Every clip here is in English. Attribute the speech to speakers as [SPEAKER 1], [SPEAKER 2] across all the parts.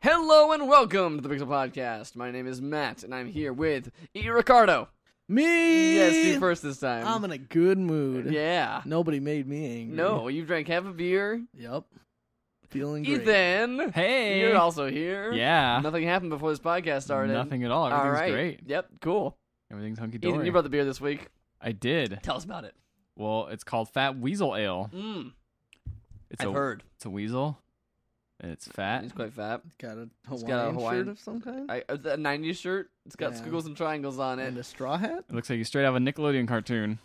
[SPEAKER 1] Hello and welcome to the Pixel Podcast. My name is Matt, and I'm here with E. Ricardo.
[SPEAKER 2] Me.
[SPEAKER 1] Yes, you first this time.
[SPEAKER 2] I'm in a good mood.
[SPEAKER 1] yeah.
[SPEAKER 2] Nobody made me angry.
[SPEAKER 1] No, you drank half a beer.
[SPEAKER 2] Yep. Feeling Mm-hmm. great.
[SPEAKER 1] Ethan.
[SPEAKER 3] Hey.
[SPEAKER 1] You're also here.
[SPEAKER 3] Yeah.
[SPEAKER 1] Nothing happened before this podcast started.
[SPEAKER 3] Nothing at all.
[SPEAKER 1] All
[SPEAKER 3] Everything's
[SPEAKER 1] right.
[SPEAKER 3] great.
[SPEAKER 1] Yep. Cool.
[SPEAKER 3] Everything's hunky
[SPEAKER 1] Ethan,
[SPEAKER 3] dory.
[SPEAKER 1] you brought the beer this week.
[SPEAKER 3] I did.
[SPEAKER 1] Tell us about it.
[SPEAKER 3] Well, it's called Fat Weasel Ale.
[SPEAKER 1] Mm.
[SPEAKER 3] It's
[SPEAKER 1] I've
[SPEAKER 3] a
[SPEAKER 1] heard.
[SPEAKER 3] it's a weasel. and It's fat.
[SPEAKER 1] It's quite fat.
[SPEAKER 2] Got a
[SPEAKER 1] It's
[SPEAKER 2] Hawaiian,
[SPEAKER 1] got a Hawaiian-
[SPEAKER 2] shirt of some kind.
[SPEAKER 1] I, uh, the 90s shirt. It's got
[SPEAKER 2] Yeah.
[SPEAKER 1] squiggles and triangles on it.
[SPEAKER 2] and a straw hat
[SPEAKER 3] It looks like you straight out of a Nickelodeon cartoon.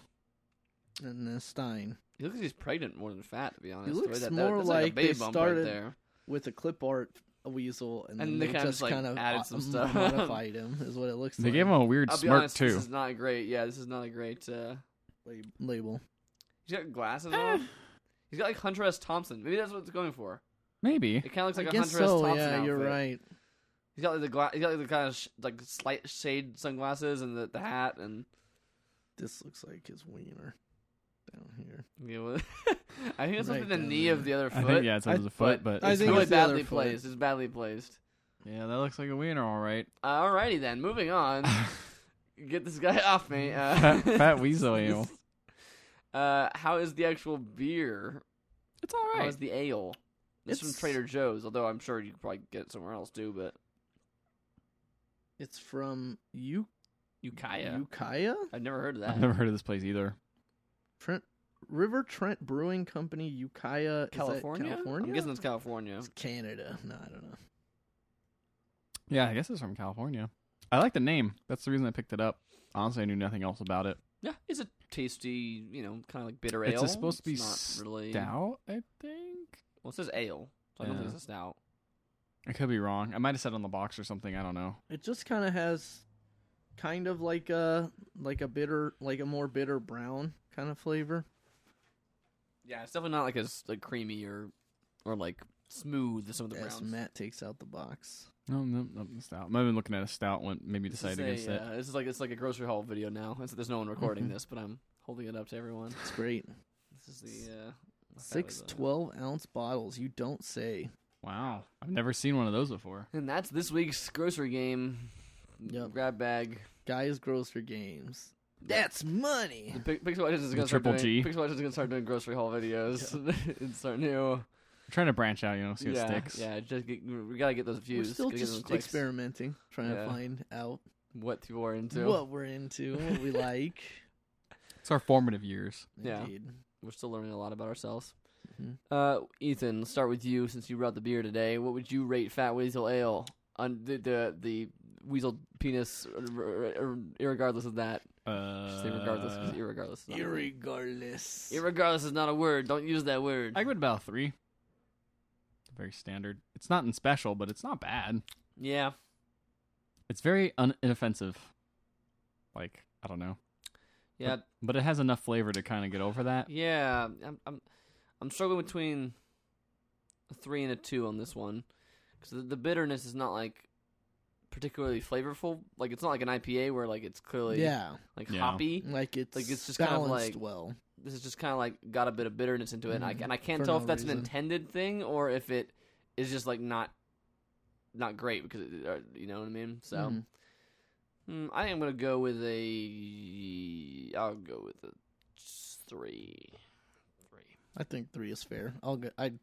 [SPEAKER 2] and a stein
[SPEAKER 1] He looks like he's pregnant more than fat, to be honest.
[SPEAKER 2] He
[SPEAKER 1] The way
[SPEAKER 2] looks
[SPEAKER 1] that,
[SPEAKER 2] more
[SPEAKER 1] that's
[SPEAKER 2] like
[SPEAKER 1] a baby
[SPEAKER 2] they
[SPEAKER 1] bump right
[SPEAKER 2] started-
[SPEAKER 1] there.
[SPEAKER 2] with a clip art, a weasel, and,
[SPEAKER 1] And
[SPEAKER 2] then
[SPEAKER 1] they
[SPEAKER 2] they
[SPEAKER 1] kinda just,
[SPEAKER 2] just
[SPEAKER 1] like,
[SPEAKER 2] kind of
[SPEAKER 1] added some stuff.
[SPEAKER 2] modified him. Is what it looks
[SPEAKER 3] They
[SPEAKER 2] like.
[SPEAKER 3] gave him a weird
[SPEAKER 1] I'll be
[SPEAKER 3] smirk
[SPEAKER 1] honest,
[SPEAKER 3] too.
[SPEAKER 1] this is not great. Yeah, this is not a great. Uh,
[SPEAKER 2] lab- label.
[SPEAKER 1] he's got glasses
[SPEAKER 2] Ah.
[SPEAKER 1] on. He's got like Hunter S. Thompson. Maybe that's what it's going for.
[SPEAKER 3] Maybe.
[SPEAKER 1] It kind of looks like
[SPEAKER 2] I
[SPEAKER 1] a
[SPEAKER 2] guess
[SPEAKER 1] Hunter S.
[SPEAKER 2] so.
[SPEAKER 1] Thompson.
[SPEAKER 2] yeah,
[SPEAKER 1] outfit.
[SPEAKER 2] you're right.
[SPEAKER 1] He's got like the gla- he's got like the kind of sh- like slight shade sunglasses and the, the hat and.
[SPEAKER 2] This looks like his wiener down here.
[SPEAKER 1] You know, I think it's supposed
[SPEAKER 2] Right
[SPEAKER 1] to be the
[SPEAKER 2] down
[SPEAKER 1] knee
[SPEAKER 2] there.
[SPEAKER 1] of the other
[SPEAKER 3] I
[SPEAKER 1] foot.
[SPEAKER 3] think yeah, it's under the foot, but
[SPEAKER 2] I
[SPEAKER 1] it's
[SPEAKER 3] it's
[SPEAKER 2] think
[SPEAKER 3] not-
[SPEAKER 1] really
[SPEAKER 2] it's the other
[SPEAKER 1] badly
[SPEAKER 2] foot.
[SPEAKER 1] placed. It's badly placed.
[SPEAKER 3] yeah, that looks like a wiener, all right.
[SPEAKER 1] Alrighty then, moving on. Get this guy off me. Uh,
[SPEAKER 3] fat, fat weasel ale.
[SPEAKER 1] Uh, how is the actual beer?
[SPEAKER 3] It's all
[SPEAKER 1] How
[SPEAKER 3] right.
[SPEAKER 1] is the ale? It's, from
[SPEAKER 2] It's-
[SPEAKER 1] Trader Joe's, although I'm sure you could probably get it somewhere else too. But
[SPEAKER 2] It's from U-
[SPEAKER 1] Ukiah,
[SPEAKER 2] Ukiah
[SPEAKER 1] I've never heard of that.
[SPEAKER 3] I've never heard of this place either.
[SPEAKER 2] Trent River Trent Brewing Company, Ukiah, is that
[SPEAKER 1] California?
[SPEAKER 2] California,
[SPEAKER 1] I'm guessing it's California.
[SPEAKER 2] It's Canada. No, I don't know.
[SPEAKER 3] Yeah, I guess it's from California. I like the name. That's the reason I picked it up. Honestly, I knew nothing else about it.
[SPEAKER 1] Yeah, it's a tasty, you know, kind of like bitter
[SPEAKER 3] It's
[SPEAKER 1] ale.
[SPEAKER 3] a- supposed to be
[SPEAKER 1] It's not really.
[SPEAKER 3] Stout, I think.
[SPEAKER 1] Well, it says ale, so I don't think
[SPEAKER 3] Yeah.
[SPEAKER 1] it's a stout.
[SPEAKER 3] I could be wrong. I might have said on the box or something. I don't know.
[SPEAKER 2] It just kind of has, kind of like a like a bitter, like a more bitter brown kind of flavor.
[SPEAKER 1] Yeah, it's definitely not like as like creamy or or like smooth as some of the
[SPEAKER 2] As
[SPEAKER 1] browns.
[SPEAKER 2] Matt takes out the box.
[SPEAKER 3] No, no, no, the stout. Might have been looking at a stout one. Maybe
[SPEAKER 1] This is
[SPEAKER 3] decided against
[SPEAKER 1] a,
[SPEAKER 3] it.
[SPEAKER 1] uh, this is like it's like a grocery haul video now. It's- there's no one recording
[SPEAKER 3] Mhm.
[SPEAKER 1] this, but I'm holding it up to everyone.
[SPEAKER 2] It's great.
[SPEAKER 1] This is the uh, I thought it
[SPEAKER 2] Six
[SPEAKER 1] was a-
[SPEAKER 2] 12 ounce bottles. You don't say.
[SPEAKER 3] Wow, I've never seen one of those before.
[SPEAKER 1] uh, And that's this week's grocery game.
[SPEAKER 2] Yep.
[SPEAKER 1] Grab bag.
[SPEAKER 2] Guys, grocery games. That's money.
[SPEAKER 1] The Pi- Pixel Legends is
[SPEAKER 3] The
[SPEAKER 1] gonna start
[SPEAKER 3] triple
[SPEAKER 1] doing,
[SPEAKER 3] G.
[SPEAKER 1] Pixel Legends is gonna start doing grocery haul videos. it's our new.
[SPEAKER 3] I'm trying to branch out, you know, see what
[SPEAKER 1] yeah,
[SPEAKER 3] sticks.
[SPEAKER 1] yeah. Just get, we gotta get those
[SPEAKER 2] We're
[SPEAKER 1] views.
[SPEAKER 2] still
[SPEAKER 1] gotta get those
[SPEAKER 2] just
[SPEAKER 1] clicks,
[SPEAKER 2] experimenting, trying
[SPEAKER 1] Yeah.
[SPEAKER 2] to find out
[SPEAKER 1] What people are into.
[SPEAKER 2] what we're into, what we like.
[SPEAKER 3] It's our formative years.
[SPEAKER 1] Yeah.
[SPEAKER 2] Indeed.
[SPEAKER 1] We're still learning a lot about ourselves.
[SPEAKER 2] Mhm.
[SPEAKER 1] Uh, Ethan, let's start with you since you brought the beer today. What would you rate Fat Weasel Ale on the the, the weasel penis? r- r- r- Irregardless of that, I should
[SPEAKER 3] Uh,
[SPEAKER 1] say regardless because irregardless. Is not a word.
[SPEAKER 2] Irregardless.
[SPEAKER 1] Irregardless is not a word. Don't use that word.
[SPEAKER 3] Uh, I give it about a three. Very standard. It's not in special, but it's not bad.
[SPEAKER 1] yeah.
[SPEAKER 3] It's very un- inoffensive. Like I don't know,
[SPEAKER 1] Yeah,
[SPEAKER 3] but it has enough flavor to kind of get over that.
[SPEAKER 1] yeah. I'm, I'm, I'm struggling between a three and a two on this one because the, the bitterness is not like particularly flavorful. Like it's not like an IPA where like it's clearly
[SPEAKER 2] Yeah.
[SPEAKER 1] like
[SPEAKER 3] Yeah.
[SPEAKER 1] hoppy.
[SPEAKER 2] Like it's,
[SPEAKER 1] Like, it's just kind of
[SPEAKER 2] balanced
[SPEAKER 1] like-
[SPEAKER 2] well.
[SPEAKER 1] This is just kind of like got a bit of bitterness into it, and I,
[SPEAKER 2] Mhm.
[SPEAKER 1] and I can't
[SPEAKER 2] For
[SPEAKER 1] tell
[SPEAKER 2] no
[SPEAKER 1] if that's an
[SPEAKER 2] reason.
[SPEAKER 1] intended thing or if it is just like not not great because it, uh, you know what I mean. So
[SPEAKER 2] Mhm.
[SPEAKER 1] mm, I think I'm gonna go with a. I'll go with a three. Three.
[SPEAKER 2] I think three is fair. I'll go, I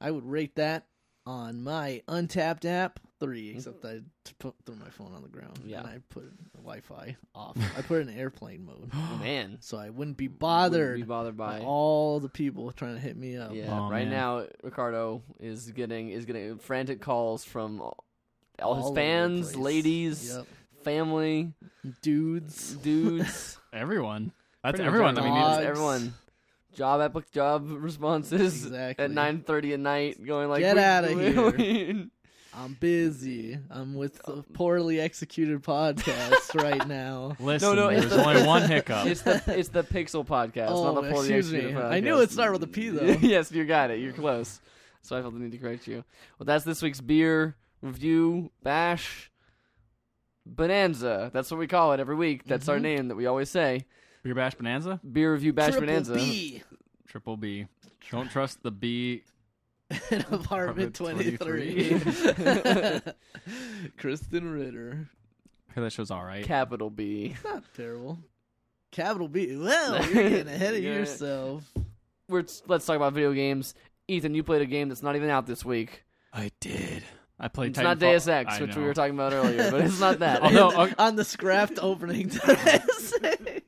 [SPEAKER 2] I would rate that on my Untapped app three, except I t- put threw my phone on the ground
[SPEAKER 1] Mm-hmm. Yeah.
[SPEAKER 2] and I put the Wi-Fi off. I put it in airplane mode,
[SPEAKER 1] Oh, Man.
[SPEAKER 2] so I wouldn't be
[SPEAKER 1] Wouldn't
[SPEAKER 2] bothered
[SPEAKER 1] Be bothered by.
[SPEAKER 2] by all the people trying to hit me up.
[SPEAKER 1] yeah.
[SPEAKER 3] Oh,
[SPEAKER 1] right
[SPEAKER 3] man.
[SPEAKER 1] now, Ricardo is getting is getting frantic calls from all, all
[SPEAKER 2] All
[SPEAKER 1] his
[SPEAKER 2] over the
[SPEAKER 1] fans,
[SPEAKER 2] place.
[SPEAKER 1] ladies,
[SPEAKER 2] Yep.
[SPEAKER 1] family,
[SPEAKER 2] dudes.
[SPEAKER 1] dudes.
[SPEAKER 3] Everyone. That's
[SPEAKER 1] Pretty much
[SPEAKER 3] everyone. I mean,
[SPEAKER 2] everyone.
[SPEAKER 3] it's-
[SPEAKER 1] That's everyone. Job applic- job responses
[SPEAKER 2] Exactly.
[SPEAKER 1] at nine thirty at night, going like,
[SPEAKER 2] Get
[SPEAKER 1] "We-
[SPEAKER 2] outta
[SPEAKER 1] we-
[SPEAKER 2] here."
[SPEAKER 1] we-"
[SPEAKER 2] I'm busy. I'm with
[SPEAKER 1] Um,
[SPEAKER 2] the poorly executed podcast right now.
[SPEAKER 3] listen,
[SPEAKER 1] no, it's
[SPEAKER 3] there's
[SPEAKER 1] the-
[SPEAKER 3] only one hiccup.
[SPEAKER 1] it's the it's the Pixel podcast,
[SPEAKER 2] Oh,
[SPEAKER 1] not the Fully
[SPEAKER 2] excuse me.
[SPEAKER 1] Executed Podcast.
[SPEAKER 2] I knew it started with a P, though.
[SPEAKER 1] yes, you got it. You're close. So I felt the need to correct you. Well, that's this week's beer review bash bonanza. That's what we call it every week. That's our
[SPEAKER 2] Mhm.
[SPEAKER 1] name that we always say.
[SPEAKER 3] Beer Bash Bonanza?
[SPEAKER 1] Beer review bash
[SPEAKER 2] Triple
[SPEAKER 1] bonanza.
[SPEAKER 2] B.
[SPEAKER 3] Triple B. Don't trust the B
[SPEAKER 2] in apartment
[SPEAKER 3] Apartment
[SPEAKER 2] twenty
[SPEAKER 3] 23.
[SPEAKER 2] three. Kristen Ritter,
[SPEAKER 3] I hear that show's all right.
[SPEAKER 1] Capital B.
[SPEAKER 2] not terrible. Capital B. Well, you're getting ahead of
[SPEAKER 1] Yeah.
[SPEAKER 2] yourself.
[SPEAKER 1] We're let's talk about video games. Ethan, you played a game that's not even out this week.
[SPEAKER 3] I did. I played.
[SPEAKER 1] It's not
[SPEAKER 3] Titanfall-
[SPEAKER 1] Deus Ex,
[SPEAKER 3] I
[SPEAKER 1] which we
[SPEAKER 3] know. Oh,
[SPEAKER 1] were talking about earlier, but it's not that.
[SPEAKER 3] Although-
[SPEAKER 2] On-
[SPEAKER 3] okay.
[SPEAKER 2] on the scrapped opening to this.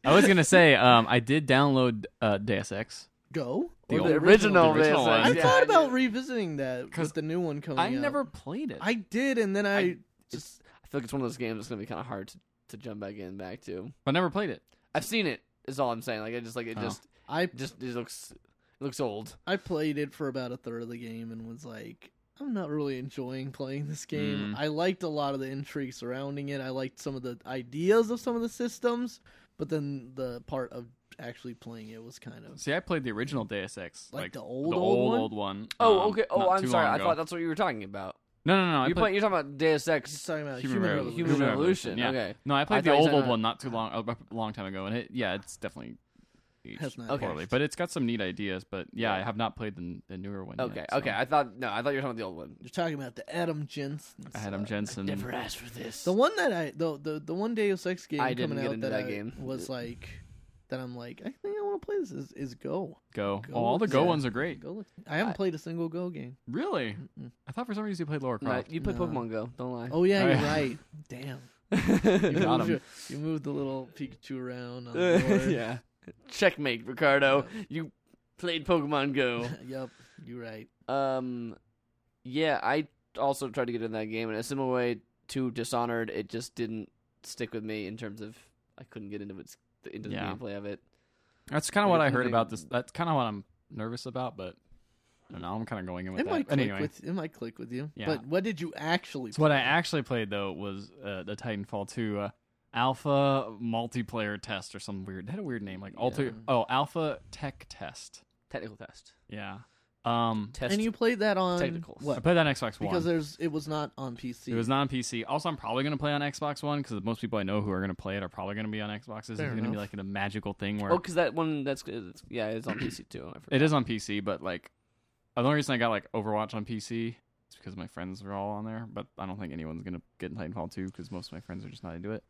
[SPEAKER 3] I was gonna say, um, I did download uh, Deus Ex.
[SPEAKER 2] Go.
[SPEAKER 3] The
[SPEAKER 2] Or
[SPEAKER 1] the
[SPEAKER 3] old-
[SPEAKER 1] original,
[SPEAKER 3] the original
[SPEAKER 1] Deus
[SPEAKER 3] one.
[SPEAKER 1] Ex.
[SPEAKER 2] I
[SPEAKER 1] Yeah,
[SPEAKER 2] thought about
[SPEAKER 1] did.
[SPEAKER 2] revisiting that
[SPEAKER 3] 'Cause
[SPEAKER 2] with the new one coming.
[SPEAKER 3] I
[SPEAKER 2] out.
[SPEAKER 3] never played it.
[SPEAKER 2] I did, and then I,
[SPEAKER 1] I-
[SPEAKER 2] just
[SPEAKER 1] I feel like it's one of those games that's gonna be kind of hard to, to jump back in back to.
[SPEAKER 3] I never played it.
[SPEAKER 1] I've seen it. Is all I'm saying. Like I just like it
[SPEAKER 3] Oh.
[SPEAKER 1] just
[SPEAKER 2] I
[SPEAKER 1] it just it looks it looks old.
[SPEAKER 2] I played it for about a third of the game and was like, I'm not really enjoying playing this game.
[SPEAKER 3] Mm.
[SPEAKER 2] I liked a lot of the intrigue surrounding it. I liked some of the ideas of some of the systems, but then the part of actually playing it was kind of
[SPEAKER 3] See, I played the original Deus Ex,
[SPEAKER 2] Like the old,
[SPEAKER 3] the
[SPEAKER 2] old
[SPEAKER 3] old,
[SPEAKER 2] one?
[SPEAKER 3] old one.
[SPEAKER 1] Oh,
[SPEAKER 3] um,
[SPEAKER 1] okay. Oh,
[SPEAKER 3] not
[SPEAKER 1] I'm
[SPEAKER 3] too
[SPEAKER 1] sorry.
[SPEAKER 3] long
[SPEAKER 1] I
[SPEAKER 3] ago.
[SPEAKER 1] thought that's what you were talking about.
[SPEAKER 3] No, no, no. I
[SPEAKER 1] you
[SPEAKER 3] played
[SPEAKER 1] play, you're talking about Deus
[SPEAKER 2] Just
[SPEAKER 1] Ex
[SPEAKER 2] talking about
[SPEAKER 3] Human
[SPEAKER 2] human,
[SPEAKER 3] Revolution.
[SPEAKER 2] Revolution.
[SPEAKER 1] Human Revolution.
[SPEAKER 3] yeah.
[SPEAKER 1] Okay.
[SPEAKER 3] No, I played
[SPEAKER 1] I
[SPEAKER 3] the
[SPEAKER 1] thought you
[SPEAKER 3] old
[SPEAKER 1] said
[SPEAKER 3] old
[SPEAKER 1] that-
[SPEAKER 3] one not too long, a long time ago, and it yeah, it's definitely aged
[SPEAKER 2] Has not
[SPEAKER 1] Okay.
[SPEAKER 3] poorly,
[SPEAKER 2] aged.
[SPEAKER 3] but it's got some neat ideas. But yeah, I have not played the, the newer one.
[SPEAKER 1] Okay.
[SPEAKER 3] yet, so.
[SPEAKER 1] Okay. I thought no. I thought you were talking about the old one.
[SPEAKER 2] You're talking about the Adam Jensen.
[SPEAKER 3] Adam
[SPEAKER 1] uh,
[SPEAKER 2] side.
[SPEAKER 3] Jensen.
[SPEAKER 1] Never asked for this.
[SPEAKER 2] The one that I the the, the one Deus Ex game
[SPEAKER 1] I didn't
[SPEAKER 2] coming
[SPEAKER 1] get
[SPEAKER 2] out
[SPEAKER 1] into
[SPEAKER 2] that,
[SPEAKER 1] that
[SPEAKER 2] I
[SPEAKER 1] game.
[SPEAKER 2] was like that I'm like I think I want to play this is, is Go.
[SPEAKER 3] Go.
[SPEAKER 2] Go
[SPEAKER 3] Oh, all the
[SPEAKER 2] with
[SPEAKER 3] Go
[SPEAKER 2] it.
[SPEAKER 3] ones are great.
[SPEAKER 2] Go look. I haven't
[SPEAKER 1] I-
[SPEAKER 2] played a single Go game.
[SPEAKER 3] Really?
[SPEAKER 2] Mm-mm.
[SPEAKER 3] I thought for some reason you played Laura
[SPEAKER 1] No,
[SPEAKER 3] Croft.
[SPEAKER 1] you play
[SPEAKER 2] No.
[SPEAKER 1] Pokemon Go. Don't lie.
[SPEAKER 2] Oh yeah, you're
[SPEAKER 3] I-
[SPEAKER 2] right. Damn.
[SPEAKER 3] You got
[SPEAKER 2] moved
[SPEAKER 3] 'em.
[SPEAKER 2] your- you moved the little Pikachu around on the board.
[SPEAKER 1] yeah. Checkmate, Ricardo. You played Pokemon Go.
[SPEAKER 2] yep, you're right.
[SPEAKER 1] Um, yeah, I also tried to get in that game, and a similar way to Dishonored, it just didn't stick with me in terms of I couldn't get into its into the
[SPEAKER 3] Yeah.
[SPEAKER 1] gameplay of it.
[SPEAKER 3] That's kind of
[SPEAKER 1] Like,
[SPEAKER 3] what
[SPEAKER 1] it's
[SPEAKER 3] I heard
[SPEAKER 1] nothing-
[SPEAKER 3] about this. That's kind of what I'm nervous about, but I don't know. I'm kind of going in with
[SPEAKER 2] It
[SPEAKER 3] that.
[SPEAKER 2] might
[SPEAKER 3] But
[SPEAKER 2] click
[SPEAKER 3] anyway,
[SPEAKER 2] with it might click with you.
[SPEAKER 3] Yeah.
[SPEAKER 2] But what did you actually?
[SPEAKER 3] so what I
[SPEAKER 2] play?
[SPEAKER 3] actually played though was uh, the Titanfall 2 uh, Alpha Multiplayer Test or some weird. It had a weird name like
[SPEAKER 2] Yeah.
[SPEAKER 3] alter. Oh, Alpha Tech Test.
[SPEAKER 1] Technical test.
[SPEAKER 3] Yeah. Um,
[SPEAKER 1] Test.
[SPEAKER 2] and you played that on
[SPEAKER 1] Technicals.
[SPEAKER 3] I
[SPEAKER 2] what?
[SPEAKER 3] played that on Xbox
[SPEAKER 2] Because
[SPEAKER 3] One.
[SPEAKER 2] there's it was not on PC.
[SPEAKER 3] It was not on PC. Also, I'm probably going to play on Xbox One because most people I know who are going to play it are probably going to be on Xboxes. It's
[SPEAKER 2] Fair
[SPEAKER 3] going to be
[SPEAKER 2] enough.
[SPEAKER 3] like a magical thing where
[SPEAKER 1] Oh, because that one that's it's, yeah, it's on PC too. I
[SPEAKER 3] It
[SPEAKER 1] forgot.
[SPEAKER 3] is on PC, but like the only reason I got like Overwatch on PC is because my friends are all on there. But I don't think anyone's gonna get in Titanfall 2 because most of my friends are just not into it.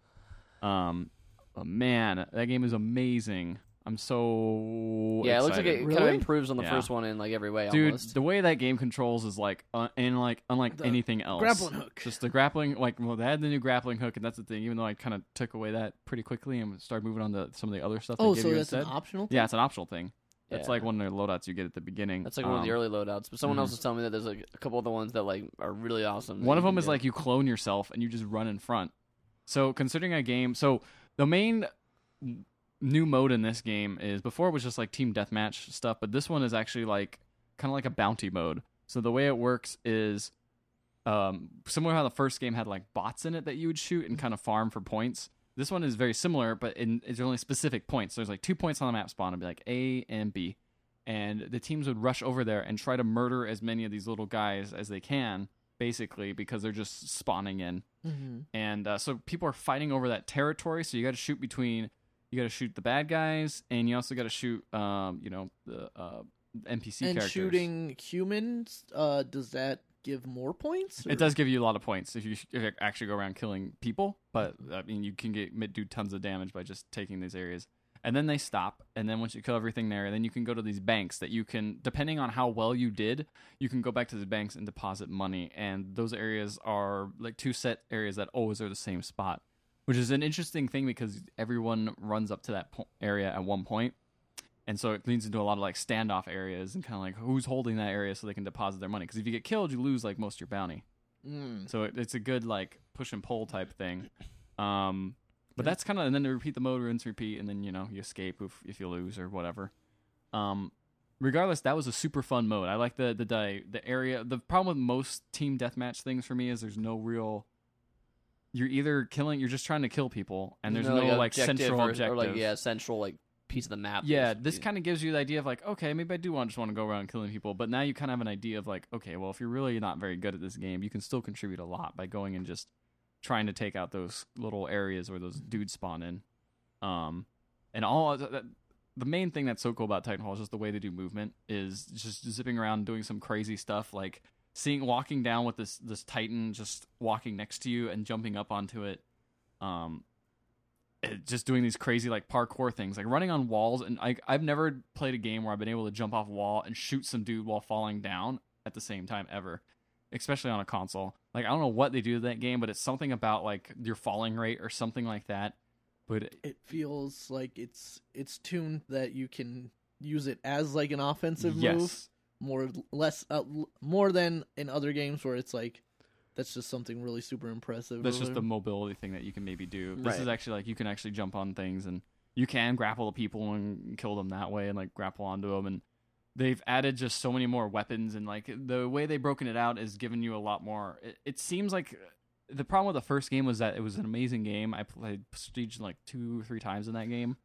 [SPEAKER 3] Um, but man, that game is amazing. I'm so
[SPEAKER 1] Yeah, it looks like it
[SPEAKER 3] excited.
[SPEAKER 1] kind of
[SPEAKER 2] Really?
[SPEAKER 1] improves on the
[SPEAKER 3] Yeah.
[SPEAKER 1] first one in like every way.
[SPEAKER 3] dude.
[SPEAKER 1] almost.
[SPEAKER 3] The way that game controls is like uh, and like unlike
[SPEAKER 2] The
[SPEAKER 3] anything else.
[SPEAKER 2] grappling hook.
[SPEAKER 3] Just the grappling, like well, they had the new grappling hook, and that's the thing. Even though I kind of took away that pretty quickly and started moving on to some of the other stuff.
[SPEAKER 2] oh,
[SPEAKER 3] they give
[SPEAKER 2] so
[SPEAKER 3] you
[SPEAKER 2] that's
[SPEAKER 3] instead.
[SPEAKER 2] an optional.
[SPEAKER 3] yeah, it's an optional thing. That's
[SPEAKER 1] Yeah.
[SPEAKER 3] like one of the loadouts you get at the beginning.
[SPEAKER 1] That's like one of the
[SPEAKER 3] Um,
[SPEAKER 1] early loadouts. But someone else
[SPEAKER 3] mhm.
[SPEAKER 1] was telling me that there's like a couple other ones that like are really awesome. that
[SPEAKER 3] One of
[SPEAKER 1] you
[SPEAKER 3] them
[SPEAKER 1] can
[SPEAKER 3] is
[SPEAKER 1] get.
[SPEAKER 3] like you clone yourself and you just run in front. So considering a game, so the main n- new mode in this game is before it was just like team deathmatch stuff, but this one is actually like kind of like a bounty mode. So the way it works is um, similar how the first game had like bots in it that you would shoot and kind of farm for points. This one is very similar, but in, it's only specific points. there's like two points on the map spawn and be like A and B, and the teams would rush over there and try to murder as many of these little guys as they can basically because they're just spawning in
[SPEAKER 2] Mhm.
[SPEAKER 3] and uh, so people are fighting over that territory so you got to shoot between you got to shoot the bad guys and you also got to shoot um you know the uh npc
[SPEAKER 2] And
[SPEAKER 3] characters
[SPEAKER 2] shooting humans, uh, does that give more points? or-
[SPEAKER 3] it does give you a lot of points if you, if you actually go around killing people but i mean you can get do tons of damage by just taking these areas and then they stop and then once you kill everything there then you can go to these banks that you can depending on how well you did you can go back to the banks and deposit money and those areas are like two set areas that always are the same spot which is an interesting thing because everyone runs up to that po- area at one point and so it leads into a lot of like standoff areas and kind of like who's holding that area so they can deposit their money because if you get killed you lose like most of your bounty
[SPEAKER 2] Mm.
[SPEAKER 3] so it, it's a good like push and pull type thing. Um, but that's kind of and then they repeat the mode, rinse, repeat, and then you know you escape if if you lose or whatever. Um, regardless, that was a super fun mode. I like the the di- the area. The problem with most team deathmatch things for me is there's no real. You're either killing, you're just trying to kill people, and there's no,
[SPEAKER 1] a
[SPEAKER 3] like
[SPEAKER 1] objective
[SPEAKER 3] central
[SPEAKER 1] or,
[SPEAKER 3] objective.
[SPEAKER 1] or like yeah, central like piece of the map.
[SPEAKER 3] Yeah, this kind of gives you the idea of like, okay, maybe I do want just want to go around killing people, but now you kind of have an idea of like, okay, well, if you're really not very good at this game, you can still contribute a lot by going and just trying to take out those little areas where those dudes spawn in. Um, and all that, the main thing that's so cool about Titanfall is just the way they do movement is just zipping around doing some crazy stuff like seeing walking down with this this Titan just walking next to you and jumping up onto it. Um it- just doing these crazy like parkour things, like running on walls, and I, I've never played a game where I've been able to jump off a wall and shoot some dude while falling down at the same time ever, especially on a console. Like I don't know what they do to that game, but it's something about like your falling rate or something like that. But
[SPEAKER 2] It feels like it's it's tuned that you can use it as like an offensive move
[SPEAKER 3] yes,
[SPEAKER 2] more less uh, l- more than in other games where it's like that's just something really super impressive.
[SPEAKER 3] that's
[SPEAKER 2] or
[SPEAKER 3] just the
[SPEAKER 2] whatever.
[SPEAKER 3] mobility thing that you can maybe do. This is
[SPEAKER 1] Right.
[SPEAKER 3] actually like you can actually jump on things and you can grapple the people and kill them that way and like grapple onto them and they've added just so many more weapons and like the way they've broken it out is giving you a lot more. It, it seems like uh, the problem with the first game was that it was an amazing game. I played Prestige like two or three times in that game.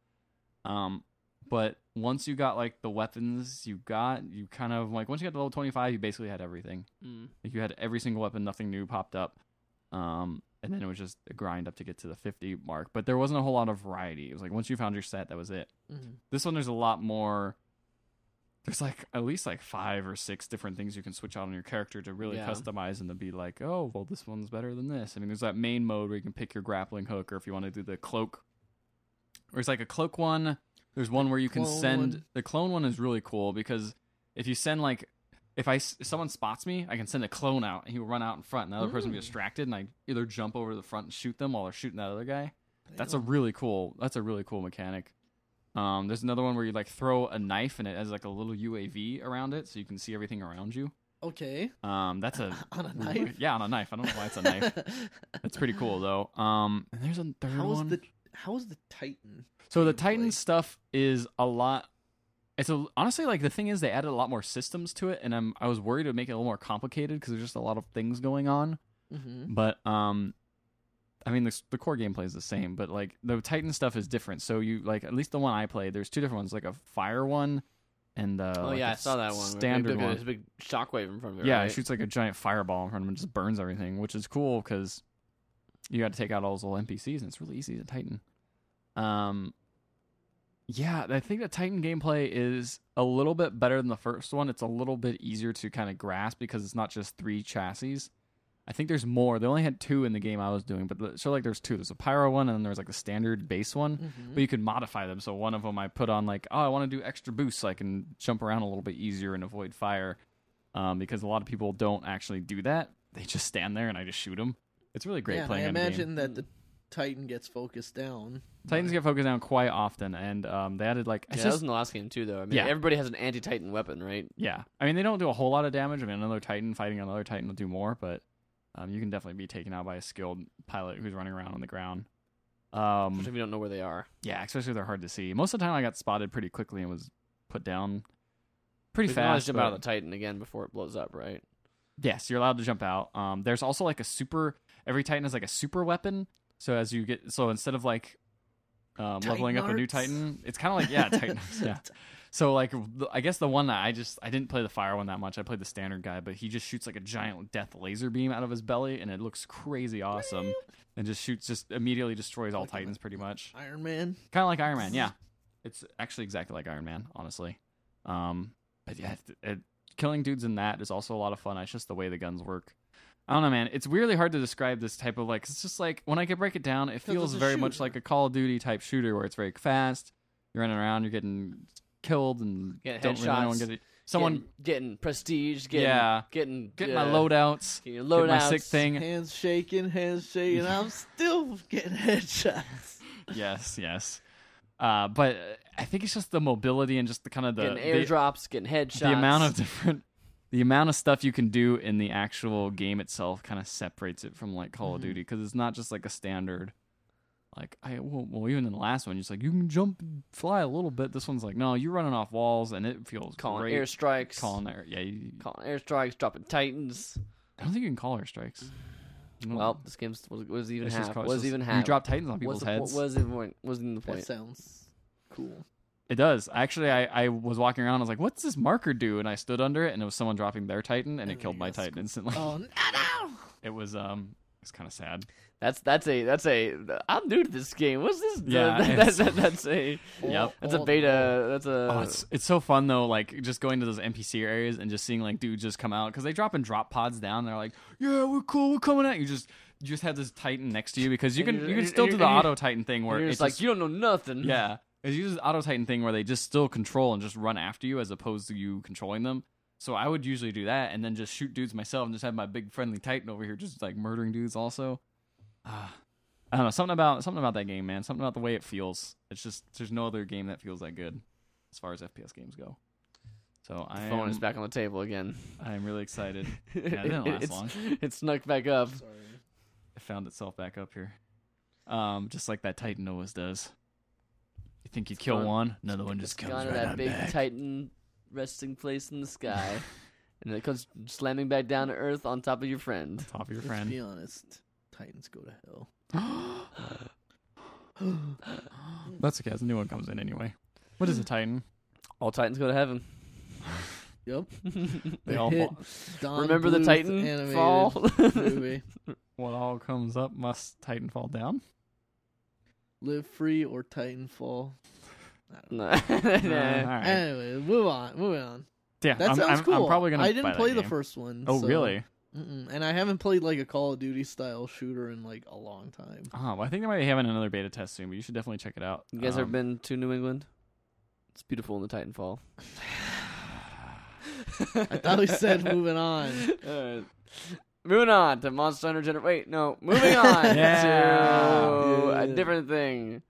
[SPEAKER 3] Um, but once you got like the weapons you got, you kind of like once you got to level twenty five, you basically had everything.
[SPEAKER 1] Mm.
[SPEAKER 3] Like you had every single weapon, nothing new popped up. Um, and then it was just a grind up to get to the 50 mark. But there wasn't a whole lot of variety. It was like once you found your set, that was it.
[SPEAKER 2] Mhm.
[SPEAKER 3] This one, there's a lot more. There's like at least like five or six different things you can switch out on your character to really
[SPEAKER 1] Yeah.
[SPEAKER 3] customize and to be like, oh, well, this one's better than this. I mean, there's that main mode where you can pick your grappling hook, or if you want to do the cloak, or it's like a cloak one. There's one where you can
[SPEAKER 2] Clone
[SPEAKER 3] send
[SPEAKER 2] one.
[SPEAKER 3] the clone one is really cool because if you send like if I s- if someone spots me, I can send a clone out and he will run out in front, and the other person will be
[SPEAKER 2] Mm.
[SPEAKER 3] distracted, and I either jump over to the front and shoot them while they're shooting that other guy. That's a
[SPEAKER 2] Damn.
[SPEAKER 3] really cool. That's a really cool mechanic. Um, there's another one where you like throw a knife and it has like a little UAV around it, so you can see everything around you.
[SPEAKER 2] okay
[SPEAKER 3] Um, that's a
[SPEAKER 2] on a knife.
[SPEAKER 3] Yeah, on a knife. I don't know why it's a knife. That's pretty cool though. Um, and there's a third
[SPEAKER 2] How is
[SPEAKER 3] one.
[SPEAKER 2] the how is the Titan?
[SPEAKER 3] So the
[SPEAKER 2] to play.
[SPEAKER 3] Titan stuff is a lot. It's a, honestly like the thing is they added a lot more systems to it, and I'm I was worried it would make it a little more complicated because there's just a lot of things going on.
[SPEAKER 2] Mm-hmm.
[SPEAKER 3] But um, I mean the the core gameplay is the same, but like the Titan stuff is different. So you like at least the one I played, there's two different ones, like a fire one, and uh,
[SPEAKER 1] Oh
[SPEAKER 3] like
[SPEAKER 1] yeah,
[SPEAKER 3] a
[SPEAKER 1] I saw that
[SPEAKER 3] s-
[SPEAKER 1] one. where
[SPEAKER 3] standard
[SPEAKER 1] big,
[SPEAKER 3] one.
[SPEAKER 1] There's a big shockwave in front of it.
[SPEAKER 3] Yeah,
[SPEAKER 1] right?
[SPEAKER 3] it shoots like a giant fireball in front of him and just burns everything, which is cool because you got to take out all those little NPCs, and it's really easy to Titan. Um, yeah, I think the Titan gameplay is a little bit better than the first one. It's a little bit easier to kind of grasp because it's not just three chassis. I think there's more. They only had two in the game I was doing, but the- so like there's two. There's a pyro one, and then there's like the standard base one
[SPEAKER 2] Mm-hmm.
[SPEAKER 3] but you could modify them. So one of them I put on like, oh, I want to do extra boosts so I can jump around a little bit easier and avoid fire, um, because a lot of people don't actually do that. They just stand there and I just shoot them. It's really great
[SPEAKER 2] yeah, and
[SPEAKER 3] playing.
[SPEAKER 2] I
[SPEAKER 3] in a game.
[SPEAKER 2] imagine that the Titan gets focused down.
[SPEAKER 3] Titans get focused down quite often, and um, they added like
[SPEAKER 1] Yeah,
[SPEAKER 3] it's
[SPEAKER 1] that
[SPEAKER 3] just-
[SPEAKER 1] was in the last game too, though. I mean,
[SPEAKER 3] Yeah. Mm-hmm.
[SPEAKER 1] everybody has an anti-titan weapon, right?
[SPEAKER 3] yeah. I mean, they don't do a whole lot of damage. I mean, another Titan fighting another Titan will do more, but um, you can definitely be taken out by a skilled pilot who's running around on the ground. Um,
[SPEAKER 1] Especially if you don't know where they are.
[SPEAKER 3] yeah, especially if they're hard to see. Most of the time, I got spotted pretty quickly and was put down pretty
[SPEAKER 1] But you can always
[SPEAKER 3] fast.
[SPEAKER 1] jump
[SPEAKER 3] but-
[SPEAKER 1] out of the titan again before it blows up, right?
[SPEAKER 3] Yes, you're allowed to jump out. Um, there's also like a super. Every Titan has like a super weapon. So as you get, so instead of like um,
[SPEAKER 2] Titan
[SPEAKER 3] leveling up a new
[SPEAKER 2] arts?
[SPEAKER 3] Titan, it's kind of like yeah, Titan. arts, yeah. So like, the- I guess the one that I just I didn't play the fire one that much. I played the standard guy, but he just shoots like a giant death laser beam out of his belly, and it looks crazy awesome. And just shoots, just immediately destroys all
[SPEAKER 2] Like a-
[SPEAKER 3] Titans pretty much
[SPEAKER 2] Iron Man.
[SPEAKER 3] kind of like Iron Man. Yeah, it's actually exactly like Iron Man, honestly. Um, but yeah, it, it, killing dudes in that is also a lot of fun. It's just the way the guns work. I don't know, man. It's weirdly hard to describe this type of like. It's just like when I could break it down, it
[SPEAKER 2] 'Cause it's
[SPEAKER 3] feels
[SPEAKER 2] a
[SPEAKER 3] very much
[SPEAKER 2] shooter.
[SPEAKER 3] like a Call of Duty type shooter where it's very fast. You're running around, you're getting killed, and
[SPEAKER 1] Get
[SPEAKER 3] don't really know
[SPEAKER 1] headshots,
[SPEAKER 3] get it. Someone
[SPEAKER 1] getting, getting prestige, getting
[SPEAKER 3] Yeah.
[SPEAKER 1] getting
[SPEAKER 3] get
[SPEAKER 1] uh,
[SPEAKER 3] my loadouts,
[SPEAKER 1] getting your
[SPEAKER 3] get my
[SPEAKER 1] loadouts.
[SPEAKER 3] sick thing.
[SPEAKER 2] Hands shaking, hands shaking. I'm still getting headshots.
[SPEAKER 3] yes, yes. Uh, but uh, I think it's just the mobility and just the kind of the
[SPEAKER 1] getting
[SPEAKER 3] the-
[SPEAKER 1] airdrops, getting headshots.
[SPEAKER 3] the amount of different the amount of stuff you can do in the actual game itself kind of separates it from like Call of
[SPEAKER 2] Mhm.
[SPEAKER 1] Mm-hmm.
[SPEAKER 3] Duty because it's not just like a standard like I well, well even in the last one it's like you can jump and fly a little bit this one's like no you're running off walls and it feels
[SPEAKER 1] calling
[SPEAKER 3] great
[SPEAKER 1] airstrikes,
[SPEAKER 3] calling air yeah you,
[SPEAKER 1] calling airstrikes, dropping titans.
[SPEAKER 3] I don't think you can call airstrikes You don't-
[SPEAKER 1] Mm-hmm. Well, this game's was, was even
[SPEAKER 3] it's just
[SPEAKER 1] half.
[SPEAKER 3] call- it's
[SPEAKER 1] Was
[SPEAKER 3] just-
[SPEAKER 1] even
[SPEAKER 3] you
[SPEAKER 1] half.
[SPEAKER 3] drop titans
[SPEAKER 1] What's
[SPEAKER 3] on people's
[SPEAKER 1] the
[SPEAKER 3] heads
[SPEAKER 1] point? Was the point? Wasn't the
[SPEAKER 2] That
[SPEAKER 1] point?
[SPEAKER 2] sounds cool.
[SPEAKER 3] It does. Actually, I, I was walking around. I was like, "What's this marker do?" And I stood under it, and it was someone dropping their Titan, and it
[SPEAKER 2] Oh,
[SPEAKER 3] killed my
[SPEAKER 2] yes.
[SPEAKER 3] Titan instantly.
[SPEAKER 2] Oh no! no!
[SPEAKER 3] It was um, It's kind of sad.
[SPEAKER 1] That's that's a that's a. I'm new to this game. What's this?
[SPEAKER 3] Yeah,
[SPEAKER 1] that's,
[SPEAKER 3] it's-
[SPEAKER 1] that, that's a
[SPEAKER 3] Yep.
[SPEAKER 1] that's a beta. That's a.
[SPEAKER 3] oh, it's it's so fun though. Like just going to those NPC areas and just seeing like dudes just come out because they drop and drop pods down. they're like, yeah, we're cool, we're coming out. You just you just have this Titan next to you because you
[SPEAKER 1] And
[SPEAKER 3] can
[SPEAKER 1] you're-
[SPEAKER 3] you can
[SPEAKER 1] and
[SPEAKER 3] still
[SPEAKER 1] you're-
[SPEAKER 3] do the
[SPEAKER 1] and you're-
[SPEAKER 3] auto Titan thing
[SPEAKER 1] and
[SPEAKER 3] where
[SPEAKER 1] you're
[SPEAKER 3] it's
[SPEAKER 1] just like
[SPEAKER 3] just-
[SPEAKER 1] you don't know nothing.
[SPEAKER 3] yeah. It's usually this auto Titan thing where they just still control and just run after you as opposed to you controlling them. So I would usually do that and then just shoot dudes myself and just have my big friendly Titan over here just like murdering dudes also. Ah, I don't know something about something about that game, man. Something about the way it feels. It's just there's no other game that feels that good as far as FPS games go. So
[SPEAKER 1] The
[SPEAKER 3] I
[SPEAKER 1] phone is
[SPEAKER 3] am,
[SPEAKER 1] back on the table again.
[SPEAKER 3] I am really excited. Yeah, it didn't last
[SPEAKER 1] it's,
[SPEAKER 3] long.
[SPEAKER 1] It snuck back up.
[SPEAKER 2] Sorry.
[SPEAKER 3] It found itself back up here, um, just like that Titan always does. You think you
[SPEAKER 1] It's
[SPEAKER 3] kill
[SPEAKER 1] gone.
[SPEAKER 3] one, another one just
[SPEAKER 1] It's
[SPEAKER 3] comes
[SPEAKER 1] gone
[SPEAKER 3] right
[SPEAKER 1] to that
[SPEAKER 3] on
[SPEAKER 1] big
[SPEAKER 3] back.
[SPEAKER 1] Titan resting place in the sky, and it comes slamming back down to earth on top of your friend.
[SPEAKER 3] Top of your
[SPEAKER 2] Let's
[SPEAKER 3] friend.
[SPEAKER 2] be honest. Titans go to hell.
[SPEAKER 3] That's okay. As a new one comes in anyway. What is a Titan?
[SPEAKER 1] All Titans go to heaven.
[SPEAKER 2] Yep.
[SPEAKER 3] They
[SPEAKER 2] The
[SPEAKER 3] all
[SPEAKER 2] hit
[SPEAKER 3] fall.
[SPEAKER 2] Don
[SPEAKER 1] Remember the
[SPEAKER 2] Bluth
[SPEAKER 1] Titan
[SPEAKER 2] animated
[SPEAKER 1] fall?
[SPEAKER 2] movie.
[SPEAKER 3] What all comes up must Titan fall down.
[SPEAKER 2] Live free or Titanfall. I don't know.
[SPEAKER 1] no.
[SPEAKER 3] all right.
[SPEAKER 2] Anyway, move on. Moving on.
[SPEAKER 3] yeah,
[SPEAKER 2] Uh, That
[SPEAKER 3] I'm,
[SPEAKER 2] sounds
[SPEAKER 3] I'm,
[SPEAKER 2] cool.
[SPEAKER 3] I'm probably gonna.
[SPEAKER 2] I didn't
[SPEAKER 3] buy that
[SPEAKER 2] play the
[SPEAKER 3] game.
[SPEAKER 2] first one.
[SPEAKER 3] Oh
[SPEAKER 2] so-
[SPEAKER 3] really?
[SPEAKER 2] Mm-mm. And I haven't played like a Call of Duty style shooter in like a long time.
[SPEAKER 3] Oh, well, I think they might be having another beta test soon, but you should definitely check it out.
[SPEAKER 1] You guys ever
[SPEAKER 3] Um,
[SPEAKER 1] been to New England? It's beautiful in the Titanfall.
[SPEAKER 2] I thought we said moving on.
[SPEAKER 1] Alright. Moving on to Monster Hunter Gener- Wait, no. Moving on to
[SPEAKER 2] Yeah.
[SPEAKER 1] a different thing.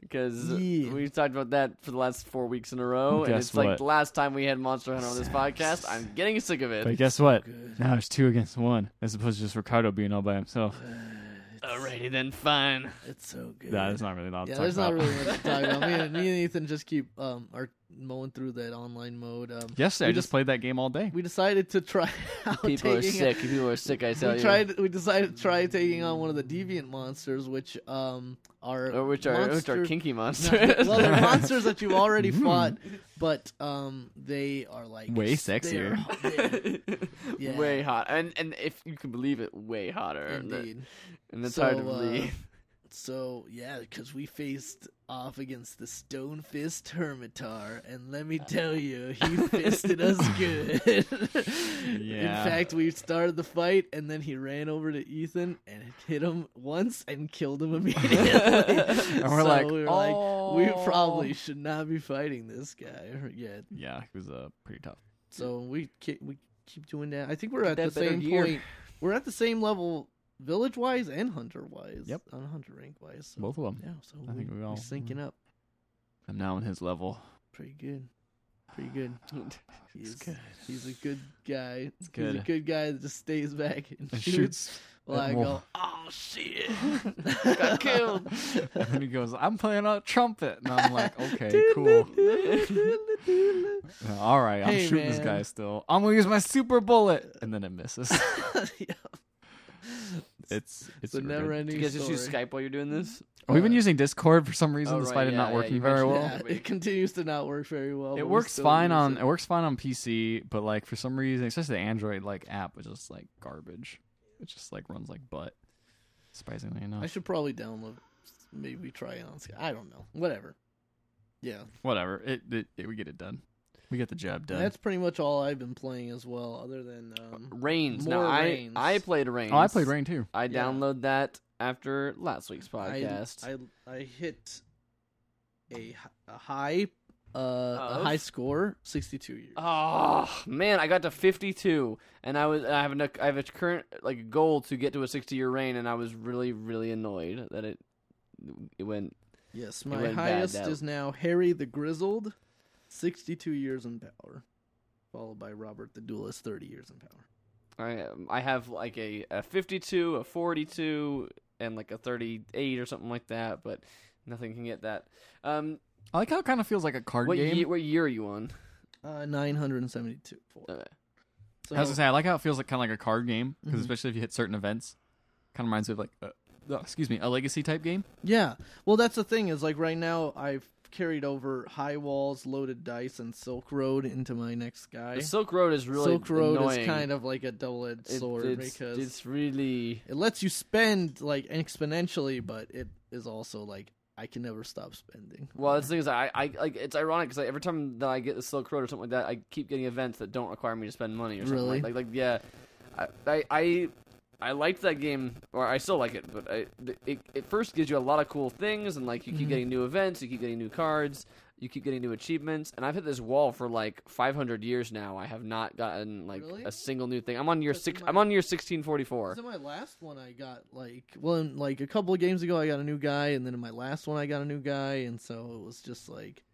[SPEAKER 1] Because
[SPEAKER 2] Yeah.
[SPEAKER 1] we've talked about that for the last four weeks in a row. and
[SPEAKER 3] Guess
[SPEAKER 1] it's like
[SPEAKER 3] what?
[SPEAKER 1] the last time we had Monster Hunter on this podcast. I'm getting sick of
[SPEAKER 3] But
[SPEAKER 1] it.
[SPEAKER 3] guess what?
[SPEAKER 2] Good.
[SPEAKER 3] Now it's two against one, as opposed to just Ricardo being all by himself.
[SPEAKER 1] Alrighty then, fine.
[SPEAKER 2] It's so good.
[SPEAKER 3] That is not really loud. to
[SPEAKER 2] yeah,
[SPEAKER 3] talk
[SPEAKER 2] there's not
[SPEAKER 3] about.
[SPEAKER 2] really much to talk about. Me and, me and Ethan just keep um are mowing through that online mode. Um,
[SPEAKER 3] Yesterday,
[SPEAKER 2] We
[SPEAKER 3] I just
[SPEAKER 2] just-
[SPEAKER 3] played that game all day.
[SPEAKER 2] we decided to try out
[SPEAKER 1] People are
[SPEAKER 2] taking
[SPEAKER 1] sick. People are sick, I tell
[SPEAKER 2] we
[SPEAKER 1] you.
[SPEAKER 2] tried. We decided to try taking on one of the deviant monsters, which um are
[SPEAKER 1] or which are, which are
[SPEAKER 2] monster-
[SPEAKER 1] kinky
[SPEAKER 2] No,
[SPEAKER 1] monsters. Hmm.
[SPEAKER 2] well, they're monsters that you've already
[SPEAKER 3] Mm.
[SPEAKER 2] fought, but um they are like
[SPEAKER 3] Way
[SPEAKER 2] they are- they're- Yeah.
[SPEAKER 1] Way hot, and and if you can believe it, way hotter. And that-
[SPEAKER 2] Indeed.
[SPEAKER 1] and it's hard to
[SPEAKER 2] So, uh,
[SPEAKER 1] believe.
[SPEAKER 2] So yeah, because we faced off against the Stone Fist Hermitar, and let me tell you, he fisted us good.
[SPEAKER 3] Yeah.
[SPEAKER 2] In fact, we started the fight, and then he ran over to Ethan and hit him once and killed him immediately.
[SPEAKER 3] And we're
[SPEAKER 2] So
[SPEAKER 3] like,
[SPEAKER 2] we were
[SPEAKER 1] "Oh."
[SPEAKER 2] like, we probably should not be fighting this guy yet.
[SPEAKER 3] Yeah, it was uh, pretty tough.
[SPEAKER 2] So we ke- we keep doing that. I think we're at
[SPEAKER 1] Get
[SPEAKER 2] the
[SPEAKER 1] that better
[SPEAKER 2] same
[SPEAKER 1] gear.
[SPEAKER 2] point. We're at the same level, village wise and hunter wise.
[SPEAKER 3] Yep.
[SPEAKER 2] on hunter rank wise. So,
[SPEAKER 3] Both of them.
[SPEAKER 2] yeah, so
[SPEAKER 3] I
[SPEAKER 2] we,
[SPEAKER 3] think we
[SPEAKER 2] are
[SPEAKER 3] all-
[SPEAKER 2] syncing up
[SPEAKER 3] I'm now on his level.
[SPEAKER 2] pretty good. Pretty good. He's,
[SPEAKER 3] good.
[SPEAKER 2] he's a good guy. He's a
[SPEAKER 3] good.
[SPEAKER 2] good guy that just stays back and,
[SPEAKER 3] And
[SPEAKER 2] shoots.
[SPEAKER 3] shoots.
[SPEAKER 2] While
[SPEAKER 3] at
[SPEAKER 2] I
[SPEAKER 3] more.
[SPEAKER 2] go, oh shit,
[SPEAKER 1] Got killed.
[SPEAKER 3] And then he goes, I'm playing a trumpet. And I'm like, okay, cool.
[SPEAKER 2] cool.
[SPEAKER 3] Yeah, All right, I'm
[SPEAKER 2] Hey,
[SPEAKER 3] shooting this
[SPEAKER 2] man.
[SPEAKER 3] guy still. I'm going to use my super bullet. And then it misses. It's it's
[SPEAKER 2] It's a
[SPEAKER 3] super
[SPEAKER 2] never
[SPEAKER 3] good.
[SPEAKER 1] Do
[SPEAKER 2] ending
[SPEAKER 1] you guys just
[SPEAKER 2] story.
[SPEAKER 1] use Skype while you're doing this?
[SPEAKER 3] We've been using Discord for some reason.
[SPEAKER 1] Oh, right,
[SPEAKER 3] despite it
[SPEAKER 1] yeah,
[SPEAKER 3] not
[SPEAKER 1] yeah,
[SPEAKER 3] working
[SPEAKER 1] you
[SPEAKER 3] very
[SPEAKER 1] mentioned
[SPEAKER 3] well.
[SPEAKER 1] that.
[SPEAKER 2] Yeah, it continues to not work very well. but
[SPEAKER 3] It
[SPEAKER 2] we
[SPEAKER 3] works
[SPEAKER 2] still
[SPEAKER 3] fine
[SPEAKER 2] use
[SPEAKER 3] on
[SPEAKER 2] it.
[SPEAKER 3] it works fine on PC, but like for some reason, especially the Android like app was just like garbage. It just like runs like butt. Surprisingly enough,
[SPEAKER 2] I should probably download, maybe try it on. Sky- I don't know. Whatever. Yeah,
[SPEAKER 3] whatever. It, it, it we get it done. We get the job done.
[SPEAKER 2] that's pretty much all I've been playing as well, other than um,
[SPEAKER 1] Mm-hmm. Rains. Now
[SPEAKER 2] More
[SPEAKER 1] I
[SPEAKER 2] Reigns.
[SPEAKER 1] I played Rains.
[SPEAKER 3] oh, I played Rain too.
[SPEAKER 1] I
[SPEAKER 2] Yeah.
[SPEAKER 1] download that after last week's
[SPEAKER 2] I-
[SPEAKER 1] Uh, podcast.
[SPEAKER 2] I, I hit a, hi- a high uh, a
[SPEAKER 1] Of?
[SPEAKER 2] high score, sixty two years.
[SPEAKER 1] Oh man, I got to 52, and I was I have a I have a current like goal to get to a 60 year reign, and I was really really annoyed that it it went.
[SPEAKER 2] yes, my
[SPEAKER 1] went bad,
[SPEAKER 2] highest
[SPEAKER 1] that-
[SPEAKER 2] is now Harry the Grizzled, sixty two years in power, followed by Robert the Duelist, thirty years in power.
[SPEAKER 1] I I have like a, a 52, a 42, and like a 38 or something like that, but nothing can get that. Um,
[SPEAKER 3] I like how it kind of feels like a card
[SPEAKER 1] what
[SPEAKER 3] game.
[SPEAKER 1] year, what year are you on?
[SPEAKER 2] Uh, nine hundred and seventy two.
[SPEAKER 1] Uh,
[SPEAKER 2] So,
[SPEAKER 3] I was gonna say I like how it feels like kind of like a card game
[SPEAKER 1] Mm-hmm.
[SPEAKER 3] because
[SPEAKER 2] Mhm.
[SPEAKER 3] especially if you hit certain events, kind of reminds me of like uh, uh, excuse me a legacy type game.
[SPEAKER 2] Yeah. Well, that's the thing is like right now I've carried over High Walls, Loaded Dice, and Silk Road into my next guy.
[SPEAKER 1] The Silk Road is really
[SPEAKER 2] Silk Road
[SPEAKER 1] annoying.
[SPEAKER 2] is kind of like a double-edged
[SPEAKER 1] It-
[SPEAKER 2] sword
[SPEAKER 1] it's,
[SPEAKER 2] because
[SPEAKER 1] it's really
[SPEAKER 2] it lets you spend like exponentially, but it is also like I can never stop spending.
[SPEAKER 1] well. That's the thing is, I, I like it's ironic because like, every time that I get the Silk Road or something like that, I keep getting events that don't require me to spend money or something
[SPEAKER 2] Really?
[SPEAKER 1] like like, like yeah. I, I I I liked that game, or I still like it, but I, th- it it first gives you a lot of cool things, and like you keep
[SPEAKER 2] Mhm.
[SPEAKER 1] getting new events, you keep getting new cards, you keep getting new achievements, and I've hit this wall for like 500 years now. I have not gotten like
[SPEAKER 2] Really?
[SPEAKER 1] a single new thing. I'm on year
[SPEAKER 2] That's
[SPEAKER 1] six.
[SPEAKER 2] my-
[SPEAKER 1] I'm on year 1644.
[SPEAKER 2] So my last one I got like well in, like a couple of games ago I got a new guy and then in my last one I got a new guy and so it was just like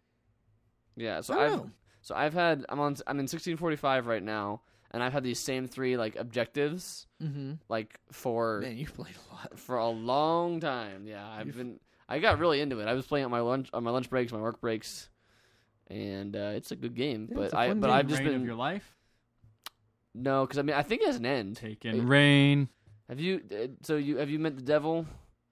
[SPEAKER 1] Yeah, so
[SPEAKER 2] I don't
[SPEAKER 1] I've
[SPEAKER 2] know.
[SPEAKER 1] so I've had I'm on I'm in 1645 right now, and I've had these same three like objectives
[SPEAKER 2] mhm.
[SPEAKER 1] like for
[SPEAKER 2] man you played a lot.
[SPEAKER 1] for a long time. Yeah, I've
[SPEAKER 2] You've-
[SPEAKER 1] been I got really into it. I was playing at my lunch on my lunch breaks, my work breaks, and uh, it's a good game.
[SPEAKER 2] Yeah, it's
[SPEAKER 1] but
[SPEAKER 2] a
[SPEAKER 1] I
[SPEAKER 2] fun
[SPEAKER 1] but
[SPEAKER 2] game.
[SPEAKER 1] I've just
[SPEAKER 3] Reign
[SPEAKER 1] been
[SPEAKER 3] of your life.
[SPEAKER 1] no because I mean I think it has an end.
[SPEAKER 3] Taken
[SPEAKER 1] It-
[SPEAKER 3] rain.
[SPEAKER 1] Have you uh, so you have you met the devil?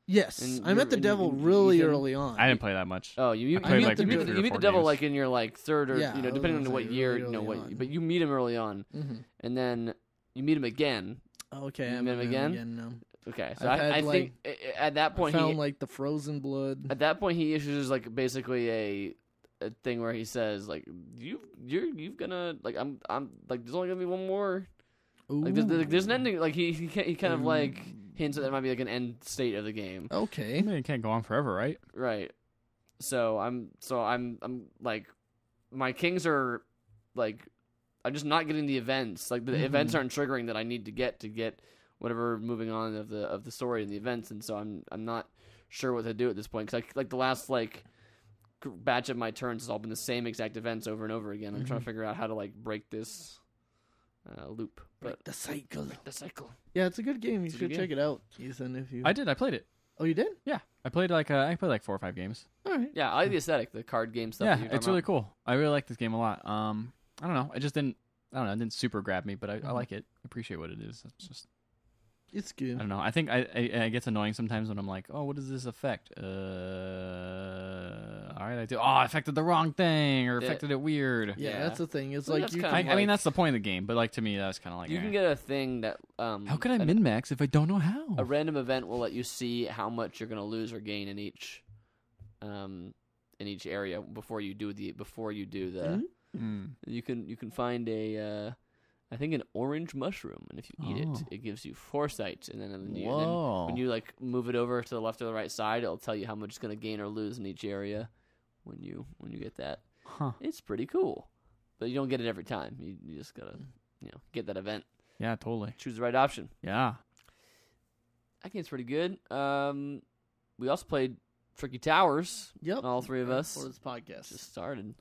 [SPEAKER 2] Yes,
[SPEAKER 1] And
[SPEAKER 2] I met
[SPEAKER 1] you're-
[SPEAKER 2] the
[SPEAKER 1] and
[SPEAKER 2] devil
[SPEAKER 1] you- you
[SPEAKER 2] really
[SPEAKER 1] didn't-
[SPEAKER 2] early on.
[SPEAKER 3] I didn't play that much.
[SPEAKER 1] Oh, you, you, you
[SPEAKER 2] I played,
[SPEAKER 1] meet
[SPEAKER 2] like,
[SPEAKER 1] the, you meet,
[SPEAKER 2] three
[SPEAKER 1] the-
[SPEAKER 2] or
[SPEAKER 1] you meet the
[SPEAKER 3] four
[SPEAKER 1] devil
[SPEAKER 3] games.
[SPEAKER 1] like in your like third or
[SPEAKER 2] Yeah,
[SPEAKER 1] you
[SPEAKER 2] I
[SPEAKER 1] know
[SPEAKER 2] was
[SPEAKER 1] depending
[SPEAKER 2] gonna
[SPEAKER 1] on what
[SPEAKER 2] say
[SPEAKER 1] year
[SPEAKER 2] really
[SPEAKER 1] you know
[SPEAKER 2] early
[SPEAKER 1] what
[SPEAKER 2] on.
[SPEAKER 1] but you meet him early on
[SPEAKER 2] Mhm.
[SPEAKER 1] and then you meet him again
[SPEAKER 2] Oh, Okay,
[SPEAKER 1] You met
[SPEAKER 2] I
[SPEAKER 1] him
[SPEAKER 2] met him
[SPEAKER 1] again?
[SPEAKER 2] again. now.
[SPEAKER 1] Okay, so
[SPEAKER 2] I've had,
[SPEAKER 1] I, I
[SPEAKER 2] like-
[SPEAKER 1] think i- i- at that
[SPEAKER 2] I
[SPEAKER 1] point he
[SPEAKER 2] found like the frozen blood.
[SPEAKER 1] at that point he issues like basically a a thing where he says like you you're you've gonna like I'm I'm like there's only gonna be one more like there's, there's, there's an
[SPEAKER 2] Ooh.
[SPEAKER 1] ending like he he, ca- he kind
[SPEAKER 3] Mm,
[SPEAKER 1] of like hints that there might be like an end state of the game
[SPEAKER 2] Okay.
[SPEAKER 3] Man, It can't go on forever, right?
[SPEAKER 1] right so I'm so I'm I'm like my kings are like I'm just not getting the events like the events
[SPEAKER 2] Mhm.
[SPEAKER 3] Mm-hmm.
[SPEAKER 1] aren't triggering that I need to get to get whatever moving on of the of the story and the events, and so I'm I'm not sure what to do at this point because like the last like gr- batch of my turns has all been the same exact events over and over again. I'm
[SPEAKER 3] Mm-hmm.
[SPEAKER 1] trying to figure out how to like break this uh, loop, but
[SPEAKER 2] Break the cycle.
[SPEAKER 1] the cycle.
[SPEAKER 2] Yeah, it's a good game. You
[SPEAKER 1] It's a
[SPEAKER 2] should
[SPEAKER 1] good
[SPEAKER 2] check it out, Ethan. If you
[SPEAKER 3] I did. I played it.
[SPEAKER 2] oh, you did.
[SPEAKER 3] Yeah, I played like uh, I played like four or five games.
[SPEAKER 2] All right.
[SPEAKER 1] Yeah, I like the aesthetic, the card game stuff. that
[SPEAKER 3] yeah,
[SPEAKER 1] you're talking
[SPEAKER 3] it's really
[SPEAKER 1] about.
[SPEAKER 3] cool. I really like this game a lot. Um, I don't know. I just didn't. I don't know. It didn't super grab me, but I,
[SPEAKER 1] Mm-hmm.
[SPEAKER 3] I
[SPEAKER 2] Mhm.
[SPEAKER 3] like it. I appreciate what it is. It's just
[SPEAKER 2] It's
[SPEAKER 3] I
[SPEAKER 2] good.
[SPEAKER 3] don't know. I think I, I it gets annoying sometimes when I'm like, oh, what does this affect? Uh, all right, I do. Oh, I affected the wrong thing or
[SPEAKER 1] Yeah.
[SPEAKER 3] affected it weird.
[SPEAKER 2] Yeah,
[SPEAKER 1] Yeah.
[SPEAKER 2] that's the thing. It's
[SPEAKER 1] Well,
[SPEAKER 2] like
[SPEAKER 1] that's
[SPEAKER 2] you
[SPEAKER 3] I,
[SPEAKER 1] kinda
[SPEAKER 2] can,
[SPEAKER 3] I
[SPEAKER 1] like-
[SPEAKER 3] mean, that's the point of the game, but like to me, that was kind of like,
[SPEAKER 1] You
[SPEAKER 3] eh.
[SPEAKER 1] can get a thing that um
[SPEAKER 3] how could I
[SPEAKER 1] an-
[SPEAKER 3] min max if I don't know how?
[SPEAKER 1] a random event will let you see how much you're going to lose or gain in each um in each area before you do the before you do the
[SPEAKER 2] Mhm.
[SPEAKER 3] Mm.
[SPEAKER 1] you can you can find a uh I think an orange mushroom and if you eat
[SPEAKER 3] Oh.
[SPEAKER 1] it it gives you foresight and then, and then, you, and then
[SPEAKER 3] Whoa!
[SPEAKER 1] when you like move it over to the left or the right side it'll tell you how much it's going to gain or lose in each area when you when you get that
[SPEAKER 3] huh.
[SPEAKER 1] it's pretty cool but you don't get it every time you, you just got to you know get that event
[SPEAKER 3] Yeah, totally.
[SPEAKER 1] choose the right option
[SPEAKER 3] Yeah.
[SPEAKER 1] That game's pretty good. Um, we also played Tricky Towers.
[SPEAKER 2] Yep.
[SPEAKER 1] All three of us
[SPEAKER 2] for this podcast.
[SPEAKER 1] just started.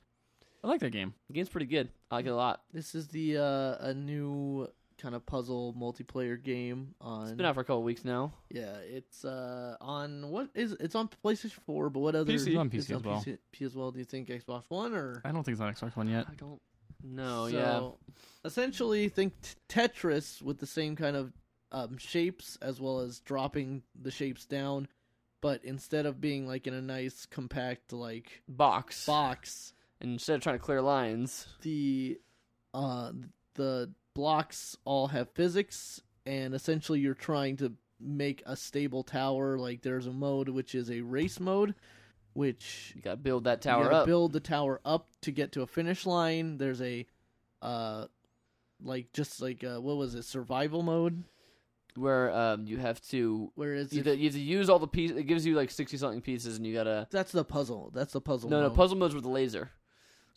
[SPEAKER 3] I like that game.
[SPEAKER 1] The game's pretty good. I like it a lot.
[SPEAKER 2] This is the uh, a new kind of puzzle multiplayer game on.
[SPEAKER 1] It's been out for a couple weeks now.
[SPEAKER 2] Yeah, it's uh on what is it's on PlayStation Four, but what other
[SPEAKER 3] PC. It's on PC as
[SPEAKER 2] on
[SPEAKER 3] well.
[SPEAKER 2] PC, P as well. Do you think Xbox One or
[SPEAKER 3] I don't think it's on Xbox One yet.
[SPEAKER 1] I don't know. Oh, yeah,
[SPEAKER 2] So, Essentially, think t- Tetris with the same kind of um, shapes as well as dropping the shapes down, but instead of being like in a nice compact like
[SPEAKER 1] box.
[SPEAKER 2] box,
[SPEAKER 1] And instead of trying to clear lines,
[SPEAKER 2] the uh the blocks all have physics and essentially you're trying to make a stable tower like there's a mode which is a race mode which
[SPEAKER 1] you got to build that
[SPEAKER 2] you
[SPEAKER 1] tower
[SPEAKER 2] gotta
[SPEAKER 1] up.
[SPEAKER 2] build the tower up to get to a finish line there's a uh like just like uh what was it survival mode
[SPEAKER 1] where um, you have to
[SPEAKER 2] where is
[SPEAKER 1] either
[SPEAKER 2] it
[SPEAKER 1] you have to use all the pieces. It gives you like sixty something pieces, and you gotta
[SPEAKER 2] that's the puzzle that's the puzzle
[SPEAKER 1] no no
[SPEAKER 2] mode.
[SPEAKER 1] puzzle modes with the laser.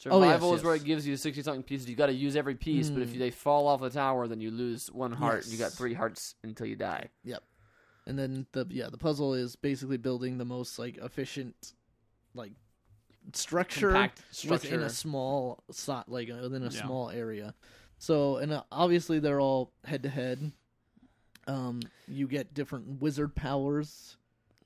[SPEAKER 2] Oh, yes,
[SPEAKER 1] Survival is where
[SPEAKER 2] yes.
[SPEAKER 1] it gives you sixty something pieces. You got to use every piece, but if
[SPEAKER 2] Mm.
[SPEAKER 1] you, they fall off the tower, then you lose one heart. and You got
[SPEAKER 2] Yes.
[SPEAKER 1] three hearts until you die.
[SPEAKER 2] and then the yeah the puzzle is basically building the most like efficient like structure
[SPEAKER 1] Compact
[SPEAKER 2] within
[SPEAKER 1] structure.
[SPEAKER 2] a small so- like uh, within a
[SPEAKER 3] Yeah.
[SPEAKER 2] small area. So and uh, obviously they're all head to head. Um, you get different wizard powers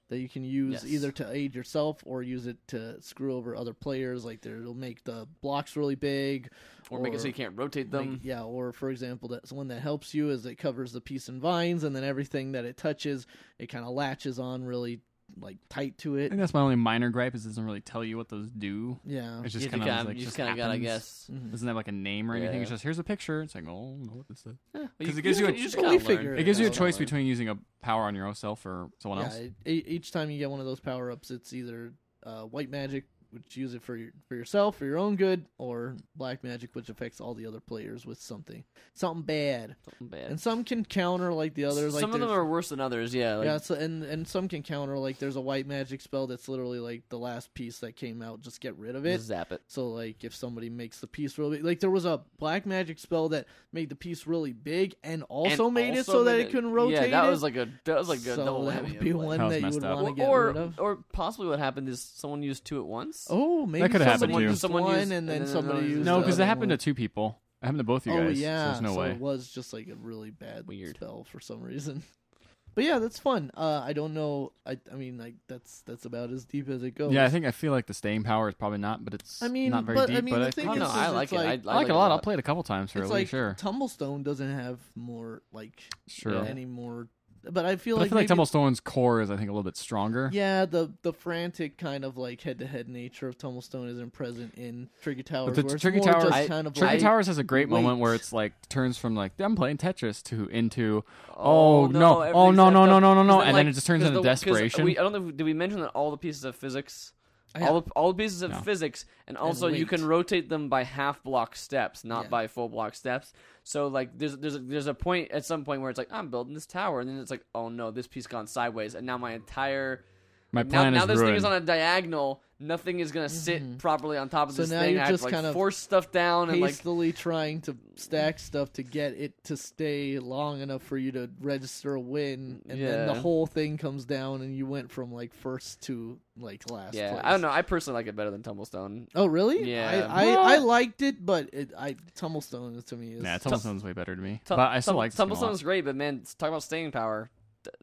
[SPEAKER 2] that you can use
[SPEAKER 1] Yes.
[SPEAKER 2] either to aid yourself or use it to screw over other players. Like there- it'll make the blocks really big,
[SPEAKER 1] or, make it so you can't rotate
[SPEAKER 2] like,
[SPEAKER 1] them.
[SPEAKER 2] yeah, or for example, that's one that helps you is it covers the piece and vines, and then everything that it touches, it kind of latches on really like tight to
[SPEAKER 3] I
[SPEAKER 2] it.
[SPEAKER 3] think that's my only minor gripe is it doesn't really tell you what those do.
[SPEAKER 2] Yeah.
[SPEAKER 3] It's
[SPEAKER 1] You
[SPEAKER 3] just
[SPEAKER 1] think
[SPEAKER 3] kind of
[SPEAKER 1] I'm-
[SPEAKER 3] like
[SPEAKER 1] you
[SPEAKER 3] just
[SPEAKER 1] just kind of gotta
[SPEAKER 3] happens.
[SPEAKER 1] guess.
[SPEAKER 2] Mhm.
[SPEAKER 3] Doesn't have like a name or
[SPEAKER 1] Yeah.
[SPEAKER 3] anything. It's just here's a picture. It's like oh, I don't know what this is.
[SPEAKER 1] Yeah, but
[SPEAKER 3] 'Cause it gives you a-
[SPEAKER 1] just
[SPEAKER 2] Well,
[SPEAKER 1] kinda
[SPEAKER 2] we
[SPEAKER 1] learn.
[SPEAKER 2] figure
[SPEAKER 3] It gives you a
[SPEAKER 2] Yeah.
[SPEAKER 3] choice between using a power on yourself or someone
[SPEAKER 2] yeah,
[SPEAKER 3] else.
[SPEAKER 2] it- e- each time you get one of those power ups, it's either uh, white magic, which use it for your, for yourself for your own good, or black magic, which affects all the other players with something something bad.
[SPEAKER 1] Something bad.
[SPEAKER 2] And some can counter like the others. Like
[SPEAKER 1] Some of them
[SPEAKER 2] there's-
[SPEAKER 1] are worse than others. Yeah, like,
[SPEAKER 2] yeah, so, and and some can counter like there's a white magic spell that's literally like the last piece that came out. Just get rid of it.
[SPEAKER 1] just zap it.
[SPEAKER 2] So like if somebody makes the piece really like there was a black magic spell that made the piece really big and also
[SPEAKER 1] And
[SPEAKER 2] made it
[SPEAKER 1] also
[SPEAKER 2] so that
[SPEAKER 1] made
[SPEAKER 2] it couldn't rotate.
[SPEAKER 1] Yeah, that
[SPEAKER 2] it.
[SPEAKER 1] was like a that was like a
[SPEAKER 2] so
[SPEAKER 1] double
[SPEAKER 2] that
[SPEAKER 1] whammy
[SPEAKER 2] would
[SPEAKER 1] of,
[SPEAKER 2] be
[SPEAKER 1] like-
[SPEAKER 2] one
[SPEAKER 3] That
[SPEAKER 2] that
[SPEAKER 3] was
[SPEAKER 2] you would
[SPEAKER 3] messed up.
[SPEAKER 2] want to get
[SPEAKER 1] or,
[SPEAKER 2] rid of.
[SPEAKER 1] or possibly what happened is someone used two at once.
[SPEAKER 2] Oh, maybe
[SPEAKER 3] could have
[SPEAKER 2] somebody
[SPEAKER 3] happened too.
[SPEAKER 2] used
[SPEAKER 1] Someone
[SPEAKER 2] one
[SPEAKER 1] used-
[SPEAKER 2] and then
[SPEAKER 1] and then
[SPEAKER 2] somebody
[SPEAKER 1] another
[SPEAKER 2] used
[SPEAKER 1] used
[SPEAKER 3] No,
[SPEAKER 2] the
[SPEAKER 3] because it
[SPEAKER 2] other
[SPEAKER 3] happened
[SPEAKER 2] one.
[SPEAKER 3] to two people. It happened to both of you
[SPEAKER 2] oh
[SPEAKER 3] guys.
[SPEAKER 2] yeah,
[SPEAKER 3] so there's no
[SPEAKER 2] so
[SPEAKER 3] way.
[SPEAKER 2] it was just like a really bad
[SPEAKER 1] Weird.
[SPEAKER 2] spell for some reason. But yeah, that's fun. Uh, I don't know. I I mean like that's that's about as deep as it goes.
[SPEAKER 3] Yeah, I think I feel like the staying power is probably not, but it's
[SPEAKER 2] I mean,
[SPEAKER 3] not very
[SPEAKER 2] but
[SPEAKER 3] deep.
[SPEAKER 2] I mean
[SPEAKER 3] but
[SPEAKER 2] the
[SPEAKER 3] I,
[SPEAKER 2] thing
[SPEAKER 1] Oh,
[SPEAKER 2] is,
[SPEAKER 1] no,
[SPEAKER 2] is
[SPEAKER 1] I like
[SPEAKER 2] it's
[SPEAKER 1] it. I-
[SPEAKER 3] I like it a lot. I'll play it a couple times for
[SPEAKER 2] it's
[SPEAKER 3] really
[SPEAKER 2] like
[SPEAKER 3] sure.
[SPEAKER 2] Tumblestone doesn't have more like
[SPEAKER 3] sure.
[SPEAKER 1] Yeah.
[SPEAKER 2] any more. But I feel
[SPEAKER 3] But I
[SPEAKER 2] like
[SPEAKER 3] feel like
[SPEAKER 2] maybe-
[SPEAKER 3] Tumblestone's core is I think a little bit stronger.
[SPEAKER 2] Yeah, the the frantic kind of like head to head nature of Tumblestone isn't present in Trigger Towers.
[SPEAKER 3] the
[SPEAKER 2] where it's
[SPEAKER 3] Trigger
[SPEAKER 2] more
[SPEAKER 3] Towers-
[SPEAKER 2] just
[SPEAKER 1] I-
[SPEAKER 2] kind of
[SPEAKER 3] Tricky
[SPEAKER 2] like,
[SPEAKER 3] Towers has a great moment where
[SPEAKER 2] wait.
[SPEAKER 3] it's like turns from like I'm playing Tetris to into oh, no oh
[SPEAKER 1] everything's
[SPEAKER 3] no no
[SPEAKER 1] zapped
[SPEAKER 3] no
[SPEAKER 1] up.
[SPEAKER 3] no no
[SPEAKER 1] 'Cause
[SPEAKER 3] no and
[SPEAKER 1] like-
[SPEAKER 3] then it just turns
[SPEAKER 1] 'cause
[SPEAKER 3] into
[SPEAKER 1] the- 'cause
[SPEAKER 3] desperation.
[SPEAKER 1] We, I don't know. If, did we mention that all the pieces of physics,
[SPEAKER 2] Oh, Yeah.
[SPEAKER 1] all the, all the pieces of
[SPEAKER 3] No.
[SPEAKER 1] physics, and also you
[SPEAKER 2] weight.
[SPEAKER 1] can rotate them by half block steps, not
[SPEAKER 2] Yeah.
[SPEAKER 1] by full block steps. So like there's there's a, there's a point at some point where it's like I'm building this tower, and then it's like oh no, this piece gone sideways, and now my entire
[SPEAKER 3] My
[SPEAKER 1] now-
[SPEAKER 3] plan
[SPEAKER 1] now,
[SPEAKER 3] is
[SPEAKER 1] this
[SPEAKER 3] ruined.
[SPEAKER 1] thing is on a diagonal. Nothing is gonna sit properly on top of
[SPEAKER 2] Mm-hmm. So
[SPEAKER 1] this
[SPEAKER 2] now
[SPEAKER 1] thing.
[SPEAKER 2] you're
[SPEAKER 1] I have
[SPEAKER 2] just
[SPEAKER 1] to like
[SPEAKER 2] kind of
[SPEAKER 1] force stuff down and like
[SPEAKER 2] hastily trying to stack stuff to get it to stay long enough for you to register a win, and then the
[SPEAKER 1] Yeah.
[SPEAKER 2] whole thing comes down, and you went from like first to like last.
[SPEAKER 1] yeah.
[SPEAKER 2] place.
[SPEAKER 1] I don't know. I personally like it better than Tumblestone.
[SPEAKER 2] Oh really?
[SPEAKER 1] Yeah.
[SPEAKER 2] I,
[SPEAKER 3] Well-
[SPEAKER 2] I, I liked it, but it, I Tumblestones to me is
[SPEAKER 3] Nah, Tumblestone's way better to me.
[SPEAKER 1] Tum-
[SPEAKER 3] but I still
[SPEAKER 1] Tum-
[SPEAKER 3] like Tumblestone's.
[SPEAKER 1] Tumblestone's great, but man, s- talk about staying power. th-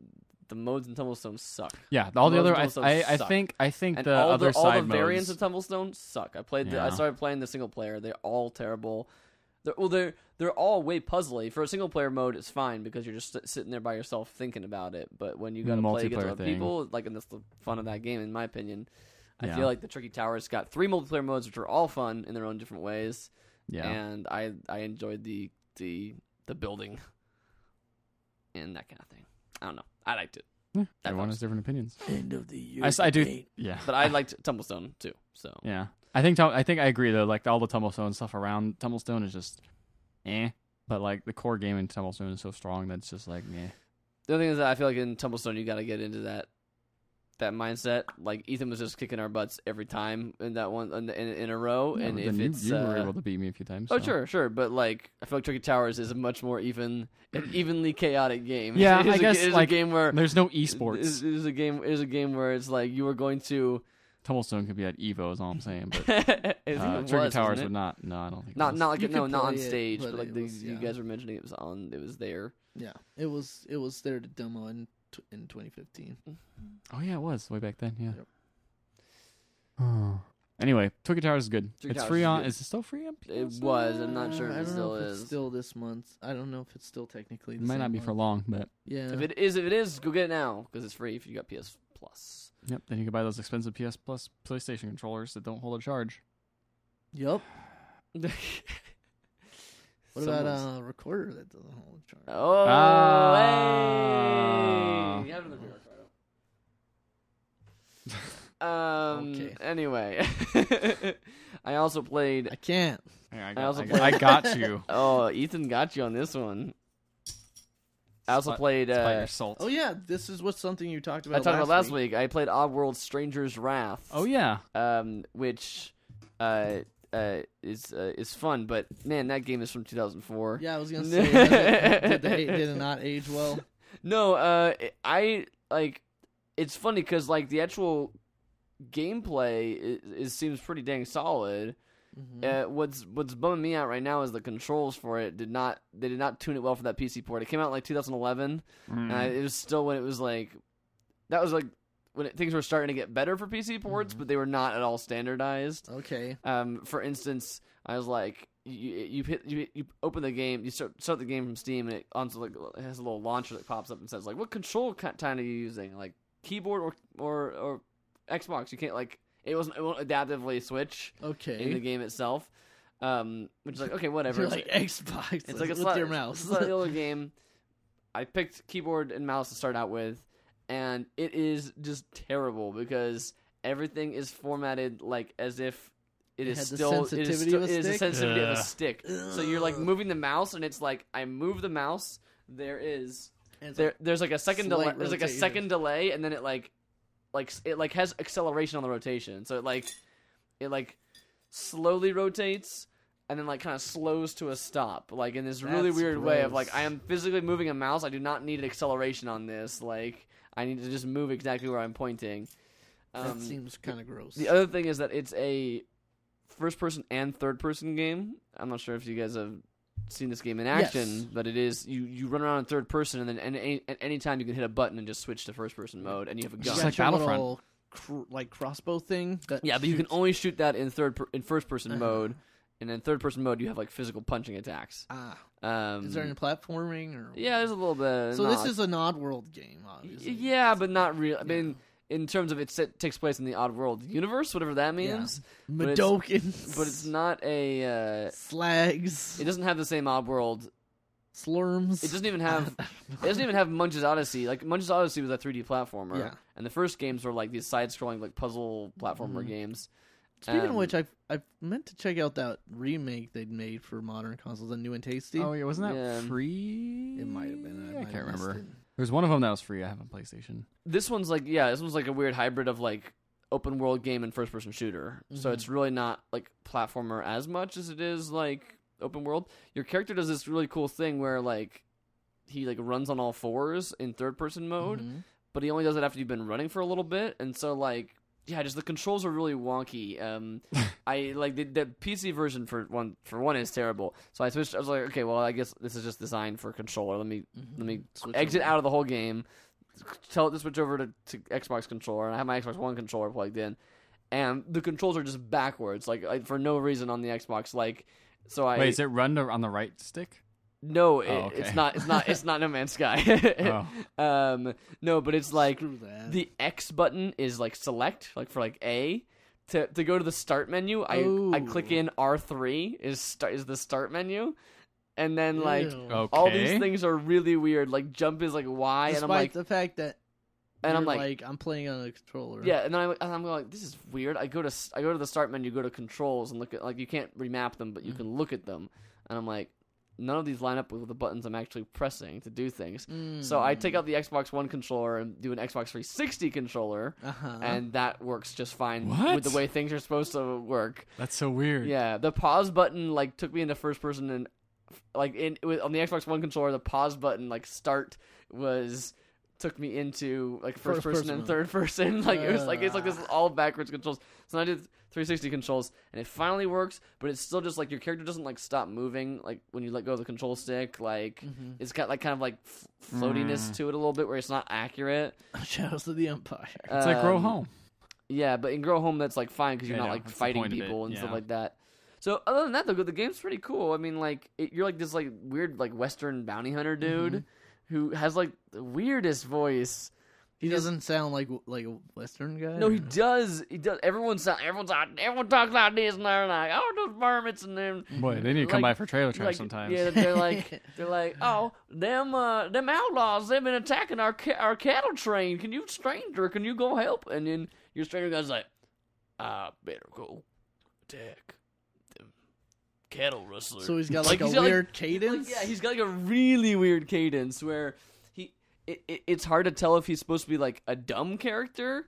[SPEAKER 1] The modes in Tumblestone suck,
[SPEAKER 3] Yeah, all the
[SPEAKER 1] Most
[SPEAKER 3] other I,
[SPEAKER 1] Tumblestones
[SPEAKER 3] I, I
[SPEAKER 1] suck.
[SPEAKER 3] think I think
[SPEAKER 1] and
[SPEAKER 3] the
[SPEAKER 1] all
[SPEAKER 3] other
[SPEAKER 1] the all
[SPEAKER 3] side
[SPEAKER 1] the variants
[SPEAKER 3] modes-
[SPEAKER 1] of Tumblestone suck. I played. The, I
[SPEAKER 3] Yeah.
[SPEAKER 1] started playing the single player. They're all terrible. They're, well, they're they're all way puzzly. For a single player mode, it's fine because you're just sit- sitting there by yourself thinking about it. But when you got to play against
[SPEAKER 3] Multiplayer
[SPEAKER 1] other
[SPEAKER 3] thing.
[SPEAKER 1] people, like and that's the fun of that game, in my opinion. I
[SPEAKER 3] Yeah.
[SPEAKER 1] feel like the Tricky Tower's got three multiplayer modes, which are all fun in their own different ways.
[SPEAKER 3] yeah.
[SPEAKER 1] and I I enjoyed the the the building and that kind of thing. I don't know. I liked it,
[SPEAKER 3] Yeah,
[SPEAKER 1] I
[SPEAKER 3] Hmm, Everyone
[SPEAKER 1] thought
[SPEAKER 3] has different opinions.
[SPEAKER 2] end of the year.
[SPEAKER 3] I, s- I do. Yeah,
[SPEAKER 1] but I liked Tumblestone too. So
[SPEAKER 3] yeah. I think Tum- I think I agree though. Like all the Tumblestone stuff around Tumblestone is just, eh. But like the core game in Tumblestone is so strong that it's just like, eh.
[SPEAKER 1] the other thing is that I feel like in Tumblestone you got to get into that that mindset. Like Ethan was just kicking our butts every time in that one in, in, in a row,
[SPEAKER 3] Yeah,
[SPEAKER 1] Oh, and
[SPEAKER 3] but
[SPEAKER 1] if
[SPEAKER 3] then you,
[SPEAKER 1] it's
[SPEAKER 3] you were
[SPEAKER 1] uh,
[SPEAKER 3] able to beat me a few times.
[SPEAKER 1] Oh
[SPEAKER 3] so.
[SPEAKER 1] sure, sure, but like I feel like Tricky Towers is a much more even, an evenly chaotic game.
[SPEAKER 3] Yeah,
[SPEAKER 1] it is
[SPEAKER 3] I
[SPEAKER 1] a-
[SPEAKER 3] guess,
[SPEAKER 1] it is
[SPEAKER 3] like,
[SPEAKER 1] a game where
[SPEAKER 3] There's no
[SPEAKER 1] it is,
[SPEAKER 3] esports.
[SPEAKER 1] it is a game it is a game where it's like you were going to.
[SPEAKER 3] Tumblestone could be at Evo, is all I'm saying. But
[SPEAKER 1] I think it
[SPEAKER 3] uh,
[SPEAKER 1] was,
[SPEAKER 3] Trigger
[SPEAKER 1] wasn't
[SPEAKER 3] Towers
[SPEAKER 1] it?
[SPEAKER 3] would not. No, I don't think. it
[SPEAKER 1] Not
[SPEAKER 3] was.
[SPEAKER 1] not like
[SPEAKER 2] You
[SPEAKER 1] it- no,
[SPEAKER 2] could
[SPEAKER 1] not
[SPEAKER 2] play
[SPEAKER 1] on
[SPEAKER 2] it,
[SPEAKER 1] stage,
[SPEAKER 2] but
[SPEAKER 1] but, like
[SPEAKER 2] it
[SPEAKER 1] the,
[SPEAKER 2] was-
[SPEAKER 1] you
[SPEAKER 2] yeah.
[SPEAKER 1] guys were mentioning it was on. It was there.
[SPEAKER 2] Yeah, it was it was there to demo in t- in 2015. Mm-hmm.
[SPEAKER 3] Oh yeah, it was way back then. Yeah.
[SPEAKER 2] Yep.
[SPEAKER 3] Oh. Anyway, Twiggy Towers is good.
[SPEAKER 1] Twiggy
[SPEAKER 3] it's
[SPEAKER 1] Towers
[SPEAKER 3] free
[SPEAKER 1] is
[SPEAKER 3] on.
[SPEAKER 1] good.
[SPEAKER 3] Is it still free on?
[SPEAKER 1] It
[SPEAKER 3] PS?
[SPEAKER 1] was. I'm not
[SPEAKER 2] Uh,
[SPEAKER 1] sure
[SPEAKER 2] I
[SPEAKER 1] if
[SPEAKER 2] don't
[SPEAKER 1] it still
[SPEAKER 2] know if
[SPEAKER 1] is.
[SPEAKER 2] It's still this month. I don't know if it's still technically.
[SPEAKER 3] It
[SPEAKER 2] The
[SPEAKER 3] might not
[SPEAKER 2] same
[SPEAKER 3] be for
[SPEAKER 2] month.
[SPEAKER 3] long, but
[SPEAKER 2] Yeah.
[SPEAKER 1] If it is, if it is, go get it now because it's free if you got PS Plus.
[SPEAKER 3] yep. Then you can buy those expensive PS Plus PlayStation controllers that don't hold a charge.
[SPEAKER 2] yep.
[SPEAKER 1] what
[SPEAKER 2] What about a uh, recorder that doesn't hold a charge?
[SPEAKER 1] Oh,
[SPEAKER 3] Ah.
[SPEAKER 1] hey! You have another beer, Ricardo. um.
[SPEAKER 2] Okay.
[SPEAKER 1] Anyway, I also played.
[SPEAKER 2] I can't.
[SPEAKER 3] Hang on, I,
[SPEAKER 1] also
[SPEAKER 3] got, I, got, I got you.
[SPEAKER 1] Oh, Ethan got you on this one. I also
[SPEAKER 3] Spot-
[SPEAKER 1] played.
[SPEAKER 3] It's by
[SPEAKER 1] Uh,
[SPEAKER 3] your salt.
[SPEAKER 2] Oh yeah, this is what something you talked about.
[SPEAKER 1] I talked about last week. I played Oddworld: Stranger's Wrath.
[SPEAKER 3] Oh, yeah.
[SPEAKER 1] um, which uh, uh, is uh, is fun, but man, that game is from 2004.
[SPEAKER 2] Yeah, I was gonna say does it- did, the, ha- did it not age well?
[SPEAKER 1] No, uh, I like. It's funny because like the actual gameplay is, is seems pretty dang solid.
[SPEAKER 2] Mhm.
[SPEAKER 1] Uh, what's what's bumming me out right now is the controls for it did not they did not tune it well for that PC port. It came out in, like 2011.
[SPEAKER 3] Mm.
[SPEAKER 1] And I, it was still when it was like, that was like when it, things were starting to get better for PC ports, but they were not at all standardized.
[SPEAKER 2] Okay.
[SPEAKER 1] Um, for instance, I was like, you, you hit, you, you open the game, you start, start the game from Steam, and it on like it has a little launcher that pops up and says like, what control ki- kind are you using? Like keyboard or or or Xbox. You can't like it wasn't it won't adaptively switch in the
[SPEAKER 2] Okay.
[SPEAKER 1] game itself. Um, which is like okay, whatever.
[SPEAKER 2] Eh? You're
[SPEAKER 1] It's-
[SPEAKER 2] like Xbox.
[SPEAKER 1] it's like a
[SPEAKER 2] with
[SPEAKER 1] slight-
[SPEAKER 2] your mouse.
[SPEAKER 1] slightly older game. I picked keyboard and mouse to start out with, and it is just terrible because everything is formatted like as if it
[SPEAKER 2] It
[SPEAKER 1] is
[SPEAKER 2] had the
[SPEAKER 1] still it is,
[SPEAKER 2] sensitivity
[SPEAKER 1] still, it
[SPEAKER 2] of a
[SPEAKER 1] is the
[SPEAKER 2] stick?
[SPEAKER 1] sensitivity of a
[SPEAKER 3] Ugh.
[SPEAKER 1] stick. So you're like
[SPEAKER 2] Ugh.
[SPEAKER 1] moving the mouse, and it's like I move the mouse. There is
[SPEAKER 2] And it's
[SPEAKER 1] there there's like a second
[SPEAKER 2] slight
[SPEAKER 1] delay. There's like a
[SPEAKER 2] rotation.
[SPEAKER 1] second delay, and then it like like s- it like has acceleration on the rotation. So it like it like slowly rotates and then like kind of slows to a stop like in this really
[SPEAKER 2] That's
[SPEAKER 1] weird way of
[SPEAKER 2] gross.
[SPEAKER 1] like i am physically moving a mouse i do not need an acceleration on this like i need to just move exactly where i'm pointing
[SPEAKER 2] like-
[SPEAKER 1] um,
[SPEAKER 2] that seems kind of gross.
[SPEAKER 1] the other thing is that it's a first person and third person game i'm not sure if you guys have seen this game in action
[SPEAKER 2] Yes.
[SPEAKER 1] but it is you you run around in third person and then and any, at any time you can hit a button and just switch to first person mode and you have a
[SPEAKER 2] You
[SPEAKER 1] gun
[SPEAKER 3] Just
[SPEAKER 2] got
[SPEAKER 3] like
[SPEAKER 2] your
[SPEAKER 3] Battlefront.
[SPEAKER 2] little Cr- like crossbow thing. That
[SPEAKER 1] yeah, but you can
[SPEAKER 2] shoots-
[SPEAKER 1] only shoot that in third per- in first person
[SPEAKER 2] Uh-huh.
[SPEAKER 1] mode, and in third person mode you have like physical punching attacks.
[SPEAKER 2] Ah,
[SPEAKER 1] Um,
[SPEAKER 2] is there any platforming or?
[SPEAKER 1] yeah, there's a little bit.
[SPEAKER 2] So this
[SPEAKER 1] not-
[SPEAKER 2] is an odd world game, obviously.
[SPEAKER 1] yeah, but not real. I
[SPEAKER 2] Yeah.
[SPEAKER 1] mean, in terms of it set, takes place in the odd world universe, whatever that
[SPEAKER 2] Yeah.
[SPEAKER 1] means. but it's-
[SPEAKER 2] Madokins.
[SPEAKER 1] But it's not a. Uh,
[SPEAKER 2] slags,
[SPEAKER 1] it doesn't have the same odd world.
[SPEAKER 2] slurms.
[SPEAKER 1] It doesn't even have. it doesn't even have Munch's Odyssey. Like Munch's Odyssey was a 3D platformer,
[SPEAKER 2] Yeah.
[SPEAKER 1] and the first games were like these side-scrolling like puzzle platformer
[SPEAKER 2] Mhm.
[SPEAKER 1] games.
[SPEAKER 2] Speaking
[SPEAKER 1] um,
[SPEAKER 2] of which, I I meant to check out that remake they'd made for modern consoles, the new and tasty.
[SPEAKER 3] Oh yeah, wasn't that
[SPEAKER 1] Yeah.
[SPEAKER 3] free?
[SPEAKER 2] It might have been. I,
[SPEAKER 3] I,
[SPEAKER 2] might
[SPEAKER 3] can't
[SPEAKER 2] have missed
[SPEAKER 3] remember.
[SPEAKER 2] it.
[SPEAKER 3] There's one of them that was free. I have on PlayStation.
[SPEAKER 1] this one's like yeah, this one's like a weird hybrid of like open world game and first person shooter. So
[SPEAKER 2] Mhm.
[SPEAKER 1] it's really not like platformer as much as it is like open world. Your character does this really cool thing where like he like runs on all fours in third person mode,
[SPEAKER 2] Mhm.
[SPEAKER 1] but he only does it after you've been running for a little bit. And so like yeah, just the controls are really wonky. Um, I like the, the PC version for one for one is terrible. So I switched. I was like, okay, well, I guess this is just designed for controller. Let me
[SPEAKER 2] Mm-hmm.
[SPEAKER 1] let me
[SPEAKER 2] Switch
[SPEAKER 1] exit
[SPEAKER 2] over.
[SPEAKER 1] out of the whole game, tell it to switch over to, to Xbox controller, and I have my Xbox One controller plugged in, and the controls are just backwards, like, like for no reason on the Xbox. Like, so I
[SPEAKER 3] Wait, is it run to, on the right stick?
[SPEAKER 1] no, it,
[SPEAKER 3] Oh,
[SPEAKER 1] it's
[SPEAKER 3] okay.
[SPEAKER 1] not, it's not, it's not No Man's Sky.
[SPEAKER 3] Oh,
[SPEAKER 1] Um, no, but it's like
[SPEAKER 2] Screw that.
[SPEAKER 1] the X button is like select, like for like A. To, to go to the start menu, I I click
[SPEAKER 2] Ooh.
[SPEAKER 1] in R three is start is the start menu, and then like oh,
[SPEAKER 2] Ew.
[SPEAKER 3] okay.
[SPEAKER 1] all these things are really weird. Like jump is like Y,
[SPEAKER 2] despite
[SPEAKER 1] and I'm like
[SPEAKER 2] the fact that
[SPEAKER 1] and I'm
[SPEAKER 2] you're
[SPEAKER 1] like,
[SPEAKER 2] I'm playing on a controller.
[SPEAKER 1] yeah, and then I'm, and I'm like, this is weird. I go to s- I go to the start menu, go to controls, and look at like you can't remap them, but you
[SPEAKER 2] Mm.
[SPEAKER 1] can look at them, and I'm like, none of these line up with the buttons I'm actually pressing to do things.
[SPEAKER 2] Mm.
[SPEAKER 1] So
[SPEAKER 2] Hmm.
[SPEAKER 1] I take out the Xbox One controller and do an Xbox 360 controller,
[SPEAKER 2] uh
[SPEAKER 1] and that works just fine
[SPEAKER 3] What?
[SPEAKER 1] with the way things are supposed to work.
[SPEAKER 3] That's so weird.
[SPEAKER 1] Yeah, the pause button like took me into first person and like in with, on the Xbox One controller, the pause button like start was took me into like first,
[SPEAKER 2] First
[SPEAKER 1] person,
[SPEAKER 2] person
[SPEAKER 1] and
[SPEAKER 2] mode.
[SPEAKER 1] third person. Like it was like it's like this is all backwards controls. So then I did 360 controls and it finally works, but it's still just like your character doesn't like stop moving like when you let go of the control stick. Like
[SPEAKER 2] Mm-hmm.
[SPEAKER 1] it's got like kind of like f- floatiness
[SPEAKER 3] Mm.
[SPEAKER 1] to it a little bit where it's not accurate.
[SPEAKER 2] Shadows of the Empire.
[SPEAKER 3] It's like Grow
[SPEAKER 1] Um,
[SPEAKER 3] Home.
[SPEAKER 1] yeah, but in Grow Home, that's like fine because you're
[SPEAKER 3] Yeah,
[SPEAKER 1] not
[SPEAKER 3] no,
[SPEAKER 1] like
[SPEAKER 3] that's the
[SPEAKER 1] fighting
[SPEAKER 3] point of it,
[SPEAKER 1] people and stuff
[SPEAKER 3] yeah.
[SPEAKER 1] like that. So other than that, though, the game's pretty cool. I mean, like it, you're like this like weird like Western bounty hunter
[SPEAKER 3] Mm-hmm.
[SPEAKER 1] dude who has like the weirdest voice.
[SPEAKER 2] He
[SPEAKER 1] just-
[SPEAKER 2] doesn't sound like like a Western guy.
[SPEAKER 1] No, he
[SPEAKER 2] or-
[SPEAKER 1] does. He does. Everyone sound. Everyone's out. Everyone talks like this, and they're like, "Oh, those varmints," and then
[SPEAKER 3] Boy, they need to come
[SPEAKER 1] like-
[SPEAKER 3] by for trailer trash
[SPEAKER 1] like,
[SPEAKER 3] sometimes.
[SPEAKER 1] Yeah, they're like, they're like, "Oh, them, uh, them outlaws. They've been attacking our ca- our cattle train. Can you, stranger? Can you go help?" And then your stranger guy's like, "I better go attack them cattle rustlers."
[SPEAKER 2] So he's got
[SPEAKER 1] Like,
[SPEAKER 2] like,
[SPEAKER 1] he's
[SPEAKER 2] a
[SPEAKER 1] got, like-
[SPEAKER 2] weird cadence.
[SPEAKER 1] Like, yeah, he's got like a really weird cadence where he it, it, it's hard to tell if he's supposed to be like a dumb character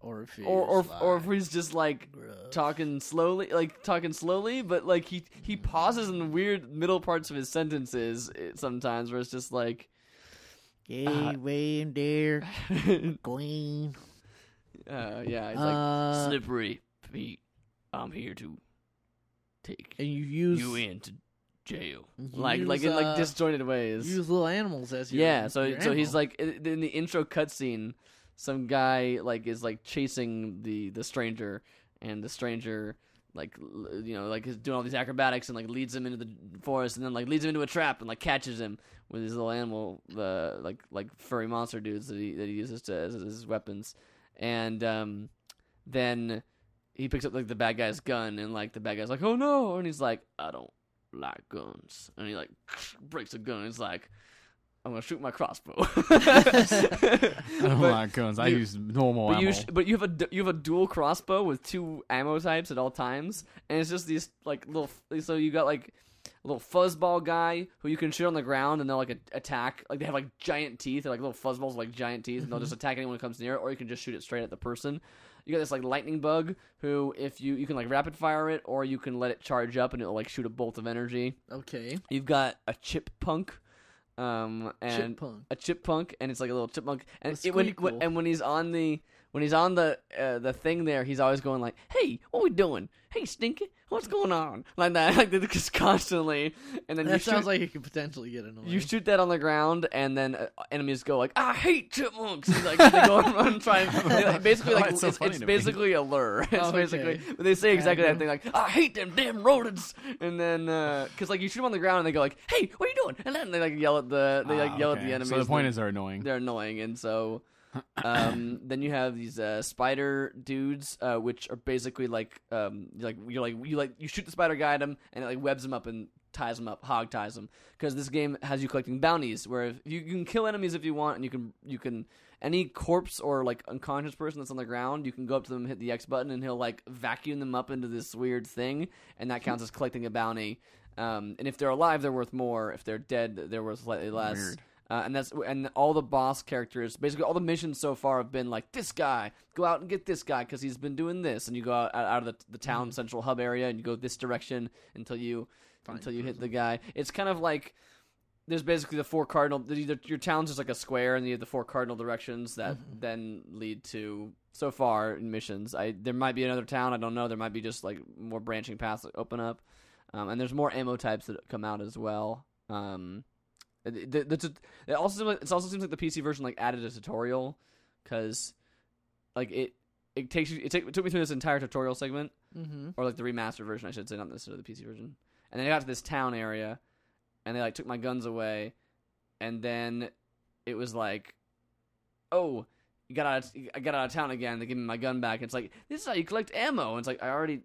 [SPEAKER 2] or if he's
[SPEAKER 1] or or if- or if
[SPEAKER 2] like,
[SPEAKER 1] he's just like
[SPEAKER 2] gruff.
[SPEAKER 1] talking slowly like talking slowly but like he he pauses in weird middle parts of his sentences eh, sometimes where it's just like
[SPEAKER 2] Gay way in there,
[SPEAKER 1] uh,
[SPEAKER 2] queen.
[SPEAKER 1] yeah he's like
[SPEAKER 2] Uh,
[SPEAKER 1] slippery pete i'm here to take
[SPEAKER 2] and you use
[SPEAKER 1] you into jail
[SPEAKER 2] you
[SPEAKER 1] like like in
[SPEAKER 2] use,
[SPEAKER 1] like
[SPEAKER 2] uh,
[SPEAKER 1] disjointed ways
[SPEAKER 2] use little animals as your
[SPEAKER 1] yeah so
[SPEAKER 2] your
[SPEAKER 1] so he's
[SPEAKER 2] animal.
[SPEAKER 1] like in in the intro cutscene some guy like is like chasing the the stranger and the stranger like l- you know, like is doing all these acrobatics and like leads him into the forest and then like leads him into a trap and like catches him with his little animal, the like like furry monster dudes that he that he uses to as his weapons, and um, then he picks up like the bad guy's gun and like the bad guy's like oh no and he's like I don't like guns and he like breaks a gun and he's like I'm gonna shoot my crossbow.
[SPEAKER 3] I don't
[SPEAKER 1] But-
[SPEAKER 3] like guns. Oh I
[SPEAKER 1] you-
[SPEAKER 3] use normal
[SPEAKER 1] but
[SPEAKER 3] ammo.
[SPEAKER 1] you, sh- but you have a du- you have a dual crossbow with two ammo types at all times, and it's just these like little. f- So you got like a little fuzzball guy who you can shoot on the ground, and they'll like a- attack. Like they have like giant teeth, they're like little fuzzballs, with, like giant teeth, and they'll just attack anyone who comes near it. Or you can just shoot it straight at the person. You got this like lightning bug who, if you you can like rapid fire it, or you can let it charge up and it'll like shoot a bolt of energy.
[SPEAKER 2] Okay.
[SPEAKER 1] You've got a chip punk, um, and
[SPEAKER 2] Chipmunk.
[SPEAKER 1] a chipmunk and it's like a little chipmunk and
[SPEAKER 2] That's
[SPEAKER 1] it, when,
[SPEAKER 2] pretty cool.
[SPEAKER 1] and when he's on the when he's on the uh, the thing there he's always going like hey what we doing hey stinky what's going on like that like they're just constantly and then you
[SPEAKER 2] That sounds
[SPEAKER 1] shoot,
[SPEAKER 2] like it could potentially get annoying.
[SPEAKER 1] you shoot that on the ground and then uh, enemies go like i hate chipmunks and, like they go around and try and they, like, basically
[SPEAKER 3] Why
[SPEAKER 1] like
[SPEAKER 3] it's so
[SPEAKER 1] it's,
[SPEAKER 3] funny
[SPEAKER 1] it's
[SPEAKER 3] to me?
[SPEAKER 1] basically a lure it's
[SPEAKER 2] Oh, okay.
[SPEAKER 1] basically but they say exactly that
[SPEAKER 2] Aggro.
[SPEAKER 1] thing like i hate them damn rodents and then because like you shoot them on the ground and they go like hey what are you doing and then they like yell at the they like
[SPEAKER 3] Ah,
[SPEAKER 1] yell at
[SPEAKER 3] okay.
[SPEAKER 1] the enemies
[SPEAKER 3] So the point
[SPEAKER 1] and-
[SPEAKER 3] is they're annoying.
[SPEAKER 1] they're annoying and so um then you have these uh spider dudes uh which are basically like um like you're like you like you shoot the spider guy at him and it like webs him up and ties him up hog ties him because this game has you collecting bounties where if you can kill enemies if you want and you can you can any corpse or like unconscious person that's on the ground you can go up to them hit the x button and he'll like vacuum them up into this weird thing and that counts as collecting a bounty um, and if they're alive they're worth more if they're dead they're worth slightly less
[SPEAKER 3] Weird.
[SPEAKER 1] uh, and that's and all the boss characters, basically all the missions so far have been like this guy, go out and get this guy because he's been doing this, and you go out, out of the, the town central hub area and you go this direction until you
[SPEAKER 2] Find
[SPEAKER 1] until you
[SPEAKER 2] the
[SPEAKER 1] hit the guy. It's kind of like there's basically the four cardinal. the- the- Your town's just like a square, and you have the four cardinal directions that then lead to so far in missions. I there might be another town, I don't know. There might be just like more branching paths that open up, um, and there's more ammo types that come out as well. Um, it, it, it's a- it also seems like, it also seems like the PC version like added a tutorial because like it it takes you it, take, it took me through this entire tutorial segment
[SPEAKER 2] Mm-hmm.
[SPEAKER 1] or like the remastered version, I should say, not necessarily the PC version. And then I got to this town area, and they like took my guns away, and then it was like, oh, you got out, of, I got out of town again. They give me my gun back. It's like this is how you collect ammo. And it's like I already,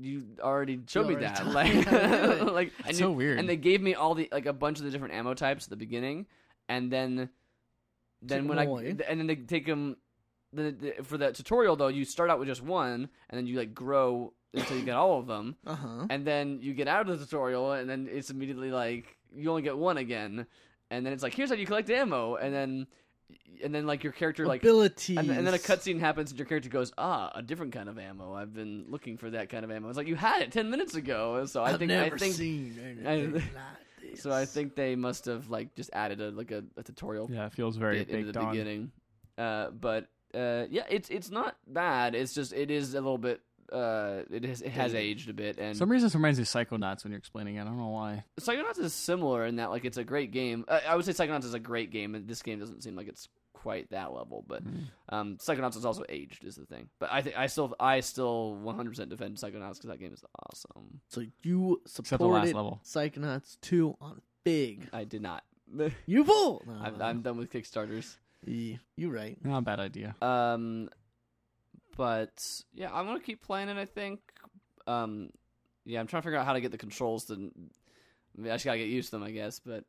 [SPEAKER 1] you already showed me
[SPEAKER 2] already
[SPEAKER 1] that.
[SPEAKER 2] told me
[SPEAKER 1] Like,
[SPEAKER 2] how to do it.
[SPEAKER 1] like, and
[SPEAKER 3] That's
[SPEAKER 1] you-
[SPEAKER 3] so weird.
[SPEAKER 1] and they gave me all the like a bunch of the different ammo types at the beginning, and then then
[SPEAKER 2] Took
[SPEAKER 1] when
[SPEAKER 2] them
[SPEAKER 1] I
[SPEAKER 2] away.
[SPEAKER 1] and then they take them. The, the, for that tutorial though, you start out with just one, and then you like grow until you get all of them,
[SPEAKER 2] Uh huh.
[SPEAKER 1] and then you get out of the tutorial, and then it's immediately like you only get one again, and then it's like here's how you collect ammo, and then and then like your character like
[SPEAKER 2] Abilities.
[SPEAKER 1] and, and then a cutscene happens, and your character goes, "Ah, a different kind of ammo. I've been looking for that kind of ammo." It's like you had it ten minutes ago, so I
[SPEAKER 2] I've
[SPEAKER 1] think
[SPEAKER 2] never
[SPEAKER 1] I think
[SPEAKER 2] seen anything like this.
[SPEAKER 1] so I think they must have like just added a like a, a tutorial
[SPEAKER 3] yeah, it feels very
[SPEAKER 1] bit into
[SPEAKER 3] baked
[SPEAKER 1] the
[SPEAKER 3] on.
[SPEAKER 1] beginning. Uh, but uh, yeah, it's it's not bad. It's just it is a little bit. Uh, it has it has
[SPEAKER 2] Dated.
[SPEAKER 1] aged a bit, and
[SPEAKER 3] For some reason, this reminds me of Psychonauts when you're explaining it. I don't know why.
[SPEAKER 1] Psychonauts is similar in that like it's a great game. Uh, I would say Psychonauts is a great game, and this game doesn't seem like it's quite that level. But
[SPEAKER 3] Hmm.
[SPEAKER 1] um, Psychonauts is also aged, is the thing. But I think I still I still 100% defend Psychonauts because that game is awesome.
[SPEAKER 2] so. You
[SPEAKER 3] Except the last
[SPEAKER 2] supported
[SPEAKER 3] level.
[SPEAKER 2] Psychonauts two on Big.
[SPEAKER 1] I did not.
[SPEAKER 2] You fool. No,
[SPEAKER 1] I'm,
[SPEAKER 2] no.
[SPEAKER 1] I'm done with Kickstarters.
[SPEAKER 2] Yeah, you right.
[SPEAKER 3] Not a bad idea.
[SPEAKER 1] Um, but yeah, I'm gonna keep playing it. I think. Um, yeah, I'm trying to figure out how to get the controls to. I, mean, I just gotta get used to them, I guess. But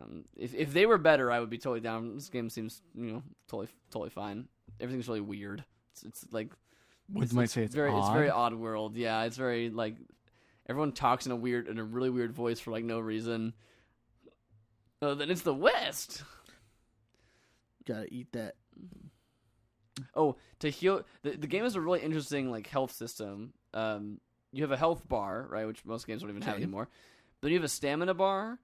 [SPEAKER 1] um, if if they were better, I would be totally down. This game seems you know totally totally fine. Everything's really weird. It's, it's like
[SPEAKER 3] Would might say it's
[SPEAKER 1] very
[SPEAKER 3] odd.
[SPEAKER 1] it's very odd world. Yeah, it's very like everyone talks in a weird in a really weird voice for like no reason. Oh, then it's the West.
[SPEAKER 2] Gotta eat that.
[SPEAKER 1] Oh, to heal the, the game has a really interesting like health system. Um, you have a health bar, right, which most games don't even have
[SPEAKER 2] Okay.
[SPEAKER 1] anymore. But you have a stamina bar,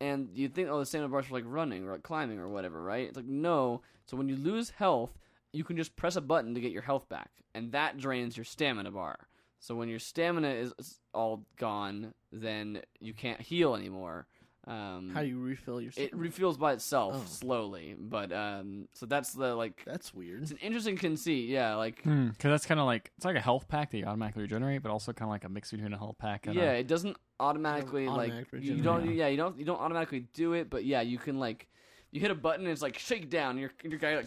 [SPEAKER 1] and you think, oh, the stamina bar's for like running or like climbing or whatever, right? It's like no. So when you lose health, you can just press a button to get your health back, and that drains your stamina bar. So when your stamina is all gone, then you can't heal anymore. Um,
[SPEAKER 2] How do you refill your?
[SPEAKER 1] it refuels by itself
[SPEAKER 2] Oh.
[SPEAKER 1] slowly, but um, so that's the like
[SPEAKER 2] That's weird.
[SPEAKER 1] it's an interesting conceit. Yeah, like
[SPEAKER 3] Because Hmm, that's kind of like it's like a health pack that you automatically regenerate, but also kind of like a mix between a health pack and
[SPEAKER 1] yeah,
[SPEAKER 3] a,
[SPEAKER 1] it doesn't automatically like
[SPEAKER 2] automatic
[SPEAKER 1] you you
[SPEAKER 3] regenerate.
[SPEAKER 1] don't yeah you don't you don't automatically do it, but yeah you can like you hit a button and it's like shake down. Your your guy like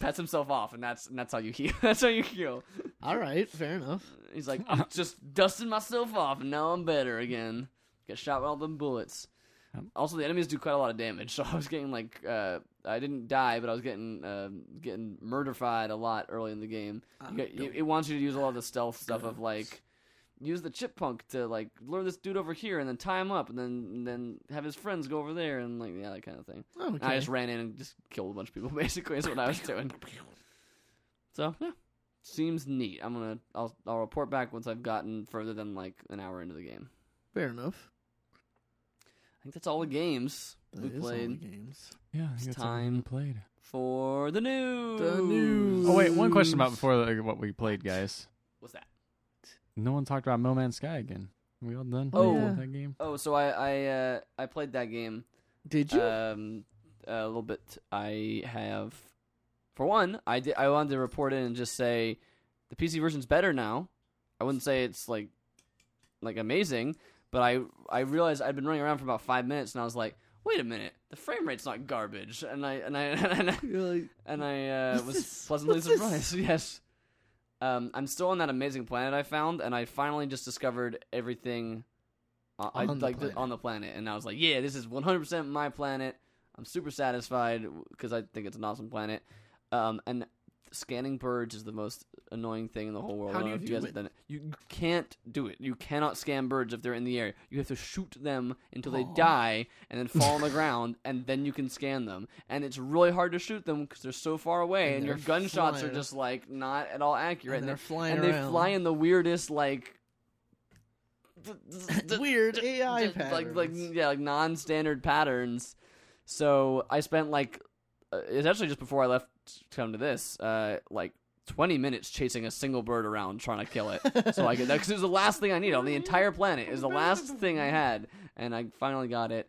[SPEAKER 1] pats himself off, and that's and that's how you heal. that's how you heal.
[SPEAKER 2] All right, fair enough.
[SPEAKER 1] He's like "I'm just dusting myself off, and now I'm better again. Get shot with all them bullets.
[SPEAKER 3] Um,
[SPEAKER 1] Also, the enemies do quite a lot of damage, so I was getting like uh, I didn't die, but I was getting uh, getting murderfied a lot early in the game.
[SPEAKER 2] I
[SPEAKER 1] You get-
[SPEAKER 2] don't-
[SPEAKER 1] it, it wants you to use a lot of the stealth stuff of like use the chip punk to like lure this dude over here and then tie him up and then and then have his friends go over there and like yeah that kind of thing. And
[SPEAKER 2] okay.
[SPEAKER 1] I just ran in and just killed a bunch of people basically is what I was doing. So yeah, seems neat. I'm gonna I'll I'll report back once I've gotten further than like an hour into the game.
[SPEAKER 2] fair enough.
[SPEAKER 1] I think that's all the games we
[SPEAKER 2] That is all the
[SPEAKER 1] played
[SPEAKER 2] games.
[SPEAKER 3] yeah,
[SPEAKER 1] it's
[SPEAKER 3] you got something
[SPEAKER 1] time.
[SPEAKER 3] you played.
[SPEAKER 1] for the news.
[SPEAKER 2] news.
[SPEAKER 3] Oh wait, one question about
[SPEAKER 2] Ooze.
[SPEAKER 3] before like, what we played, guys.
[SPEAKER 1] What's that?
[SPEAKER 3] No one talked about Mo Man's Sky again. Are we all done?
[SPEAKER 1] Oh,
[SPEAKER 3] with
[SPEAKER 2] yeah.
[SPEAKER 3] that game.
[SPEAKER 1] Oh, so I I uh, I played that game.
[SPEAKER 2] Did you?
[SPEAKER 1] Um, a little bit. I have, for one, I did. I wanted to report in and just say, the PC version's better now. I wouldn't say it's like, like amazing, but I I realized I'd been running around for about five minutes, and I was like, wait a minute, the frame rate's not garbage, and I and I and I,
[SPEAKER 2] You're like,
[SPEAKER 1] and I uh,
[SPEAKER 2] What's
[SPEAKER 1] was
[SPEAKER 2] this?
[SPEAKER 1] pleasantly
[SPEAKER 2] What's this?
[SPEAKER 1] surprised. Yes. Um, I'm still on that amazing planet I found, and I finally just discovered everything on, I,
[SPEAKER 2] On the
[SPEAKER 1] like the-
[SPEAKER 2] planet.
[SPEAKER 1] on the planet, and I was like, "Yeah, this is 100% my planet." I'm super satisfied because I think it's an awesome planet. Um, and scanning birds is the most annoying thing in the whole world.
[SPEAKER 2] How
[SPEAKER 1] I
[SPEAKER 2] do
[SPEAKER 1] don't
[SPEAKER 2] you
[SPEAKER 1] know if
[SPEAKER 2] do
[SPEAKER 1] guys
[SPEAKER 2] it?
[SPEAKER 1] have done it. You can't do it. You cannot scan birds if they're in the air. You have to shoot them until they
[SPEAKER 2] Aw.
[SPEAKER 1] die and then fall on the ground, and then you can scan them. And it's really hard to shoot them because they're so far away, and,
[SPEAKER 2] And
[SPEAKER 1] your
[SPEAKER 2] they're
[SPEAKER 1] gunshots are
[SPEAKER 2] flying.
[SPEAKER 1] just like not at all accurate.
[SPEAKER 2] and they're
[SPEAKER 1] they-
[SPEAKER 2] flying
[SPEAKER 1] and
[SPEAKER 2] around.
[SPEAKER 1] they fly in the weirdest like. d- d- d-
[SPEAKER 2] weird AI
[SPEAKER 1] just, like
[SPEAKER 2] patterns.
[SPEAKER 1] like yeah like non-standard patterns so i spent like uh, it's actually just before i left to come to this uh like 20 minutes chasing a single bird around trying to kill it so i could because it was the last thing i needed on the entire planet is the last thing i had and i finally got it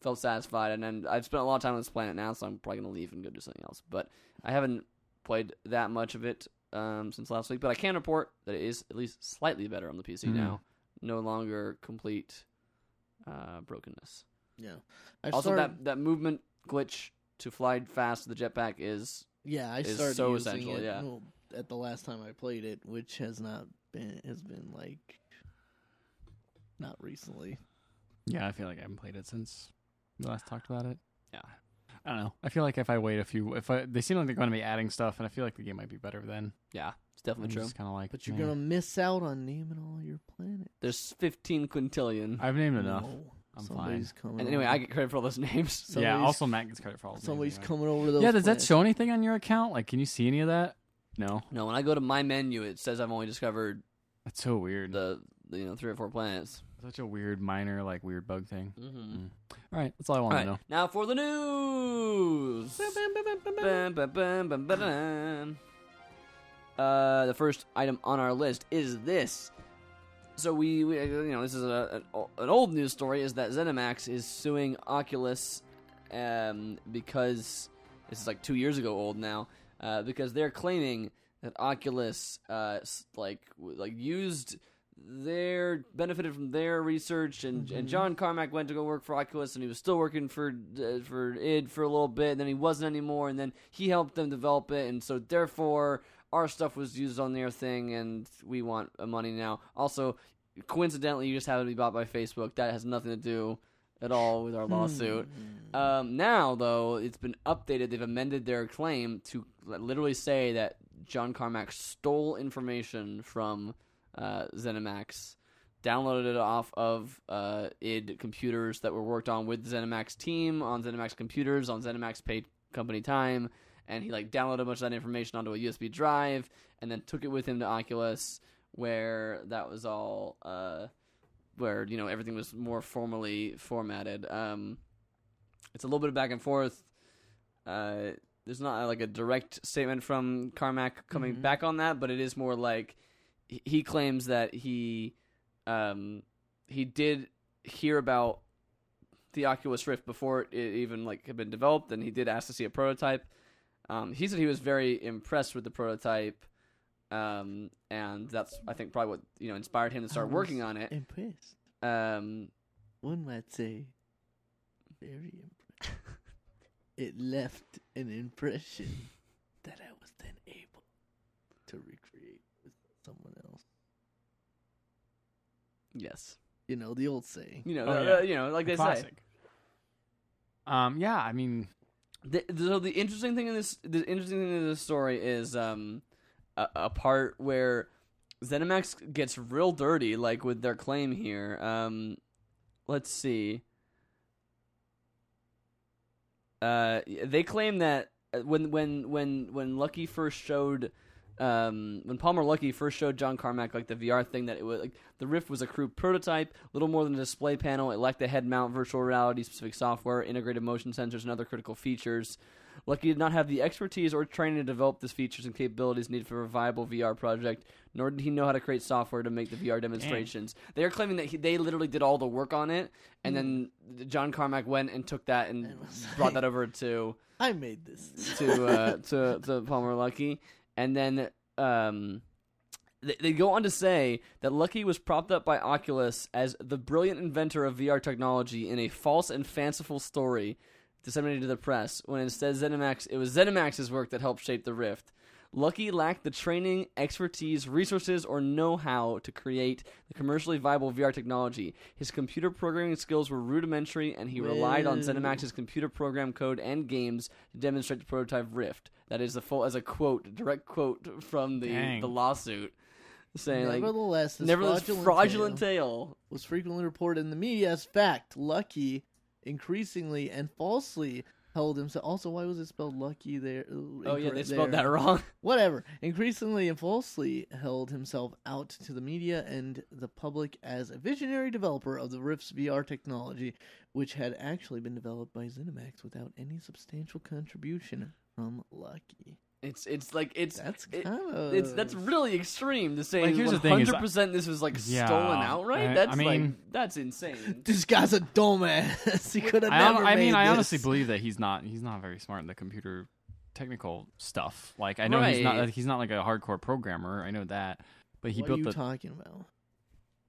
[SPEAKER 1] felt satisfied and then i've spent a lot of time on this planet now so i'm probably gonna leave and go do something else but i haven't played that much of it um, since last week but i can report that it is at least slightly better on the pc
[SPEAKER 2] Hmm.
[SPEAKER 3] Mhm.
[SPEAKER 1] now no longer complete uh, brokenness.
[SPEAKER 2] yeah. I
[SPEAKER 1] also,
[SPEAKER 2] started,
[SPEAKER 1] that that movement glitch to fly fast with the jetpack is
[SPEAKER 2] yeah, I
[SPEAKER 1] is
[SPEAKER 2] started
[SPEAKER 1] so
[SPEAKER 2] using
[SPEAKER 1] essential,
[SPEAKER 2] it
[SPEAKER 1] yeah.
[SPEAKER 2] well, at the last time I played it, which has not been has been like not recently.
[SPEAKER 3] Yeah, I feel like I haven't played it since we last talked about it.
[SPEAKER 1] Yeah.
[SPEAKER 3] I don't know. I feel like if I wait a few, if I, they seem like they're going to be adding stuff, and I feel like the game might be better then.
[SPEAKER 1] yeah, it's definitely
[SPEAKER 3] I'm
[SPEAKER 1] true.
[SPEAKER 3] just kind of like,
[SPEAKER 2] But you're
[SPEAKER 1] Mm.
[SPEAKER 3] meh.
[SPEAKER 2] gonna miss out on naming all your planets.
[SPEAKER 1] There's 15 quintillion,
[SPEAKER 3] I've named enough.
[SPEAKER 2] No.
[SPEAKER 3] I'm
[SPEAKER 2] somebody's coming.
[SPEAKER 1] and anyway,
[SPEAKER 2] over.
[SPEAKER 1] I get credit for all those names.
[SPEAKER 3] yeah.
[SPEAKER 2] somebody's-
[SPEAKER 3] Also, Matt gets credit for all. his names
[SPEAKER 2] somebody's
[SPEAKER 3] anyway.
[SPEAKER 2] coming over those.
[SPEAKER 3] Yeah. Does that
[SPEAKER 2] planets.
[SPEAKER 3] show anything on your account? Like, can you see any of that? No.
[SPEAKER 1] No, when I go to my menu, it says I've only discovered
[SPEAKER 3] That's so weird.
[SPEAKER 1] the, the you know three or four planets.
[SPEAKER 3] Such a weird minor, like weird bug thing.
[SPEAKER 1] Mm-hmm.
[SPEAKER 3] All right, that's all I
[SPEAKER 1] All
[SPEAKER 3] want
[SPEAKER 1] right,
[SPEAKER 3] to know.
[SPEAKER 1] now for the news. Bum, bum, bum, bum, bum, bum. Uh, the first item on our list is this. So we, we uh, you know, this is a, an, o- an old news story. Is that ZeniMax is suing Oculus um, because this is like two years ago old now uh, because they're claiming that Oculus uh, s- like w- like used their benefited from their research and, and
[SPEAKER 2] Mhm.
[SPEAKER 1] John Carmack went to go work for Oculus and he was still working for uh, for id for a little bit and then he wasn't anymore and then he helped them develop it and so therefore our stuff was used on their thing and we want uh, money now also coincidentally you just happen to be bought by Facebook that has nothing to do at all with our lawsuit
[SPEAKER 2] Hmm.
[SPEAKER 1] um, now, though, it's been updated. They've amended their claim to li- literally say that John Carmack stole information from uh, ZeniMax, downloaded it off of uh, id computers that were worked on with ZeniMax team on ZeniMax computers on ZeniMax paid company time, and he like downloaded a bunch of that information onto a USB drive and then took it with him to Oculus, where that was all. Uh, where you know everything was more formally formatted. Um, it's a little bit of back and forth. Uh, there's not uh, like a direct statement from Carmack coming
[SPEAKER 2] Mhm.
[SPEAKER 1] back on that, but it is more like he- he claims that he um, he did hear about the Oculus Rift before it e-, even like had been developed, and he did ask to see a prototype. Um, he said he was very impressed with the prototype, um, and that's I think probably what you know inspired him to start
[SPEAKER 3] Um,
[SPEAKER 2] was
[SPEAKER 1] working on it.
[SPEAKER 2] Impressed.
[SPEAKER 1] Um,
[SPEAKER 2] One might say, very impressed. it left an impression that I was then able to recreate with someone else.
[SPEAKER 1] yes,
[SPEAKER 2] You know, the old saying.
[SPEAKER 1] you know,
[SPEAKER 3] Oh,
[SPEAKER 1] uh,
[SPEAKER 3] yeah.
[SPEAKER 1] uh, you know, like they say.
[SPEAKER 3] Classic. Um, yeah, I mean,
[SPEAKER 1] The, so the interesting thing in this, the interesting thing in this story is um, a, a part where ZeniMax gets real dirty, like with their claim here. Um, let's see. Uh, they claim that uh, when when when when Lucky first showed, um, when Palmer Lucky first showed John Carmack like the VR thing that it was like the Rift was a crude prototype, little more than a display panel. It lacked the head mount, virtual reality specific software, integrated motion sensors, and other critical features. Lucky did not have the expertise or training to develop these features and capabilities needed for a viable VR project, nor did he know how to create software to make the VR demonstrations. They are claiming that he, they literally did all the work on it, and then John Carmack went and took that and
[SPEAKER 2] Hmm. And was
[SPEAKER 1] brought
[SPEAKER 2] like-
[SPEAKER 1] that over to
[SPEAKER 2] I made this.
[SPEAKER 1] to uh, to to Palmer Lucky, and then um, they, they go on to say that Lucky was propped up by Oculus as the brilliant inventor of VR technology in a false and fanciful story disseminated to the press. When instead ZeniMax, it was ZeniMax's work that helped shape the Rift. Lucky lacked the training, expertise, resources, or know how to create the commercially viable VR technology. His computer programming skills were rudimentary, and he relied on
[SPEAKER 2] Well.
[SPEAKER 1] ZeniMax's computer program code and games to demonstrate the prototype Rift. That is the full as a quote, direct quote from the
[SPEAKER 3] Dang.
[SPEAKER 1] the lawsuit, saying like
[SPEAKER 2] nevertheless, this
[SPEAKER 1] nevertheless
[SPEAKER 2] fraudulent,
[SPEAKER 1] fraudulent,
[SPEAKER 2] tale
[SPEAKER 1] tale.
[SPEAKER 2] was frequently reported in the media as fact. Lucky increasingly and falsely held himself. Also, why was it spelled Lucky there?
[SPEAKER 1] Oh yeah,
[SPEAKER 2] incorrect
[SPEAKER 1] they spelled
[SPEAKER 2] there?
[SPEAKER 1] that wrong.
[SPEAKER 2] whatever, increasingly and falsely held himself out to the media and the public as a visionary developer of the Rift's VR technology, which had actually been developed by ZeniMax without any substantial contribution from Lucky.
[SPEAKER 1] It's it's like it's
[SPEAKER 2] That's
[SPEAKER 1] it-
[SPEAKER 2] kind of
[SPEAKER 1] it's that's really extreme to say.
[SPEAKER 3] Like, here's the thing is-
[SPEAKER 1] 100 percent this was like
[SPEAKER 3] Yeah,
[SPEAKER 1] stolen outright.
[SPEAKER 3] I- I
[SPEAKER 1] that's like
[SPEAKER 3] mean-
[SPEAKER 1] that's insane.
[SPEAKER 2] this guy's a dumbass. he could have
[SPEAKER 3] I, hon-
[SPEAKER 2] never.
[SPEAKER 3] I mean,
[SPEAKER 2] made
[SPEAKER 3] I
[SPEAKER 2] this.
[SPEAKER 3] honestly believe that he's not he's not very smart in the computer technical stuff. Like I know he's
[SPEAKER 1] Right.
[SPEAKER 3] not he's not like a hardcore programmer. I know that, but he
[SPEAKER 2] what are
[SPEAKER 3] built
[SPEAKER 2] you
[SPEAKER 3] the
[SPEAKER 2] talking about?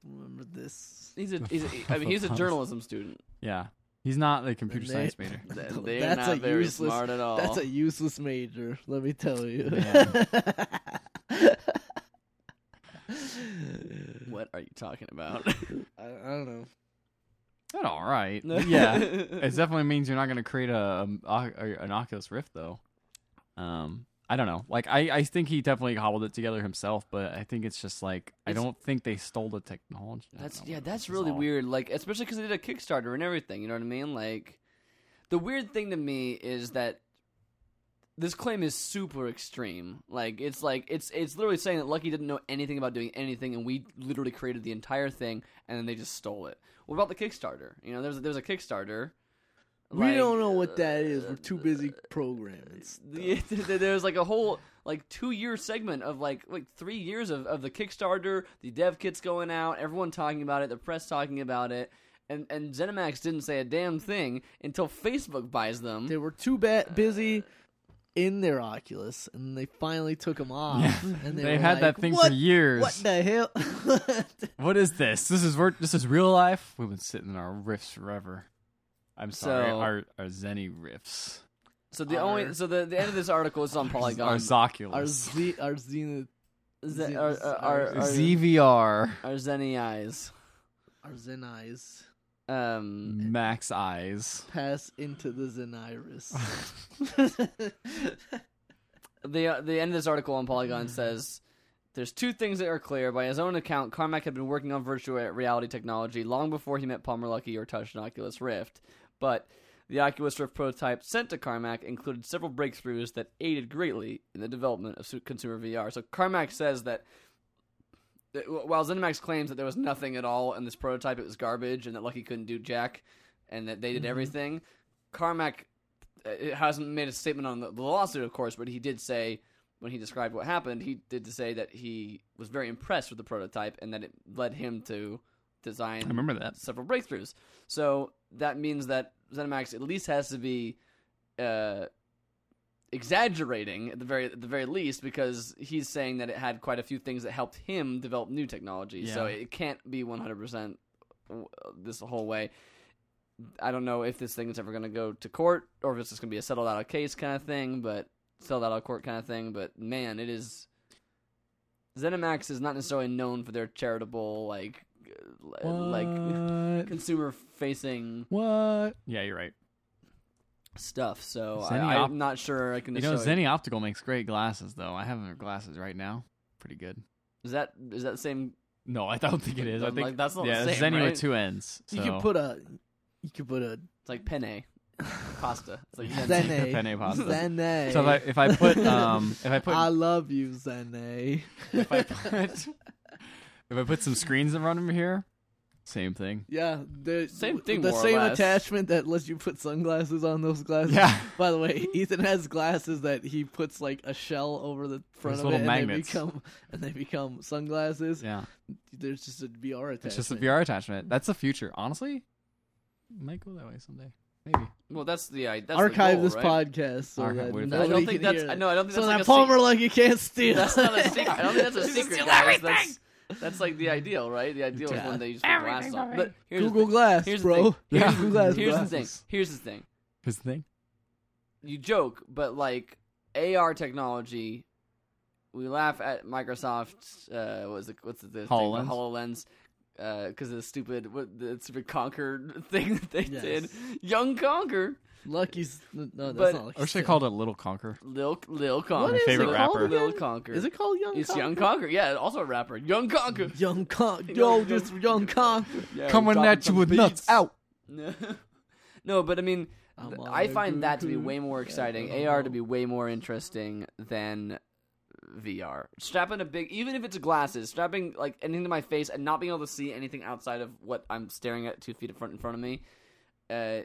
[SPEAKER 2] Remember this?
[SPEAKER 1] He's a, he's a I mean he's a journalism student.
[SPEAKER 3] yeah. He's not a computer
[SPEAKER 2] And they-
[SPEAKER 3] science major.
[SPEAKER 1] They're
[SPEAKER 2] That's
[SPEAKER 1] not
[SPEAKER 2] a
[SPEAKER 1] very
[SPEAKER 2] useless-
[SPEAKER 1] smart at all.
[SPEAKER 2] That's a useless major, let me tell you.
[SPEAKER 1] what are you talking about?
[SPEAKER 2] I, I don't know.
[SPEAKER 3] That's all right. yeah, it definitely means you're not going to create a, a, a- an Oculus Rift though. Um, I don't know. Like I, I think he definitely hobbled it together himself, but I think it's just like I
[SPEAKER 1] It's-
[SPEAKER 3] don't think they stole the technology. I don't
[SPEAKER 1] That's
[SPEAKER 3] know
[SPEAKER 1] yeah,
[SPEAKER 3] what it
[SPEAKER 1] that's
[SPEAKER 3] is
[SPEAKER 1] really
[SPEAKER 3] all.
[SPEAKER 1] weird. Like especially because they did a Kickstarter and everything. You know what I mean? Like the weird thing to me is that this claim is super extreme. Like it's like it's it's literally saying that Lucky didn't know anything about doing anything, and we literally created the entire thing, and then they just stole it. What about the Kickstarter? You know, there's there's a Kickstarter.
[SPEAKER 2] We
[SPEAKER 1] Like,
[SPEAKER 2] don't know what that is.
[SPEAKER 1] uh,
[SPEAKER 2] We're too busy programming.
[SPEAKER 1] yeah, there's like a whole like two year segment of like like three years of, of the Kickstarter, the dev kits going out, everyone talking about it, the press talking about it, and and ZeniMax didn't say a damn thing until Facebook buys them.
[SPEAKER 2] They were too ba- busy in their Oculus, and they finally took them off.
[SPEAKER 3] Yeah.
[SPEAKER 2] And they
[SPEAKER 3] They've
[SPEAKER 2] were
[SPEAKER 3] had that
[SPEAKER 2] like,
[SPEAKER 3] thing
[SPEAKER 2] what,
[SPEAKER 3] for years.
[SPEAKER 2] What the hell?
[SPEAKER 3] What is this? This is vir- this is real life. We've been sitting in our riffs forever. I'm sorry,
[SPEAKER 1] So-
[SPEAKER 3] our our Zenny riffs,
[SPEAKER 1] So the
[SPEAKER 2] Our-
[SPEAKER 1] only so the, the end of this article is on
[SPEAKER 3] our
[SPEAKER 1] Polygon.
[SPEAKER 2] our
[SPEAKER 3] Zoculus,
[SPEAKER 2] Z, our Zenith,
[SPEAKER 1] Ze- our, our, uh, our, our,
[SPEAKER 3] ZVR,
[SPEAKER 1] our Zeni eyes.
[SPEAKER 2] our Zen eyes
[SPEAKER 1] Um,
[SPEAKER 3] Max Eyes.
[SPEAKER 2] pass into the Zen iris.
[SPEAKER 1] the the end of this article on Polygon says there's two things that are clear. By his own account, Carmack had been working on virtual reality technology long before he met Palmer Lucky or touched an Oculus Rift. But the Oculus Rift prototype sent to Carmack included several breakthroughs that aided greatly in the development of su- consumer VR. So Carmack says that. that wh- While ZeniMax claims that there was nothing at all in this prototype, it was garbage, and that Lucky couldn't do jack, and that they
[SPEAKER 3] Mm-hmm.
[SPEAKER 1] did everything, Carmack uh, it hasn't made a statement on the, the lawsuit, of course, but he did say when he described what happened, he did to say that he was very impressed with the prototype and that it led him to design
[SPEAKER 3] I remember that.
[SPEAKER 1] several breakthroughs. So that means that ZeniMax at least has to be uh, exaggerating at the very at the very least because he's saying that it had quite a few things that helped him develop new technology. So
[SPEAKER 3] Yeah.
[SPEAKER 1] it can't be 100% w- this whole way. I don't know if this thing is ever going to go to court or if it's just going to be a settled out of case kind of thing, but settled out of court kind of thing. But man, it is. ZeniMax is not necessarily known for their charitable, like, uh, like
[SPEAKER 3] What?
[SPEAKER 1] consumer facing
[SPEAKER 3] What? Yeah, you're right.
[SPEAKER 1] stuff. So I,
[SPEAKER 3] Zenny op-
[SPEAKER 1] I'm not sure I can.
[SPEAKER 3] You know,
[SPEAKER 1] necessarily-
[SPEAKER 3] Zenny Optical makes great glasses, though. I have their glasses right now. Pretty good.
[SPEAKER 1] is that is that the same?
[SPEAKER 3] No, I don't think it is. I
[SPEAKER 1] Like,
[SPEAKER 3] think
[SPEAKER 1] that's not
[SPEAKER 3] yeah,
[SPEAKER 1] the
[SPEAKER 3] it's
[SPEAKER 1] same,
[SPEAKER 3] Zenny
[SPEAKER 1] right?
[SPEAKER 3] with two ends.
[SPEAKER 2] You could put a, you could put a
[SPEAKER 1] It's like penne pasta. It's like
[SPEAKER 3] Yeah.
[SPEAKER 1] penne.
[SPEAKER 2] Zene.
[SPEAKER 3] Penne pasta.
[SPEAKER 2] Zene.
[SPEAKER 3] So if I, if I put um if I put
[SPEAKER 1] Ah,
[SPEAKER 2] I love you, Zene.
[SPEAKER 3] if I put if I put some screens in front of here, same thing.
[SPEAKER 2] Yeah, the
[SPEAKER 1] Same thing,
[SPEAKER 2] The
[SPEAKER 1] more or
[SPEAKER 2] same
[SPEAKER 1] less.
[SPEAKER 2] attachment that lets you put sunglasses on those glasses.
[SPEAKER 3] Yeah.
[SPEAKER 2] By the way, Ethan has glasses that he puts like a shell over the front
[SPEAKER 3] Those
[SPEAKER 2] of it,
[SPEAKER 3] little
[SPEAKER 2] and
[SPEAKER 3] magnets.
[SPEAKER 2] they become and they become sunglasses.
[SPEAKER 3] Yeah.
[SPEAKER 2] There's just a VR attachment.
[SPEAKER 3] It's just a VR attachment. That's the future. Honestly, might go that way someday. Maybe.
[SPEAKER 1] Well, that's the I that's
[SPEAKER 2] Archive
[SPEAKER 1] the goal,
[SPEAKER 2] this
[SPEAKER 1] right?
[SPEAKER 2] podcast so
[SPEAKER 3] Archive
[SPEAKER 2] that
[SPEAKER 3] with-
[SPEAKER 1] I
[SPEAKER 2] nobody
[SPEAKER 1] don't
[SPEAKER 2] can
[SPEAKER 1] think that's.
[SPEAKER 2] hear
[SPEAKER 1] I
[SPEAKER 2] it.
[SPEAKER 1] know. I don't think
[SPEAKER 2] So
[SPEAKER 1] that's
[SPEAKER 2] that
[SPEAKER 1] like a
[SPEAKER 2] Palmer
[SPEAKER 1] secret.
[SPEAKER 2] like you can't steal.
[SPEAKER 1] That's not a secret. I don't think that's a
[SPEAKER 3] Just
[SPEAKER 1] secret.
[SPEAKER 3] steal
[SPEAKER 1] Guys.
[SPEAKER 3] everything!
[SPEAKER 1] That's, that's like the ideal, right? The ideal is
[SPEAKER 2] Yeah.
[SPEAKER 1] when they just put glasses
[SPEAKER 3] Everything,
[SPEAKER 1] on.
[SPEAKER 3] baby.
[SPEAKER 1] But here's the
[SPEAKER 2] Google Glass,
[SPEAKER 1] here's the
[SPEAKER 2] bro.
[SPEAKER 1] thing.
[SPEAKER 3] Yeah.
[SPEAKER 2] Google Glass.
[SPEAKER 1] thing. Here's the
[SPEAKER 2] bro.
[SPEAKER 1] thing.
[SPEAKER 3] Glasses.
[SPEAKER 1] Here's the thing.
[SPEAKER 3] Here's the thing.
[SPEAKER 1] you joke, but like AR technology, we laugh at Microsoft's uh, what's it, what's the thing called? Hololens because of the stupid what the stupid Conquer thing that they
[SPEAKER 2] Yes.
[SPEAKER 1] did. Young Conquer,
[SPEAKER 2] Lucky's. No, that's
[SPEAKER 1] But-
[SPEAKER 2] not
[SPEAKER 3] I
[SPEAKER 2] Lucky.
[SPEAKER 3] wish they called it Little Conquer.
[SPEAKER 1] Lil Lil Conquer,
[SPEAKER 2] is
[SPEAKER 3] favorite
[SPEAKER 1] Lil,
[SPEAKER 3] rapper.
[SPEAKER 1] Lil
[SPEAKER 2] again?
[SPEAKER 1] Conquer.
[SPEAKER 2] Is it called Young?
[SPEAKER 1] It's
[SPEAKER 2] Conquer?
[SPEAKER 1] Young Conquer. Yeah, also a rapper. Young Conquer.
[SPEAKER 2] Young Conk. Yo, this Young Conk.
[SPEAKER 1] Yeah,
[SPEAKER 3] Coming
[SPEAKER 1] dropping
[SPEAKER 3] at you
[SPEAKER 1] some
[SPEAKER 3] with nuts
[SPEAKER 1] beats.
[SPEAKER 3] out.
[SPEAKER 1] no, but I mean,
[SPEAKER 2] I'm
[SPEAKER 1] th-
[SPEAKER 2] on
[SPEAKER 1] I
[SPEAKER 2] a
[SPEAKER 1] find that to be
[SPEAKER 2] cuckoo
[SPEAKER 1] way more exciting.
[SPEAKER 2] cloud.
[SPEAKER 1] AR to be way more interesting than VR. Strapping a big, even if it's glasses, strapping like anything to my face and not being able to see anything outside of what I'm staring at two feet in front in front of me, uh,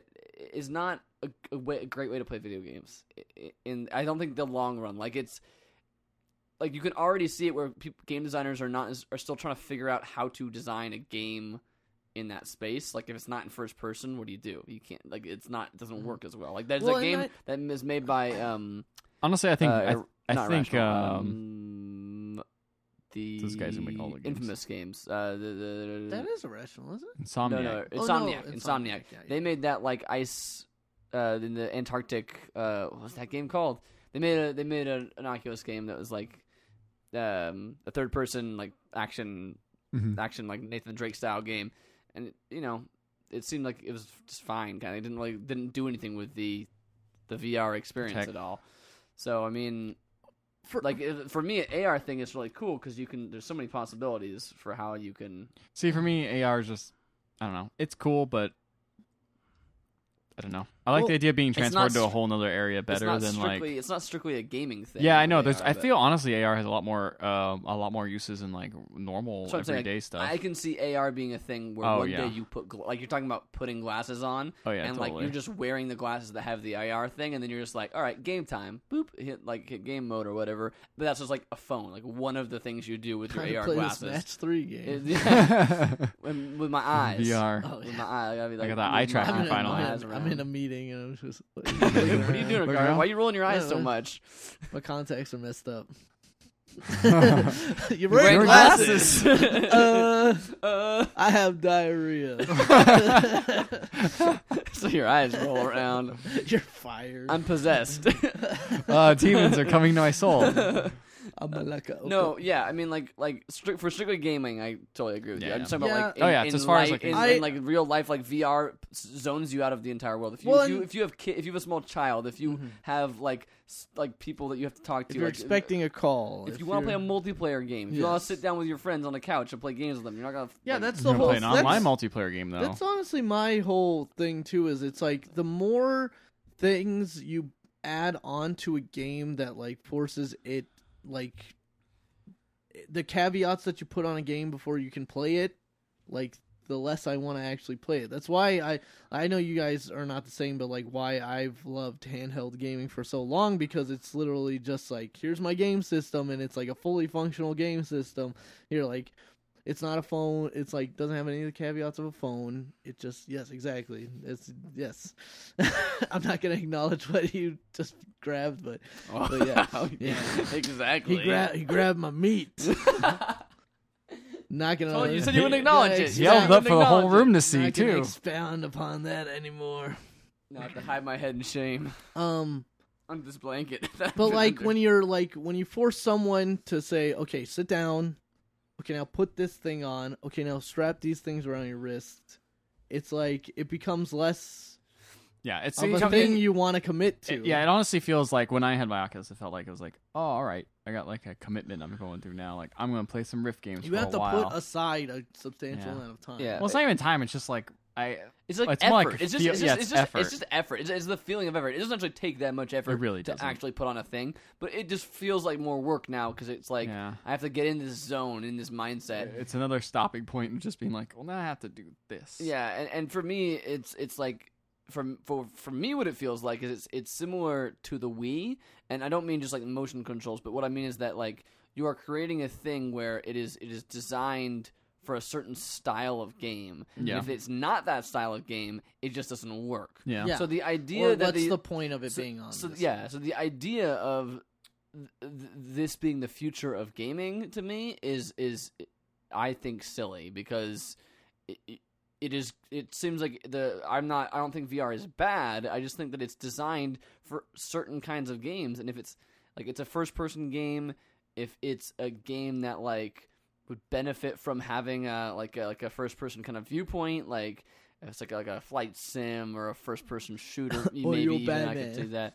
[SPEAKER 1] is not a, a way, a great way to play video games. I- I- In I don't think the long run, like it's. Like you can already see it where peop game designers are not as- are still trying to figure out how to design a game in that space. Like if it's not in first person, what do you do? You can't like it's not it doesn't work as well. Like there's
[SPEAKER 2] Mm-hmm. Well,
[SPEAKER 1] a
[SPEAKER 2] and
[SPEAKER 1] game
[SPEAKER 2] I-
[SPEAKER 1] that is made by um
[SPEAKER 3] Honestly, I think I,
[SPEAKER 1] uh,
[SPEAKER 3] I
[SPEAKER 1] not
[SPEAKER 3] think
[SPEAKER 1] Irrational,
[SPEAKER 3] um,
[SPEAKER 1] um, the
[SPEAKER 3] those guys who make all the games.
[SPEAKER 1] infamous games. Uh, the, the,
[SPEAKER 2] That is irrational, isn't it?
[SPEAKER 3] Insomniac.
[SPEAKER 1] no, no,
[SPEAKER 2] Oh, no,
[SPEAKER 1] Insomniac,
[SPEAKER 2] Insomniac,
[SPEAKER 1] Insomniac.
[SPEAKER 2] yeah, yeah.
[SPEAKER 1] They made that like ice uh, in the Antarctic. Uh, what was that game called? They made a they made a, an Oculus game that was like um, a third person like action
[SPEAKER 3] Mhm.
[SPEAKER 1] action like Nathan Drake style game, and you know it seemed like it was just fine. Kind of didn't like didn't do anything with the the VR experience
[SPEAKER 3] Tech.
[SPEAKER 1] at all. So I mean,
[SPEAKER 2] For-
[SPEAKER 1] like if- for me, an AR thing is really cool because you can. There's so many possibilities for how you can.
[SPEAKER 3] See, for me, AR is just I don't know. It's cool, but I don't know. I like
[SPEAKER 2] Well,
[SPEAKER 3] the idea of being
[SPEAKER 1] it's not
[SPEAKER 3] transported to a
[SPEAKER 1] str-
[SPEAKER 3] whole other area
[SPEAKER 1] it's
[SPEAKER 3] better
[SPEAKER 1] not
[SPEAKER 3] than like.
[SPEAKER 1] strictly. it's not strictly a gaming thing.
[SPEAKER 3] yeah, I know.
[SPEAKER 1] with
[SPEAKER 3] There's.
[SPEAKER 1] AR,
[SPEAKER 3] I
[SPEAKER 1] but
[SPEAKER 3] feel honestly, AR has a lot more, um, a lot more uses in like normal
[SPEAKER 1] That's what I'm saying,
[SPEAKER 3] everyday stuff.
[SPEAKER 1] I can see AR being a thing where
[SPEAKER 3] Oh,
[SPEAKER 1] one
[SPEAKER 3] yeah.
[SPEAKER 1] day you put gla- like you're talking about putting glasses on.
[SPEAKER 3] oh yeah,
[SPEAKER 1] and
[SPEAKER 3] totally.
[SPEAKER 1] like you're just wearing the glasses that have the IR thing, and then you're just like, all right, game time, boop, hit like hit game mode or whatever. But that's just like a phone, like one of the things you do with your
[SPEAKER 2] Trying to
[SPEAKER 1] AR
[SPEAKER 2] play
[SPEAKER 1] glasses.
[SPEAKER 2] this match three game.
[SPEAKER 1] It- And with my eyes,
[SPEAKER 3] VR.
[SPEAKER 2] Oh,
[SPEAKER 1] with
[SPEAKER 2] yeah.
[SPEAKER 1] my eye, I gotta be like,
[SPEAKER 3] got that eye
[SPEAKER 1] move my
[SPEAKER 3] tracking
[SPEAKER 2] I'm,
[SPEAKER 1] eyes
[SPEAKER 2] in,
[SPEAKER 3] finally.
[SPEAKER 2] I'm,
[SPEAKER 1] around.
[SPEAKER 2] in, I'm in a meeting and I'm just. what
[SPEAKER 1] what are you doing,
[SPEAKER 3] Look
[SPEAKER 1] Ricardo?
[SPEAKER 3] around.
[SPEAKER 1] Why are you rolling your eyes so
[SPEAKER 2] Uh,
[SPEAKER 1] much?
[SPEAKER 2] My contacts are messed up.
[SPEAKER 1] Oh.
[SPEAKER 2] You're
[SPEAKER 3] wearing
[SPEAKER 2] wearing glasses.
[SPEAKER 1] glasses.
[SPEAKER 2] uh,
[SPEAKER 1] Uh,
[SPEAKER 2] I have diarrhea.
[SPEAKER 1] so your eyes roll around.
[SPEAKER 2] You're fired.
[SPEAKER 1] I'm possessed.
[SPEAKER 3] uh, demons are coming to my soul.
[SPEAKER 2] I'm a like a
[SPEAKER 1] No, yeah, I mean, like, like stri- for strictly gaming, I totally agree with you.
[SPEAKER 3] Yeah.
[SPEAKER 1] I'm just talking
[SPEAKER 2] Yeah.
[SPEAKER 1] about like, in,
[SPEAKER 3] Oh, yeah, it's
[SPEAKER 1] in
[SPEAKER 3] as far as,
[SPEAKER 1] li-
[SPEAKER 3] like,
[SPEAKER 1] in,
[SPEAKER 2] I-
[SPEAKER 1] in, like real life, like VR s- zones you out of the entire world. If you,
[SPEAKER 2] Well,
[SPEAKER 1] if, you
[SPEAKER 2] and- Mm-hmm.
[SPEAKER 1] if you have ki- if you have a small child, if you have like s- like people that you have to talk to,
[SPEAKER 2] If you're
[SPEAKER 1] like,
[SPEAKER 2] expecting a call,
[SPEAKER 1] if, you want to play a
[SPEAKER 2] you're-
[SPEAKER 1] multiplayer game, if you want
[SPEAKER 2] Yes.
[SPEAKER 1] to sit down with your friends on the couch and play games with them, you're not gonna.
[SPEAKER 2] yeah,
[SPEAKER 1] like,
[SPEAKER 2] that's the
[SPEAKER 3] I'm
[SPEAKER 2] whole.
[SPEAKER 3] play an
[SPEAKER 2] that's-
[SPEAKER 3] online multiplayer game though.
[SPEAKER 2] That's honestly my whole thing too. Is it's like the more things you add on to a game that like forces it, like the caveats that you put on a game before you can play it, like the less I want to actually play it. That's why I I know you guys are not the same, but like why I've loved handheld gaming for so long because it's literally just like here's my game system and it's like a fully functional game system. You're like It's not a phone. It's like doesn't have any of the caveats of a phone. It just yes, exactly. It's yes. I'm not gonna acknowledge what you just grabbed, but But Oh, yeah. Yeah.
[SPEAKER 1] Oh, exactly.
[SPEAKER 2] he grabbed he grabbed my meat. not gonna.
[SPEAKER 1] Told Oh, you, you said you wouldn't acknowledge it.
[SPEAKER 3] He yelled
[SPEAKER 1] Yeah.
[SPEAKER 3] up for the whole
[SPEAKER 1] Acknowledge it.
[SPEAKER 3] room to
[SPEAKER 2] Not
[SPEAKER 3] see
[SPEAKER 2] gonna
[SPEAKER 3] too.
[SPEAKER 2] Expound upon that anymore.
[SPEAKER 1] Not to hide my head in shame
[SPEAKER 2] Um,
[SPEAKER 1] under this blanket.
[SPEAKER 2] but like when you're like when you force someone to say, okay, sit down. Okay, now put this thing on. Okay, now strap these things around your wrist. It's like it becomes less
[SPEAKER 3] yeah, it's
[SPEAKER 2] of a
[SPEAKER 1] come
[SPEAKER 2] thing
[SPEAKER 1] in-
[SPEAKER 2] you want to commit to.
[SPEAKER 3] It- yeah, it honestly feels like when I had my Oculus, it felt like it was like, oh, all right, I got like a commitment I'm going through now. Like I'm going to play some riff games.
[SPEAKER 2] you
[SPEAKER 3] for
[SPEAKER 2] have
[SPEAKER 3] a
[SPEAKER 2] to
[SPEAKER 3] while.
[SPEAKER 2] put aside a substantial
[SPEAKER 3] Yeah.
[SPEAKER 2] amount of time.
[SPEAKER 1] Yeah.
[SPEAKER 3] Well, it's not even time. It's just like I.
[SPEAKER 1] it's like
[SPEAKER 3] it's
[SPEAKER 1] effort.
[SPEAKER 3] more like a
[SPEAKER 1] it's just,
[SPEAKER 3] feel-
[SPEAKER 1] it's,
[SPEAKER 3] yeah,
[SPEAKER 1] just,
[SPEAKER 3] it's
[SPEAKER 1] it's, just
[SPEAKER 3] effort.
[SPEAKER 1] it's just effort. It's, it's the feeling of effort. It doesn't actually take that much effort.
[SPEAKER 3] really
[SPEAKER 1] to
[SPEAKER 3] doesn't.
[SPEAKER 1] actually put on a thing, but it just feels like more work now because it's like
[SPEAKER 3] Yeah.
[SPEAKER 1] I have to get in this zone, in this mindset.
[SPEAKER 3] It's another stopping point and just being like, well, now I have to do this.
[SPEAKER 1] Yeah, and, and for me, it's it's like from for for me, what it feels like is it's it's similar to the Wii, and I don't mean just like motion controls, but what I mean is that like you are creating a thing where it is it is designed for a certain style of game.
[SPEAKER 3] Yeah.
[SPEAKER 1] If it's not that style of game, it just doesn't work.
[SPEAKER 3] Yeah.
[SPEAKER 2] Yeah.
[SPEAKER 1] So the idea
[SPEAKER 2] Or
[SPEAKER 1] that
[SPEAKER 2] what's
[SPEAKER 1] the-
[SPEAKER 2] the point of it being on?
[SPEAKER 1] so
[SPEAKER 2] this?
[SPEAKER 1] yeah so the idea of th- th- this being the future of gaming to me is is i think silly because it, it- it is it seems like the i'm not i don't think vr is bad i just think that it's designed for certain kinds of games and if it's like it's a first person game if it's a game that like would benefit from having a like a, like a first person kind of viewpoint like if it's like a, like a flight sim or a first person shooter you-
[SPEAKER 2] Or
[SPEAKER 1] maybe
[SPEAKER 2] you're
[SPEAKER 1] even i could
[SPEAKER 2] Batman.
[SPEAKER 1] do that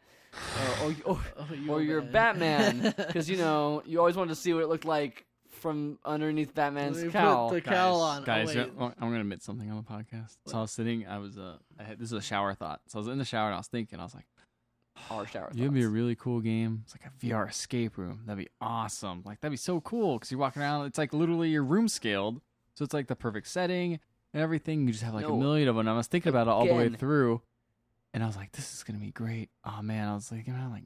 [SPEAKER 1] or, or, or,
[SPEAKER 2] Oh,
[SPEAKER 1] or you're Batman because you know you always wanted to see what it looked like from underneath Batman's
[SPEAKER 2] They put
[SPEAKER 1] cowl
[SPEAKER 2] the cowl on. Oh,
[SPEAKER 3] Guys,
[SPEAKER 2] wait.
[SPEAKER 3] yeah, well, I'm gonna admit something on the podcast. So I was sitting, I was uh, I had, this is a shower thought. So I was in the shower and I was thinking, I was like,
[SPEAKER 1] our shower.
[SPEAKER 3] "You'd be a
[SPEAKER 1] thoughts.
[SPEAKER 3] really cool game. It's like a VR escape room. That'd be awesome. Like that'd be so cool because you're walking around. It's like literally your room scaled, so it's like the perfect setting and everything. You just have like
[SPEAKER 1] No.
[SPEAKER 3] a million of them. And I was thinking about it all the way
[SPEAKER 1] Again.
[SPEAKER 3] through, and I was like, this is gonna be great. Oh man, I was like, I'm like,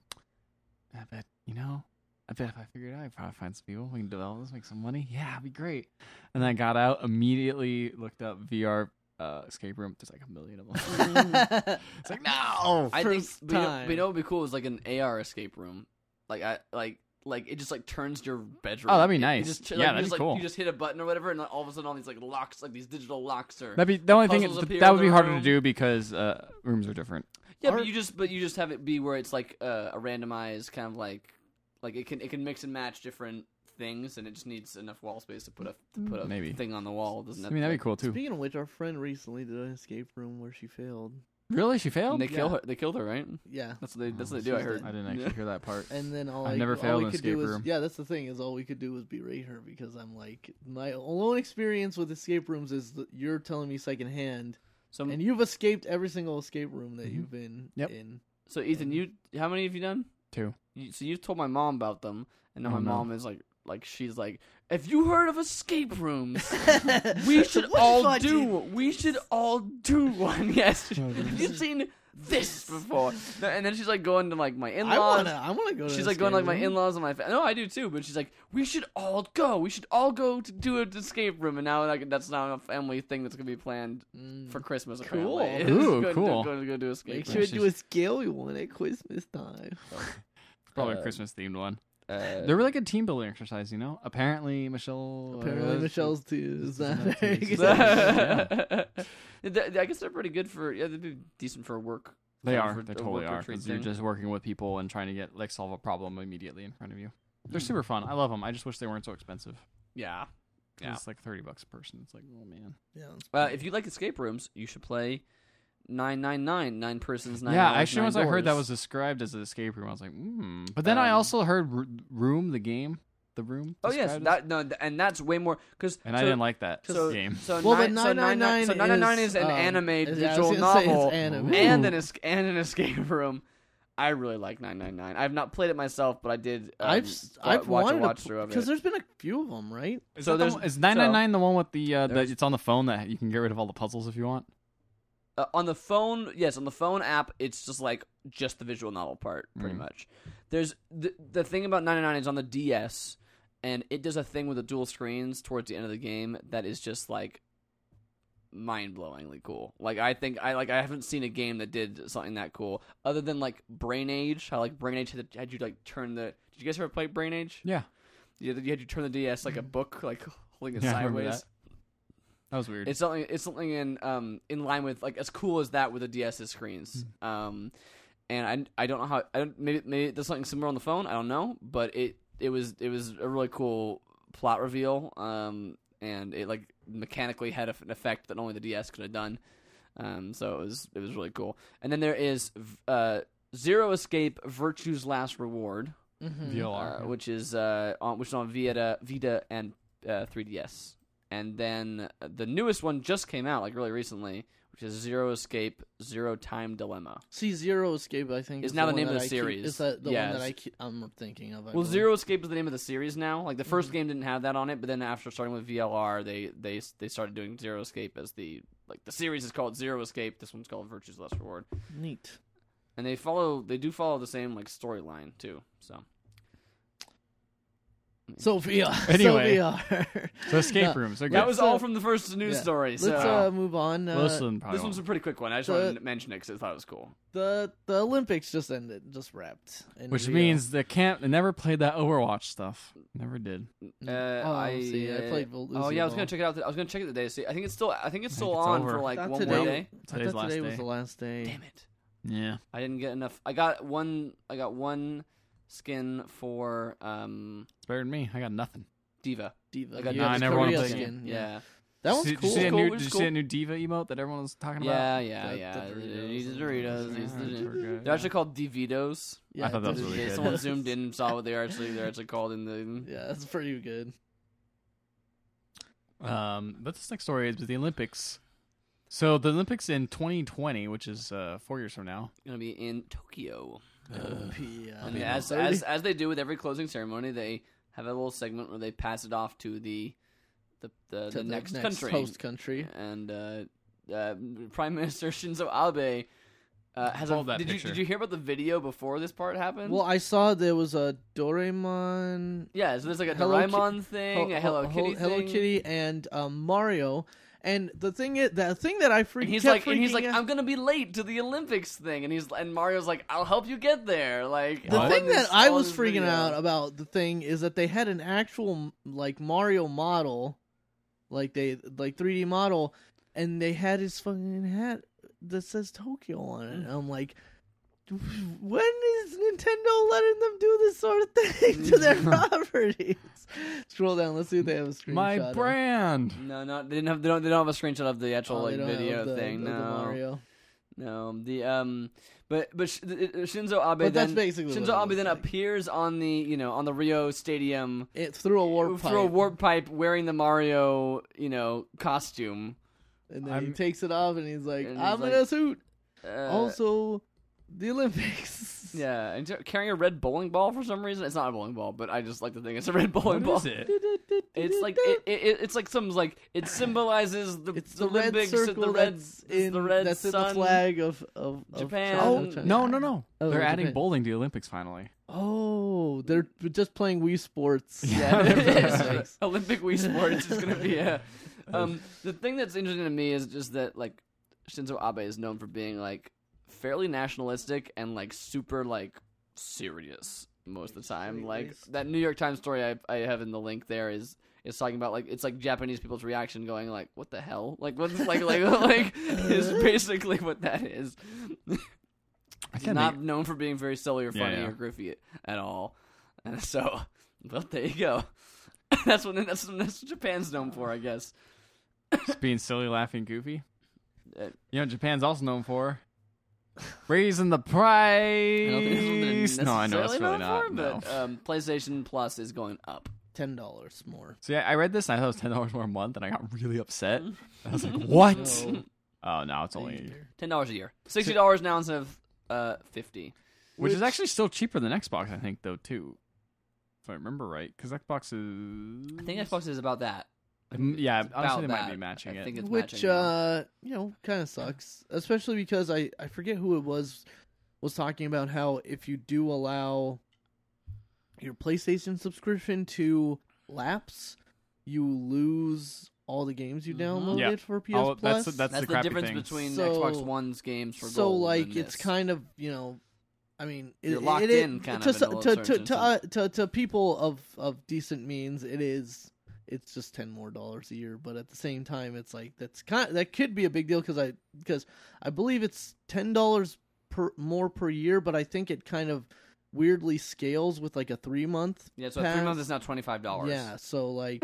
[SPEAKER 3] I bet you know. I bet if I figured it out, I'd probably find some people. We can develop this, make some money. Yeah, it'd be great. And then I got out, immediately looked up VR uh, escape room. There's like a million of them. it's like, no.
[SPEAKER 1] I think
[SPEAKER 2] first
[SPEAKER 1] but you know-
[SPEAKER 2] time.
[SPEAKER 1] But you know what would be cool is like an AR escape room, like I like. Like it just like turns your bedroom.
[SPEAKER 3] Oh, that'd be
[SPEAKER 1] It- it
[SPEAKER 3] nice.
[SPEAKER 1] just-
[SPEAKER 3] Yeah,
[SPEAKER 1] like, you
[SPEAKER 3] that'd be
[SPEAKER 1] just, like,
[SPEAKER 3] cool.
[SPEAKER 1] You just hit a button or whatever, and all of a sudden, all these like locks, like these digital locks, are.
[SPEAKER 3] That'd be the only
[SPEAKER 1] Puzzles
[SPEAKER 3] thing.
[SPEAKER 1] appear
[SPEAKER 3] That
[SPEAKER 1] in
[SPEAKER 3] would be
[SPEAKER 1] the
[SPEAKER 3] harder to
[SPEAKER 1] room.
[SPEAKER 3] do because uh, rooms are different.
[SPEAKER 1] yeah,
[SPEAKER 2] or-
[SPEAKER 1] but you just but you just have it be where it's like uh, a randomized kind of like like it can it can mix and match different things, and it just needs enough wall space to put a to put a
[SPEAKER 3] Maybe.
[SPEAKER 1] thing on the wall. Doesn't
[SPEAKER 3] I
[SPEAKER 1] have
[SPEAKER 3] mean,
[SPEAKER 1] to,
[SPEAKER 3] that'd
[SPEAKER 1] like,
[SPEAKER 3] be cool too.
[SPEAKER 2] Speaking of which, our friend recently did an escape room where she failed.
[SPEAKER 3] Really, she
[SPEAKER 1] And
[SPEAKER 3] failed.
[SPEAKER 1] they
[SPEAKER 2] Yeah.
[SPEAKER 1] kill her. They killed her, right?
[SPEAKER 2] Yeah,
[SPEAKER 1] That's what they. That's
[SPEAKER 3] Oh,
[SPEAKER 1] what they do. I
[SPEAKER 2] she's
[SPEAKER 1] heard.
[SPEAKER 3] I didn't actually
[SPEAKER 1] Yeah.
[SPEAKER 3] hear that part.
[SPEAKER 2] and then all
[SPEAKER 3] I've
[SPEAKER 2] I
[SPEAKER 3] never
[SPEAKER 2] all
[SPEAKER 3] failed
[SPEAKER 2] we
[SPEAKER 3] an
[SPEAKER 2] could
[SPEAKER 3] escape
[SPEAKER 2] do was,
[SPEAKER 3] room.
[SPEAKER 2] Yeah, that's the thing is all we could do was berate her because I'm like my own experience with escape rooms is that you're telling me secondhand,
[SPEAKER 1] So,
[SPEAKER 2] and you've escaped every single escape room that
[SPEAKER 3] Mhm.
[SPEAKER 2] you've been
[SPEAKER 3] Yep.
[SPEAKER 2] in.
[SPEAKER 1] so Ethan, you how many have you done?
[SPEAKER 3] Two.
[SPEAKER 1] You, so you told my mom about them, and now
[SPEAKER 3] Oh,
[SPEAKER 1] my
[SPEAKER 3] no.
[SPEAKER 1] mom is like, like she's like, have you heard of escape rooms? We should
[SPEAKER 2] What
[SPEAKER 1] all
[SPEAKER 2] fuck
[SPEAKER 1] do.
[SPEAKER 2] you-
[SPEAKER 1] We should all do one. Yes.
[SPEAKER 3] Oh,
[SPEAKER 1] have you seen this before? No, And then she's like going to like my in
[SPEAKER 2] I wanna,
[SPEAKER 1] laws.
[SPEAKER 2] I wanna go. To
[SPEAKER 1] She's
[SPEAKER 2] an
[SPEAKER 1] like going to, like
[SPEAKER 2] escape
[SPEAKER 1] my
[SPEAKER 2] room.
[SPEAKER 1] in laws and my. Fa- no, I do too. But she's like, we should all go. We should all go to do an escape room. And now like that's not a family thing that's gonna be planned
[SPEAKER 2] Mm.
[SPEAKER 1] for Christmas.
[SPEAKER 2] Cool.
[SPEAKER 1] apparently.
[SPEAKER 3] Ooh,
[SPEAKER 1] Go to-
[SPEAKER 3] cool.
[SPEAKER 1] Go to go do escape.
[SPEAKER 2] Make
[SPEAKER 1] room.
[SPEAKER 2] sure
[SPEAKER 3] She's-
[SPEAKER 2] to do a scary one at Christmas time.
[SPEAKER 3] Probably
[SPEAKER 1] Uh,
[SPEAKER 3] a Christmas themed one.
[SPEAKER 1] Uh,
[SPEAKER 3] They're really good team building exercise, you know. Apparently, Michelle.
[SPEAKER 2] Apparently,
[SPEAKER 3] uh,
[SPEAKER 2] Michelle's too is not
[SPEAKER 3] not
[SPEAKER 2] very
[SPEAKER 3] too-
[SPEAKER 2] good.
[SPEAKER 1] Yeah. Th- I guess they're pretty good for yeah, they'd be decent for work.
[SPEAKER 3] They
[SPEAKER 1] kind
[SPEAKER 3] are.
[SPEAKER 1] of a-
[SPEAKER 3] They
[SPEAKER 1] a
[SPEAKER 3] totally
[SPEAKER 1] work
[SPEAKER 3] are.
[SPEAKER 1] retreat
[SPEAKER 3] 'cause You're
[SPEAKER 1] thing.
[SPEAKER 3] just working with people and trying to get like solve a problem immediately in front of you.
[SPEAKER 1] Hmm.
[SPEAKER 3] They're super fun. I love them. I just wish they weren't so expensive.
[SPEAKER 1] Yeah.
[SPEAKER 3] 'Cause
[SPEAKER 1] Yeah.
[SPEAKER 3] It's like thirty bucks a person. It's like, oh man.
[SPEAKER 2] Yeah, it's
[SPEAKER 1] Uh, if you like escape rooms, you should play nine nine nine nine persons nine.
[SPEAKER 3] yeah,
[SPEAKER 1] hours,
[SPEAKER 3] actually,
[SPEAKER 1] nine
[SPEAKER 3] once I heard that
[SPEAKER 1] doors.
[SPEAKER 3] was described as an escape room, I was like, hmm. But then I
[SPEAKER 1] Um,
[SPEAKER 3] also heard R- Room, the game, the room.
[SPEAKER 1] Oh yes,
[SPEAKER 3] described as-
[SPEAKER 1] that no, th- and that's way more because
[SPEAKER 3] and I didn't like that
[SPEAKER 1] so,
[SPEAKER 3] game.
[SPEAKER 1] So
[SPEAKER 2] Well,
[SPEAKER 1] nine,
[SPEAKER 2] but
[SPEAKER 1] so nine, nine, so
[SPEAKER 2] 999
[SPEAKER 1] 999 is, an
[SPEAKER 2] um,
[SPEAKER 1] anime
[SPEAKER 2] yeah, I was
[SPEAKER 1] digital
[SPEAKER 2] gonna say it's
[SPEAKER 1] novel,
[SPEAKER 2] anime.
[SPEAKER 1] and an es- and an escape room. I really like nine nine nine. I've not played it myself, but I did. Um,
[SPEAKER 2] I've s-
[SPEAKER 1] wa-
[SPEAKER 2] I've
[SPEAKER 1] watch a
[SPEAKER 2] wanted
[SPEAKER 1] watch
[SPEAKER 2] to
[SPEAKER 1] through of
[SPEAKER 2] because
[SPEAKER 1] it.
[SPEAKER 2] there's been a few of them, right?
[SPEAKER 3] Is
[SPEAKER 1] so
[SPEAKER 3] that the
[SPEAKER 1] there's-
[SPEAKER 3] one- is nine nine nine the one with the uh, the,
[SPEAKER 1] there's-
[SPEAKER 3] it's on the phone that you can get rid of all the puzzles if you want.
[SPEAKER 1] Uh, on the phone, yes, on the phone app, it's just like just the visual novel part, pretty
[SPEAKER 3] Mm.
[SPEAKER 1] much. There's the the thing about 99 is on the DS. and it does a thing with the dual screens towards the end of the game that is just like mind-blowingly cool. Like I think I like I haven't seen a game that did something that cool other than like Brain Age. How like Brain Age had, had you like turn the Did you guys ever play Brain Age?
[SPEAKER 3] Yeah,
[SPEAKER 1] You had, you had to turn the DS like a book, like holding it
[SPEAKER 3] Mm. Yeah, I remember
[SPEAKER 1] sideways.
[SPEAKER 3] that. that was weird.
[SPEAKER 1] It's something. It's something in um in line with like as cool as that with the DS's screens. Um, and I I don't know how I don't, maybe maybe there's something similar on the phone. I don't know, but it it was it was a really cool plot reveal. Um, and it like mechanically had a, an effect that only the DS could have done. Um, so it was it was really cool. And then there is v- uh Zero Escape Virtue's Last Reward,
[SPEAKER 2] Mm-hmm.
[SPEAKER 1] uh,
[SPEAKER 3] VLR, yeah.
[SPEAKER 1] which is uh, on which is on Vita, Vita and uh, 3DS. And then uh, the newest one just came out like really recently, which is Zero Escape Zero Time Dilemma.
[SPEAKER 2] See, Zero Escape, I think,
[SPEAKER 1] Is
[SPEAKER 2] is
[SPEAKER 1] now the
[SPEAKER 2] one
[SPEAKER 1] name of
[SPEAKER 2] that
[SPEAKER 1] the
[SPEAKER 2] I keep-
[SPEAKER 1] series.
[SPEAKER 2] is that the
[SPEAKER 1] Yes.
[SPEAKER 2] one that I keep, I'm thinking of? I
[SPEAKER 1] well,
[SPEAKER 2] believe.
[SPEAKER 1] Zero Escape is the name of the series now. Like the 1st
[SPEAKER 2] Mm-hmm.
[SPEAKER 1] game didn't have that on it, but then after starting with VLR, they they they started doing Zero Escape as the like the series is called Zero Escape. This one's called Virtue's Last Reward,
[SPEAKER 2] Neat.
[SPEAKER 1] and they follow they do follow the same like storyline too. So
[SPEAKER 2] So VR.
[SPEAKER 3] Anyway.
[SPEAKER 2] so VR.
[SPEAKER 3] so escape
[SPEAKER 2] No,
[SPEAKER 3] rooms. They're
[SPEAKER 1] that
[SPEAKER 3] good.
[SPEAKER 1] was
[SPEAKER 2] So-
[SPEAKER 1] all from the first news
[SPEAKER 2] yeah.
[SPEAKER 1] story. So
[SPEAKER 2] Let's uh, move on. Uh,
[SPEAKER 3] Most of them probably
[SPEAKER 1] this one's a
[SPEAKER 3] won't.
[SPEAKER 1] pretty quick one. I just
[SPEAKER 2] the-
[SPEAKER 1] wanted to mention it because I thought it was cool.
[SPEAKER 2] the the Olympics just ended, just wrapped, in
[SPEAKER 3] which
[SPEAKER 2] VR.
[SPEAKER 3] means they can't. They never played that Overwatch stuff. Never did.
[SPEAKER 1] Uh,
[SPEAKER 2] oh,
[SPEAKER 1] I,
[SPEAKER 2] see, I played. Vol-
[SPEAKER 1] Oh yeah, I was
[SPEAKER 2] Volleyball.
[SPEAKER 1] gonna check it out. th- I was gonna check it today. See, I think it's still. I think it's
[SPEAKER 3] I
[SPEAKER 1] still
[SPEAKER 3] think it's
[SPEAKER 1] on
[SPEAKER 3] over.
[SPEAKER 1] for like
[SPEAKER 2] Not
[SPEAKER 1] one
[SPEAKER 2] today.
[SPEAKER 1] more day.
[SPEAKER 2] I
[SPEAKER 3] Today's
[SPEAKER 2] thought
[SPEAKER 3] last
[SPEAKER 2] today
[SPEAKER 3] day.
[SPEAKER 2] was the last day.
[SPEAKER 1] Damn it!
[SPEAKER 3] yeah.
[SPEAKER 1] I didn't get enough. I got one. I got one skin for um
[SPEAKER 3] It's better than me. I got nothing.
[SPEAKER 1] Diva.
[SPEAKER 2] Diva.
[SPEAKER 1] I got
[SPEAKER 3] Nah, I
[SPEAKER 1] Diva's
[SPEAKER 3] never wanna
[SPEAKER 1] Korea
[SPEAKER 3] play
[SPEAKER 1] skin.
[SPEAKER 3] that
[SPEAKER 2] again.
[SPEAKER 1] Yeah,
[SPEAKER 2] that
[SPEAKER 3] Did
[SPEAKER 2] one's
[SPEAKER 3] you- Did you,
[SPEAKER 1] It's
[SPEAKER 2] cool.
[SPEAKER 3] see, that
[SPEAKER 1] cool,
[SPEAKER 3] new,
[SPEAKER 1] it's
[SPEAKER 3] did you
[SPEAKER 1] cool.
[SPEAKER 3] see that new Diva emote that everyone was talking about?
[SPEAKER 1] yeah, yeah,
[SPEAKER 2] The-
[SPEAKER 1] yeah.
[SPEAKER 2] the
[SPEAKER 1] These
[SPEAKER 2] Doritos.
[SPEAKER 1] Doritos. These
[SPEAKER 3] Yeah, those were
[SPEAKER 1] Doritos.
[SPEAKER 3] good,
[SPEAKER 1] They're
[SPEAKER 3] yeah.
[SPEAKER 1] actually called Divitos.
[SPEAKER 2] Yeah,
[SPEAKER 3] I thought that was
[SPEAKER 2] they're-
[SPEAKER 3] really good.
[SPEAKER 1] Someone zoomed in and saw what they are actually. They're actually called in the.
[SPEAKER 2] Yeah, that's pretty good.
[SPEAKER 3] Um, but this next story is with the Olympics. So the Olympics in 2020, which is uh, four years from now.
[SPEAKER 1] Gonna be in Tokyo.
[SPEAKER 2] yeah.
[SPEAKER 1] And as, as as they do with every closing ceremony, they have a little segment where they pass it off to the the the, the,
[SPEAKER 2] To
[SPEAKER 1] next, country.
[SPEAKER 2] host country.
[SPEAKER 1] And uh, uh, Prime Minister Shinzo Abe uh, has a.
[SPEAKER 3] Hold that
[SPEAKER 1] did you
[SPEAKER 3] picture.
[SPEAKER 1] did you hear about the video before this part happened?
[SPEAKER 2] Well, I saw there was a Doraemon,
[SPEAKER 1] yeah. So there's like a
[SPEAKER 2] Hello Ki-
[SPEAKER 1] Doraemon thing,
[SPEAKER 2] Hel-
[SPEAKER 1] a Hello
[SPEAKER 2] Hel-
[SPEAKER 1] Kitty
[SPEAKER 2] Hello
[SPEAKER 1] thing.
[SPEAKER 2] Kitty, and um, Mario. And the thing is, the thing that I freaked
[SPEAKER 1] And he's
[SPEAKER 2] kept
[SPEAKER 1] like, and he's
[SPEAKER 2] freaking
[SPEAKER 1] like,
[SPEAKER 2] out-
[SPEAKER 1] I'm gonna be late to the Olympics thing, and he's and Mario's like, I'll help you get there. Like
[SPEAKER 2] the
[SPEAKER 1] all
[SPEAKER 3] What?
[SPEAKER 2] thing
[SPEAKER 1] in this-
[SPEAKER 2] that I
[SPEAKER 1] all
[SPEAKER 2] was
[SPEAKER 1] in
[SPEAKER 2] freaking
[SPEAKER 1] this video.
[SPEAKER 2] out about the thing is that they had an actual like Mario model, like they like 3D model, and they had his fucking hat that says Tokyo on it. And I'm like, when is Nintendo letting them do this sort of thing to their properties? Scroll down, let's see if they have a screenshot.
[SPEAKER 3] My
[SPEAKER 2] of-
[SPEAKER 3] brand.
[SPEAKER 1] No, no, they didn't have. They don't. They don't have a screenshot of the actual
[SPEAKER 2] Oh, they
[SPEAKER 1] like
[SPEAKER 2] don't have
[SPEAKER 1] video
[SPEAKER 2] the-
[SPEAKER 1] thing.
[SPEAKER 2] of the
[SPEAKER 1] no,
[SPEAKER 2] Mario.
[SPEAKER 1] No, the um, but but Sh- th- th- Shinzo Abe then
[SPEAKER 2] But that's basically what it
[SPEAKER 1] Shinzo Abe
[SPEAKER 2] looks
[SPEAKER 1] then
[SPEAKER 2] like.
[SPEAKER 1] appears on the you know on the Rio Stadium
[SPEAKER 2] It through a warp
[SPEAKER 1] through
[SPEAKER 2] pipe,
[SPEAKER 1] a warp pipe wearing the Mario you know costume.
[SPEAKER 2] and then he
[SPEAKER 3] I'm-
[SPEAKER 2] takes it off, and he's like,
[SPEAKER 1] And he's
[SPEAKER 2] "I'm in
[SPEAKER 1] like-
[SPEAKER 2] a suit."
[SPEAKER 1] Uh,
[SPEAKER 2] also, the Olympics.
[SPEAKER 1] yeah, and t- carrying a red bowling ball for some reason. It's not a bowling ball, but I just like to think it's a red bowling ball.
[SPEAKER 3] What is it?
[SPEAKER 1] It's like it, it, it- it's like some like it symbolizes the
[SPEAKER 2] It's the,
[SPEAKER 1] the
[SPEAKER 2] red
[SPEAKER 1] Olympics,
[SPEAKER 2] circle
[SPEAKER 1] the red
[SPEAKER 2] that's
[SPEAKER 1] it's
[SPEAKER 2] in
[SPEAKER 1] the red
[SPEAKER 2] that's in
[SPEAKER 1] sun.
[SPEAKER 2] the flag of of, of
[SPEAKER 1] Japan.
[SPEAKER 2] China,
[SPEAKER 1] Oh,
[SPEAKER 2] of China.
[SPEAKER 3] No, no, no.
[SPEAKER 2] Oh,
[SPEAKER 3] They're
[SPEAKER 2] it
[SPEAKER 3] adding
[SPEAKER 2] depends.
[SPEAKER 3] bowling to the Olympics finally.
[SPEAKER 2] Oh, they're just playing Wii Sports.
[SPEAKER 1] Yeah, there
[SPEAKER 2] Olympics.
[SPEAKER 1] is. Olympic Wii Sports is going to be a. Um, the thing that's interesting to me is just that like Shinzo Abe is known for being like fairly nationalistic and like super like serious most of the time. Like that New York Times story I I have in the link there is is talking about like it's like Japanese people's reaction going like what the hell like what's like like like is basically what that is.
[SPEAKER 3] I
[SPEAKER 1] He's
[SPEAKER 3] can't
[SPEAKER 1] not
[SPEAKER 3] think-
[SPEAKER 1] known for being very silly or
[SPEAKER 3] Yeah,
[SPEAKER 1] funny
[SPEAKER 3] yeah.
[SPEAKER 1] or goofy at all. And so, well, there you go. that's what that's, that's what Japan's known for, I guess.
[SPEAKER 3] just being silly, laughing, goofy.
[SPEAKER 1] Uh,
[SPEAKER 3] You know, Japan's also known for raising the price.
[SPEAKER 1] I don't think that's what they're
[SPEAKER 3] no, I know
[SPEAKER 1] necessarily
[SPEAKER 3] it's really
[SPEAKER 1] known
[SPEAKER 3] not.
[SPEAKER 1] for,
[SPEAKER 3] no.
[SPEAKER 1] But um, PlayStation Plus is going up.
[SPEAKER 2] Ten dollars more.
[SPEAKER 3] So yeah, I read this and I thought it was ten dollars more a month, and I got really upset. I was like, "What?
[SPEAKER 2] So,
[SPEAKER 3] Oh no, it's only
[SPEAKER 1] Ten dollars a year, sixty dollars now instead of uh fifty.
[SPEAKER 3] which is actually still cheaper than Xbox, I think, though too, if I remember right, because Xbox is.
[SPEAKER 1] I think Xbox is about that.
[SPEAKER 3] Mm, yeah,
[SPEAKER 1] it's
[SPEAKER 3] honestly,
[SPEAKER 1] about
[SPEAKER 3] they might
[SPEAKER 1] that.
[SPEAKER 3] be matching
[SPEAKER 1] I
[SPEAKER 3] it.
[SPEAKER 1] think it's
[SPEAKER 2] which
[SPEAKER 1] matching now.
[SPEAKER 2] uh you know kind of sucks especially because i i forget who it was was talking about how if you do allow your playstation subscription to laps, you lose all the games you
[SPEAKER 1] Mhm.
[SPEAKER 2] downloaded
[SPEAKER 3] Yeah.
[SPEAKER 2] for PS
[SPEAKER 3] Oh, that's-
[SPEAKER 2] Plus.
[SPEAKER 1] That's,
[SPEAKER 3] that's-
[SPEAKER 1] the,
[SPEAKER 3] the crappy
[SPEAKER 1] difference
[SPEAKER 3] thing.
[SPEAKER 1] between
[SPEAKER 2] So-
[SPEAKER 1] Xbox One's games for
[SPEAKER 2] so
[SPEAKER 1] gold
[SPEAKER 2] like
[SPEAKER 1] and
[SPEAKER 2] it's
[SPEAKER 1] this.
[SPEAKER 2] kind of you know, I mean, it,
[SPEAKER 1] You're locked
[SPEAKER 2] it, it-
[SPEAKER 1] in kind
[SPEAKER 2] to
[SPEAKER 1] of in a
[SPEAKER 2] so-
[SPEAKER 1] lot
[SPEAKER 2] to
[SPEAKER 1] of
[SPEAKER 2] to
[SPEAKER 1] certain
[SPEAKER 2] to, uh, to to people of of decent means, it is. It's just ten more dollars a year, but at the same time, it's like that's kind that could be a big deal because I because I believe it's ten dollars per more per year, but I think it kind of weirdly scales with like a three month
[SPEAKER 1] yeah. So three
[SPEAKER 2] pass-
[SPEAKER 1] months is now twenty five dollars.
[SPEAKER 2] yeah, so like,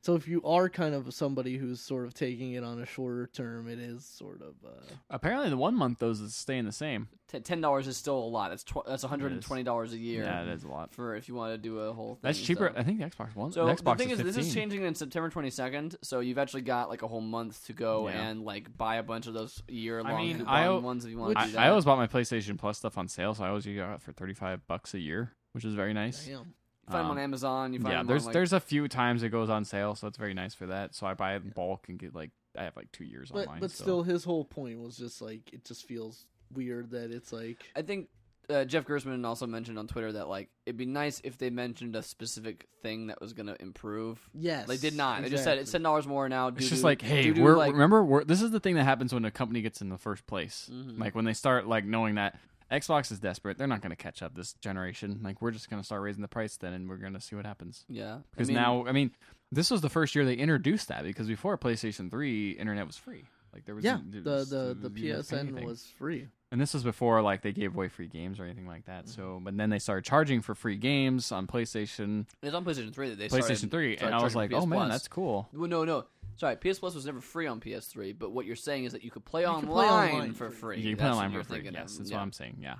[SPEAKER 2] so if you are kind of somebody who's sort of taking it on a shorter term, it is sort of uh,
[SPEAKER 3] Apparently, the one month those is staying the same.
[SPEAKER 1] ten dollars is still a lot. That's tw- that's one hundred and twenty dollars a year
[SPEAKER 3] Yeah, it is a lot.
[SPEAKER 1] for if you want to do a whole. thing.
[SPEAKER 3] That's cheaper.
[SPEAKER 1] So,
[SPEAKER 3] I think the Xbox One.
[SPEAKER 1] So
[SPEAKER 3] the Xbox
[SPEAKER 1] the thing
[SPEAKER 3] is,
[SPEAKER 1] is, this is
[SPEAKER 3] 15.
[SPEAKER 1] changing in September twenty second. So you've actually got like a whole month to go
[SPEAKER 3] Yeah.
[SPEAKER 1] and like buy a bunch of those year long
[SPEAKER 3] I mean,
[SPEAKER 1] coupon
[SPEAKER 3] I o-
[SPEAKER 1] ones if you want
[SPEAKER 2] Which-
[SPEAKER 1] to do that.
[SPEAKER 3] I, I always bought my PlayStation Plus stuff on sale, so I always got it for thirty five bucks a year, which is very nice.
[SPEAKER 2] damn.
[SPEAKER 1] You find them on
[SPEAKER 3] um,
[SPEAKER 1] Amazon. You find
[SPEAKER 3] Yeah,
[SPEAKER 1] them
[SPEAKER 3] there's
[SPEAKER 1] on, like,
[SPEAKER 3] there's a few times it goes on sale, so it's very nice for that. So I buy it in bulk and get like I have like two years
[SPEAKER 2] But
[SPEAKER 3] online.
[SPEAKER 2] but
[SPEAKER 3] so.
[SPEAKER 2] still, his whole point was just like it just feels weird that it's like
[SPEAKER 1] I think uh, Jeff Gersman also mentioned on Twitter that like it'd be nice if they mentioned a specific thing that was going to improve.
[SPEAKER 2] yes,
[SPEAKER 1] They did not. They just said it's ten dollars more now.
[SPEAKER 3] it's
[SPEAKER 1] due
[SPEAKER 3] just
[SPEAKER 1] to-
[SPEAKER 3] like, hey,
[SPEAKER 1] due to,
[SPEAKER 3] we're
[SPEAKER 1] like-
[SPEAKER 3] remember we're this is the thing that happens when a company gets in the first place.
[SPEAKER 1] Mhm.
[SPEAKER 3] Like when they start like knowing that Xbox is desperate, they're not going to catch up this generation. Like we're just going to start raising the price then, and we're going to see what happens.
[SPEAKER 1] yeah, I
[SPEAKER 3] Because
[SPEAKER 1] mean,
[SPEAKER 3] now, I mean, this was the first year they introduced that because before PlayStation Three, internet was free. Like there was
[SPEAKER 2] Yeah,
[SPEAKER 3] there
[SPEAKER 2] the
[SPEAKER 3] was-
[SPEAKER 2] the the
[SPEAKER 3] there you didn't pay
[SPEAKER 2] PSN
[SPEAKER 3] anything.
[SPEAKER 2] was free.
[SPEAKER 3] and this was before like they gave away free games or anything like
[SPEAKER 1] Mm-hmm.
[SPEAKER 3] that. So, but then they started charging for free games on PlayStation,
[SPEAKER 1] it's on PlayStation Three that they
[SPEAKER 3] PlayStation
[SPEAKER 1] started-
[SPEAKER 3] Three,
[SPEAKER 1] started
[SPEAKER 3] and I was
[SPEAKER 1] charging
[SPEAKER 3] like,
[SPEAKER 1] for PS
[SPEAKER 3] oh man,
[SPEAKER 1] Plus.
[SPEAKER 3] that's cool.
[SPEAKER 1] Well, no, no. Sorry, PS Plus was never free on PS3, but what you're saying is that you could play,
[SPEAKER 2] You
[SPEAKER 1] online,
[SPEAKER 2] could play online
[SPEAKER 1] for
[SPEAKER 2] for-
[SPEAKER 1] free.
[SPEAKER 3] You can play
[SPEAKER 1] That's
[SPEAKER 3] online
[SPEAKER 1] what
[SPEAKER 3] for
[SPEAKER 1] you're
[SPEAKER 3] free.
[SPEAKER 1] thinking of.
[SPEAKER 3] Yes, that's
[SPEAKER 1] yeah.
[SPEAKER 3] what I'm saying. Yeah,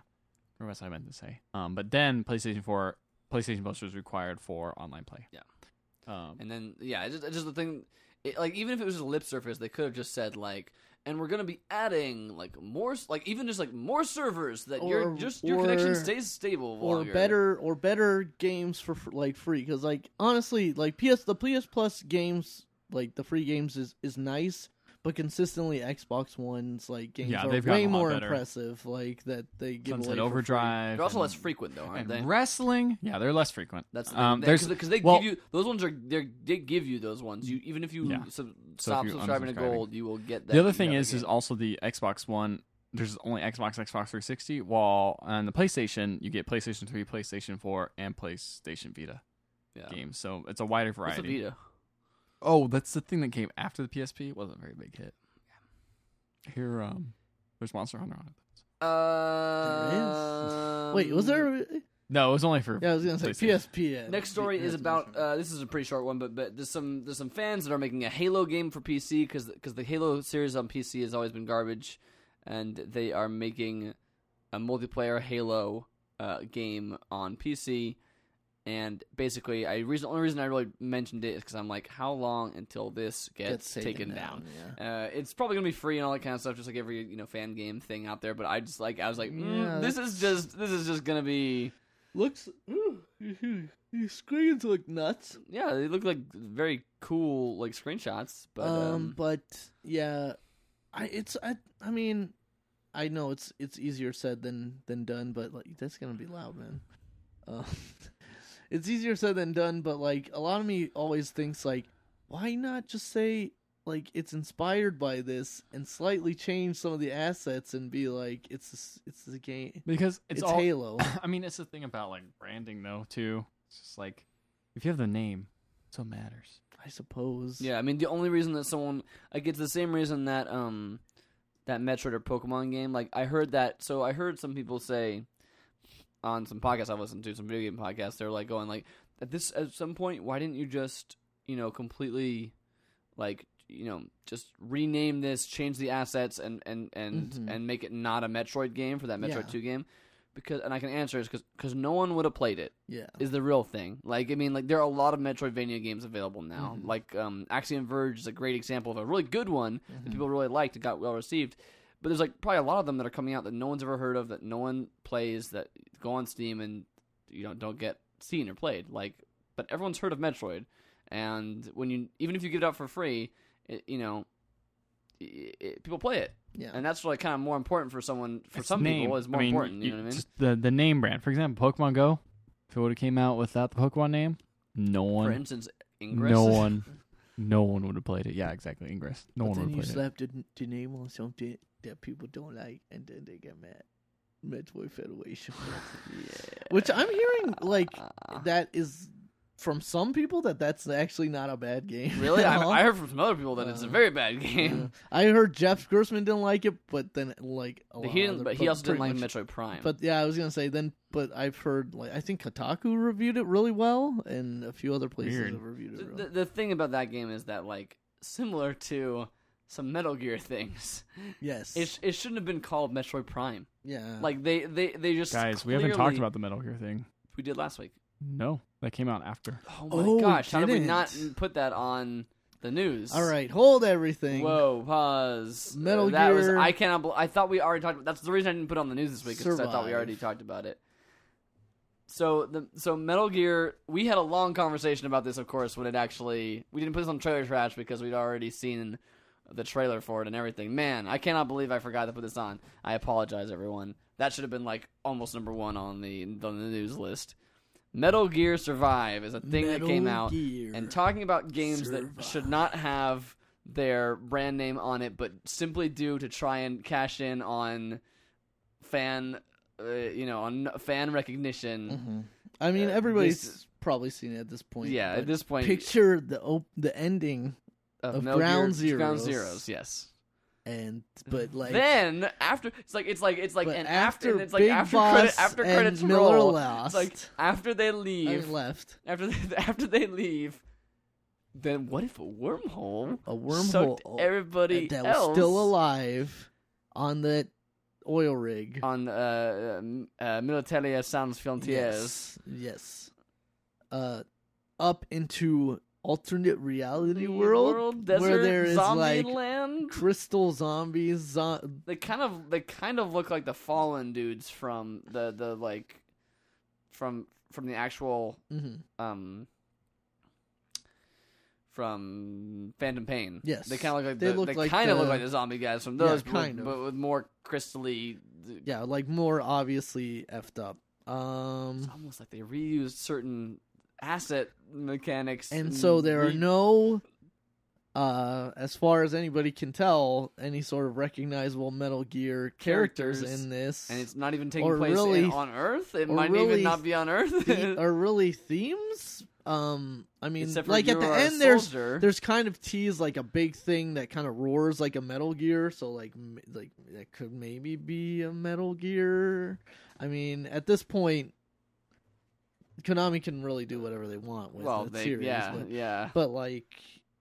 [SPEAKER 3] or that's what I meant to say. Um, but then PlayStation Four, PlayStation Plus was required for online play.
[SPEAKER 1] Yeah.
[SPEAKER 3] Um,
[SPEAKER 1] And then yeah, it's just, it's just the thing. It, like even if it was just lip service, they could have just said like, and we're gonna be adding like more, s- like even just like more servers that your
[SPEAKER 2] Or-
[SPEAKER 1] just your connection
[SPEAKER 2] or-
[SPEAKER 1] stays stable
[SPEAKER 2] or
[SPEAKER 1] longer.
[SPEAKER 2] better or better games for fr- like free because like honestly like ps the ps plus games like the free games is is nice but consistently xbox one's like games
[SPEAKER 3] Yeah,
[SPEAKER 2] are
[SPEAKER 3] they've
[SPEAKER 2] way
[SPEAKER 3] gotten a lot
[SPEAKER 2] more
[SPEAKER 3] better.
[SPEAKER 2] impressive like that they give away
[SPEAKER 3] Sunset
[SPEAKER 2] for free.
[SPEAKER 3] Overdrive.
[SPEAKER 1] They're also
[SPEAKER 3] and-
[SPEAKER 1] less frequent though, aren't
[SPEAKER 3] and
[SPEAKER 1] they?
[SPEAKER 3] wrestling. Yeah, they're less frequent.
[SPEAKER 1] That's the
[SPEAKER 3] um,
[SPEAKER 1] thing.
[SPEAKER 3] there's-
[SPEAKER 1] because they
[SPEAKER 3] well-
[SPEAKER 1] give you those ones are they they give you those ones. You even if you
[SPEAKER 3] Yeah.
[SPEAKER 1] sub,
[SPEAKER 3] So
[SPEAKER 1] stop
[SPEAKER 3] if you
[SPEAKER 1] subscribing to
[SPEAKER 3] unsubscribing.
[SPEAKER 1] gold, you will get that.
[SPEAKER 3] the other thing
[SPEAKER 1] other
[SPEAKER 3] is, is
[SPEAKER 1] game.
[SPEAKER 3] also the Xbox One. There's only Xbox, Xbox 360. While on the PlayStation, you get PlayStation 3, PlayStation 4, and PlayStation Vita
[SPEAKER 1] yeah.
[SPEAKER 3] games. So it's a wider
[SPEAKER 1] What's the
[SPEAKER 3] variety.
[SPEAKER 1] Vita?
[SPEAKER 3] Oh, that's the thing that came after the PSP. It wasn't a very big hit. Here, um, there's Monster Hunter on it.
[SPEAKER 1] Uh,
[SPEAKER 2] wait was there a-
[SPEAKER 3] No, it was only for.
[SPEAKER 2] yeah i was gonna say
[SPEAKER 3] PlayStation.
[SPEAKER 2] psp
[SPEAKER 1] Next story is about uh, this is a pretty short one, but but there's some there's some fans that are making a Halo game for PC because the Halo series on PC has always been garbage, and they are making a multiplayer Halo uh, game on PC. And basically, I reason only reason I really mentioned it is because I'm like, how long until this gets, taken, down?
[SPEAKER 2] yeah.
[SPEAKER 1] Uh, it's probably gonna be free and all that kind of stuff, just like every you know fan game thing out there. But I just like I was like, mm,
[SPEAKER 2] Yeah,
[SPEAKER 1] this is just this is just gonna be
[SPEAKER 2] looks ooh, these screens look nuts
[SPEAKER 1] Yeah, they look like very cool like screenshots, but um,
[SPEAKER 2] um, but yeah, I it's I I mean, I know it's it's easier said than than done, but like that's gonna be loud, man. Um, it's easier said than done, but like a lot of me always thinks like, why not just say like it's inspired by this and slightly change some of the assets and be like it's this, it's the game.
[SPEAKER 3] Because
[SPEAKER 2] It's,
[SPEAKER 3] it's, all.
[SPEAKER 2] Halo.
[SPEAKER 3] I mean, it's the thing about like branding though too. It's just like if you have the name, it's what matters.
[SPEAKER 2] I suppose.
[SPEAKER 1] yeah, I mean the only reason that someone like it's the same reason that um that Metroid or Pokemon game like I heard that so I heard some people say on some podcasts I listened to some video game podcasts they're like going like at this at some point why didn't you just you know completely like you know just rename this change the assets and and and
[SPEAKER 2] Mhm.
[SPEAKER 1] and make it not a Metroid game for that Metroid
[SPEAKER 2] Yeah.
[SPEAKER 1] 2 game because and I can answer is because no one would have played it
[SPEAKER 2] Yeah.
[SPEAKER 1] is the real thing. Like, I mean, like there are a lot of Metroidvania games available now.
[SPEAKER 3] Mm-hmm.
[SPEAKER 2] Mhm.
[SPEAKER 1] Like, um, Axiom Verge is a great example of a really good one that
[SPEAKER 3] Mm-hmm.
[SPEAKER 2] Mhm.
[SPEAKER 1] people really liked and got well received. But there's like probably a lot of them that are coming out that no one's ever heard of, that no one plays, that go on Steam and you know don't get seen or played. Like, but everyone's heard of Metroid, and when you even if you give it out for free, it, you know, i it, people play it,
[SPEAKER 2] Yeah.
[SPEAKER 1] and that's really kind of more important for someone. For
[SPEAKER 3] It's
[SPEAKER 1] some
[SPEAKER 3] name.
[SPEAKER 1] people, is more
[SPEAKER 3] I mean,
[SPEAKER 1] important. You know what I mean?
[SPEAKER 3] Just the the name brand. For example, Pokemon Go. If it would have came out without the Pokemon name, no
[SPEAKER 1] for
[SPEAKER 3] one.
[SPEAKER 1] instance, Ingress.
[SPEAKER 3] No one, no one would have played it. Yeah, exactly. Ingress. No
[SPEAKER 2] but
[SPEAKER 3] one
[SPEAKER 2] then you
[SPEAKER 3] would have played it.
[SPEAKER 2] slapped the, the name on something that people don't like, and then they get mad. Metroid Federation, which I'm hearing like
[SPEAKER 1] Ah.
[SPEAKER 2] that is from some people that that's actually not a bad game.
[SPEAKER 1] really?
[SPEAKER 2] at
[SPEAKER 1] I,
[SPEAKER 2] all.
[SPEAKER 1] I heard from some other people that it's a
[SPEAKER 2] Uh,
[SPEAKER 1] very bad game.
[SPEAKER 2] Yeah. I heard Jeff Gersman didn't like it, but then like a
[SPEAKER 1] But
[SPEAKER 2] lot
[SPEAKER 1] he didn't.
[SPEAKER 2] other-
[SPEAKER 1] But he also didn't
[SPEAKER 2] pretty
[SPEAKER 1] like
[SPEAKER 2] much-
[SPEAKER 1] Metroid Prime.
[SPEAKER 2] But yeah, I was gonna say then. But I've heard like I think Kotaku reviewed it really well, and a few other places
[SPEAKER 3] Weird.
[SPEAKER 2] have reviewed
[SPEAKER 1] the,
[SPEAKER 2] it.
[SPEAKER 1] the,
[SPEAKER 2] Really.
[SPEAKER 1] the thing about that game is that like similar to some Metal Gear things,
[SPEAKER 2] yes,
[SPEAKER 1] it sh- it shouldn't have been called Metroid Prime.
[SPEAKER 2] yeah,
[SPEAKER 1] Like they they they just
[SPEAKER 3] Guys, we haven't talked
[SPEAKER 1] clearly-
[SPEAKER 3] about the Metal Gear thing.
[SPEAKER 1] we did last week.
[SPEAKER 3] No, that came out after.
[SPEAKER 1] Oh my
[SPEAKER 2] Oh,
[SPEAKER 1] gosh! How did we not
[SPEAKER 2] didn't.
[SPEAKER 1] put that on the news?
[SPEAKER 2] all right, hold everything.
[SPEAKER 1] Whoa, pause.
[SPEAKER 2] Metal
[SPEAKER 1] that was
[SPEAKER 2] Gear-
[SPEAKER 1] I cannot. bel I thought we already talked. About, that's the reason I didn't put it on the news this week. Because I thought we
[SPEAKER 2] Survive.
[SPEAKER 1] already talked about it. So the so Metal Gear. We had a long conversation about this, of course, when it actually we didn't put this on trailer trash because we'd already seen the trailer for it and everything. Man, I cannot believe I forgot to put this on. I apologize, everyone. That should have been like almost number one on the on the news list. Metal Gear Survive is a thing that came
[SPEAKER 2] Metal
[SPEAKER 1] out
[SPEAKER 2] Gear.
[SPEAKER 1] and talking about games that
[SPEAKER 2] Survive.
[SPEAKER 1] should not have their brand name on it, but simply do to try and cash in on fan, uh, you know, on fan recognition.
[SPEAKER 2] Mhm. I mean,
[SPEAKER 1] Uh,
[SPEAKER 2] everybody's
[SPEAKER 1] this-
[SPEAKER 2] probably seen it at this point.
[SPEAKER 1] Yeah,
[SPEAKER 2] but
[SPEAKER 1] at this point,
[SPEAKER 2] Oh picture the op- the ending, of
[SPEAKER 1] Metal Gear-
[SPEAKER 2] Ground Zeroes.
[SPEAKER 1] Ground Zeros, yes.
[SPEAKER 2] and but like
[SPEAKER 1] then after, it's like it's like it's like
[SPEAKER 2] but
[SPEAKER 1] and after, and it's like
[SPEAKER 2] Big
[SPEAKER 1] after
[SPEAKER 2] Boss
[SPEAKER 1] credit, after
[SPEAKER 2] and
[SPEAKER 1] credits
[SPEAKER 2] Miller
[SPEAKER 1] roll.
[SPEAKER 2] lost,
[SPEAKER 1] It's like after they leave,
[SPEAKER 2] I mean, left
[SPEAKER 1] after they, after they leave, then what if a wormhole?
[SPEAKER 2] a
[SPEAKER 1] sucked
[SPEAKER 2] wormhole
[SPEAKER 1] everybody
[SPEAKER 2] that
[SPEAKER 1] else
[SPEAKER 2] was still alive on that oil rig.
[SPEAKER 1] on uh, um, uh, Militaria Sans Frontières.
[SPEAKER 2] Yes. Yes. Uh, up into alternate reality world,
[SPEAKER 1] desert,
[SPEAKER 2] where there is
[SPEAKER 1] zombie
[SPEAKER 2] like
[SPEAKER 1] land.
[SPEAKER 2] crystal zombies. Zo-
[SPEAKER 1] They kind of they kind of look like the fallen dudes from the the like from from the actual
[SPEAKER 2] hmm
[SPEAKER 1] um from Phantom Pain.
[SPEAKER 2] Yes.
[SPEAKER 1] they kind of look like
[SPEAKER 2] They
[SPEAKER 1] the,
[SPEAKER 2] look
[SPEAKER 1] they
[SPEAKER 2] like
[SPEAKER 1] kind of look
[SPEAKER 2] the-
[SPEAKER 1] like the zombie guys from
[SPEAKER 2] Yeah,
[SPEAKER 1] those, but,
[SPEAKER 2] kind
[SPEAKER 1] with,
[SPEAKER 2] of.
[SPEAKER 1] but with more crystally.
[SPEAKER 2] Yeah, like more obviously effed up. Um,
[SPEAKER 1] It's almost like they reused certain asset mechanics,
[SPEAKER 2] and so there are
[SPEAKER 1] re-
[SPEAKER 2] no uh as far as anybody can tell any sort of recognizable metal gear characters,
[SPEAKER 1] Characters.
[SPEAKER 2] in this
[SPEAKER 1] and it's not even taking
[SPEAKER 2] Or
[SPEAKER 1] place
[SPEAKER 2] really-
[SPEAKER 1] in, on Earth. It
[SPEAKER 2] or
[SPEAKER 1] might even
[SPEAKER 2] really
[SPEAKER 1] not be on Earth.
[SPEAKER 2] the- are really themes um i mean
[SPEAKER 1] Except for
[SPEAKER 2] like
[SPEAKER 1] you
[SPEAKER 2] at the
[SPEAKER 1] are a
[SPEAKER 2] end there's
[SPEAKER 1] soldier.
[SPEAKER 2] there's kind of tease like a big thing that kind of roars like a metal gear so like m- like that could maybe be a metal gear i mean at this point konami can really do whatever they want with
[SPEAKER 1] well,
[SPEAKER 2] that
[SPEAKER 1] they,
[SPEAKER 2] series
[SPEAKER 1] yeah,
[SPEAKER 2] but,
[SPEAKER 1] yeah.
[SPEAKER 2] but, like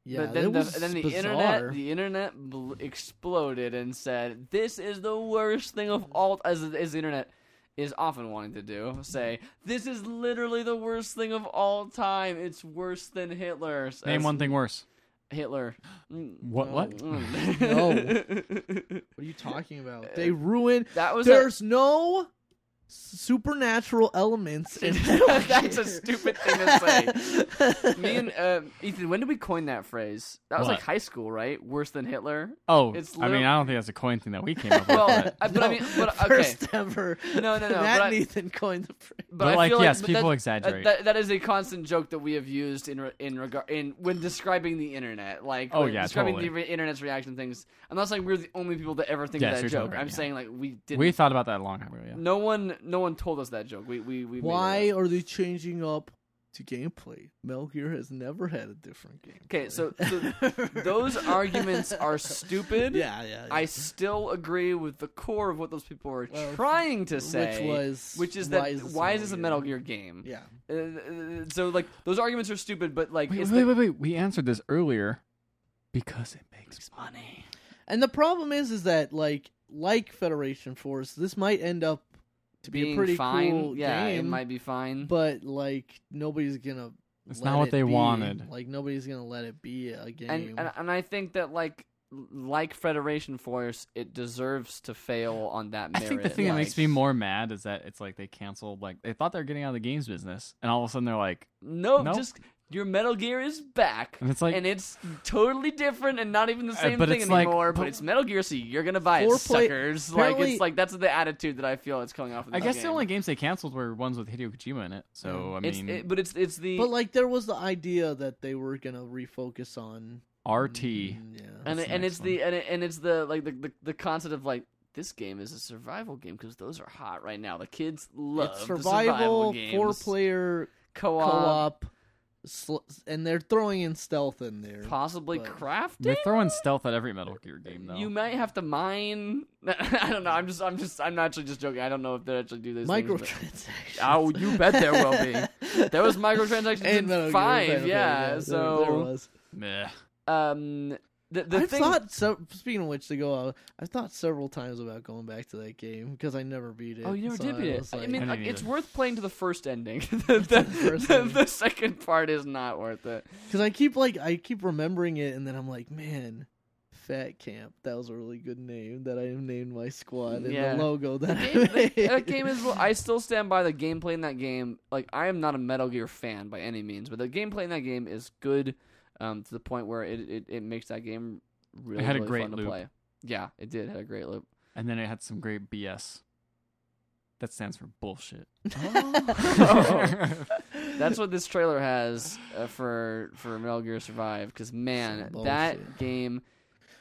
[SPEAKER 2] yeah
[SPEAKER 1] but then
[SPEAKER 2] it
[SPEAKER 1] the,
[SPEAKER 2] was
[SPEAKER 1] then the
[SPEAKER 2] bizarre.
[SPEAKER 1] internet, the internet bl- exploded and said, "This is the worst thing of all." As, as the internet is often wanting to do, say, "This is literally the worst thing of all time. It's worse than Hitler's."
[SPEAKER 3] Name
[SPEAKER 1] as
[SPEAKER 3] one thing worse.
[SPEAKER 1] Hitler. Mm,
[SPEAKER 3] What-
[SPEAKER 1] mm,
[SPEAKER 3] what?
[SPEAKER 1] mm.
[SPEAKER 2] What are you talking about? They ruined.
[SPEAKER 1] that was a-
[SPEAKER 2] There's no supernatural elements in Metal
[SPEAKER 1] That's a
[SPEAKER 2] Gear.
[SPEAKER 1] stupid thing to Me and uh, Ethan, when did we coin that phrase? That was like
[SPEAKER 3] What?
[SPEAKER 1] high school, right? Worse than Hitler.
[SPEAKER 3] Oh,
[SPEAKER 1] It's
[SPEAKER 3] I mean,
[SPEAKER 1] lit-
[SPEAKER 3] I don't think that's a coin thing that we came up with.
[SPEAKER 1] Well,
[SPEAKER 3] but,
[SPEAKER 1] I- but I mean, but, okay.
[SPEAKER 2] first ever.
[SPEAKER 1] No, no, no,
[SPEAKER 2] Matt
[SPEAKER 1] but I-
[SPEAKER 2] and Ethan coined the phrase.
[SPEAKER 1] But,
[SPEAKER 3] but
[SPEAKER 1] I
[SPEAKER 3] like,
[SPEAKER 1] feel
[SPEAKER 3] yes,
[SPEAKER 1] but
[SPEAKER 3] people
[SPEAKER 1] that-
[SPEAKER 3] exaggerate.
[SPEAKER 1] That, that is a constant joke that we have used in re- in regard in when describing the internet, like
[SPEAKER 3] Oh,
[SPEAKER 1] when
[SPEAKER 3] yeah,
[SPEAKER 1] describing
[SPEAKER 3] totally.
[SPEAKER 1] the re- internet's reaction to things. I'm not saying we're the only people that ever think
[SPEAKER 3] Yes,
[SPEAKER 1] of that
[SPEAKER 3] you're totally
[SPEAKER 1] joke.
[SPEAKER 3] right,
[SPEAKER 1] I'm
[SPEAKER 3] yeah.
[SPEAKER 1] saying like we didn't.
[SPEAKER 3] we thought about that a long time ago. Yeah.
[SPEAKER 1] no one, no one told us that joke. We we we. made it up.
[SPEAKER 2] Why are they changing up to gameplay? Metal Gear has never had a different game.
[SPEAKER 1] Okay, so, so those arguments are stupid.
[SPEAKER 2] Yeah, yeah. yeah.
[SPEAKER 1] I still agree with the core of what those people were
[SPEAKER 2] Well,
[SPEAKER 1] trying to say,
[SPEAKER 2] which was
[SPEAKER 1] which is that
[SPEAKER 2] why is this,
[SPEAKER 1] why is this a Metal Gear game?
[SPEAKER 2] Yeah.
[SPEAKER 1] Uh, uh, so like those arguments are stupid, but like
[SPEAKER 3] Wait,
[SPEAKER 1] it's
[SPEAKER 3] wait,
[SPEAKER 1] the-
[SPEAKER 3] wait, wait, wait. We answered this earlier because it makes
[SPEAKER 1] money.
[SPEAKER 2] And the problem is, is that like like Federation Force, this might end up to be
[SPEAKER 1] Being
[SPEAKER 2] a pretty
[SPEAKER 1] fine,
[SPEAKER 2] cool
[SPEAKER 1] yeah,
[SPEAKER 2] game,
[SPEAKER 1] it might be fine.
[SPEAKER 2] but like nobody's gonna.
[SPEAKER 3] It's
[SPEAKER 2] let
[SPEAKER 3] not what
[SPEAKER 2] it
[SPEAKER 3] they
[SPEAKER 2] be.
[SPEAKER 3] wanted.
[SPEAKER 2] Like nobody's gonna let it be a game.
[SPEAKER 1] and, and and I think that like like Federation Force, it deserves to fail on that
[SPEAKER 3] I
[SPEAKER 1] merit.
[SPEAKER 3] think the thing that
[SPEAKER 1] like-
[SPEAKER 3] makes me more mad is that it's like they canceled. Like they thought they were getting out of the games business, and all of a sudden they're like,
[SPEAKER 1] no,
[SPEAKER 3] Nope.
[SPEAKER 1] just your Metal Gear is back,
[SPEAKER 3] And it's like- Uh,
[SPEAKER 1] and it's totally different and not even the same
[SPEAKER 3] but
[SPEAKER 1] thing
[SPEAKER 3] it's like-
[SPEAKER 1] anymore. but
[SPEAKER 3] but-
[SPEAKER 1] it's Metal Gear, so you're gonna buy it,
[SPEAKER 2] Four play-
[SPEAKER 1] suckers. Like
[SPEAKER 2] apparently-
[SPEAKER 1] it's like that's the attitude that I feel is coming off. of
[SPEAKER 3] I
[SPEAKER 1] this
[SPEAKER 3] guess the
[SPEAKER 1] game. Mm.
[SPEAKER 3] only games they canceled were ones with Hideo Kojima in it. So I
[SPEAKER 1] it's,
[SPEAKER 3] mean,
[SPEAKER 1] it- but it's it's the
[SPEAKER 2] But like there was the idea that they were gonna refocus on
[SPEAKER 3] RT.
[SPEAKER 2] Mm, Yeah.
[SPEAKER 1] and
[SPEAKER 3] What's
[SPEAKER 1] it,
[SPEAKER 3] the
[SPEAKER 1] and
[SPEAKER 3] next
[SPEAKER 1] it's the and, it, and it's the like the, the the concept of like this game is a survival game because those are hot right now. The kids love
[SPEAKER 2] It's
[SPEAKER 1] the
[SPEAKER 2] survival,
[SPEAKER 1] games.
[SPEAKER 2] four player
[SPEAKER 1] co-op,
[SPEAKER 2] co-op, sl- and they're throwing in stealth in there.
[SPEAKER 1] possibly
[SPEAKER 2] but-
[SPEAKER 1] crafting.
[SPEAKER 3] They're throwing stealth at every Metal Gear game though.
[SPEAKER 1] You might have to mine. I don't know. I'm just I'm just I'm actually just joking. I don't know if they actually do this.
[SPEAKER 2] Microtransactions.
[SPEAKER 1] Oh, you bet there will
[SPEAKER 2] be.
[SPEAKER 1] There was microtransactions in five, yeah, so-
[SPEAKER 2] there, was.
[SPEAKER 3] Meh.
[SPEAKER 1] um the the
[SPEAKER 2] I
[SPEAKER 1] thing
[SPEAKER 2] thought. So, speaking of which, to go out, I thought several times about going back to that game because I never beat it.
[SPEAKER 1] Oh, you never
[SPEAKER 2] so
[SPEAKER 1] did beat
[SPEAKER 2] I
[SPEAKER 1] it.
[SPEAKER 2] was like-
[SPEAKER 1] I mean,
[SPEAKER 3] I
[SPEAKER 1] like,
[SPEAKER 3] didn't
[SPEAKER 1] it's
[SPEAKER 3] either.
[SPEAKER 1] worth playing to the first ending. the, the,
[SPEAKER 2] first
[SPEAKER 1] the-
[SPEAKER 2] ending.
[SPEAKER 1] the second part is not worth it.
[SPEAKER 2] Because I keep like I keep remembering it, and then I'm like, man, Fat Camp. That was a really good name that I named my squad and
[SPEAKER 1] Yeah.
[SPEAKER 2] the logo that
[SPEAKER 1] game,
[SPEAKER 2] I made.
[SPEAKER 1] that game is. I still stand by the gameplay in that game. Like I am not a Metal Gear fan by any means, but the gameplay in that game is good um, to the point where it, it, it makes that game really,
[SPEAKER 3] had a
[SPEAKER 1] really
[SPEAKER 3] great
[SPEAKER 1] fun to
[SPEAKER 3] loop.
[SPEAKER 1] play. Yeah, it did. It had a great loop.
[SPEAKER 3] And then it had some great BS. That stands for bullshit.
[SPEAKER 1] Oh. That's what this trailer has uh, for for Metal Gear Survive. Because man,
[SPEAKER 2] Some
[SPEAKER 1] that
[SPEAKER 2] bullshit.
[SPEAKER 1] game,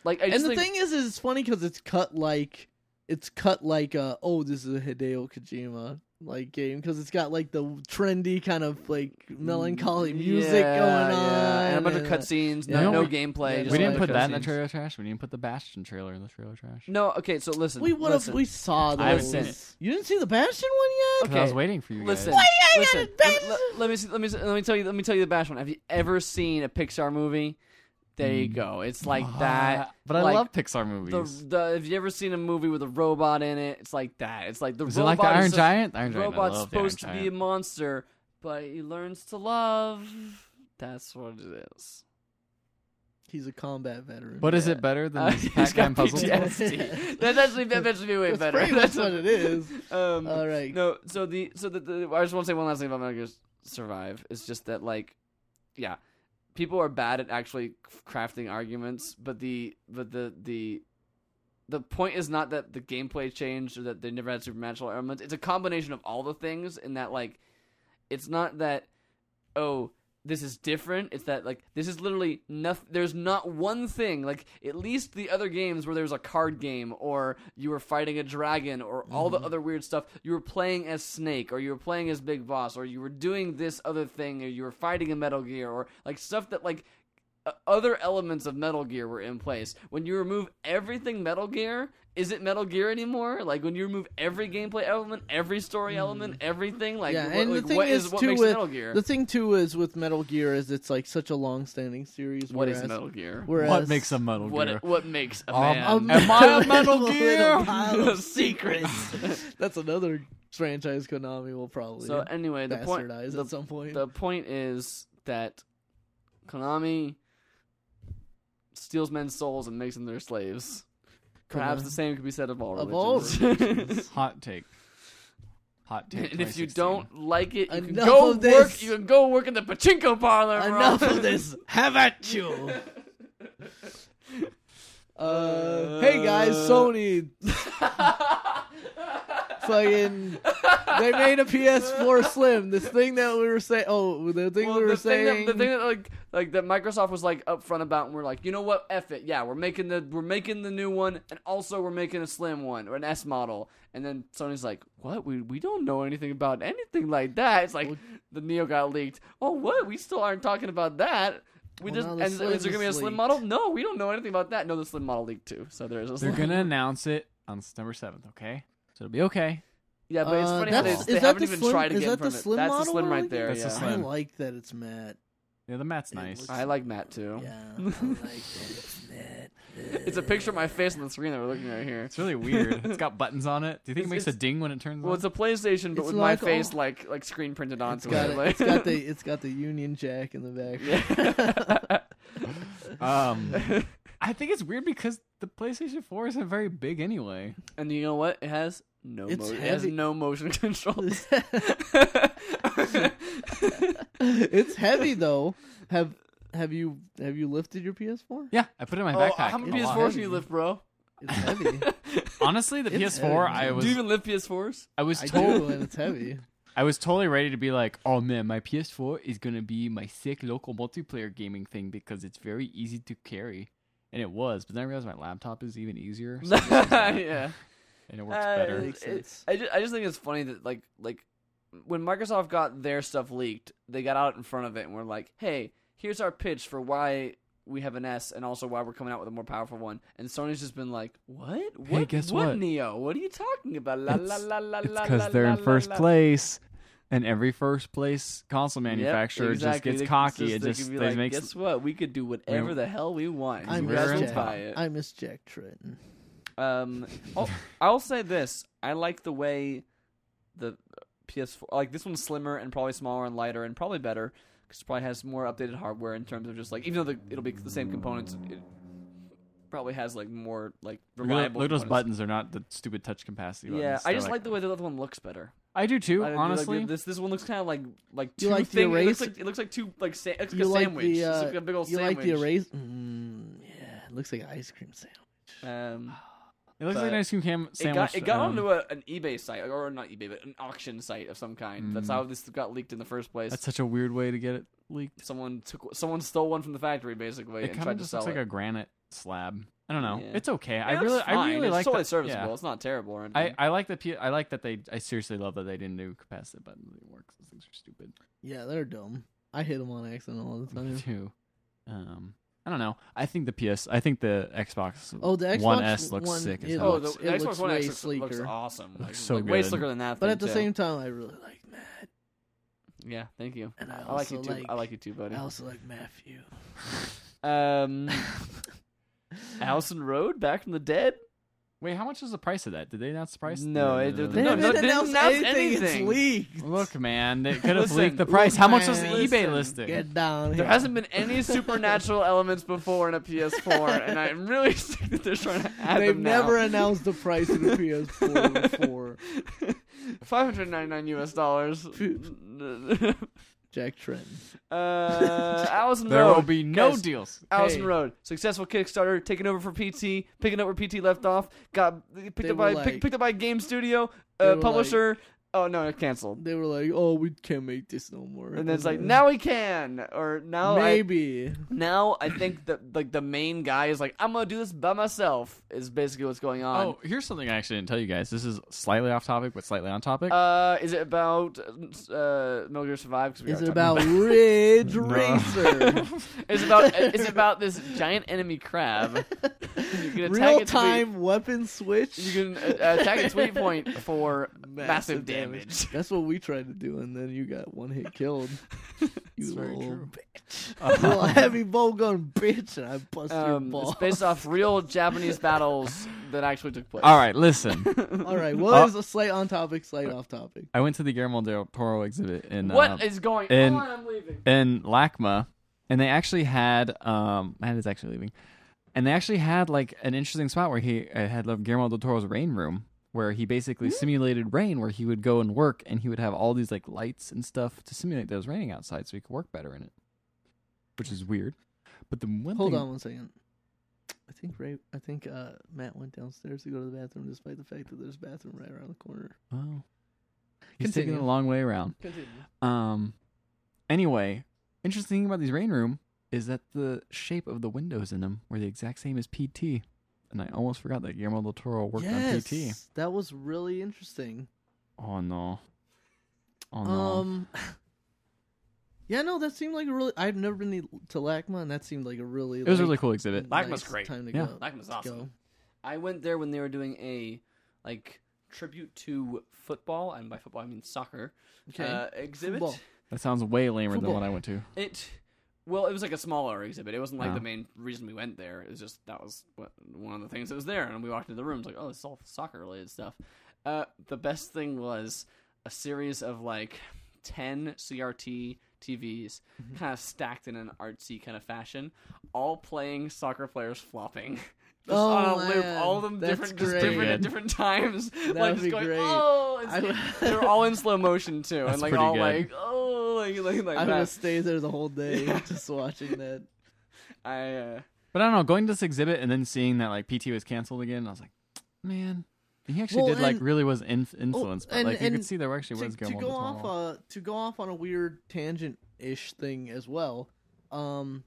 [SPEAKER 1] like I
[SPEAKER 2] and
[SPEAKER 1] just
[SPEAKER 2] the
[SPEAKER 1] think,
[SPEAKER 2] thing is, is it's funny because it's cut like it's cut like uh oh this is a Hideo Kojima like game because it's got like the trendy kind of like melancholy music
[SPEAKER 1] Mm, Yeah,
[SPEAKER 2] going on
[SPEAKER 1] yeah. and a bunch of
[SPEAKER 2] uh,
[SPEAKER 1] cutscenes,
[SPEAKER 2] yeah.
[SPEAKER 1] no,
[SPEAKER 3] No,
[SPEAKER 1] no
[SPEAKER 3] we-
[SPEAKER 1] gameplay.
[SPEAKER 2] yeah,
[SPEAKER 1] just
[SPEAKER 3] we
[SPEAKER 1] a
[SPEAKER 3] didn't
[SPEAKER 1] bunch
[SPEAKER 3] put
[SPEAKER 1] of
[SPEAKER 3] that in the
[SPEAKER 1] cutscenes.
[SPEAKER 3] trailer trash. We didn't put the Bastion trailer in the trailer trash.
[SPEAKER 1] No, okay. So listen,
[SPEAKER 2] we would have
[SPEAKER 1] listen.
[SPEAKER 2] we saw those.
[SPEAKER 3] I haven't seen
[SPEAKER 1] it.
[SPEAKER 2] You didn't see the Bastion one yet?
[SPEAKER 3] 'Cause I was
[SPEAKER 1] okay,
[SPEAKER 3] waiting for you guys.
[SPEAKER 1] Listen,
[SPEAKER 2] I got
[SPEAKER 1] listen.
[SPEAKER 2] it,
[SPEAKER 1] Let,
[SPEAKER 2] bitch?
[SPEAKER 1] let- let me see, let me see- let me tell you let me tell you the Bash one. Have you ever seen a Pixar movie? There you go. It's like that.
[SPEAKER 3] Ah, But I
[SPEAKER 1] like,
[SPEAKER 3] love Pixar
[SPEAKER 1] The,
[SPEAKER 3] movies.
[SPEAKER 1] the have you ever seen a movie with a robot in it? It's like that. It's like the
[SPEAKER 3] Is it
[SPEAKER 1] robot
[SPEAKER 3] like the
[SPEAKER 1] is
[SPEAKER 3] Iron
[SPEAKER 1] sup-
[SPEAKER 3] Giant? Iron Giant. I
[SPEAKER 1] robot's
[SPEAKER 3] love the Iron
[SPEAKER 1] supposed to be a
[SPEAKER 3] Giant.
[SPEAKER 1] monster, but he learns to love. That's what it is.
[SPEAKER 2] He's a combat veteran.
[SPEAKER 3] But is
[SPEAKER 1] yeah.
[SPEAKER 3] it better than
[SPEAKER 1] Uh,
[SPEAKER 3] this
[SPEAKER 1] he's got
[SPEAKER 3] Pac-Man puzzle?
[SPEAKER 1] PTSD. That's actually that actually be way
[SPEAKER 2] That's
[SPEAKER 1] better.
[SPEAKER 2] pretty much what it is.
[SPEAKER 1] Um,
[SPEAKER 2] All right.
[SPEAKER 1] No, so the so the, the I just want to say one last thing about Metal Gear Survive. It's just that like, yeah, people are bad at actually crafting arguments, but the but the the the point is not that the gameplay changed or that they never had supernatural elements. It's a combination of all the things, and that like, it's not that oh this is different. It's that like this is literally nothing. There's not one thing like at least the other games where there's a card game or you were fighting a dragon or all
[SPEAKER 2] Mm-hmm.
[SPEAKER 1] the other weird stuff. You were playing as Snake or you were playing as Big Boss or you were doing this other thing or you were fighting a Metal Gear or like stuff that like uh, other elements of Metal Gear were in place. When you remove everything Metal Gear, is it Metal Gear anymore? Like when you remove every gameplay element, every story element, everything. Like
[SPEAKER 2] Mm. yeah,
[SPEAKER 1] what,
[SPEAKER 2] and
[SPEAKER 1] like,
[SPEAKER 2] the thing
[SPEAKER 1] what
[SPEAKER 2] is,
[SPEAKER 1] is what
[SPEAKER 2] too
[SPEAKER 1] makes
[SPEAKER 2] with
[SPEAKER 1] Metal Gear?
[SPEAKER 2] the thing too is with Metal Gear is it's like such a long-standing series.
[SPEAKER 1] what is
[SPEAKER 2] whereas-
[SPEAKER 1] Metal Gear?
[SPEAKER 2] Whereas,
[SPEAKER 3] What makes a Metal Gear?
[SPEAKER 1] What what makes a
[SPEAKER 3] Um,
[SPEAKER 1] man?
[SPEAKER 3] um, Am I a Metal
[SPEAKER 2] with
[SPEAKER 3] Gear?
[SPEAKER 2] pile of
[SPEAKER 1] Secrets.
[SPEAKER 2] That's another franchise Konami will probably
[SPEAKER 1] so anyway, the point
[SPEAKER 2] bastardize
[SPEAKER 1] the,
[SPEAKER 2] at some point.
[SPEAKER 1] the point is that Konami steals men's souls and makes them their slaves. Perhaps
[SPEAKER 2] Konami.
[SPEAKER 1] the same could be said of all
[SPEAKER 2] Of all
[SPEAKER 1] religions.
[SPEAKER 2] religions.
[SPEAKER 3] Hot take. Hot take.
[SPEAKER 1] and if you
[SPEAKER 3] 2016.
[SPEAKER 1] don't like it, you can
[SPEAKER 2] Enough
[SPEAKER 1] go
[SPEAKER 2] of
[SPEAKER 1] work.
[SPEAKER 2] this.
[SPEAKER 1] You can go work in the pachinko parlor. bro.
[SPEAKER 2] Enough of this. Have at you. Uh, hey guys, Sony. Fucking, they made a PS4 Slim. This thing that we were saying. Oh, the thing
[SPEAKER 1] Well,
[SPEAKER 2] we were
[SPEAKER 1] the thing that-
[SPEAKER 2] saying.
[SPEAKER 1] the thing that like like that Microsoft was like upfront about, and we're like, you know what, F it, yeah, we're making the we're making the new one, and also we're making a slim one or an S model, and then Sony's like, what, we we don't know anything about anything like that. It's like
[SPEAKER 2] Well-
[SPEAKER 1] the Neo got leaked. Oh, what, we still aren't talking about that. We
[SPEAKER 2] Well,
[SPEAKER 1] just
[SPEAKER 2] now the
[SPEAKER 1] and
[SPEAKER 2] Slim
[SPEAKER 1] is there gonna be a
[SPEAKER 2] is
[SPEAKER 1] slim
[SPEAKER 2] leaked.
[SPEAKER 1] model? No, we don't know anything about that. No, the slim model leaked too. So there's a
[SPEAKER 3] They're
[SPEAKER 1] slim.
[SPEAKER 3] gonna announce it on September seventh, okay? So it'll be okay.
[SPEAKER 1] yeah, but it's
[SPEAKER 2] Uh,
[SPEAKER 1] funny how they,
[SPEAKER 2] that's-
[SPEAKER 1] they
[SPEAKER 2] is that
[SPEAKER 1] haven't
[SPEAKER 2] the
[SPEAKER 1] even
[SPEAKER 2] slim-
[SPEAKER 1] tried to
[SPEAKER 2] is
[SPEAKER 1] get
[SPEAKER 2] that
[SPEAKER 1] in
[SPEAKER 2] the
[SPEAKER 1] front of it.
[SPEAKER 2] slim
[SPEAKER 1] That's the
[SPEAKER 2] model
[SPEAKER 1] slim
[SPEAKER 2] we're
[SPEAKER 1] right
[SPEAKER 2] looking
[SPEAKER 1] there.
[SPEAKER 3] at?
[SPEAKER 1] yeah.
[SPEAKER 3] That's the
[SPEAKER 2] I
[SPEAKER 3] slim.
[SPEAKER 2] like that it's Matt.
[SPEAKER 3] Yeah, the mat's
[SPEAKER 2] It
[SPEAKER 3] nice.
[SPEAKER 2] looks-
[SPEAKER 1] I like Matt too.
[SPEAKER 2] Yeah, I like that it's Matt.
[SPEAKER 1] It's a picture of my face on the screen that we're looking at here.
[SPEAKER 3] It's really weird. it's got buttons on it. Do you
[SPEAKER 1] It's-
[SPEAKER 3] think it makes a
[SPEAKER 1] it's-
[SPEAKER 3] ding when it turns
[SPEAKER 1] Well,
[SPEAKER 3] on?
[SPEAKER 1] it's a PlayStation, but
[SPEAKER 2] It's
[SPEAKER 1] with my
[SPEAKER 2] like,
[SPEAKER 1] face
[SPEAKER 2] oh.
[SPEAKER 1] like like screen printed
[SPEAKER 2] It's
[SPEAKER 1] onto
[SPEAKER 2] got,
[SPEAKER 1] it.
[SPEAKER 2] it,
[SPEAKER 1] like-
[SPEAKER 2] it's got the it's got the Union Jack in the back.
[SPEAKER 1] Yeah.
[SPEAKER 3] Um, I think it's weird because the PlayStation 4 isn't very big anyway.
[SPEAKER 1] and you know what? It has no.
[SPEAKER 2] It's
[SPEAKER 1] mo- it has
[SPEAKER 2] heavy.
[SPEAKER 1] no motion controls.
[SPEAKER 2] it's heavy though. Have have you have you lifted your PS4?
[SPEAKER 3] Yeah, I put it in my
[SPEAKER 1] Oh,
[SPEAKER 3] backpack.
[SPEAKER 1] how many
[SPEAKER 3] a lot.
[SPEAKER 1] PS4s do you lift, bro?
[SPEAKER 2] It's heavy.
[SPEAKER 3] Honestly, the
[SPEAKER 2] It's
[SPEAKER 3] PS4,
[SPEAKER 2] heavy.
[SPEAKER 3] I
[SPEAKER 2] Do
[SPEAKER 1] Do
[SPEAKER 3] was
[SPEAKER 1] you even lift PS4s?
[SPEAKER 3] I was
[SPEAKER 2] I
[SPEAKER 3] told
[SPEAKER 2] do, and it's heavy.
[SPEAKER 3] I was totally ready to be like, oh man, my PS4 is gonna be my sick local multiplayer gaming thing because it's very easy to carry. And it was, but then I realized my laptop is even easier. so it's just that,
[SPEAKER 1] yeah.
[SPEAKER 3] And it works
[SPEAKER 1] Uh,
[SPEAKER 3] better.
[SPEAKER 2] Makes
[SPEAKER 1] it-
[SPEAKER 2] sense.
[SPEAKER 1] I just, I just think it's funny that like like when Microsoft got their stuff leaked, they got out in front of it and were like, "Hey, here's our pitch for why we have an S and also why we're coming out with a more powerful one." And Sony's just been like, "What? What?
[SPEAKER 3] guess
[SPEAKER 1] what,
[SPEAKER 3] what?
[SPEAKER 1] Neo? What are you talking about? La la
[SPEAKER 3] It's-
[SPEAKER 1] la la
[SPEAKER 3] It's
[SPEAKER 1] la la
[SPEAKER 3] because they're in
[SPEAKER 1] la,
[SPEAKER 3] first
[SPEAKER 1] la."
[SPEAKER 3] place, and every first place console
[SPEAKER 1] Yep,
[SPEAKER 3] manufacturer just
[SPEAKER 1] exactly.
[SPEAKER 3] gets
[SPEAKER 1] They-
[SPEAKER 3] cocky.
[SPEAKER 1] Just,
[SPEAKER 3] it
[SPEAKER 1] they
[SPEAKER 3] just
[SPEAKER 1] could be
[SPEAKER 3] they
[SPEAKER 1] like,
[SPEAKER 3] makes
[SPEAKER 1] guess what? We could do whatever the hell we want.
[SPEAKER 2] I
[SPEAKER 1] You
[SPEAKER 3] we're
[SPEAKER 1] guys
[SPEAKER 3] in
[SPEAKER 1] will
[SPEAKER 2] miss
[SPEAKER 1] buy
[SPEAKER 3] top.
[SPEAKER 1] it.
[SPEAKER 2] Jack. I miss Jack Tritton.
[SPEAKER 1] Um, I'll, I'll say this: I like the way the PS4, like this one's slimmer and probably smaller and lighter and probably better because it probably has more updated hardware in terms of just like even though the, it'll be the same components, it probably has like more like
[SPEAKER 3] look, at-
[SPEAKER 1] reliable.
[SPEAKER 3] look at those
[SPEAKER 1] components.
[SPEAKER 3] buttons. They're not the stupid touch capacity.
[SPEAKER 1] Yeah,
[SPEAKER 3] buttons.
[SPEAKER 1] I
[SPEAKER 3] They're
[SPEAKER 1] just like, the way the other one looks better.
[SPEAKER 3] I do too.
[SPEAKER 1] I do like
[SPEAKER 3] honestly,
[SPEAKER 1] the- this this one looks kind of like like
[SPEAKER 2] You
[SPEAKER 1] two
[SPEAKER 2] like the
[SPEAKER 1] thing. It looks
[SPEAKER 2] erase-
[SPEAKER 1] like it looks like two like sa- it looks like a
[SPEAKER 2] You like
[SPEAKER 1] sandwich.
[SPEAKER 2] the,
[SPEAKER 1] it's
[SPEAKER 2] uh,
[SPEAKER 1] like a big old
[SPEAKER 2] You
[SPEAKER 1] sandwich.
[SPEAKER 2] like the erase? Mm, yeah, it looks like an ice cream sandwich.
[SPEAKER 1] Um,
[SPEAKER 3] it looks like
[SPEAKER 1] but
[SPEAKER 3] an ice cream cam-
[SPEAKER 1] it
[SPEAKER 3] sandwich.
[SPEAKER 1] got it got
[SPEAKER 3] um,
[SPEAKER 1] onto a, an eBay site or not eBay but an auction site of some kind. That's
[SPEAKER 3] Mm.
[SPEAKER 1] how this got leaked in the first place.
[SPEAKER 3] That's such a weird way to get it leaked.
[SPEAKER 1] someone took someone stole one from the factory basically
[SPEAKER 3] It
[SPEAKER 1] and
[SPEAKER 3] kind of
[SPEAKER 1] tried to
[SPEAKER 3] just
[SPEAKER 1] sell
[SPEAKER 3] looks like
[SPEAKER 1] it.
[SPEAKER 3] a granite slab. I don't know.
[SPEAKER 1] Yeah.
[SPEAKER 3] It's okay.
[SPEAKER 1] Yeah,
[SPEAKER 3] I
[SPEAKER 1] it's
[SPEAKER 3] really, I
[SPEAKER 1] fine.
[SPEAKER 3] really
[SPEAKER 1] it's
[SPEAKER 3] like
[SPEAKER 1] totally
[SPEAKER 3] that-
[SPEAKER 1] serviceable. Mm-hmm.
[SPEAKER 3] yeah.
[SPEAKER 1] It's not terrible or
[SPEAKER 3] I,
[SPEAKER 1] anything.
[SPEAKER 3] I like that. P- I like that they. I seriously love that they didn't do capacitive buttons anymore because those things are stupid.
[SPEAKER 2] Yeah, they're dumb. I hit them on accident all
[SPEAKER 1] Oh,
[SPEAKER 2] the time.
[SPEAKER 3] Too. Um, I don't know. I think the PS. I think the Xbox.
[SPEAKER 2] Oh, the Xbox
[SPEAKER 3] One S looks
[SPEAKER 2] One-
[SPEAKER 3] sick as
[SPEAKER 2] it
[SPEAKER 3] hell.
[SPEAKER 1] oh,
[SPEAKER 2] looks-
[SPEAKER 1] the, the
[SPEAKER 2] it
[SPEAKER 1] Xbox
[SPEAKER 2] looks
[SPEAKER 1] One
[SPEAKER 2] way
[SPEAKER 1] X looks, looks
[SPEAKER 2] sleeker.
[SPEAKER 1] awesome.
[SPEAKER 3] Looks
[SPEAKER 1] Like,
[SPEAKER 3] so
[SPEAKER 1] like, way
[SPEAKER 3] good.
[SPEAKER 1] slicker than that.
[SPEAKER 2] But
[SPEAKER 1] thing,
[SPEAKER 2] at the
[SPEAKER 1] too.
[SPEAKER 2] same time, I really like Matt,
[SPEAKER 1] yeah, thank you.
[SPEAKER 2] and I,
[SPEAKER 1] I like
[SPEAKER 2] also
[SPEAKER 1] you too. I like you too, buddy.
[SPEAKER 2] I also like Matthew.
[SPEAKER 1] Um, Allison Road back from the dead.
[SPEAKER 3] Wait, how much is the price of that? Did they announce the price?
[SPEAKER 1] No, it- they
[SPEAKER 2] They
[SPEAKER 1] No,
[SPEAKER 2] haven't
[SPEAKER 1] no, they didn't
[SPEAKER 2] announced
[SPEAKER 1] announce
[SPEAKER 2] anything.
[SPEAKER 1] anything.
[SPEAKER 2] It's leaked.
[SPEAKER 3] Look, man, they could have
[SPEAKER 1] Listen,
[SPEAKER 3] leaked the price. How much was the
[SPEAKER 2] man,
[SPEAKER 3] eBay
[SPEAKER 2] listen,
[SPEAKER 3] listing?
[SPEAKER 2] Get down.
[SPEAKER 1] There
[SPEAKER 2] here.
[SPEAKER 1] hasn't been any supernatural elements before in a PS4, and I'm really sick that they're trying to add
[SPEAKER 2] They've
[SPEAKER 1] them now.
[SPEAKER 2] never announced the price of the PS4 before.
[SPEAKER 1] Five hundred ninety-nine U.S. dollars.
[SPEAKER 2] Jack Trenton.
[SPEAKER 1] Uh, Allison
[SPEAKER 3] There will
[SPEAKER 1] Road.
[SPEAKER 3] be no
[SPEAKER 1] Guys,
[SPEAKER 3] deals.
[SPEAKER 1] Allison
[SPEAKER 2] Hey.
[SPEAKER 1] Road. Successful Kickstarter, taking over for PT, picking up where PT left off. Got picked
[SPEAKER 2] They
[SPEAKER 1] up
[SPEAKER 2] were
[SPEAKER 1] by pick-
[SPEAKER 2] like-
[SPEAKER 1] picked up by Game Studio,
[SPEAKER 2] They
[SPEAKER 1] uh,
[SPEAKER 2] were
[SPEAKER 1] publisher. oh no, it canceled.
[SPEAKER 2] They were like, "Oh, we can't make this no more."
[SPEAKER 1] And then it's like now we can, or now I,
[SPEAKER 2] maybe
[SPEAKER 1] now I think that like the main guy is like I'm gonna do this by myself is basically what's going on.
[SPEAKER 3] Oh, here's something I actually didn't tell you guys. This is slightly off topic, but slightly on topic.
[SPEAKER 1] Uh, is it about uh, Metal Gear Survive? 'Cause we
[SPEAKER 2] is
[SPEAKER 1] already
[SPEAKER 2] it
[SPEAKER 1] talked
[SPEAKER 2] about Ridge
[SPEAKER 3] No.
[SPEAKER 2] Racer?
[SPEAKER 1] It's about it's about this giant enemy crab. You can attack
[SPEAKER 2] Real
[SPEAKER 1] its weak-
[SPEAKER 2] time weapon switch.
[SPEAKER 1] You can uh, attack its weak point for massive damage.
[SPEAKER 2] That's what we tried to do, and then you got one hit killed.
[SPEAKER 3] It's
[SPEAKER 2] You
[SPEAKER 3] very
[SPEAKER 2] little
[SPEAKER 3] true.
[SPEAKER 2] bitch.
[SPEAKER 3] Uh,
[SPEAKER 2] You little heavy bow gun bitch, and I bust your
[SPEAKER 1] Uh-huh. Um,
[SPEAKER 2] ball.
[SPEAKER 1] it's based off real Japanese battles that actually took place.
[SPEAKER 3] All right, listen.
[SPEAKER 2] All right, well,
[SPEAKER 3] Uh,
[SPEAKER 2] it was a slight on topic, slight off topic.
[SPEAKER 3] I went to the Guillermo del Toro exhibit in uh,
[SPEAKER 1] What is going
[SPEAKER 3] and-
[SPEAKER 1] on? I'm leaving.
[SPEAKER 3] in Lakma, and they actually had um, Matt is actually leaving, and they actually had like an interesting spot where he uh, had like, Guillermo del Toro's rain room, where he basically
[SPEAKER 2] Hmm.
[SPEAKER 3] simulated rain, where he would go and work, and he would have all these like lights and stuff to simulate that it was raining outside, so he could work better in it, which is weird. But the one
[SPEAKER 2] Hold
[SPEAKER 3] thing,
[SPEAKER 2] on one second. I think Ray. I think uh, Matt went downstairs to go to the bathroom, despite the fact that there's a bathroom right around the corner.
[SPEAKER 3] Oh. he's taking it a
[SPEAKER 2] Continue.
[SPEAKER 3] long way around.
[SPEAKER 2] Continue.
[SPEAKER 3] Um. Anyway, interesting thing about these rain room is that the shape of the windows in them were the exact same as PT, and I almost forgot that Guillermo del Toro worked on PT.
[SPEAKER 2] yes, that was really interesting.
[SPEAKER 3] Oh no. Oh no.
[SPEAKER 2] Um, yeah, no, that seemed like a really. I've never been to LACMA, and that seemed like a really.
[SPEAKER 3] it was a
[SPEAKER 2] like,
[SPEAKER 3] really cool exhibit.
[SPEAKER 1] LACMA's
[SPEAKER 2] nice
[SPEAKER 1] great.
[SPEAKER 2] Time to
[SPEAKER 3] Yeah.
[SPEAKER 2] go.
[SPEAKER 1] Blackman's
[SPEAKER 2] to
[SPEAKER 1] awesome. I went there when they were doing a like tribute to football, and by football I mean soccer
[SPEAKER 2] go. Okay.
[SPEAKER 1] uh, exhibit.
[SPEAKER 2] Football.
[SPEAKER 3] That sounds way lamer
[SPEAKER 2] Football.
[SPEAKER 3] than what I went to.
[SPEAKER 1] It well, it was like a smaller exhibit. It wasn't like
[SPEAKER 3] Oh.
[SPEAKER 2] Uh-huh.
[SPEAKER 1] the main reason we went there. It was just that was what, one of the things that was there, and we walked into the rooms like, oh, this is all soccer related stuff. Uh, the best thing was a series of like ten CRT TVs,
[SPEAKER 2] Mm-hmm.
[SPEAKER 1] kind of stacked in an artsy kind of fashion, all playing soccer players flopping. Just
[SPEAKER 2] Oh,
[SPEAKER 1] on a loop,
[SPEAKER 2] man.
[SPEAKER 1] all of them
[SPEAKER 2] That's
[SPEAKER 1] different, just
[SPEAKER 2] great.
[SPEAKER 1] different at
[SPEAKER 3] Good.
[SPEAKER 1] different times.
[SPEAKER 2] would
[SPEAKER 1] like just
[SPEAKER 2] be
[SPEAKER 1] going,
[SPEAKER 2] great.
[SPEAKER 1] oh, it's-
[SPEAKER 2] I would-
[SPEAKER 1] they're all in slow motion too, and
[SPEAKER 3] That's
[SPEAKER 1] like
[SPEAKER 3] pretty
[SPEAKER 1] all
[SPEAKER 3] good.
[SPEAKER 1] like, oh, like like, like
[SPEAKER 2] I would
[SPEAKER 1] that.
[SPEAKER 2] have stayed there the whole day
[SPEAKER 1] Yeah.
[SPEAKER 2] just watching that.
[SPEAKER 1] I uh,
[SPEAKER 3] But I don't know, going to this exhibit and then seeing that like PT was canceled again, I was like, man, he actually
[SPEAKER 2] Well,
[SPEAKER 3] did like
[SPEAKER 2] and-
[SPEAKER 3] really was inf- influenced, but
[SPEAKER 2] and-
[SPEAKER 3] like you
[SPEAKER 2] and
[SPEAKER 3] could see there were actually was
[SPEAKER 2] to,
[SPEAKER 3] going
[SPEAKER 2] to
[SPEAKER 3] on
[SPEAKER 2] go
[SPEAKER 3] with
[SPEAKER 2] off
[SPEAKER 3] Marvel.
[SPEAKER 2] uh, to go off on a weird tangent ish thing as well. Um,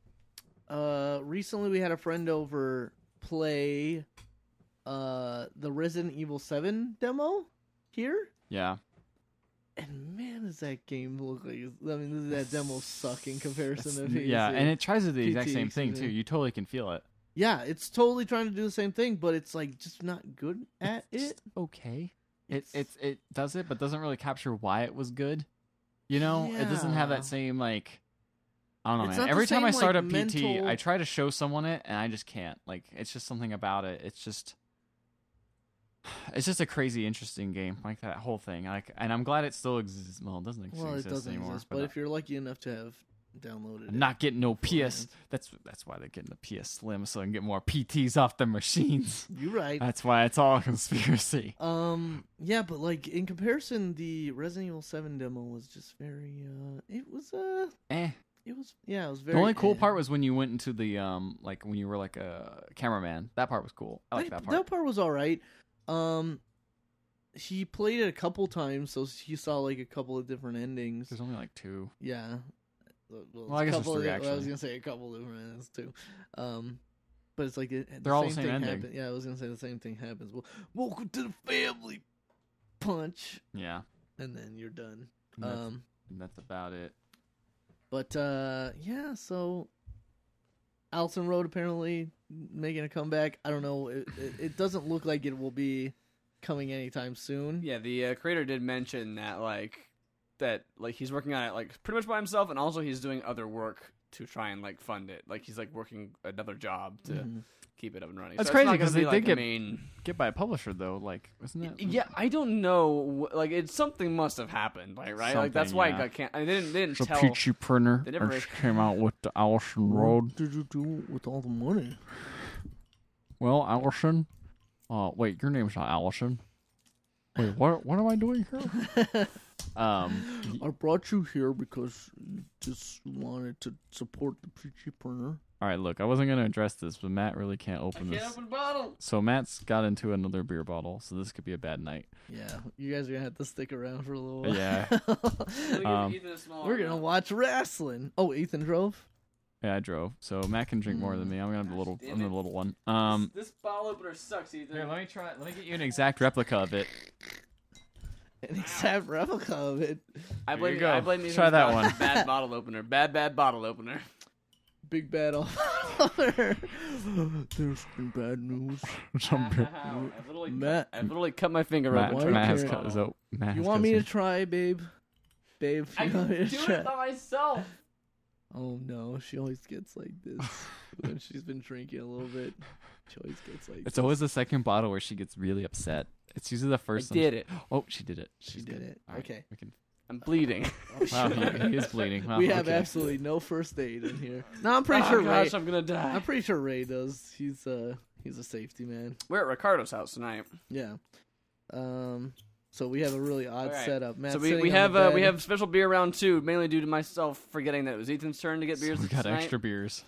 [SPEAKER 2] uh, recently we had a friend over play, uh, the Resident Evil Seven demo here,
[SPEAKER 3] yeah,
[SPEAKER 2] and man, does that game look like? I mean, does that demo suck in
[SPEAKER 3] It's-
[SPEAKER 2] comparison uh, to
[SPEAKER 3] yeah,
[SPEAKER 2] PS3?
[SPEAKER 3] and it tries to do the exact
[SPEAKER 2] PT,
[SPEAKER 3] same thing
[SPEAKER 2] excuse
[SPEAKER 3] too.
[SPEAKER 2] me.
[SPEAKER 3] You totally can feel it.
[SPEAKER 2] yeah, it's totally trying to do the same thing, but it's like just not good at
[SPEAKER 3] It's
[SPEAKER 2] it.
[SPEAKER 3] just okay. It it's it does it, but doesn't really capture why it was good. You know, it doesn't have
[SPEAKER 2] Yeah.
[SPEAKER 3] that same like. I don't know,
[SPEAKER 2] It's not
[SPEAKER 3] man.
[SPEAKER 2] the
[SPEAKER 3] Every time
[SPEAKER 2] same,
[SPEAKER 3] I
[SPEAKER 2] like,
[SPEAKER 3] start up PT, I
[SPEAKER 2] mental-
[SPEAKER 3] try to show someone it, and I just can't. Like, it's just something about it. It's just, it's just a crazy, interesting game. Like that whole thing. Like, and I'm glad it still exists. Well, it doesn't ex-
[SPEAKER 2] well, it
[SPEAKER 3] exist
[SPEAKER 2] doesn't
[SPEAKER 3] anymore.
[SPEAKER 2] exist,
[SPEAKER 3] but
[SPEAKER 2] but if you're lucky enough to have downloaded it,
[SPEAKER 3] I'm not getting no PS.
[SPEAKER 2] beforehand.
[SPEAKER 3] That's that's why they're getting the PS Slim, so I can get more PTs off the machines.
[SPEAKER 2] you're right.
[SPEAKER 3] That's why it's all a conspiracy.
[SPEAKER 2] Um. Yeah, but like in comparison, the Resident Evil Seven demo was just very. uh It was. Uh.
[SPEAKER 3] Eh.
[SPEAKER 2] It was. Yeah. It was very.
[SPEAKER 3] The only cool
[SPEAKER 2] eh.
[SPEAKER 3] part was when you went into the um like when you were like a cameraman. That part was cool. I like that part.
[SPEAKER 2] was all right. Um. He played it a couple times, so he saw like a couple of different endings.
[SPEAKER 3] There's only like two.
[SPEAKER 2] Yeah. Well,
[SPEAKER 3] Well, I
[SPEAKER 2] it's
[SPEAKER 3] guess
[SPEAKER 2] a
[SPEAKER 3] there's
[SPEAKER 2] couple
[SPEAKER 3] three,
[SPEAKER 2] of- I was
[SPEAKER 3] actually.
[SPEAKER 2] gonna say a couple of different endings too. Um. But it's like it, the
[SPEAKER 3] They're all the same
[SPEAKER 2] thing
[SPEAKER 3] ending.
[SPEAKER 2] happen- Yeah, I was gonna say the same thing happens. Well, welcome to the family. Punch,
[SPEAKER 3] Yeah.
[SPEAKER 2] and then you're done.
[SPEAKER 3] And that's,
[SPEAKER 2] Um.
[SPEAKER 3] and that's about it.
[SPEAKER 2] But uh yeah, so Allison Road apparently making a comeback. I don't know. It, it, it doesn't look like it will be coming anytime soon.
[SPEAKER 1] yeah, the uh, creator did mention that like that like he's working on it like pretty much by himself, and also he's doing other work to try and like fund it. Like he's like working another job to
[SPEAKER 2] Mhm.
[SPEAKER 1] keep it up and running.
[SPEAKER 3] Mm-hmm. That's
[SPEAKER 1] So it's not gonna
[SPEAKER 3] crazy, 'cause they
[SPEAKER 1] be,
[SPEAKER 3] did
[SPEAKER 1] like, a
[SPEAKER 3] get-
[SPEAKER 1] main.
[SPEAKER 3] Get by a publisher though, like isn't it?
[SPEAKER 1] Yeah, I don't know. wh- Like, it something must have happened, like, right? like, that's
[SPEAKER 3] Something,
[SPEAKER 1] why
[SPEAKER 3] yeah.
[SPEAKER 1] it got can- I mean, they didn't, they didn't
[SPEAKER 3] It's a
[SPEAKER 1] tell.
[SPEAKER 3] peachy printer.
[SPEAKER 1] they never-
[SPEAKER 3] and she came out with the Allison
[SPEAKER 2] Mm-hmm.
[SPEAKER 3] Road.
[SPEAKER 2] What did you do with all the money?
[SPEAKER 3] Well, Allison. Uh, wait, your name's not Allison. Wait, what? What am I doing here? um,
[SPEAKER 2] I brought you here because you just wanted to support the preachy printer.
[SPEAKER 3] All right, look, I wasn't gonna address this, but Matt really can't open this.
[SPEAKER 1] bottle.
[SPEAKER 3] So Matt's got into another beer bottle, so this could be a bad night.
[SPEAKER 2] Yeah, you guys are gonna have to stick around for a little while.
[SPEAKER 3] Yeah, Um,
[SPEAKER 2] We're gonna watch wrestling. Oh, Ethan drove.
[SPEAKER 3] yeah, I drove, so Matt can drink more than me. I'm gonna have the little,
[SPEAKER 1] Gosh, damn
[SPEAKER 3] I'm the
[SPEAKER 1] it.
[SPEAKER 3] little one. Um,
[SPEAKER 1] this bottle opener sucks. Either
[SPEAKER 3] here, let me try. Let me get you an exact replica of it.
[SPEAKER 2] An exact replica of it.
[SPEAKER 1] I
[SPEAKER 3] Here
[SPEAKER 1] blame
[SPEAKER 3] you go.
[SPEAKER 1] I blame
[SPEAKER 3] Try
[SPEAKER 1] Ethan's
[SPEAKER 3] that
[SPEAKER 1] bottle-
[SPEAKER 3] one.
[SPEAKER 1] bad bottle opener. Bad bad bottle opener.
[SPEAKER 2] Big bad all over. There's been bad news.
[SPEAKER 3] Some beer-
[SPEAKER 1] I've literally,
[SPEAKER 2] Matt.
[SPEAKER 1] I've literally cut my finger
[SPEAKER 3] Matt,
[SPEAKER 1] open.
[SPEAKER 2] why
[SPEAKER 1] trying
[SPEAKER 3] Matt
[SPEAKER 1] to
[SPEAKER 2] don't
[SPEAKER 3] has
[SPEAKER 1] open
[SPEAKER 2] you-
[SPEAKER 3] cut
[SPEAKER 1] the
[SPEAKER 3] his
[SPEAKER 1] bottle.
[SPEAKER 3] open. Matt
[SPEAKER 2] You
[SPEAKER 3] has
[SPEAKER 2] want
[SPEAKER 3] cut
[SPEAKER 2] me to
[SPEAKER 3] his-
[SPEAKER 2] try, babe? Babe,
[SPEAKER 1] I
[SPEAKER 2] you
[SPEAKER 3] Oh,
[SPEAKER 2] want me
[SPEAKER 1] can
[SPEAKER 2] to
[SPEAKER 1] do
[SPEAKER 2] try?
[SPEAKER 1] it by myself.
[SPEAKER 2] Oh no, she always gets like this when she's been drinking a little bit. She always gets like
[SPEAKER 3] It's
[SPEAKER 2] this.
[SPEAKER 3] always the second bottle where she gets really upset. It's usually the first.
[SPEAKER 1] I
[SPEAKER 3] one-
[SPEAKER 1] did it.
[SPEAKER 3] Oh, she did it.
[SPEAKER 2] She
[SPEAKER 3] She's
[SPEAKER 2] did
[SPEAKER 3] good.
[SPEAKER 2] it.
[SPEAKER 3] All right,
[SPEAKER 2] Okay.
[SPEAKER 3] We can.
[SPEAKER 1] I'm bleeding.
[SPEAKER 3] Wow, he, he is bleeding. Wow,
[SPEAKER 2] Oh, we have
[SPEAKER 3] okay.
[SPEAKER 2] absolutely no first aid in here. No, I'm pretty
[SPEAKER 1] oh,
[SPEAKER 2] sure
[SPEAKER 1] gosh,
[SPEAKER 2] Ray.
[SPEAKER 1] I'm gonna die.
[SPEAKER 2] I'm pretty sure Ray does. He's uh he's a safety man.
[SPEAKER 1] We're at Ricardo's house tonight.
[SPEAKER 2] Yeah. Um. So we have a really odd
[SPEAKER 1] All right.
[SPEAKER 2] setup. Matt's
[SPEAKER 1] so we,
[SPEAKER 2] sitting
[SPEAKER 1] we
[SPEAKER 2] on the
[SPEAKER 1] have uh, we
[SPEAKER 2] bed.
[SPEAKER 1] have special beer round two, mainly due to myself forgetting that it was Ethan's turn to get
[SPEAKER 3] So
[SPEAKER 1] beers
[SPEAKER 3] we got
[SPEAKER 1] tonight.
[SPEAKER 3] extra beers.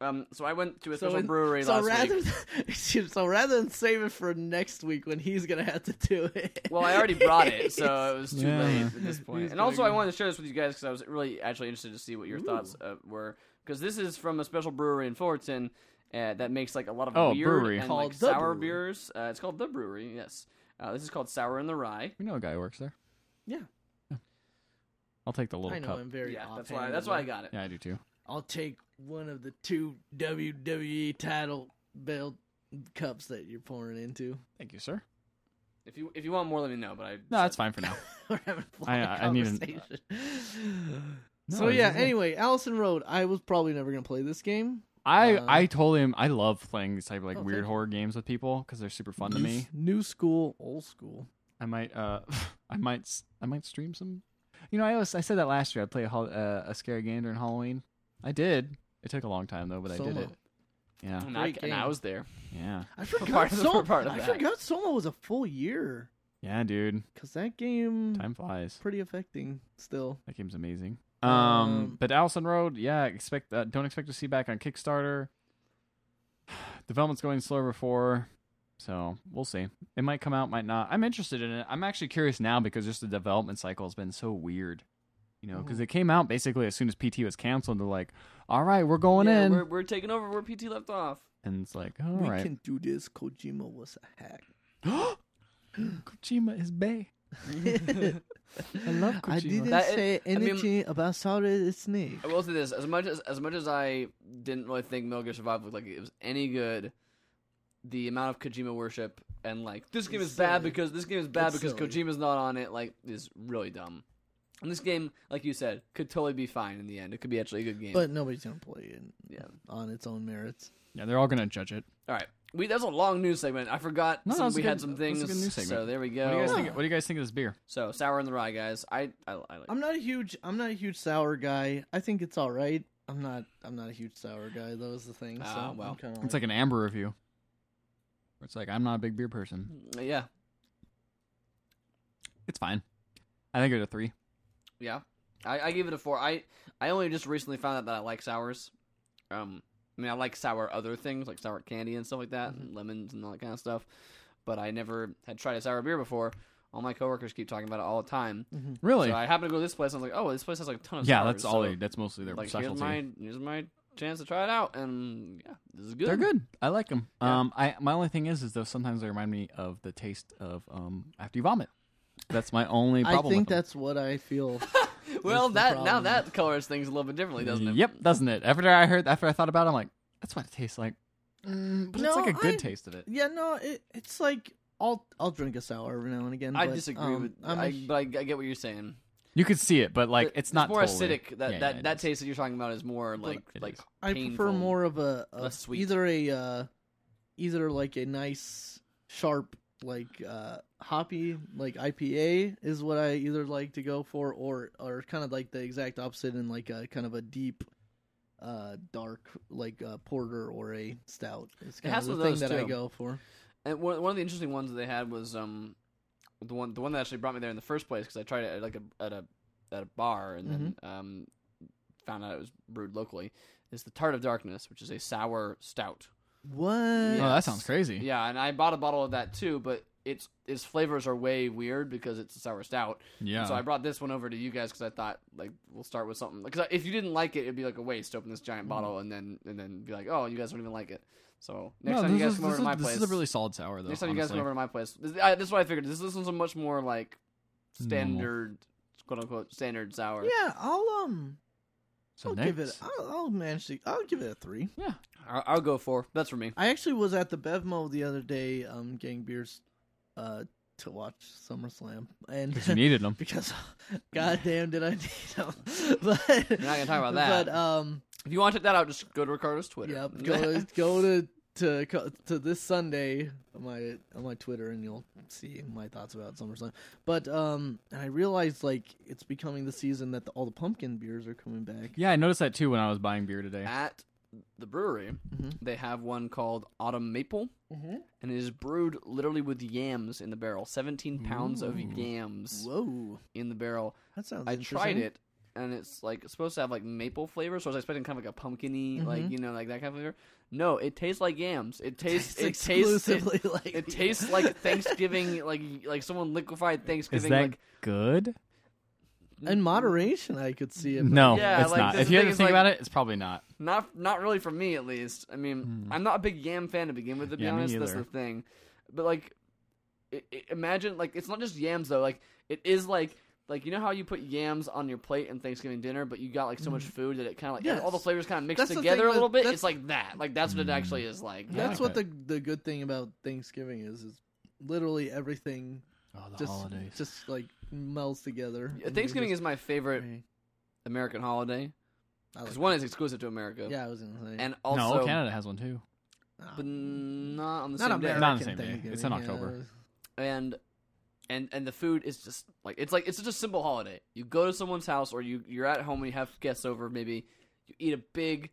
[SPEAKER 1] Um, so I went to a
[SPEAKER 2] So
[SPEAKER 1] special
[SPEAKER 2] in-
[SPEAKER 1] brewery
[SPEAKER 2] So
[SPEAKER 1] last
[SPEAKER 2] rather,
[SPEAKER 1] week.
[SPEAKER 2] excuse- so rather than save it for next week when he's gonna have to do it.
[SPEAKER 1] Well, I already brought it, so it was too
[SPEAKER 3] Yeah.
[SPEAKER 1] late at this point.
[SPEAKER 2] He's
[SPEAKER 1] And also,
[SPEAKER 2] gonna
[SPEAKER 1] I
[SPEAKER 2] go.
[SPEAKER 1] wanted to share this with you guys because I was really actually interested to see what your thoughts uh, were. Because this is from a special brewery in Fullerton uh, that makes like a lot of
[SPEAKER 3] Oh,
[SPEAKER 1] weird
[SPEAKER 3] brewery.
[SPEAKER 1] and
[SPEAKER 2] Called
[SPEAKER 1] like
[SPEAKER 2] The
[SPEAKER 1] sour
[SPEAKER 2] Brewery.
[SPEAKER 1] beers. Uh, it's called the Brewery. Yes, uh, this is called Sour in the Rye.
[SPEAKER 3] We know a guy who works there.
[SPEAKER 2] Yeah.
[SPEAKER 3] I'll take the little
[SPEAKER 2] I know
[SPEAKER 3] cup.
[SPEAKER 2] I'm very.
[SPEAKER 1] yeah, that's why that's
[SPEAKER 2] offhanded.
[SPEAKER 1] why I got it.
[SPEAKER 3] Yeah, I do too.
[SPEAKER 2] I'll take one of the two WWE title belt cups that you're pouring into.
[SPEAKER 3] Thank you, sir.
[SPEAKER 1] If you if you want more, let me know. But I
[SPEAKER 3] No, that's fine for now.
[SPEAKER 2] We're having a
[SPEAKER 3] I-
[SPEAKER 2] I,
[SPEAKER 3] I need an-
[SPEAKER 2] conversation.
[SPEAKER 3] No,
[SPEAKER 2] so
[SPEAKER 3] this
[SPEAKER 2] yeah.
[SPEAKER 3] is it.
[SPEAKER 2] Anyway, Allison Road. I was probably never gonna play this game.
[SPEAKER 3] I
[SPEAKER 2] Uh,
[SPEAKER 3] I told him I love playing these type of like
[SPEAKER 2] Oh,
[SPEAKER 3] weird
[SPEAKER 2] thank you.
[SPEAKER 3] horror games with people because they're super fun to
[SPEAKER 2] New-
[SPEAKER 3] me.
[SPEAKER 2] New school, old school.
[SPEAKER 3] I might uh I might s- I might stream some. You know, I always I said that last year. I'd play a, hol- uh, a scary game during Halloween. I did. It took a long time though, but I did
[SPEAKER 2] Solo.
[SPEAKER 3] it. Yeah,
[SPEAKER 1] And I,
[SPEAKER 2] Great
[SPEAKER 1] and I
[SPEAKER 2] game.
[SPEAKER 1] was there.
[SPEAKER 3] yeah,
[SPEAKER 2] I
[SPEAKER 1] part
[SPEAKER 2] forgot
[SPEAKER 1] of-
[SPEAKER 2] Solo.
[SPEAKER 1] for part of
[SPEAKER 2] I
[SPEAKER 1] that.
[SPEAKER 2] forgot Solo was a full year
[SPEAKER 3] yeah, dude.
[SPEAKER 2] because that game
[SPEAKER 3] Time flies.
[SPEAKER 2] pretty affecting still.
[SPEAKER 3] That game's amazing. Um,
[SPEAKER 2] Um,
[SPEAKER 3] but Allison Road, yeah, expect uh, don't expect to see back on Kickstarter. Development's going slower before, so we'll see. It might come out, might not. I'm interested in it. I'm actually curious now because just the development cycle has been so weird. You know,
[SPEAKER 2] Mm-hmm.
[SPEAKER 3] because it came out basically as soon as PT was canceled. They're like, "All right, we're going
[SPEAKER 1] Yeah,
[SPEAKER 3] in,"
[SPEAKER 1] We're, we're taking over where PT left off.
[SPEAKER 3] and it's like, "All
[SPEAKER 2] we
[SPEAKER 3] right,
[SPEAKER 2] can do this. Kojima was a hack.
[SPEAKER 3] Kojima is bae." I love Kojima.
[SPEAKER 2] I didn't
[SPEAKER 1] That-
[SPEAKER 2] say
[SPEAKER 1] I mean-
[SPEAKER 2] anything about Solid Snake.
[SPEAKER 1] I will say this: as much as as much as I didn't really think Metal Gear Survive looked like it was any good, the amount of Kojima worship and like this game
[SPEAKER 2] It's
[SPEAKER 1] is bad
[SPEAKER 2] silly.
[SPEAKER 1] because this game is bad
[SPEAKER 2] It's
[SPEAKER 1] because
[SPEAKER 2] silly.
[SPEAKER 1] Kojima's not on it, like is really dumb. And this game, like you said, could totally be fine in the end. It could be actually a good game.
[SPEAKER 2] But nobody's gonna play it
[SPEAKER 1] Yeah.
[SPEAKER 2] on its own merits.
[SPEAKER 3] yeah, they're all gonna judge it.
[SPEAKER 1] all right, we that was a long news segment. I forgot
[SPEAKER 3] No, that
[SPEAKER 1] some-
[SPEAKER 3] was a
[SPEAKER 1] we had
[SPEAKER 3] good-
[SPEAKER 1] some
[SPEAKER 3] that was
[SPEAKER 1] things.
[SPEAKER 3] a good news
[SPEAKER 1] So
[SPEAKER 3] segment.
[SPEAKER 1] there we
[SPEAKER 3] What do you guys
[SPEAKER 1] go.
[SPEAKER 3] think? What do you guys think of this beer?
[SPEAKER 1] So sour in the rye, guys. I I, I like.
[SPEAKER 2] I'm not a huge. I'm not a huge sour guy. I think it's all right. I'm not. I'm not a huge sour guy. That was the thing. So
[SPEAKER 1] Ah, well.
[SPEAKER 2] I'm kind of.
[SPEAKER 3] It's like an amber review. Where It's like I'm not a big beer person.
[SPEAKER 1] yeah,
[SPEAKER 3] It's fine. I think it was a three.
[SPEAKER 1] Yeah, I, I gave it a four. I I only just recently found out that I like sours. Um, I mean, I like sour other things like sour candy and stuff like that,
[SPEAKER 3] Mm-hmm.
[SPEAKER 1] and lemons and all that kind of stuff. But I never had tried a sour beer before. All my coworkers keep talking about it all the time.
[SPEAKER 3] Really?
[SPEAKER 1] So I happened to go to this place. and I was like, oh, this place has like a ton of
[SPEAKER 3] yeah,
[SPEAKER 1] sours,
[SPEAKER 3] that's all.
[SPEAKER 1] so,
[SPEAKER 3] they, that's mostly their
[SPEAKER 1] like here's
[SPEAKER 3] specialty.
[SPEAKER 1] my here's my chance to try it out, and yeah, this is good.
[SPEAKER 3] They're good. I like them.
[SPEAKER 1] Yeah.
[SPEAKER 3] Um, I my only thing is is though sometimes they remind me of the taste of um after you vomit. That's my only
[SPEAKER 2] I
[SPEAKER 3] problem.
[SPEAKER 2] think
[SPEAKER 3] with 'em.
[SPEAKER 2] that's what I feel.
[SPEAKER 1] Well,
[SPEAKER 2] That's the
[SPEAKER 1] that now
[SPEAKER 2] problem.
[SPEAKER 1] that colors things a little bit differently, doesn't it?
[SPEAKER 3] Yep, doesn't it? After I heard, after I thought about, it, I'm like, that's what it tastes like. Mm, but it's
[SPEAKER 2] No,
[SPEAKER 3] like a good
[SPEAKER 2] I-
[SPEAKER 3] taste of it.
[SPEAKER 2] yeah, no, it, it's like I'll I'll drink a sour every now and again.
[SPEAKER 1] I
[SPEAKER 2] but,
[SPEAKER 1] disagree
[SPEAKER 2] um,
[SPEAKER 1] with,
[SPEAKER 2] I'm a
[SPEAKER 1] I,
[SPEAKER 2] hu-
[SPEAKER 1] but I, I get what you're saying.
[SPEAKER 3] You could see it, but like it's not
[SPEAKER 1] more
[SPEAKER 3] totally-
[SPEAKER 1] acidic. That
[SPEAKER 3] Yeah,
[SPEAKER 1] that,
[SPEAKER 3] yeah, it
[SPEAKER 1] that
[SPEAKER 3] is.
[SPEAKER 1] taste that you're talking about is more like
[SPEAKER 3] it
[SPEAKER 1] like
[SPEAKER 3] is.
[SPEAKER 2] I prefer
[SPEAKER 1] painful.
[SPEAKER 2] more of a, a
[SPEAKER 1] less sweet.
[SPEAKER 2] either a uh, either like a nice sharp like uh, hoppy like IPA is what I either like to go for or or kind of like the exact opposite in like a kind of a deep uh dark like uh porter or a stout it's kind
[SPEAKER 1] has
[SPEAKER 2] of
[SPEAKER 1] one
[SPEAKER 2] the
[SPEAKER 1] of
[SPEAKER 2] thing
[SPEAKER 1] those,
[SPEAKER 2] that i
[SPEAKER 1] too.
[SPEAKER 2] go for
[SPEAKER 1] And one, one of the interesting ones that they had was um the one the one that actually brought me there in the first place because I tried it at like a at a at a bar and then um found out it was brewed locally. Is the Tart of Darkness, which is a sour stout.
[SPEAKER 2] what
[SPEAKER 3] Oh,
[SPEAKER 1] Yeah.
[SPEAKER 3] that
[SPEAKER 1] Yes.
[SPEAKER 3] sounds crazy.
[SPEAKER 1] Yeah, and I bought a bottle of that too, but its its flavors are way weird because it's a sour stout.
[SPEAKER 3] yeah.
[SPEAKER 1] So I brought this one over to you guys because I thought like we'll start with something. Because if you didn't like it, it'd be like a waste to open this
[SPEAKER 3] Mm.
[SPEAKER 1] giant bottle and then and then be like, oh, you guys don't even like it. So next
[SPEAKER 3] no,
[SPEAKER 1] time you
[SPEAKER 3] this
[SPEAKER 1] guys
[SPEAKER 3] is-
[SPEAKER 1] come over
[SPEAKER 3] this
[SPEAKER 1] to
[SPEAKER 3] is-
[SPEAKER 1] my
[SPEAKER 3] this
[SPEAKER 1] place,
[SPEAKER 3] is a really solid sour though.
[SPEAKER 1] next time you guys
[SPEAKER 3] honestly.
[SPEAKER 1] come over to my place, this, I, this is what I figured. This this one's a much more like standard, quote unquote, standard sour.
[SPEAKER 2] yeah i'll um
[SPEAKER 3] So
[SPEAKER 2] i'll
[SPEAKER 3] next,
[SPEAKER 2] give it I'll, I'll manage to i'll give it a three
[SPEAKER 3] yeah.
[SPEAKER 1] I'll, I'll go for that's for me.
[SPEAKER 2] I actually was at the Bevmo the other day, um, getting beers, uh, to watch SummerSlam, and
[SPEAKER 3] Because you needed them.
[SPEAKER 2] because, goddamn, did I need them? but we're not
[SPEAKER 1] gonna talk about that.
[SPEAKER 2] But um,
[SPEAKER 1] If you want to check that out, just go to Ricardo's Twitter.
[SPEAKER 2] yep, go to, go to to co- to this Sunday on my on my Twitter, and you'll see my thoughts about SummerSlam. But um, and I realized like it's becoming the season that the, all the pumpkin beers are coming back.
[SPEAKER 3] Yeah, I noticed that too when I was buying beer today.
[SPEAKER 1] at the brewery.
[SPEAKER 2] Mhm.
[SPEAKER 1] They have one called Autumn Maple.
[SPEAKER 2] Mhm.
[SPEAKER 1] And it is brewed literally with yams in the barrel. 17 pounds of yams
[SPEAKER 2] Whoa,
[SPEAKER 1] in the barrel.
[SPEAKER 2] that sounds.
[SPEAKER 1] I tried
[SPEAKER 2] interesting.
[SPEAKER 1] it, and it's like it's supposed to have like maple flavor, so I was expecting kind of like a pumpkiny, like you know, like that kind of flavor. No, it tastes like yams. Mm-hmm. It tastes.
[SPEAKER 2] It's
[SPEAKER 1] It tastes. It,
[SPEAKER 2] exclusively like
[SPEAKER 1] it tastes like Thanksgiving, like like someone liquefied
[SPEAKER 3] Is
[SPEAKER 1] Thanksgiving.
[SPEAKER 3] that
[SPEAKER 1] like
[SPEAKER 3] good?
[SPEAKER 1] Mm-hmm.
[SPEAKER 2] in moderation. I could see it. but-
[SPEAKER 3] No,
[SPEAKER 1] Yeah,
[SPEAKER 3] it's
[SPEAKER 1] like,
[SPEAKER 3] not.
[SPEAKER 1] that's
[SPEAKER 3] If
[SPEAKER 1] the thing,
[SPEAKER 3] you had to
[SPEAKER 1] it's
[SPEAKER 3] think
[SPEAKER 1] like-
[SPEAKER 3] about it, it's probably not.
[SPEAKER 1] not not really for me at least. I mean,
[SPEAKER 2] Hmm.
[SPEAKER 1] I'm not a big yam fan to begin with. To be
[SPEAKER 3] Yeah, me
[SPEAKER 1] honest, that's
[SPEAKER 3] either.
[SPEAKER 1] the thing. But like, i i imagine like it's not just yams though. Like it is like. Like you know how you put yams on your plate in Thanksgiving dinner, but you got like so much food that it kind of like all the
[SPEAKER 2] Mm-hmm. Yes.
[SPEAKER 1] flavors kind of mix
[SPEAKER 2] That's the thing
[SPEAKER 1] together a
[SPEAKER 2] with-
[SPEAKER 1] little bit.
[SPEAKER 2] that's-
[SPEAKER 1] It's like that. Like that's what it actually is like.
[SPEAKER 3] I
[SPEAKER 2] That's what
[SPEAKER 3] like
[SPEAKER 2] the the good thing about Thanksgiving is is literally everything
[SPEAKER 3] Oh, the
[SPEAKER 2] just just like melds together.
[SPEAKER 1] Yeah, Thanksgiving is my favorite
[SPEAKER 2] great.
[SPEAKER 1] American holiday
[SPEAKER 2] I
[SPEAKER 1] because
[SPEAKER 2] like,
[SPEAKER 1] one is exclusive to America,
[SPEAKER 2] yeah, I was gonna say
[SPEAKER 1] and also
[SPEAKER 3] no, Canada has one too.
[SPEAKER 2] Ah,
[SPEAKER 1] but not on the
[SPEAKER 2] not
[SPEAKER 1] same
[SPEAKER 2] American
[SPEAKER 1] day.
[SPEAKER 3] Not on the same day. It's in
[SPEAKER 2] Thanksgiving,
[SPEAKER 3] October.
[SPEAKER 1] And and and the food is just like it's like it's just a simple holiday. You go to someone's house or you you're at home and you have guests over. Maybe you eat a big,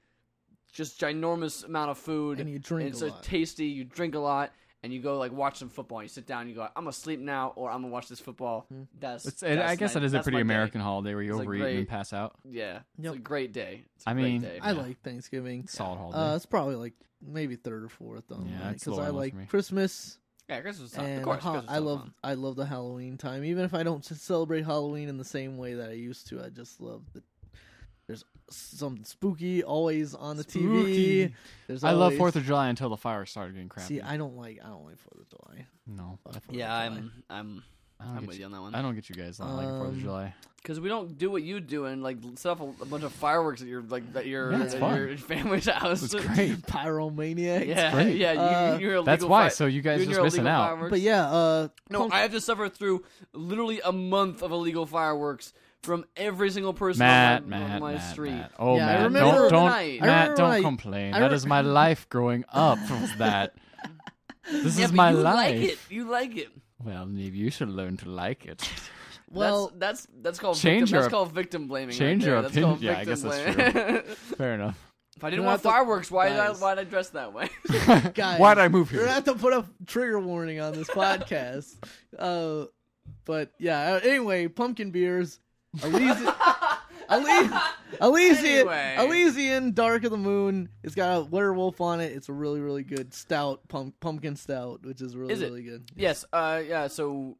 [SPEAKER 1] just ginormous amount of food.
[SPEAKER 2] and you drink
[SPEAKER 1] and
[SPEAKER 2] a
[SPEAKER 1] it's
[SPEAKER 2] lot.
[SPEAKER 1] so tasty. You drink a lot, and you go like watch some football. You sit down, you go, I'm gonna sleep now, or I'm gonna watch this football.
[SPEAKER 2] Mhm.
[SPEAKER 1] That's,
[SPEAKER 3] It's, it, I
[SPEAKER 1] that's
[SPEAKER 3] guess
[SPEAKER 1] my-
[SPEAKER 3] that is a
[SPEAKER 1] that's
[SPEAKER 3] pretty
[SPEAKER 1] my day.
[SPEAKER 3] American holiday where you
[SPEAKER 1] It's a
[SPEAKER 3] overeat and
[SPEAKER 1] great-
[SPEAKER 3] pass out.
[SPEAKER 1] Yeah,
[SPEAKER 2] Yep.
[SPEAKER 1] it's a great day. It's a
[SPEAKER 3] I
[SPEAKER 1] great
[SPEAKER 3] mean,
[SPEAKER 1] day.
[SPEAKER 2] I
[SPEAKER 3] Yeah.
[SPEAKER 2] like Thanksgiving.
[SPEAKER 3] Solid holiday.
[SPEAKER 2] Uh, it's probably like maybe third or fourth on
[SPEAKER 3] Yeah,
[SPEAKER 2] yeah,
[SPEAKER 3] it's
[SPEAKER 2] because
[SPEAKER 3] lower
[SPEAKER 2] I
[SPEAKER 3] one for
[SPEAKER 2] like
[SPEAKER 3] me.
[SPEAKER 2] Christmas
[SPEAKER 1] yeah, Christmas time.
[SPEAKER 2] and
[SPEAKER 1] of course,
[SPEAKER 2] ho-
[SPEAKER 1] Christmas
[SPEAKER 2] I
[SPEAKER 1] time's
[SPEAKER 2] love
[SPEAKER 1] fun.
[SPEAKER 2] I love the Halloween time. Even if I don't s- celebrate Halloween in the same way that I used to, I just love the. There's something spooky always on the TV.
[SPEAKER 3] Spooky.
[SPEAKER 2] There's
[SPEAKER 3] I love
[SPEAKER 2] always-
[SPEAKER 3] Fourth of July until the fire started getting crappy.
[SPEAKER 2] See, I Oh, don't like I don't like Fourth of July.
[SPEAKER 3] no,
[SPEAKER 2] Fuck Fourth of
[SPEAKER 1] Yeah,
[SPEAKER 2] July.
[SPEAKER 1] I'm I'm
[SPEAKER 3] I don't,
[SPEAKER 1] I'm
[SPEAKER 3] get
[SPEAKER 1] with
[SPEAKER 3] you.
[SPEAKER 1] you on that
[SPEAKER 3] I
[SPEAKER 1] one
[SPEAKER 3] don't get you guys not liking Fourth of
[SPEAKER 2] Um,
[SPEAKER 3] July.
[SPEAKER 1] because we don't do what you do and like set up a, a bunch of fireworks at your like that your
[SPEAKER 3] Yeah, it's
[SPEAKER 1] at
[SPEAKER 3] fun.
[SPEAKER 1] your family's house.
[SPEAKER 3] It's great.
[SPEAKER 2] pyromaniac.
[SPEAKER 1] yeah,
[SPEAKER 3] great.
[SPEAKER 1] yeah. You,
[SPEAKER 2] Uh,
[SPEAKER 1] you're illegal
[SPEAKER 3] That's why.
[SPEAKER 1] fi-
[SPEAKER 3] So you
[SPEAKER 1] you
[SPEAKER 3] guys
[SPEAKER 1] and
[SPEAKER 3] just
[SPEAKER 1] your
[SPEAKER 3] missing
[SPEAKER 1] illegal
[SPEAKER 3] out.
[SPEAKER 1] fireworks.
[SPEAKER 2] But yeah, uh,
[SPEAKER 1] No,
[SPEAKER 2] punk-
[SPEAKER 1] I have to suffer through literally a month of illegal fireworks from every single person
[SPEAKER 3] Matt,
[SPEAKER 1] on my, on
[SPEAKER 3] Matt,
[SPEAKER 1] my
[SPEAKER 3] Matt,
[SPEAKER 1] street.
[SPEAKER 3] Matt. Oh,
[SPEAKER 2] Yeah, I
[SPEAKER 3] Matt,
[SPEAKER 2] remember the
[SPEAKER 3] don't, don't,
[SPEAKER 1] night. I
[SPEAKER 3] Matt,
[SPEAKER 2] remember
[SPEAKER 3] don't
[SPEAKER 2] when I-
[SPEAKER 3] complain.
[SPEAKER 2] I
[SPEAKER 3] that
[SPEAKER 2] re-
[SPEAKER 3] is my life growing up from that. This
[SPEAKER 1] Yeah,
[SPEAKER 3] is
[SPEAKER 1] but
[SPEAKER 3] my
[SPEAKER 1] you
[SPEAKER 3] life.
[SPEAKER 1] like it. You like it.
[SPEAKER 3] Well, maybe you should learn to like it.
[SPEAKER 2] well,
[SPEAKER 1] that's that's, that's called
[SPEAKER 3] Change
[SPEAKER 1] victim,
[SPEAKER 3] your-
[SPEAKER 1] that's called victim blaming.
[SPEAKER 3] change
[SPEAKER 1] right there.
[SPEAKER 3] your
[SPEAKER 1] that's called
[SPEAKER 3] opinion- yeah, I guess
[SPEAKER 1] victim
[SPEAKER 3] that's
[SPEAKER 1] blaming.
[SPEAKER 3] Fair enough.
[SPEAKER 1] if I didn't
[SPEAKER 2] You're
[SPEAKER 1] want
[SPEAKER 2] not the-
[SPEAKER 1] fireworks, why did I
[SPEAKER 2] Guys.
[SPEAKER 1] why did I dress that way?
[SPEAKER 2] Guys,
[SPEAKER 3] Why'd I move
[SPEAKER 2] you're
[SPEAKER 3] here?
[SPEAKER 2] gonna have to put a trigger warning on this podcast. uh, but yeah. uh, Anyway, pumpkin beers. Elysian, Elysian, Elysian,
[SPEAKER 1] Anyway.
[SPEAKER 2] Elysian, Dark of the Moon. It's got a werewolf on it. It's a really, really good stout, pump, pumpkin stout, which is really,
[SPEAKER 1] Is it?
[SPEAKER 2] really good.
[SPEAKER 1] yes, uh, yeah. So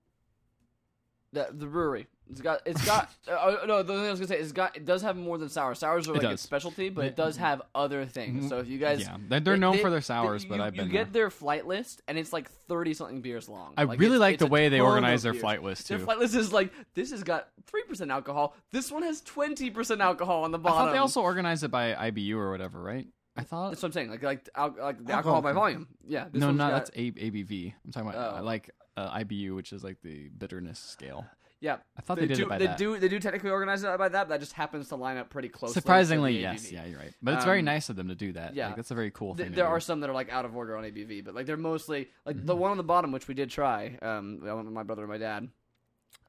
[SPEAKER 1] the the brewery, it's got it's got. uh, no, the thing I was gonna say, it's got it does have more than sour. Sours are like
[SPEAKER 3] does.
[SPEAKER 1] its specialty, but it
[SPEAKER 3] Yeah. Mm-hmm.
[SPEAKER 1] does have other things. So if you guys,
[SPEAKER 3] yeah, They- they're
[SPEAKER 1] They-
[SPEAKER 3] known
[SPEAKER 1] they-
[SPEAKER 3] for their sours,
[SPEAKER 1] you,
[SPEAKER 3] but I've been
[SPEAKER 1] You
[SPEAKER 3] there.
[SPEAKER 1] get their flight list, and it's like thirty something beers long.
[SPEAKER 3] I
[SPEAKER 1] Like,
[SPEAKER 3] really
[SPEAKER 1] it's-
[SPEAKER 3] like
[SPEAKER 1] it's
[SPEAKER 3] the
[SPEAKER 1] a
[SPEAKER 3] way they
[SPEAKER 1] ton
[SPEAKER 3] organize
[SPEAKER 1] of
[SPEAKER 3] their
[SPEAKER 1] beers.
[SPEAKER 3] flight list too.
[SPEAKER 1] Their flight list is like this has got three percent alcohol. This one has twenty percent alcohol on the
[SPEAKER 3] I
[SPEAKER 1] bottom.
[SPEAKER 3] thought they also organized it by IBU or whatever, right? I thought
[SPEAKER 1] That's what I'm saying. Like like al- like the alcohol by
[SPEAKER 2] content.
[SPEAKER 1] volume. Yeah. This
[SPEAKER 3] no,
[SPEAKER 1] one's
[SPEAKER 3] not
[SPEAKER 1] got-
[SPEAKER 3] that's A- ABV. I'm talking about
[SPEAKER 1] Oh.
[SPEAKER 3] I like uh, IBU, which is like the bitterness scale.
[SPEAKER 1] yeah.
[SPEAKER 3] I thought they, did
[SPEAKER 1] do,
[SPEAKER 3] it by
[SPEAKER 1] they
[SPEAKER 3] that.
[SPEAKER 1] do they do technically organize it by that. That just happens to line up pretty closely. to
[SPEAKER 3] Surprisingly,
[SPEAKER 1] the
[SPEAKER 3] yes,
[SPEAKER 1] ABV.
[SPEAKER 3] yeah, you're right. But it's very
[SPEAKER 1] Um,
[SPEAKER 3] nice of them to do that.
[SPEAKER 1] yeah.
[SPEAKER 3] like, that's a very cool
[SPEAKER 1] Th-
[SPEAKER 3] thing. to
[SPEAKER 1] there
[SPEAKER 3] do.
[SPEAKER 1] are some that are like out of order on ABV, but like they're mostly like
[SPEAKER 3] Mm-hmm.
[SPEAKER 1] the one on the bottom, which we did try. Um, I went with my brother and my dad,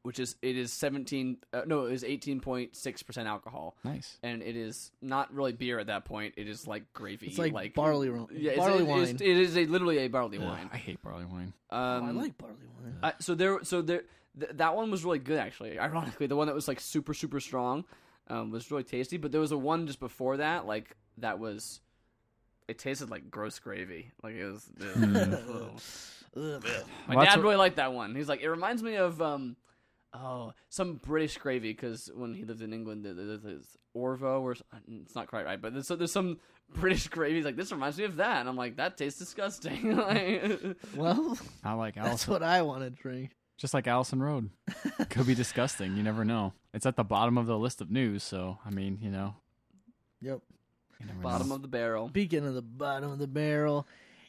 [SPEAKER 1] which is it is seventeen. Uh, no, it is eighteen point six percent alcohol,
[SPEAKER 3] nice.
[SPEAKER 1] and it is not really beer at that point. It is like gravy.
[SPEAKER 2] It's like barley ro-
[SPEAKER 1] Yeah, it's-
[SPEAKER 2] barley
[SPEAKER 1] it is-
[SPEAKER 2] wine. Oh,
[SPEAKER 1] it is a literally a barley
[SPEAKER 3] Ugh,
[SPEAKER 1] wine.
[SPEAKER 3] I hate barley wine.
[SPEAKER 1] Um,
[SPEAKER 2] I like barley wine.
[SPEAKER 1] I- Uh, so there, so there, th- that one was really good actually. Ironically, the one that was like super super strong um, was really tasty. But there was a one just before that, like that was, it tasted like gross gravy. Like it was. ugh.
[SPEAKER 2] Ugh.
[SPEAKER 1] My
[SPEAKER 3] Well, that's
[SPEAKER 1] dad
[SPEAKER 3] what-
[SPEAKER 1] really liked that one. He's like, it reminds me of um, oh, some British gravy because when he lived in England, there- there's this Orvo or s- uh, it's not quite right, but there's, so there's some British gravy. He's like, this reminds me of that, and I'm like, that tastes disgusting. Like-
[SPEAKER 2] Well,
[SPEAKER 3] I like
[SPEAKER 2] that's
[SPEAKER 3] Allison,
[SPEAKER 2] what I want to drink.
[SPEAKER 3] just like Allison Road. Could be disgusting. You never know. It's at the bottom of the list of news, so I mean, you know.
[SPEAKER 2] Yep.
[SPEAKER 3] you never
[SPEAKER 1] bottom
[SPEAKER 3] know.
[SPEAKER 1] of the barrel.
[SPEAKER 2] Speaking of the bottom of the barrel,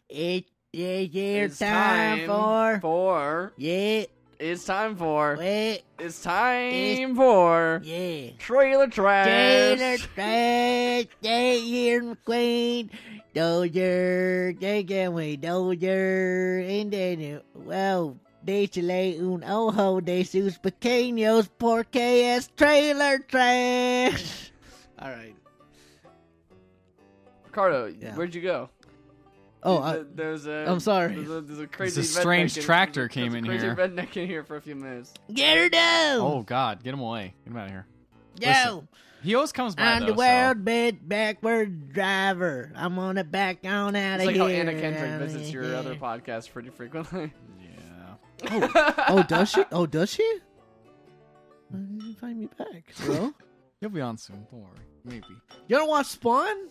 [SPEAKER 2] it it it's
[SPEAKER 1] It's
[SPEAKER 2] time, for
[SPEAKER 1] for
[SPEAKER 2] yeah
[SPEAKER 1] it's time for
[SPEAKER 2] wait
[SPEAKER 1] it's time for
[SPEAKER 2] yeah.
[SPEAKER 1] trailer
[SPEAKER 2] Taylor
[SPEAKER 1] trash.
[SPEAKER 2] Swift, Taylor McQueen, Dozier, Jacob Wayne Dozier, and then, well, déchale un ojo de sus pequeños porque es trailer trash. All right.
[SPEAKER 1] Ricardo,
[SPEAKER 2] Yeah.
[SPEAKER 1] where'd you go?
[SPEAKER 2] Oh,
[SPEAKER 1] Th-
[SPEAKER 2] I,
[SPEAKER 1] there's a
[SPEAKER 2] I'm sorry.
[SPEAKER 1] There's a, there's a crazy
[SPEAKER 3] a strange
[SPEAKER 1] redneck in-
[SPEAKER 3] tractor
[SPEAKER 1] there's a
[SPEAKER 3] came in
[SPEAKER 1] crazy
[SPEAKER 3] here.
[SPEAKER 1] redneck in here for a few minutes.
[SPEAKER 2] get her down.
[SPEAKER 3] Oh God, get him away. Get him out of here.
[SPEAKER 2] Yo,
[SPEAKER 3] listen, He always comes by
[SPEAKER 2] I'm
[SPEAKER 3] though,
[SPEAKER 2] the
[SPEAKER 3] so-
[SPEAKER 2] world bit backward driver. I'm gonna back on out
[SPEAKER 1] It's
[SPEAKER 2] of
[SPEAKER 1] like
[SPEAKER 2] here.
[SPEAKER 1] how Anna Kendrick
[SPEAKER 2] outta
[SPEAKER 1] visits your
[SPEAKER 2] here.
[SPEAKER 1] other podcast pretty frequently.
[SPEAKER 3] Yeah.
[SPEAKER 2] Oh, does she? Oh, does she? Why did you find me back? Well,
[SPEAKER 3] He'll be on soon. Don't worry. Maybe
[SPEAKER 2] you don't watch Spawn?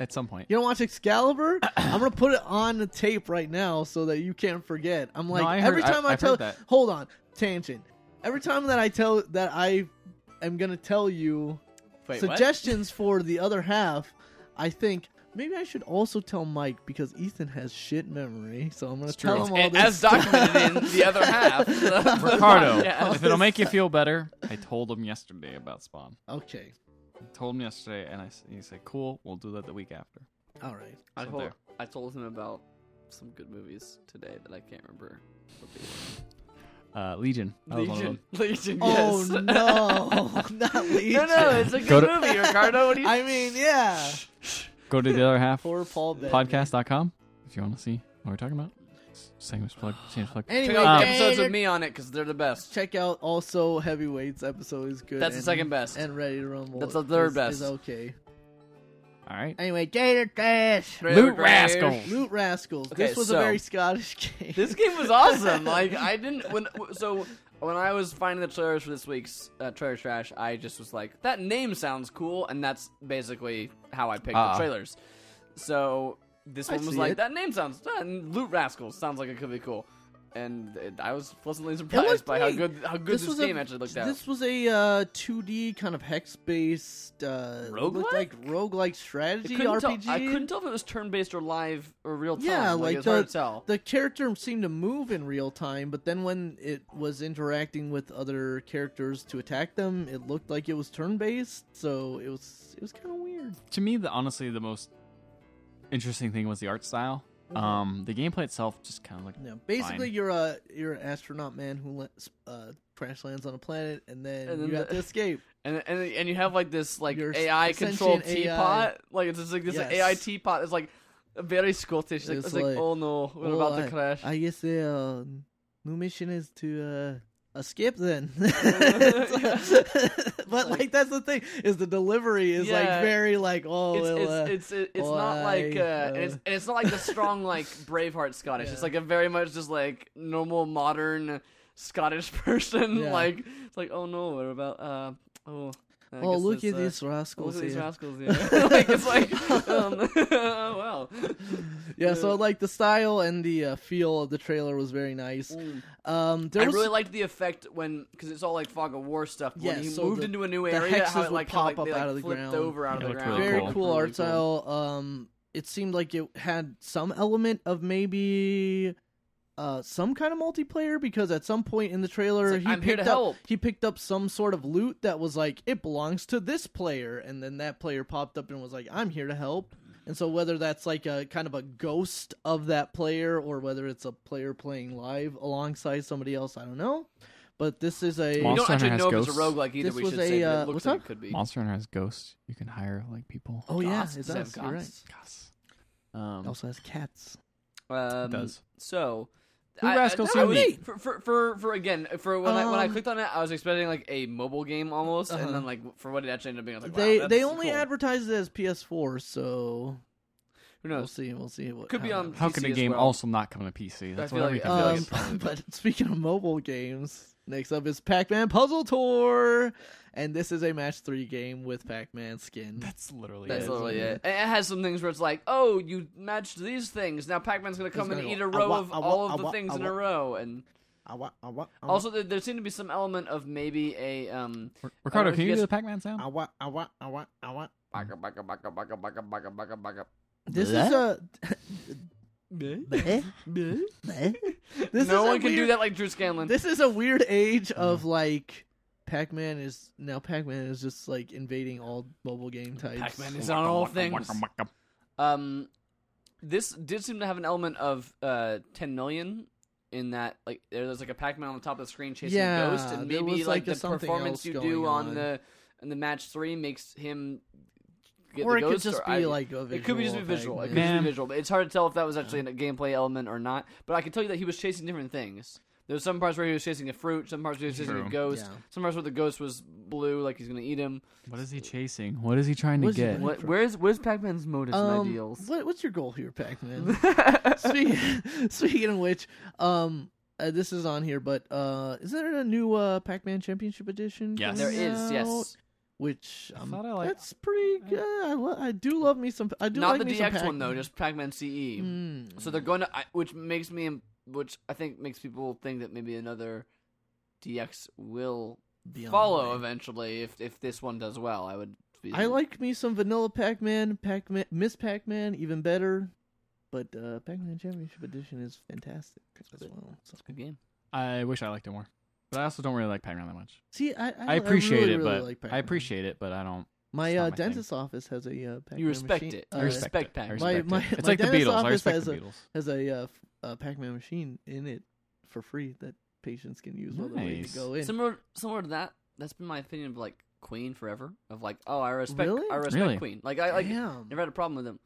[SPEAKER 3] at some point.
[SPEAKER 2] You don't watch Excalibur? I'm gonna put it on the tape right now so that you can't forget. I'm like
[SPEAKER 3] I heard-
[SPEAKER 2] every
[SPEAKER 3] I-
[SPEAKER 2] time I,
[SPEAKER 3] I've
[SPEAKER 2] tell
[SPEAKER 3] heard that.
[SPEAKER 2] hold on tangent. Every time that I tell that I am gonna tell you
[SPEAKER 1] Wait, what?
[SPEAKER 2] suggestions for the other half, I think maybe I should also tell Mike because Ethan has shit memory. So I'm gonna
[SPEAKER 3] It's
[SPEAKER 2] tell
[SPEAKER 3] true.
[SPEAKER 2] him all
[SPEAKER 1] And
[SPEAKER 2] this.
[SPEAKER 1] as documented in the other half, of the
[SPEAKER 3] Ricardo,
[SPEAKER 1] podcast.
[SPEAKER 3] if it'll make you feel better, I told him yesterday about Spawn.
[SPEAKER 2] okay,
[SPEAKER 3] I told him yesterday, and I s- he said, "Cool, we'll do that the week after."
[SPEAKER 2] all right.
[SPEAKER 1] I
[SPEAKER 3] So
[SPEAKER 1] told,
[SPEAKER 3] there.
[SPEAKER 1] I told him about some good movies today that I can't remember.
[SPEAKER 3] Uh, Legion. That was one of them.
[SPEAKER 1] Legion. Legion.
[SPEAKER 2] Oh
[SPEAKER 1] Yes.
[SPEAKER 2] no, not
[SPEAKER 1] no,
[SPEAKER 2] Legion.
[SPEAKER 1] no, it's a good
[SPEAKER 3] Go to-
[SPEAKER 1] movie, Ricardo. What do you?
[SPEAKER 2] I mean, yeah.
[SPEAKER 3] Go to the other half.
[SPEAKER 2] Poor Paul Bettany.
[SPEAKER 3] Podcast.com if you want to see what we're talking about. Same plug. Same plug.
[SPEAKER 2] Anyway,
[SPEAKER 1] Check out the
[SPEAKER 2] guys,
[SPEAKER 1] episodes with me on it because they're the best.
[SPEAKER 2] Check out also heavyweights episode is good.
[SPEAKER 1] That's the
[SPEAKER 2] and-
[SPEAKER 1] second best.
[SPEAKER 2] And ready to rumble.
[SPEAKER 1] That's the third
[SPEAKER 2] is-
[SPEAKER 1] best.
[SPEAKER 2] Is okay.
[SPEAKER 3] All right.
[SPEAKER 2] Anyway, Gator Trash.
[SPEAKER 1] Trailer
[SPEAKER 3] Loot
[SPEAKER 1] Trash.
[SPEAKER 3] Rascal.
[SPEAKER 2] Loot Rascals.
[SPEAKER 1] Okay,
[SPEAKER 2] this was
[SPEAKER 1] so-
[SPEAKER 2] a very Scottish game.
[SPEAKER 1] This game was awesome. Like I didn't when so when I was finding the trailers for this week's uh, trailer trash, I just was like, that name sounds cool, and that's basically how I picked
[SPEAKER 3] Uh-uh.
[SPEAKER 1] the trailers. So this
[SPEAKER 2] Ah. I
[SPEAKER 1] one was
[SPEAKER 2] see
[SPEAKER 1] like,
[SPEAKER 2] it.
[SPEAKER 1] that name sounds uh, Loot Rascals sounds like it could be cool, and it, I was pleasantly
[SPEAKER 2] looked
[SPEAKER 1] surprised by how
[SPEAKER 2] neat.
[SPEAKER 1] good how good this,
[SPEAKER 2] was
[SPEAKER 1] game
[SPEAKER 2] a,
[SPEAKER 1] actually looked out.
[SPEAKER 2] This was a uh, 2D kind of hex based uh,
[SPEAKER 1] Roguelike?
[SPEAKER 2] looked like roguelike
[SPEAKER 1] I
[SPEAKER 2] strategy
[SPEAKER 1] couldn't,
[SPEAKER 2] RPG.
[SPEAKER 1] tell, I couldn't tell if it was turn-based or live or real time.
[SPEAKER 2] Yeah, like
[SPEAKER 1] it's hard
[SPEAKER 2] the-
[SPEAKER 1] to tell.
[SPEAKER 2] the character seemed to move in real time, but then when it was interacting with other characters to attack them, it looked like it was turn based. So it was it was kind of weird.
[SPEAKER 3] to me, the honestly the most interesting thing was the art style. Um, the gameplay itself just kind of like
[SPEAKER 2] Yeah, basically
[SPEAKER 3] Fine.
[SPEAKER 2] you're a you're an astronaut man who la- uh, crash lands on a planet and then,
[SPEAKER 1] And then
[SPEAKER 2] you have
[SPEAKER 1] the-
[SPEAKER 2] to escape.
[SPEAKER 1] and and and you have like this like
[SPEAKER 2] Your
[SPEAKER 1] AI controlled
[SPEAKER 2] sentient AI.
[SPEAKER 1] teapot, like it's just like this
[SPEAKER 2] Yes.
[SPEAKER 1] AI teapot is like very Scottish. Like,
[SPEAKER 2] It's
[SPEAKER 1] it's, like,
[SPEAKER 2] like,
[SPEAKER 1] oh no, we're
[SPEAKER 2] "Oh,
[SPEAKER 1] about to crash.
[SPEAKER 2] I guess the uh, new mission is to uh, escape then. but like, that's the thing is the delivery is
[SPEAKER 1] Yeah.
[SPEAKER 2] like very like oh
[SPEAKER 1] it's
[SPEAKER 2] well, uh,
[SPEAKER 1] it's it's it's, it's not like uh,
[SPEAKER 2] why,
[SPEAKER 1] and it's and it's not like the strong like Braveheart Scottish. It's
[SPEAKER 2] Yeah.
[SPEAKER 1] like a very much just like normal modern Scottish person.
[SPEAKER 2] Yeah.
[SPEAKER 1] Like it's like oh no, we're about uh oh. I
[SPEAKER 2] oh
[SPEAKER 1] guess
[SPEAKER 2] look
[SPEAKER 1] it's,
[SPEAKER 2] at
[SPEAKER 1] uh,
[SPEAKER 2] these
[SPEAKER 1] oh, Look
[SPEAKER 2] rascals
[SPEAKER 1] at these
[SPEAKER 2] here.
[SPEAKER 1] rascals! Yeah. like it's like, um, oh, wow.
[SPEAKER 2] yeah, so like the style and the uh, feel of the trailer was very nice. Um, there
[SPEAKER 1] I
[SPEAKER 2] was
[SPEAKER 1] really liked the effect when because it's all like fog of war stuff. but
[SPEAKER 2] Yeah,
[SPEAKER 1] when he
[SPEAKER 2] so
[SPEAKER 1] moved
[SPEAKER 2] the-
[SPEAKER 1] into a new
[SPEAKER 2] the
[SPEAKER 1] area,
[SPEAKER 2] hexes
[SPEAKER 1] how it
[SPEAKER 2] would
[SPEAKER 1] like kinda,
[SPEAKER 2] pop
[SPEAKER 1] like,
[SPEAKER 2] up
[SPEAKER 1] they, like,
[SPEAKER 2] out of the
[SPEAKER 1] flipped
[SPEAKER 2] ground.
[SPEAKER 1] over out
[SPEAKER 3] Yeah,
[SPEAKER 1] of the
[SPEAKER 3] it looked
[SPEAKER 1] ground.
[SPEAKER 3] really
[SPEAKER 2] very
[SPEAKER 3] cool.
[SPEAKER 2] cool,
[SPEAKER 1] Really
[SPEAKER 2] art style. Um, it seemed like it had some element of maybe uh some kind of multiplayer because at some point in the trailer
[SPEAKER 1] It's like,
[SPEAKER 2] he
[SPEAKER 1] "I'm here
[SPEAKER 2] picked
[SPEAKER 1] to
[SPEAKER 2] up
[SPEAKER 1] help."
[SPEAKER 2] he picked up some sort of loot that was like it belongs to this player and then that player popped up and was like I'm here to help. And so whether that's like a kind of a ghost of that player or whether it's a player playing live alongside somebody else, I don't know. But this is a
[SPEAKER 1] We
[SPEAKER 3] Monster
[SPEAKER 1] don't actually
[SPEAKER 3] Hunter
[SPEAKER 1] know
[SPEAKER 3] has
[SPEAKER 1] if it's a
[SPEAKER 3] ghosts.
[SPEAKER 1] roguelike either.
[SPEAKER 2] This
[SPEAKER 1] we
[SPEAKER 2] was
[SPEAKER 1] should
[SPEAKER 2] a,
[SPEAKER 1] say, but
[SPEAKER 2] uh,
[SPEAKER 1] it looks
[SPEAKER 2] what's
[SPEAKER 1] like it
[SPEAKER 2] up?
[SPEAKER 1] could be. Um,
[SPEAKER 3] Monster Hunter has ghosts. You can hire like people.
[SPEAKER 2] Oh yeah,
[SPEAKER 1] Ghosts,
[SPEAKER 2] it
[SPEAKER 1] does it have
[SPEAKER 2] does. You're right.
[SPEAKER 1] ghosts?
[SPEAKER 3] Gosh. Um,
[SPEAKER 2] It also has cats.
[SPEAKER 1] Um,
[SPEAKER 3] does.
[SPEAKER 1] So.
[SPEAKER 3] Blue
[SPEAKER 1] I-
[SPEAKER 3] Rascal
[SPEAKER 1] I, I,
[SPEAKER 3] seemed
[SPEAKER 1] was-
[SPEAKER 3] neat.
[SPEAKER 1] for, for for for again for when I when I
[SPEAKER 2] Um,
[SPEAKER 1] clicked on it I was expecting like a mobile game almost
[SPEAKER 2] Uh-huh.
[SPEAKER 1] and then like for what it actually ended up being I was like wow,
[SPEAKER 2] they
[SPEAKER 1] that's
[SPEAKER 2] they only
[SPEAKER 1] cool.
[SPEAKER 2] advertised it as PS4, so
[SPEAKER 1] who
[SPEAKER 2] we'll
[SPEAKER 1] knows
[SPEAKER 2] see. We'll see. What,
[SPEAKER 1] Could be
[SPEAKER 2] how
[SPEAKER 1] on-
[SPEAKER 2] it
[SPEAKER 3] how could
[SPEAKER 1] PC
[SPEAKER 3] a
[SPEAKER 1] as
[SPEAKER 3] game
[SPEAKER 1] well.
[SPEAKER 3] also not come to PC? That's
[SPEAKER 1] feel
[SPEAKER 3] what every
[SPEAKER 1] like-
[SPEAKER 2] goes.
[SPEAKER 1] I feel like it's
[SPEAKER 3] company
[SPEAKER 2] Um,
[SPEAKER 3] does.
[SPEAKER 1] probably-
[SPEAKER 2] but speaking of mobile games, next up is Pac-Man Puzzle Tour, and this is a match three game with Pac-Man skin.
[SPEAKER 3] That's literally
[SPEAKER 1] that's
[SPEAKER 3] it.
[SPEAKER 1] literally it and it has some things where it's like oh you matched these things now Pac Man's gonna come
[SPEAKER 2] He's
[SPEAKER 1] and
[SPEAKER 2] gonna
[SPEAKER 1] eat
[SPEAKER 2] go,
[SPEAKER 1] a row
[SPEAKER 2] "Awa,
[SPEAKER 1] of
[SPEAKER 2] awa,
[SPEAKER 1] all of the
[SPEAKER 2] awa,
[SPEAKER 1] things in a
[SPEAKER 2] awa."
[SPEAKER 1] row and
[SPEAKER 2] I wa- I wa- I wa-
[SPEAKER 1] Also, there, there seemed to be some element of maybe a um.
[SPEAKER 3] R-
[SPEAKER 1] I
[SPEAKER 3] Ricardo,
[SPEAKER 1] don't know
[SPEAKER 3] can
[SPEAKER 1] if
[SPEAKER 3] you
[SPEAKER 1] you
[SPEAKER 3] do
[SPEAKER 1] guys-
[SPEAKER 3] the Pac-Man sound?
[SPEAKER 2] I wa- I wa- I wa- I wa-
[SPEAKER 1] Baka, baka, baka, baka, baka, baka, baka, baka.
[SPEAKER 2] This is
[SPEAKER 3] Bleh?
[SPEAKER 2] a. Bleh? Bleh? This
[SPEAKER 1] no
[SPEAKER 2] is a
[SPEAKER 1] one can do
[SPEAKER 2] weird-
[SPEAKER 1] that like Drew Scanlon.
[SPEAKER 2] This is a weird age of like. Pac-Man is now. Pac-Man is just like invading all mobile game types.
[SPEAKER 1] Pac-Man is on all things. Um, this did seem to have an element of uh 10 million in that like there- there's like a Pac-Man on the top of the screen chasing a ghost,
[SPEAKER 2] Yeah,
[SPEAKER 1] and
[SPEAKER 2] there
[SPEAKER 1] maybe
[SPEAKER 2] was, like, a
[SPEAKER 1] the
[SPEAKER 2] something
[SPEAKER 1] performance
[SPEAKER 2] else
[SPEAKER 1] you
[SPEAKER 2] going
[SPEAKER 1] do on,
[SPEAKER 2] on.
[SPEAKER 1] the in the match three makes him get
[SPEAKER 2] or
[SPEAKER 1] the
[SPEAKER 2] it
[SPEAKER 1] ghost.
[SPEAKER 2] could just
[SPEAKER 1] or
[SPEAKER 2] be
[SPEAKER 1] I-
[SPEAKER 2] like a visual
[SPEAKER 1] It could be just be visual. It
[SPEAKER 2] effect,
[SPEAKER 1] could
[SPEAKER 2] man.
[SPEAKER 1] just
[SPEAKER 3] Man.
[SPEAKER 1] be visual. But it's hard to tell if that was actually a gameplay element or not. But I can tell you that he was chasing different things. There's some parts where he was chasing a fruit, some parts where he was chasing a
[SPEAKER 3] True.
[SPEAKER 1] ghost,
[SPEAKER 2] Yeah.
[SPEAKER 1] some parts where the ghost was blue, like he's gonna eat him.
[SPEAKER 3] What is he chasing? What is he trying to
[SPEAKER 2] What is he
[SPEAKER 3] get?
[SPEAKER 2] doing?
[SPEAKER 1] What, where's where's Pac-Man's motives and ideals?
[SPEAKER 2] Um, What, what's your goal here, Pac-Man? speaking, speaking of which, um, uh, this is on here, but uh, is there a new uh, Pac-Man Championship Edition?
[SPEAKER 3] Yes.
[SPEAKER 1] There
[SPEAKER 2] coming
[SPEAKER 1] is
[SPEAKER 2] out?
[SPEAKER 1] yes,
[SPEAKER 2] Which um,
[SPEAKER 3] thought I liked-
[SPEAKER 2] that's pretty good. I, lo- I do love me some. I do
[SPEAKER 1] not
[SPEAKER 2] like
[SPEAKER 1] the
[SPEAKER 2] me
[SPEAKER 1] DX
[SPEAKER 2] some
[SPEAKER 1] one
[SPEAKER 2] Pac-Man.
[SPEAKER 1] though, just Pac-Man CE.
[SPEAKER 2] Mm.
[SPEAKER 1] So they're going to, I, which makes me, which I think makes people think that maybe another DX will
[SPEAKER 2] Be on
[SPEAKER 1] follow
[SPEAKER 2] the way.
[SPEAKER 1] eventually if if this one does well. I would. Be
[SPEAKER 2] I like me some vanilla Pac-Man, Pac-Man, Miss Pac-Man, even better. But uh, Pac-Man Championship Edition is fantastic as well. So.
[SPEAKER 1] It's a good game.
[SPEAKER 3] I wish I liked it more, but I also don't really like Pac-Man that much.
[SPEAKER 2] See, I I,
[SPEAKER 3] I appreciate
[SPEAKER 2] really,
[SPEAKER 3] it,
[SPEAKER 2] really
[SPEAKER 3] but
[SPEAKER 2] like
[SPEAKER 3] I
[SPEAKER 2] Pac-Man.
[SPEAKER 3] appreciate it, but I don't.
[SPEAKER 2] My
[SPEAKER 3] It's not
[SPEAKER 2] uh,
[SPEAKER 3] my thing.
[SPEAKER 2] dentist office has a uh, Pac-Man
[SPEAKER 1] You respect
[SPEAKER 2] machine.
[SPEAKER 1] it.
[SPEAKER 2] Uh,
[SPEAKER 3] I respect,
[SPEAKER 1] respect
[SPEAKER 3] it. I
[SPEAKER 1] Pac-Man.
[SPEAKER 2] My-
[SPEAKER 3] respect
[SPEAKER 2] my-
[SPEAKER 3] it. It's
[SPEAKER 2] my
[SPEAKER 3] like the
[SPEAKER 2] dentist's
[SPEAKER 3] Beatles. I
[SPEAKER 2] office
[SPEAKER 3] respect
[SPEAKER 2] has
[SPEAKER 3] the
[SPEAKER 2] a-
[SPEAKER 3] Beatles.
[SPEAKER 2] has a uh, f- a Pac-Man machine in it for free that patients can use while they're waiting
[SPEAKER 3] Nice.
[SPEAKER 2] to go in.
[SPEAKER 1] Similar, similar to that. That's been my opinion of like Queen forever. Of like, oh, I respect,
[SPEAKER 2] Really?
[SPEAKER 1] I respect
[SPEAKER 3] Really?
[SPEAKER 1] Queen. Like, I like
[SPEAKER 2] Damn.
[SPEAKER 1] never had a problem with them.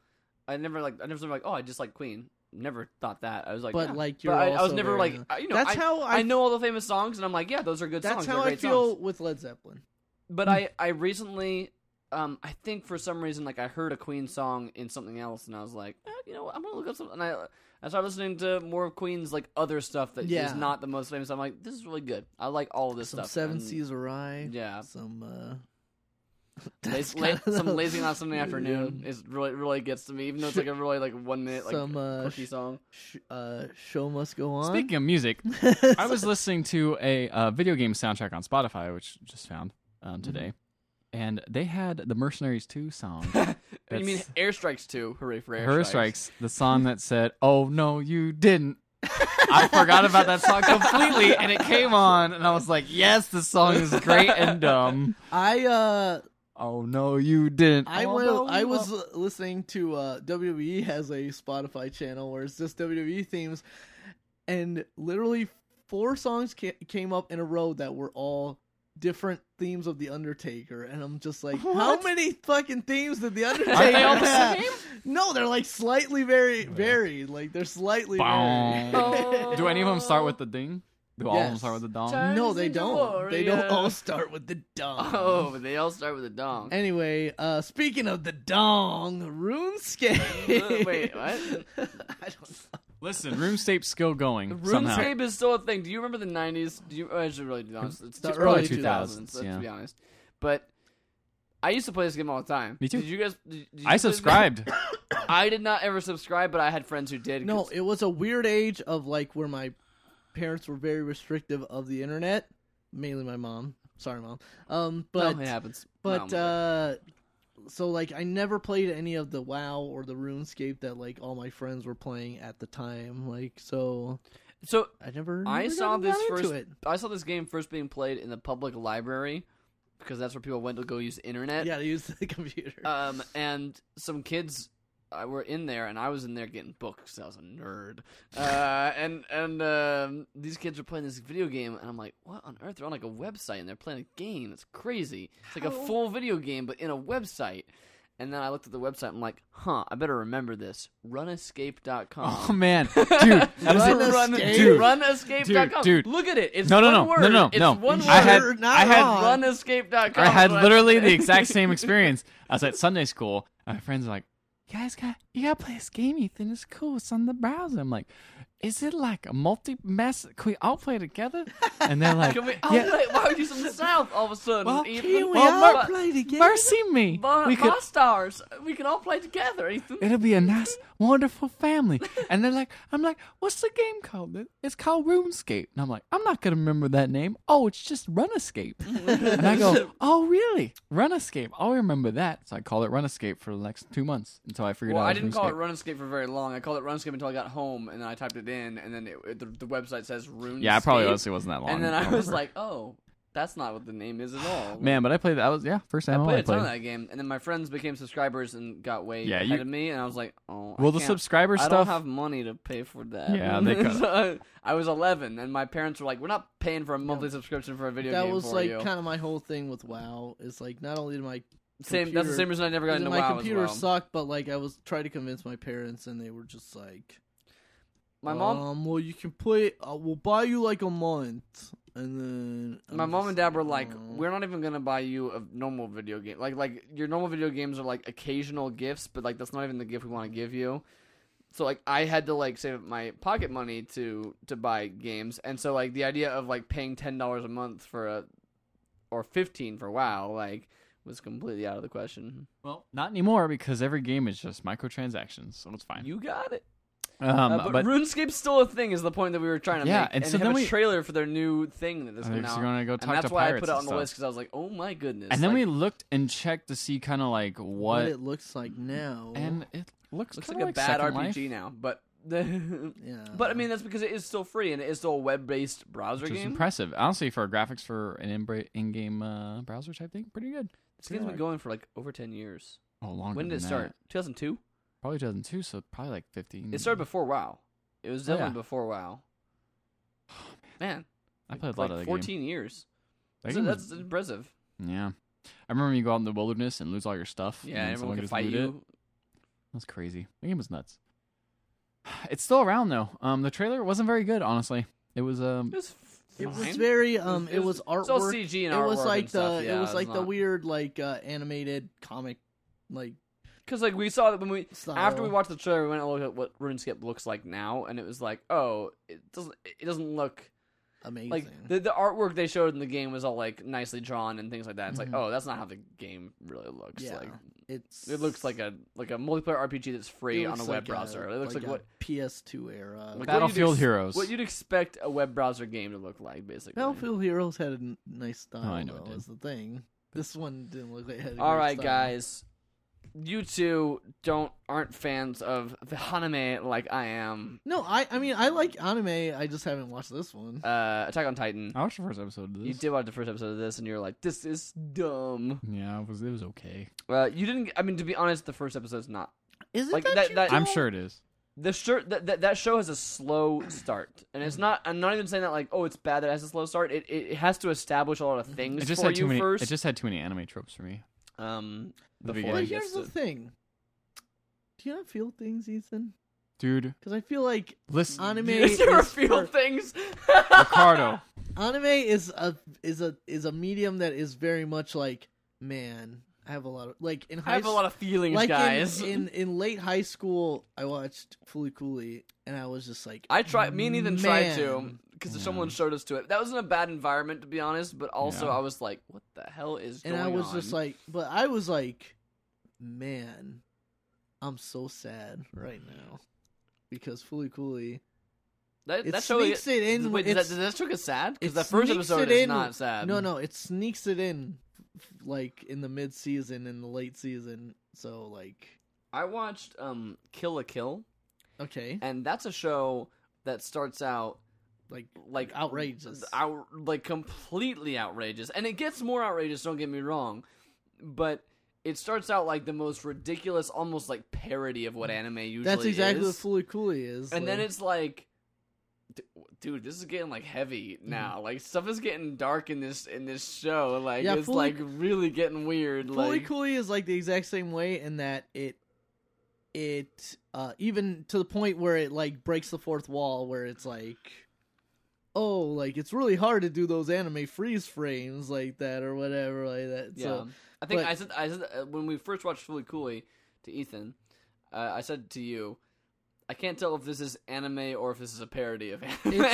[SPEAKER 1] I never like, I never was like, oh, I just like Queen. Never thought that. I was like,
[SPEAKER 2] but
[SPEAKER 1] yeah.
[SPEAKER 2] like you're
[SPEAKER 1] but I, I was
[SPEAKER 2] also
[SPEAKER 1] never
[SPEAKER 2] very-
[SPEAKER 1] like, I- you know,
[SPEAKER 2] that's
[SPEAKER 1] I,
[SPEAKER 2] how
[SPEAKER 1] I
[SPEAKER 2] I,
[SPEAKER 1] know all the famous songs, and I'm like, yeah, those are good
[SPEAKER 2] that's
[SPEAKER 1] songs. They're
[SPEAKER 2] how I
[SPEAKER 1] great
[SPEAKER 2] feel
[SPEAKER 1] songs.
[SPEAKER 2] with Led Zeppelin.
[SPEAKER 1] But
[SPEAKER 2] Hmm.
[SPEAKER 1] I, I recently, um, I think for some reason, like I heard a Queen song in something else, and I was like, eh, you know, what, I'm gonna look up something. And I, I started listening to more of Queen's like other stuff that is
[SPEAKER 2] Yeah.
[SPEAKER 1] not the most famous. I'm like, this is really good. I like all of this
[SPEAKER 2] Some
[SPEAKER 1] stuff.
[SPEAKER 2] Seven
[SPEAKER 1] and-
[SPEAKER 2] Seas Arrive.
[SPEAKER 1] Yeah,
[SPEAKER 2] Some uh,
[SPEAKER 1] Laz-
[SPEAKER 2] that's
[SPEAKER 1] la-
[SPEAKER 2] kinda-
[SPEAKER 1] some lazy on Sunday afternoon
[SPEAKER 2] Yeah.
[SPEAKER 1] is really really gets to me, even though it's like a really like one minute like
[SPEAKER 2] Some, uh,
[SPEAKER 1] quirky
[SPEAKER 2] sh-
[SPEAKER 1] song.
[SPEAKER 2] Sh- uh, show must go on.
[SPEAKER 3] Speaking of music, I was listening to a uh, video game soundtrack on Spotify, which I just found um, today, and they had the Mercenaries 2 song.
[SPEAKER 1] you mean airstrikes too? Hooray for airstrikes!
[SPEAKER 3] Her Strikes, the song that said, "Oh no, you didn't." I forgot about that song completely, and it came on, and I was like, "Yes, this song is great and dumb."
[SPEAKER 2] I uh
[SPEAKER 3] Oh no, you didn't.
[SPEAKER 2] I
[SPEAKER 3] oh,
[SPEAKER 2] went,
[SPEAKER 3] no,
[SPEAKER 2] I
[SPEAKER 3] you
[SPEAKER 2] was
[SPEAKER 3] won't."
[SPEAKER 2] uh, listening to uh, WWE has a Spotify channel where it's just WWE themes, and literally four songs ca- came up in a row that were all different themes of the Undertaker, and I'm just like, how
[SPEAKER 3] What?
[SPEAKER 2] many fucking themes did the Undertaker
[SPEAKER 3] Aren't they all the
[SPEAKER 2] have?
[SPEAKER 3] same?
[SPEAKER 2] No, they're like slightly very varied. Like they're slightly varied.
[SPEAKER 1] Boom.
[SPEAKER 3] Do any of them start with the ding? Do all of them
[SPEAKER 2] Yes.
[SPEAKER 3] start with the dong?
[SPEAKER 1] Turn-
[SPEAKER 2] no, they
[SPEAKER 1] Into
[SPEAKER 2] don't. They don't all
[SPEAKER 1] warrior.
[SPEAKER 2] start with the dong.
[SPEAKER 1] Oh, but they all start with a dong.
[SPEAKER 2] Anyway, uh, speaking of the dong, RuneScape.
[SPEAKER 1] Wait, what?
[SPEAKER 2] I don't know.
[SPEAKER 3] Listen, RuneScape's still going Mm, somehow.
[SPEAKER 1] RuneScape is still a thing. Do you remember the '90s? Do you? I should really be honest. It's
[SPEAKER 2] The
[SPEAKER 1] the
[SPEAKER 2] early
[SPEAKER 1] early 2000s.
[SPEAKER 3] 2000s,
[SPEAKER 1] Let's
[SPEAKER 3] yeah.
[SPEAKER 1] be honest. But I used to play this game all the time.
[SPEAKER 3] Me too.
[SPEAKER 1] Did you guys? Did, did you play
[SPEAKER 3] I
[SPEAKER 1] this game?
[SPEAKER 3] subscribed.
[SPEAKER 1] I did not ever subscribe, but I had friends who did.
[SPEAKER 2] No,
[SPEAKER 1] 'cause-
[SPEAKER 2] it was a weird age of like where my parents were very restrictive of the internet, mainly my mom. Sorry, mom. Um, but
[SPEAKER 1] No, it happens.
[SPEAKER 2] but
[SPEAKER 1] No,
[SPEAKER 2] uh, so like I never played any of the WoW or the RuneScape that like all my friends were playing at the time. Like so,
[SPEAKER 1] so
[SPEAKER 2] I never.
[SPEAKER 1] I
[SPEAKER 2] never
[SPEAKER 1] saw
[SPEAKER 2] got
[SPEAKER 1] this
[SPEAKER 2] into
[SPEAKER 1] first.
[SPEAKER 2] It.
[SPEAKER 1] I saw this game first being played in the public library because that's where people went to go use the internet.
[SPEAKER 2] Yeah, to use the computer.
[SPEAKER 1] Um, and some kids uh, were in there, and I was in there getting books. 'cause I was a nerd. Uh, and and um, these kids were playing this video game, and I'm like, what on earth? They're on like a website, and they're playing a game. It's crazy. It's like a full video game, but in a website. And then I looked at the website. I'm like, huh, I better remember this. Runescape.com.
[SPEAKER 3] Oh man, dude, that is
[SPEAKER 2] Run
[SPEAKER 3] a-
[SPEAKER 1] run,
[SPEAKER 2] Escape?
[SPEAKER 3] dude.
[SPEAKER 1] runescape.com.
[SPEAKER 3] Dude, dude.
[SPEAKER 1] Look at it. It's
[SPEAKER 3] No, no,
[SPEAKER 1] one
[SPEAKER 3] no,
[SPEAKER 1] word.
[SPEAKER 3] no, no,
[SPEAKER 1] it's
[SPEAKER 3] no.
[SPEAKER 1] One word.
[SPEAKER 3] I had,
[SPEAKER 2] You're not
[SPEAKER 3] I had
[SPEAKER 2] wrong.
[SPEAKER 1] runescape.com.
[SPEAKER 3] I had
[SPEAKER 1] is what
[SPEAKER 3] literally the
[SPEAKER 1] said.
[SPEAKER 3] exact same experience. I was at Sunday school. and My friends are like, "You guys got you gotta play this game, Ethan. It's cool. It's on the browser." I'm like, "Is it like a multi mess? Can we all play together?" And they're like,
[SPEAKER 1] Can we, oh,
[SPEAKER 3] "Yeah,
[SPEAKER 1] wait, why would you from the south all of a sudden?
[SPEAKER 3] Well,
[SPEAKER 1] Ethan?
[SPEAKER 2] Can we
[SPEAKER 3] Well,
[SPEAKER 2] all
[SPEAKER 3] Mar-
[SPEAKER 2] play together?
[SPEAKER 3] mercy me.
[SPEAKER 1] Bar,
[SPEAKER 3] we could.
[SPEAKER 1] stars. We can all play together, Ethan.
[SPEAKER 3] It'll be a nice, wonderful family." And they're like, "I'm like, what's the game called? It's called RuneScape." And I'm like, "I'm not gonna remember that name. Oh, it's just RunEscape." And I go, "Oh, really? RunEscape? I'll remember that." So I call it RunEscape for the next two months until I figured
[SPEAKER 1] Well,
[SPEAKER 3] out.
[SPEAKER 1] I
[SPEAKER 3] it was
[SPEAKER 1] didn't call it
[SPEAKER 3] RuneScape.
[SPEAKER 1] Run Escape for very long. I called it Run Escape until I got home, and then I typed it in, and then it, it- the, the website says Rune.
[SPEAKER 3] Yeah, I probably honestly wasn't that long.
[SPEAKER 1] And then I
[SPEAKER 3] don't
[SPEAKER 1] was
[SPEAKER 3] remember.
[SPEAKER 1] like, oh, that's not what the name is at all.
[SPEAKER 3] man, but I played that. I was yeah, first
[SPEAKER 1] I
[SPEAKER 3] time
[SPEAKER 1] played
[SPEAKER 3] I
[SPEAKER 1] a ton of
[SPEAKER 3] played.
[SPEAKER 1] that game, and then my friends became subscribers and got way
[SPEAKER 3] Yeah,
[SPEAKER 1] ahead
[SPEAKER 3] you-
[SPEAKER 1] of me, and I was like, oh, I
[SPEAKER 3] Well, the
[SPEAKER 1] can't-
[SPEAKER 3] subscriber
[SPEAKER 1] I
[SPEAKER 3] stuff.
[SPEAKER 1] don't have money to pay for that.
[SPEAKER 3] Yeah, they cut-
[SPEAKER 1] So I- I was 11, and my parents were like, "We're not paying for a monthly subscription for a video
[SPEAKER 2] that
[SPEAKER 1] game
[SPEAKER 2] was
[SPEAKER 1] for
[SPEAKER 2] like
[SPEAKER 1] you."
[SPEAKER 2] kind of my whole thing with WoW. Is like not only did my
[SPEAKER 1] same. That's the
[SPEAKER 2] computer-
[SPEAKER 1] same reason I never got
[SPEAKER 2] Because
[SPEAKER 1] into
[SPEAKER 2] my
[SPEAKER 1] WoW as
[SPEAKER 2] computer
[SPEAKER 1] well.
[SPEAKER 2] sucked, but like I was trying to convince my parents, and they were just like,
[SPEAKER 1] my mom,
[SPEAKER 2] um, well, you can play. Uh, we'll buy you like a month, and then I'm
[SPEAKER 1] my mom
[SPEAKER 2] just
[SPEAKER 1] and dad were like,
[SPEAKER 2] "Oh."
[SPEAKER 1] "We're not even gonna buy you a normal video game. Like, like your normal video games are like occasional gifts, but like that's not even the gift we want to give you." So like I had to like save up my pocket money to to buy games, and so like the idea of like paying ten dollars a month for a or fifteen for WoW like was completely out of the question.
[SPEAKER 3] well, not anymore because every game is just microtransactions, so it's fine.
[SPEAKER 1] You got it.
[SPEAKER 3] um,
[SPEAKER 1] Uh, but, RuneScape's still a thing is the point that we were trying to
[SPEAKER 3] Yeah,
[SPEAKER 1] make.
[SPEAKER 3] and so
[SPEAKER 1] they
[SPEAKER 3] then
[SPEAKER 1] have
[SPEAKER 3] we-
[SPEAKER 1] a trailer for their new thing that is
[SPEAKER 3] They're
[SPEAKER 1] coming
[SPEAKER 3] just
[SPEAKER 1] out.
[SPEAKER 3] gonna go talk
[SPEAKER 1] and that's
[SPEAKER 3] to
[SPEAKER 1] why I
[SPEAKER 3] pirates
[SPEAKER 1] put it
[SPEAKER 3] and
[SPEAKER 1] on the
[SPEAKER 3] stuff.
[SPEAKER 1] list because I was like, oh my goodness.
[SPEAKER 3] and then
[SPEAKER 1] like,
[SPEAKER 3] we looked and checked to see kind of like
[SPEAKER 2] what
[SPEAKER 3] what,
[SPEAKER 2] it looks like now,
[SPEAKER 3] and it looks,
[SPEAKER 1] looks like
[SPEAKER 3] kinda
[SPEAKER 1] a bad
[SPEAKER 3] Second
[SPEAKER 1] RPG
[SPEAKER 3] Life,
[SPEAKER 1] now, but but
[SPEAKER 2] yeah,
[SPEAKER 1] I mean that's because it is still free and it is still a web-based browser
[SPEAKER 3] which is
[SPEAKER 1] game.
[SPEAKER 3] impressive. Honestly, for graphics for an in- in-game uh, browser type thing, pretty good.
[SPEAKER 1] This game's been going for like over ten years.
[SPEAKER 3] Oh, longer.
[SPEAKER 1] when did
[SPEAKER 3] than
[SPEAKER 1] it
[SPEAKER 3] that.
[SPEAKER 1] start? Two thousand two.
[SPEAKER 3] Probably 2002, so probably like 15.
[SPEAKER 1] It started before WoW. It was
[SPEAKER 3] Oh, yeah.
[SPEAKER 1] definitely before WoW. man.
[SPEAKER 3] I played a lot
[SPEAKER 1] like
[SPEAKER 3] of that game.
[SPEAKER 1] fourteen years.
[SPEAKER 3] That
[SPEAKER 1] So
[SPEAKER 3] game was-
[SPEAKER 1] that's impressive.
[SPEAKER 3] yeah. I remember when you go out in the wilderness and lose all your stuff. and
[SPEAKER 1] Yeah,
[SPEAKER 3] then
[SPEAKER 1] everyone
[SPEAKER 3] Mm, someone
[SPEAKER 1] can
[SPEAKER 3] just
[SPEAKER 1] fight
[SPEAKER 3] loot It.
[SPEAKER 1] you.
[SPEAKER 3] That's crazy. The game was nuts. It's still around though. Um, the trailer wasn't very good, honestly. It was um,
[SPEAKER 1] It was
[SPEAKER 2] It was
[SPEAKER 1] fine.
[SPEAKER 2] very um. It was,
[SPEAKER 1] It's all
[SPEAKER 2] artwork.
[SPEAKER 1] CG and
[SPEAKER 2] it was
[SPEAKER 1] artwork
[SPEAKER 2] like
[SPEAKER 1] and stuff,
[SPEAKER 2] the
[SPEAKER 1] yeah,
[SPEAKER 2] it was like the
[SPEAKER 1] not-
[SPEAKER 2] weird like uh, animated comic like
[SPEAKER 1] Because like we saw that when we
[SPEAKER 2] style.
[SPEAKER 1] after we watched the trailer, we went and looked at what RuneScape looks like now, and it was like, oh, it doesn't it doesn't look
[SPEAKER 2] amazing.
[SPEAKER 1] like the the artwork they showed in the game was all like nicely drawn and things like that. It's
[SPEAKER 2] Mhm.
[SPEAKER 1] like, oh, that's not how the game really looks.
[SPEAKER 2] Yeah.
[SPEAKER 1] Like
[SPEAKER 2] it's
[SPEAKER 1] it looks like a like a multiplayer RPG that's
[SPEAKER 2] it
[SPEAKER 1] free on a
[SPEAKER 2] looks
[SPEAKER 1] web
[SPEAKER 2] like
[SPEAKER 1] browser. it looks like,
[SPEAKER 2] a
[SPEAKER 1] what
[SPEAKER 2] PS2 era.
[SPEAKER 1] Like, what you'd
[SPEAKER 3] Battlefield
[SPEAKER 1] ex-
[SPEAKER 3] Heroes.
[SPEAKER 1] what you'd expect a web browser game to look like, basically.
[SPEAKER 2] Battlefield Heroes had a n- nice style.
[SPEAKER 3] I know it
[SPEAKER 2] though,
[SPEAKER 3] did.
[SPEAKER 2] is the thing. This one didn't look like it had. a
[SPEAKER 1] All
[SPEAKER 2] great
[SPEAKER 1] right,
[SPEAKER 2] style.
[SPEAKER 1] guys. You two don't aren't fans of the anime like I am.
[SPEAKER 2] No, I I mean I like anime. I just haven't watched this one.
[SPEAKER 1] Uh, Attack on Titan.
[SPEAKER 3] I watched the first episode of this.
[SPEAKER 1] You did watch the first episode of this, and you were like, "This is dumb."
[SPEAKER 3] Yeah, it was it was okay.
[SPEAKER 1] Uh, you didn't. I mean, to be honest, the first episode's not.
[SPEAKER 2] Is it
[SPEAKER 1] like,
[SPEAKER 2] that,
[SPEAKER 1] that-
[SPEAKER 2] you
[SPEAKER 1] that-
[SPEAKER 2] don't-
[SPEAKER 3] I'm sure it is.
[SPEAKER 1] The shirt that that that show has a slow start, and
[SPEAKER 3] Mm.
[SPEAKER 1] it's not. I'm not even saying that like, oh, it's bad that it has a slow start. It it, it has to establish a lot of things
[SPEAKER 3] It just
[SPEAKER 1] for
[SPEAKER 3] had
[SPEAKER 1] you
[SPEAKER 3] too many.
[SPEAKER 1] first.
[SPEAKER 3] It just had too many anime tropes for me.
[SPEAKER 1] um,
[SPEAKER 3] The
[SPEAKER 1] before it
[SPEAKER 3] beginning.
[SPEAKER 2] But
[SPEAKER 3] Yeah,
[SPEAKER 1] gets
[SPEAKER 2] here's the
[SPEAKER 1] to-
[SPEAKER 2] thing. Do you not feel things, Ethan?
[SPEAKER 3] Dude,
[SPEAKER 2] Because I feel like
[SPEAKER 3] listen,
[SPEAKER 2] anime
[SPEAKER 1] Does there
[SPEAKER 2] is
[SPEAKER 1] feel
[SPEAKER 2] for-
[SPEAKER 1] things?
[SPEAKER 3] Ricardo.
[SPEAKER 2] anime is a is a is a medium that is very much like man. I have a lot of like in high
[SPEAKER 1] I have a
[SPEAKER 2] s-
[SPEAKER 1] lot of feelings,
[SPEAKER 2] like in-
[SPEAKER 1] guys.
[SPEAKER 2] In, in late high school, I watched Fooly Cooley, and I was just like,
[SPEAKER 1] I tried. Me and Ethan tried to
[SPEAKER 2] "Man."
[SPEAKER 1] because
[SPEAKER 3] Yeah.
[SPEAKER 1] someone showed us to it. That wasn't a bad environment to be honest, but also
[SPEAKER 3] Yeah.
[SPEAKER 1] I was like, "What the hell is?"
[SPEAKER 2] and
[SPEAKER 1] going
[SPEAKER 2] I was
[SPEAKER 1] on?
[SPEAKER 2] just like, but I was like, man, I'm so sad right now because Fooly Cooley
[SPEAKER 1] "That,
[SPEAKER 2] it
[SPEAKER 1] that show
[SPEAKER 2] sneaks it in.
[SPEAKER 1] Wait,
[SPEAKER 2] with-
[SPEAKER 1] does
[SPEAKER 2] it's-
[SPEAKER 1] that, does that show get sad? Because
[SPEAKER 2] it
[SPEAKER 1] that first
[SPEAKER 2] sneaks
[SPEAKER 1] episode
[SPEAKER 2] it
[SPEAKER 1] is
[SPEAKER 2] in-
[SPEAKER 1] not sad.
[SPEAKER 2] no, no, it sneaks it in f- like in the mid season and the late season. So like,
[SPEAKER 1] I watched um, Kill a Kill,
[SPEAKER 2] okay,
[SPEAKER 1] and that's a show that starts out
[SPEAKER 2] like
[SPEAKER 1] like
[SPEAKER 2] Outrageous.
[SPEAKER 1] out, like completely outrageous, and it gets more outrageous. Don't get me wrong, but it starts out like the most ridiculous, almost like parody of what anime usually
[SPEAKER 2] that's exactly
[SPEAKER 1] is.
[SPEAKER 2] what Fooly Cooley is.
[SPEAKER 1] and then
[SPEAKER 2] like-
[SPEAKER 1] it's like d- dude this is getting like heavy
[SPEAKER 2] Mm-hmm.
[SPEAKER 1] now like stuff is getting dark in this in this show like
[SPEAKER 2] Yeah,
[SPEAKER 1] it's
[SPEAKER 2] fully-
[SPEAKER 1] like really getting weird
[SPEAKER 2] Fully
[SPEAKER 1] like
[SPEAKER 2] Cooley is like the exact same way in that it it uh even to the point where it like breaks the fourth wall where it's like oh like it's really hard to do those anime freeze frames like that or whatever like that.
[SPEAKER 1] yeah
[SPEAKER 2] So
[SPEAKER 1] i think
[SPEAKER 2] but-
[SPEAKER 1] i said i said uh, when we first watched fully cooley to ethan uh, i said to you i can't tell if this is anime or if this is a parody of anime
[SPEAKER 2] It's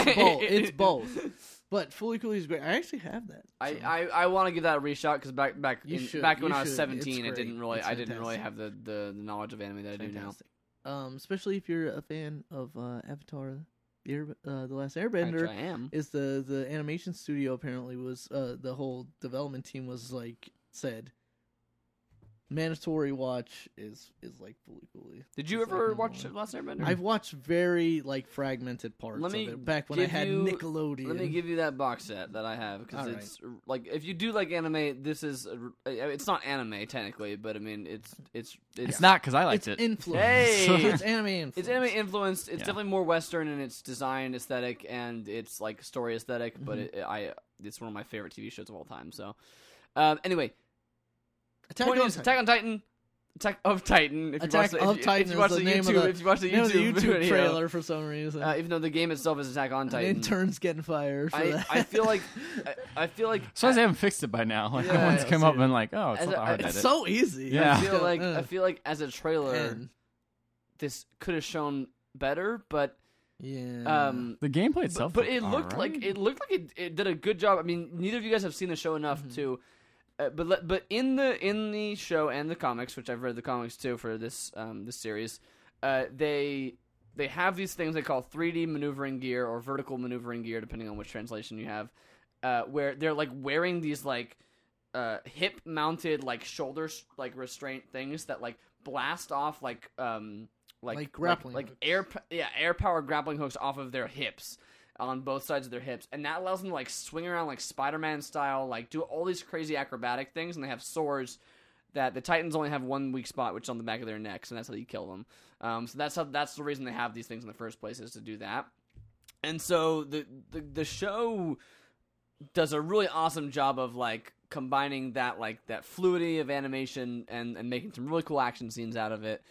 [SPEAKER 2] both. It's both. but Fully Cooley is great. I actually have that.
[SPEAKER 1] I,
[SPEAKER 2] so.
[SPEAKER 1] I, I want to give that a reshot because back back
[SPEAKER 2] You
[SPEAKER 1] in-
[SPEAKER 2] should,
[SPEAKER 1] back when
[SPEAKER 2] you
[SPEAKER 1] I was
[SPEAKER 2] should.
[SPEAKER 1] seventeen,
[SPEAKER 2] It's
[SPEAKER 1] I didn't
[SPEAKER 2] great.
[SPEAKER 1] really
[SPEAKER 2] It's
[SPEAKER 1] I didn't really have
[SPEAKER 2] fantastic.
[SPEAKER 1] the, the knowledge of anime that I do now.
[SPEAKER 2] Fantastic. Um especially if you're a fan of uh Avatar the, Air, uh, the last
[SPEAKER 1] Actually,
[SPEAKER 2] airbender.
[SPEAKER 1] I am.
[SPEAKER 2] is the the animation studio apparently was uh the whole development team was like said mandatory watch is is like fully fully
[SPEAKER 1] Did you
[SPEAKER 2] It's like
[SPEAKER 1] ever
[SPEAKER 2] number
[SPEAKER 1] watch
[SPEAKER 2] one.
[SPEAKER 1] Last Airbender?
[SPEAKER 2] i've watched very like fragmented parts
[SPEAKER 1] Let me
[SPEAKER 2] of it back when i
[SPEAKER 1] give
[SPEAKER 2] had
[SPEAKER 1] you-
[SPEAKER 2] nickelodeon
[SPEAKER 1] Let me give you that box set that I have because
[SPEAKER 2] All right.
[SPEAKER 1] it's r- like if you do like anime, this is a r- I- I- it's not anime technically, but I mean it's it's it's,
[SPEAKER 3] It's not because I liked
[SPEAKER 2] it's
[SPEAKER 3] it.
[SPEAKER 2] influence
[SPEAKER 1] Hey!
[SPEAKER 2] it's anime influence
[SPEAKER 1] it's anime influenced. It's
[SPEAKER 3] Yeah.
[SPEAKER 1] definitely more Western in its design aesthetic and its like story esthetic But it,
[SPEAKER 2] Mm-hmm.
[SPEAKER 1] I it's one of my favorite TV shows of all time. So um, anyway,
[SPEAKER 2] attack
[SPEAKER 1] point
[SPEAKER 2] on
[SPEAKER 1] is,
[SPEAKER 2] Titan.
[SPEAKER 1] Attack on Titan. Attack of Titan. If
[SPEAKER 2] Attack
[SPEAKER 1] you watch the, if
[SPEAKER 2] of
[SPEAKER 1] you-
[SPEAKER 2] Titan
[SPEAKER 1] If you
[SPEAKER 2] is
[SPEAKER 1] watch
[SPEAKER 2] the
[SPEAKER 1] the,
[SPEAKER 2] name of
[SPEAKER 1] YouTube,
[SPEAKER 2] the-
[SPEAKER 1] if you watch the
[SPEAKER 2] Name of
[SPEAKER 1] YouTube,
[SPEAKER 2] the YouTube
[SPEAKER 1] video,
[SPEAKER 2] trailer for some reason
[SPEAKER 1] uh, even though the game itself is Attack on
[SPEAKER 2] an
[SPEAKER 1] Titan.
[SPEAKER 2] intern's getting fired for
[SPEAKER 1] I,
[SPEAKER 2] that
[SPEAKER 1] I feel like I, I feel like
[SPEAKER 3] So I haven't fixed it by now. Like
[SPEAKER 1] Yeah,
[SPEAKER 3] everyone's
[SPEAKER 1] yeah,
[SPEAKER 3] come up
[SPEAKER 2] dude.
[SPEAKER 3] and like, oh, it's
[SPEAKER 1] As
[SPEAKER 3] not that
[SPEAKER 1] a-
[SPEAKER 3] hard.
[SPEAKER 1] it's
[SPEAKER 3] at
[SPEAKER 2] it's
[SPEAKER 3] it.
[SPEAKER 2] so easy
[SPEAKER 3] Yeah.
[SPEAKER 1] I feel like I
[SPEAKER 2] Uh,
[SPEAKER 1] feel like as a trailer,
[SPEAKER 2] and-
[SPEAKER 1] this could have shown better, but
[SPEAKER 2] yeah
[SPEAKER 1] um,
[SPEAKER 3] the gameplay
[SPEAKER 1] but,
[SPEAKER 3] itself,
[SPEAKER 1] but it looked like
[SPEAKER 3] alright.
[SPEAKER 1] it looked like it, it did a good job. I mean, neither of you guys have seen the show enough to, uh, but le- but in the in the show and the comics, which I've read the comics too for this um this series, uh, they they have these things they call 3D maneuvering gear or vertical maneuvering gear, depending on which translation you have, uh, where they're like wearing these like uh, hip mounted like shoulder s- like restraint things that like blast off like um like
[SPEAKER 2] Like grappling
[SPEAKER 1] like,
[SPEAKER 2] hooks.
[SPEAKER 1] air p- yeah air power grappling hooks off of their hips on both sides of their hips and that allows them to like swing around like spider-man style like do all these crazy acrobatic things and they have swords that the titans only have one weak spot which is on the back of their necks and that's how you kill them um, so that's how that's the reason they have these things in the first place is to do that and so the the, the show does a really awesome job of like combining that like that fluidity of animation and and making some really cool action scenes out of it.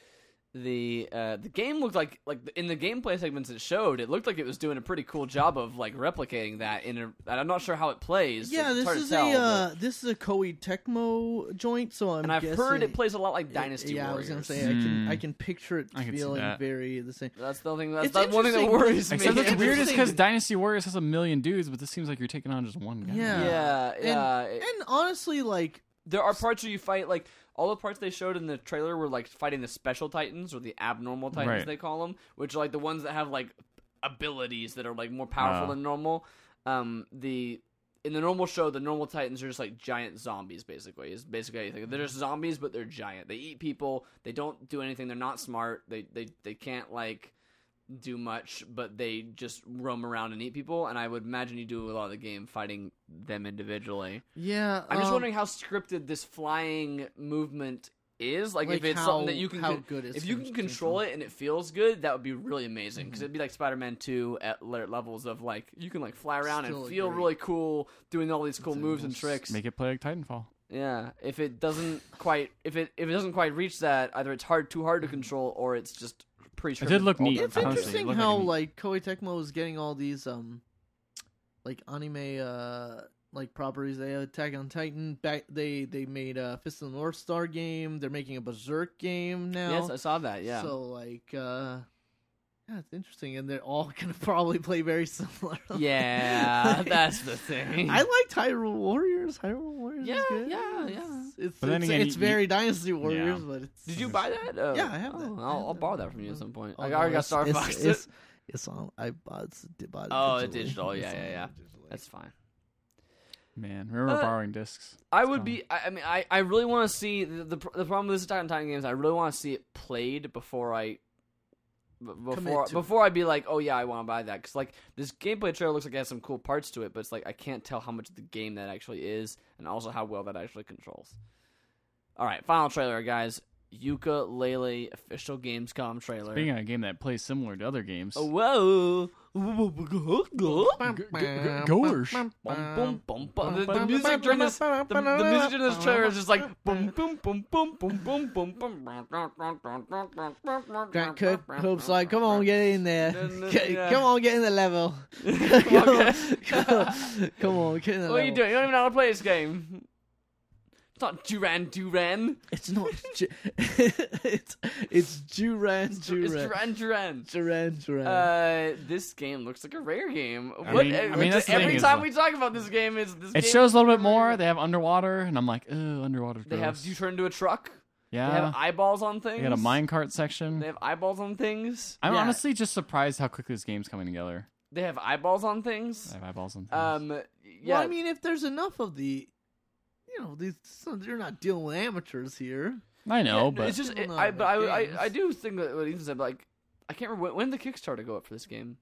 [SPEAKER 1] The uh, the game looked like like in the gameplay segments it showed it looked like it was doing a pretty cool job of like replicating that in a and I'm not sure how it plays.
[SPEAKER 2] yeah,
[SPEAKER 1] It's
[SPEAKER 2] this
[SPEAKER 1] hard to
[SPEAKER 2] is
[SPEAKER 1] tell,
[SPEAKER 2] a
[SPEAKER 1] but-
[SPEAKER 2] uh, this is a Koei Tecmo joint, so I'm
[SPEAKER 1] and I've heard
[SPEAKER 2] guessing-
[SPEAKER 1] it plays a lot like Dynasty
[SPEAKER 2] Yeah,
[SPEAKER 1] Warriors.
[SPEAKER 2] I was gonna say I can
[SPEAKER 3] Hmm.
[SPEAKER 2] I can picture it
[SPEAKER 3] I can see
[SPEAKER 2] feeling
[SPEAKER 3] that.
[SPEAKER 2] very the same.
[SPEAKER 1] That's the thing. That's
[SPEAKER 2] It's
[SPEAKER 1] the one thing that
[SPEAKER 2] interesting.
[SPEAKER 1] worries me.
[SPEAKER 3] Except
[SPEAKER 2] Yeah,
[SPEAKER 3] what's
[SPEAKER 2] it's
[SPEAKER 3] weird is because
[SPEAKER 2] interesting.
[SPEAKER 3] Dynasty Warriors has a million dudes, but this seems like you're taking on just one guy.
[SPEAKER 2] Yeah.
[SPEAKER 1] yeah,
[SPEAKER 2] And-
[SPEAKER 1] yeah. it-
[SPEAKER 2] And honestly, like
[SPEAKER 1] there are parts where you fight like all the parts they showed in the trailer were like fighting the special titans or the abnormal titans
[SPEAKER 3] Right.
[SPEAKER 1] they call them, which are like the ones that have like abilities that are like more powerful
[SPEAKER 3] Ah.
[SPEAKER 1] than normal. Um, the in the normal show, the normal titans are just like giant zombies. Basically, is basically how you think of it. they're just zombies, but they're giant. They eat people. They don't do anything. They're not smart. They they they can't like do much, but they just roam around and eat people. And I would imagine you do a lot of the game fighting them individually.
[SPEAKER 2] yeah,
[SPEAKER 1] I'm just
[SPEAKER 2] um,
[SPEAKER 1] wondering how scripted this flying movement is. Like,
[SPEAKER 2] like
[SPEAKER 1] if it's
[SPEAKER 2] how,
[SPEAKER 1] something that you can
[SPEAKER 2] how
[SPEAKER 1] con-
[SPEAKER 2] good it's
[SPEAKER 1] if you
[SPEAKER 2] gonna
[SPEAKER 1] can
[SPEAKER 2] be.
[SPEAKER 1] control it and it feels good, that would be really amazing
[SPEAKER 2] Mm-hmm.
[SPEAKER 1] because it'd be like Spider-Man Two at le- levels of like you can like fly around
[SPEAKER 2] Still
[SPEAKER 1] and feel
[SPEAKER 2] agree.
[SPEAKER 1] really cool doing all these cool
[SPEAKER 2] It's
[SPEAKER 1] moves and
[SPEAKER 2] almost
[SPEAKER 1] tricks.
[SPEAKER 3] Make it play like Titanfall.
[SPEAKER 1] yeah, if it doesn't quite if it if it doesn't quite reach that, either it's hard too hard to control or it's just pretty.
[SPEAKER 3] It did look neat.
[SPEAKER 2] Mm-hmm. It's
[SPEAKER 3] Honestly, it
[SPEAKER 2] interesting
[SPEAKER 3] looked like
[SPEAKER 2] how
[SPEAKER 3] a neat-
[SPEAKER 2] like Koei Tecmo is getting all these um like anime uh like properties. They have Attack on Titan. Back they they made a Fist of the North Star game. They're making a Berserk game now.
[SPEAKER 1] Yes, I saw that. Yeah.
[SPEAKER 2] So like uh yeah, it's interesting, and they're all gonna probably play very similar.
[SPEAKER 1] yeah, that's the thing.
[SPEAKER 2] I liked Hyrule Warriors. Hyrule Warriors
[SPEAKER 1] Yeah,
[SPEAKER 2] is good.
[SPEAKER 1] yeah, yeah.
[SPEAKER 2] It's it's,
[SPEAKER 3] But then
[SPEAKER 2] it's-
[SPEAKER 3] again,
[SPEAKER 2] it's
[SPEAKER 3] you-
[SPEAKER 2] very Dynasty Warriors, but it's
[SPEAKER 1] Did you buy that? Uh,
[SPEAKER 2] Yeah, I have
[SPEAKER 1] oh,
[SPEAKER 2] that. I
[SPEAKER 1] I'll,
[SPEAKER 2] have
[SPEAKER 1] I'll
[SPEAKER 2] that.
[SPEAKER 1] borrow that from you at some point. I
[SPEAKER 2] no,
[SPEAKER 1] already got
[SPEAKER 2] it's-
[SPEAKER 1] Star
[SPEAKER 2] it's-
[SPEAKER 1] Fox.
[SPEAKER 2] It's, it's on. I bought it. di- bought it
[SPEAKER 1] Oh,
[SPEAKER 2] digitally.
[SPEAKER 1] digital, yeah,
[SPEAKER 2] It's
[SPEAKER 1] yeah,
[SPEAKER 2] on
[SPEAKER 1] yeah.
[SPEAKER 2] digitally.
[SPEAKER 1] That's fine.
[SPEAKER 3] Man, remember
[SPEAKER 1] Uh,
[SPEAKER 3] borrowing discs?
[SPEAKER 1] I would
[SPEAKER 3] gone.
[SPEAKER 1] be. I, I mean, I, I really want to see the, the pr- the problem with this Attack on Titan game is I really want to see it played before I b- before
[SPEAKER 2] to it.
[SPEAKER 1] before I be like, oh yeah, I want to buy that because like this gameplay trailer looks like it has some cool parts to it, but it's like I can't tell how much of the game that actually is and also how well that actually controls. All right, final trailer, guys. Ukulele official Gamescom trailer.
[SPEAKER 3] Being a game that plays similar to other games.
[SPEAKER 1] Oh, whoa.
[SPEAKER 3] Goers.
[SPEAKER 1] Bum, bum, bum, bum. The, the music during this, the, the music during this trailer is just like boom, boom, boom, boom, boom, boom, boom, boom.
[SPEAKER 2] Grant Cook hopes like, come on, get in there.
[SPEAKER 1] Then,
[SPEAKER 2] Get-
[SPEAKER 1] yeah.
[SPEAKER 2] Come on, get in the level.
[SPEAKER 1] Come on, get-
[SPEAKER 2] Come on, get in the level.
[SPEAKER 1] What are you doing? You don't even know how to play this game. It's not Duran Duran.
[SPEAKER 2] It's not. Ju- it's it's Duran
[SPEAKER 1] It's Dur- it's
[SPEAKER 2] Duran
[SPEAKER 1] Duran Duran.
[SPEAKER 2] Duran Duran.
[SPEAKER 1] Uh, this game looks like a rare game.
[SPEAKER 3] I
[SPEAKER 1] What?
[SPEAKER 3] mean- I mean,
[SPEAKER 1] every-
[SPEAKER 3] that's the thing
[SPEAKER 1] every
[SPEAKER 3] is,
[SPEAKER 1] time
[SPEAKER 3] like-
[SPEAKER 1] we talk about this game, is this game-
[SPEAKER 3] It shows a little bit more. They have underwater, and I'm like, oh, underwater.
[SPEAKER 1] They have. Do you turn into a truck? They
[SPEAKER 3] yeah.
[SPEAKER 1] have eyeballs on things.
[SPEAKER 3] They got a minecart section.
[SPEAKER 1] They have eyeballs on things.
[SPEAKER 3] I'm
[SPEAKER 1] Yeah.
[SPEAKER 3] honestly just surprised how quickly this game's coming together.
[SPEAKER 1] They have eyeballs on
[SPEAKER 3] I
[SPEAKER 1] things.
[SPEAKER 3] have eyeballs on things.
[SPEAKER 1] Um. Yeah.
[SPEAKER 2] Well, I mean, if there's enough of the, you know, these you're not dealing with amateurs here.
[SPEAKER 3] I know,
[SPEAKER 1] yeah,
[SPEAKER 3] but
[SPEAKER 1] it's just.
[SPEAKER 2] People know
[SPEAKER 1] I, but I,
[SPEAKER 2] about
[SPEAKER 1] I,
[SPEAKER 2] games.
[SPEAKER 1] I do think that what Ethan said. Like, I can't remember when, when did the Kickstarter go up for this game.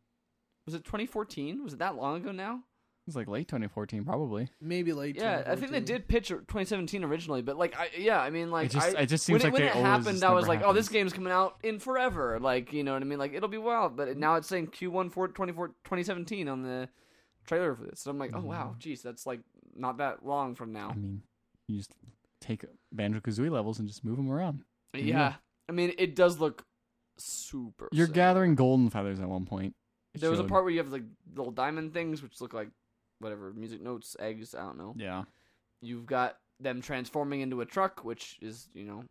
[SPEAKER 1] Was it 2014? Was it that long ago now?
[SPEAKER 3] it's like late 2014, probably.
[SPEAKER 2] Maybe late.
[SPEAKER 1] Yeah, I think they
[SPEAKER 2] 2014.
[SPEAKER 1] did pitch it 2017 originally, but like, I yeah, I mean, like,
[SPEAKER 3] It just-
[SPEAKER 1] I,
[SPEAKER 3] it just
[SPEAKER 1] when
[SPEAKER 3] seems like
[SPEAKER 1] when
[SPEAKER 3] they
[SPEAKER 1] it
[SPEAKER 3] always-
[SPEAKER 1] happened,
[SPEAKER 3] this
[SPEAKER 1] I was
[SPEAKER 3] never
[SPEAKER 1] like, oh, this
[SPEAKER 3] happens.
[SPEAKER 1] game's coming out in forever, like, you know what I mean? Like, it'll be wild, but now it's saying Q1 for 24 2017 on the trailer for this, and I'm like,
[SPEAKER 3] Mm-hmm.
[SPEAKER 1] oh wow, geez, that's like not that long from now.
[SPEAKER 3] I mean, you just take Banjo Kazooie levels and just move them around.
[SPEAKER 1] Yeah.
[SPEAKER 3] Yeah.
[SPEAKER 1] I mean, it does look super.
[SPEAKER 3] You're
[SPEAKER 1] sick.
[SPEAKER 3] gathering golden feathers at one point. It
[SPEAKER 1] There was a
[SPEAKER 3] showed.
[SPEAKER 1] part where you have like little diamond things, which look like whatever music notes, eggs. I don't know.
[SPEAKER 3] Yeah.
[SPEAKER 1] You've got them transforming into a truck, which is you know,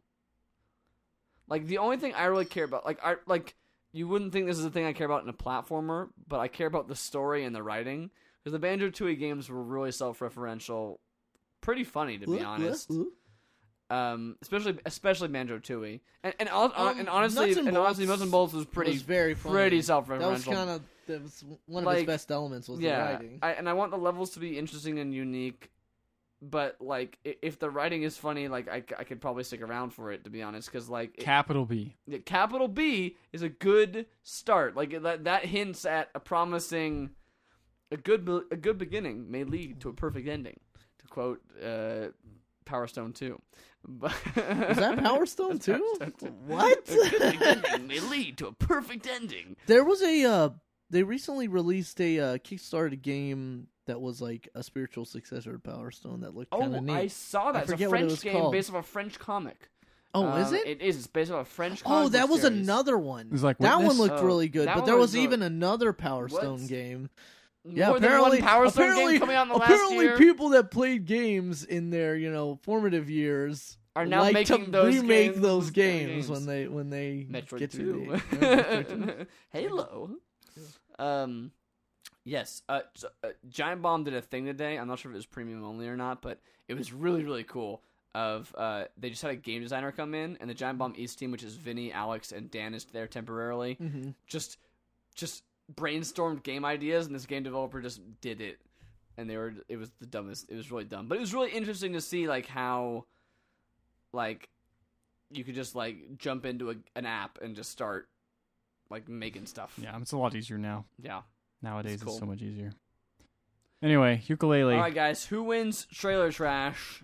[SPEAKER 1] like the only thing I really care about. Like I like you wouldn't think this is the thing I care about in a platformer, but I care about the story and the writing because the Banjo Tooie games were really self-referential, pretty funny to be
[SPEAKER 2] Ooh,
[SPEAKER 1] honest.
[SPEAKER 2] ooh, ooh.
[SPEAKER 1] Um, especially especially Banjo Tooie, and and, al-
[SPEAKER 2] Um,
[SPEAKER 1] and honestly,
[SPEAKER 2] Nuts and
[SPEAKER 1] and, honestly,
[SPEAKER 2] Bolts
[SPEAKER 1] Nuts and Bolts was
[SPEAKER 2] It
[SPEAKER 1] pretty
[SPEAKER 2] was very funny.
[SPEAKER 1] pretty self-referential.
[SPEAKER 2] That was kind of that was one of
[SPEAKER 1] Like,
[SPEAKER 2] his best elements was the
[SPEAKER 1] yeah,
[SPEAKER 2] writing.
[SPEAKER 1] I, and I want the levels to be interesting and unique, but like i- if the writing is funny, like I, c- I could probably stick around for it to be honest, because like it-
[SPEAKER 3] Capital B.
[SPEAKER 1] the capital B is a good start. Like that that hints at a promising, a good be- a good beginning may lead to a perfect ending. To quote uh, Power Stone Two, but
[SPEAKER 2] Is that Power Stone
[SPEAKER 1] That's Power
[SPEAKER 2] too?
[SPEAKER 1] Stone two.
[SPEAKER 2] What?
[SPEAKER 1] A good beginning may lead to a perfect ending.
[SPEAKER 2] there was a uh, they recently released a uh, Kickstarter game that was like a spiritual successor to Power Stone that looked kind
[SPEAKER 1] Oh,
[SPEAKER 2] of neat.
[SPEAKER 1] I saw that.
[SPEAKER 2] I
[SPEAKER 1] it's a
[SPEAKER 2] forget what it
[SPEAKER 1] French
[SPEAKER 2] was
[SPEAKER 1] game
[SPEAKER 2] called.
[SPEAKER 1] based off a French comic.
[SPEAKER 2] oh, is
[SPEAKER 1] Um,
[SPEAKER 2] it?
[SPEAKER 1] It is. It's based off a French. comic
[SPEAKER 2] oh,
[SPEAKER 1] book
[SPEAKER 2] that was
[SPEAKER 1] series.
[SPEAKER 2] another one.
[SPEAKER 3] It was like
[SPEAKER 2] that one
[SPEAKER 3] Witness?
[SPEAKER 2] looked
[SPEAKER 1] Oh,
[SPEAKER 2] really good,
[SPEAKER 1] that
[SPEAKER 2] but
[SPEAKER 1] one
[SPEAKER 2] there was,
[SPEAKER 1] was a-
[SPEAKER 2] even another Power
[SPEAKER 1] What?
[SPEAKER 2] Stone game. Yeah,
[SPEAKER 1] More than
[SPEAKER 2] apparently-
[SPEAKER 1] one Power Stone
[SPEAKER 2] apparently-
[SPEAKER 1] game coming out in the last
[SPEAKER 2] Apparently,
[SPEAKER 1] year
[SPEAKER 2] people that played games in their you know formative years
[SPEAKER 1] are now
[SPEAKER 2] like
[SPEAKER 1] making
[SPEAKER 2] to
[SPEAKER 1] those
[SPEAKER 2] remake
[SPEAKER 1] games,
[SPEAKER 2] those games,
[SPEAKER 1] games.
[SPEAKER 2] when they when they
[SPEAKER 1] Metroid
[SPEAKER 2] get to
[SPEAKER 1] Two,
[SPEAKER 2] the- yeah, Metroid 2.
[SPEAKER 1] Halo. Um, yes. Uh, so, uh, Giant Bomb did a thing today. I'm not sure if it was premium only or not, but it was really really cool. Of uh, they just had a game designer come in, and the Giant Bomb East team, which is Vinny, Alex, and Dan, is there temporarily.
[SPEAKER 2] Mhm.
[SPEAKER 1] Just, just brainstormed game ideas, and this game developer just did it. And they were. It was the dumbest. It was really dumb, but it was really interesting to see like how, like you could just like jump into a, an app and just start like making stuff.
[SPEAKER 3] Yeah, it's a lot easier now.
[SPEAKER 1] Yeah.
[SPEAKER 3] Nowadays,
[SPEAKER 1] It's
[SPEAKER 3] it's,
[SPEAKER 1] cool. Oh,
[SPEAKER 3] so much easier. Anyway, ukulele.
[SPEAKER 1] All right, guys. Who wins trailer trash?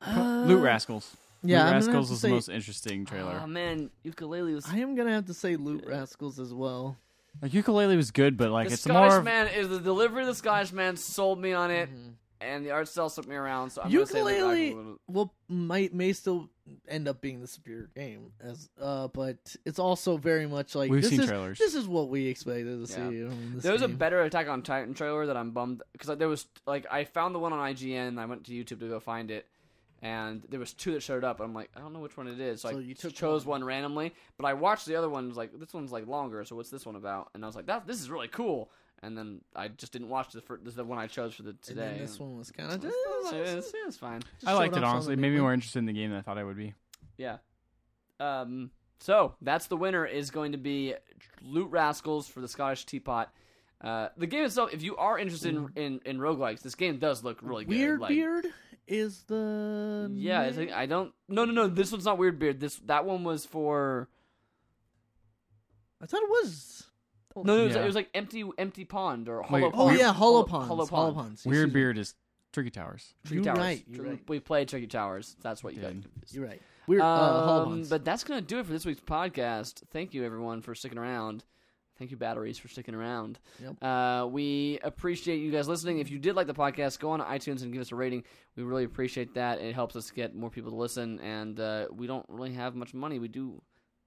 [SPEAKER 3] Co- Loot
[SPEAKER 2] Uh,
[SPEAKER 3] Rascals.
[SPEAKER 2] Yeah,
[SPEAKER 3] Loot
[SPEAKER 2] I'm gonna have
[SPEAKER 3] Rascals
[SPEAKER 2] to
[SPEAKER 3] was
[SPEAKER 2] say-
[SPEAKER 3] the most interesting trailer.
[SPEAKER 1] Oh man, ukulele was.
[SPEAKER 2] I am gonna have to say Loot Rascals as well.
[SPEAKER 3] like ukulele was good, but like
[SPEAKER 1] the
[SPEAKER 3] it's
[SPEAKER 1] Scottish
[SPEAKER 3] more. of-
[SPEAKER 1] man is the delivery of the Scottish man sold me on it,
[SPEAKER 2] Mm-hmm.
[SPEAKER 1] and the art style slipped me around. So I'm gonna say
[SPEAKER 2] Ukulele-
[SPEAKER 1] Luke Rascals.
[SPEAKER 2] Well, might may still end up being the superior game as, uh, but it's also very much like
[SPEAKER 3] We've
[SPEAKER 2] this
[SPEAKER 3] seen
[SPEAKER 2] is
[SPEAKER 3] trailers.
[SPEAKER 2] this is what we expected to
[SPEAKER 1] Yeah.
[SPEAKER 2] see. on this
[SPEAKER 1] There was a
[SPEAKER 2] game.
[SPEAKER 1] better Attack on Titan trailer that I'm bummed because like, there was like I found the one on IGN. I went to YouTube to go find it, and there was two that showed up. And I'm like, I don't know which one it is. So,
[SPEAKER 2] So
[SPEAKER 1] I
[SPEAKER 2] you took
[SPEAKER 1] chose
[SPEAKER 2] one.
[SPEAKER 1] one. randomly, but I watched the other one. and Was like, this one's like longer. So what's this one about? And I was like, that this is really cool. And then I just didn't watch the first, this is the one I chose for the
[SPEAKER 2] And
[SPEAKER 1] today.
[SPEAKER 2] then this one was kind
[SPEAKER 1] It's-
[SPEAKER 2] of
[SPEAKER 1] it's-
[SPEAKER 2] just.
[SPEAKER 1] "Eh, it's- it's fine.
[SPEAKER 3] I liked it honestly. It made me
[SPEAKER 2] more.
[SPEAKER 3] more interested in the game than I thought I would be.
[SPEAKER 1] Yeah. Um. So that's the winner is going to be Loot Rascals for the Scottish Teapot. Uh, the game itself, if you are interested in, in, in roguelikes, this game does look really good.
[SPEAKER 2] Mm. Weird
[SPEAKER 1] like-
[SPEAKER 2] Beard is the
[SPEAKER 1] Yeah, I, think, I don't. No, no, no. This one's not Weird Beard. This that one was for.
[SPEAKER 2] I thought it was.
[SPEAKER 1] No, it was,
[SPEAKER 3] Yeah.
[SPEAKER 1] it was like empty, empty pond or
[SPEAKER 3] Wait,
[SPEAKER 1] hollow.
[SPEAKER 2] Oh
[SPEAKER 1] pond.
[SPEAKER 2] yeah, Hollow Ponds.
[SPEAKER 1] Hollow
[SPEAKER 2] Hollow
[SPEAKER 1] pond.
[SPEAKER 2] Ponds. excuse
[SPEAKER 3] Weird
[SPEAKER 2] me.
[SPEAKER 3] Beard is Tricky Towers.
[SPEAKER 1] Tricky
[SPEAKER 2] You're
[SPEAKER 1] Towers.
[SPEAKER 2] right, you're
[SPEAKER 1] Tri-
[SPEAKER 2] right.
[SPEAKER 1] We played Tricky Towers. That's what you got.
[SPEAKER 3] Did.
[SPEAKER 1] confused.
[SPEAKER 2] You're right. Weird uh, Hollow
[SPEAKER 1] Um,
[SPEAKER 2] Ponds.
[SPEAKER 1] but that's going to do it for this week's podcast. Thank you, everyone, for sticking around. Thank you, batteries, for sticking around.
[SPEAKER 2] Yep.
[SPEAKER 1] Uh, we appreciate you guys listening. If you did like the podcast, go on to iTunes and give us a rating. We really appreciate that. It helps us get more people to listen, and uh, we don't really have much money. We do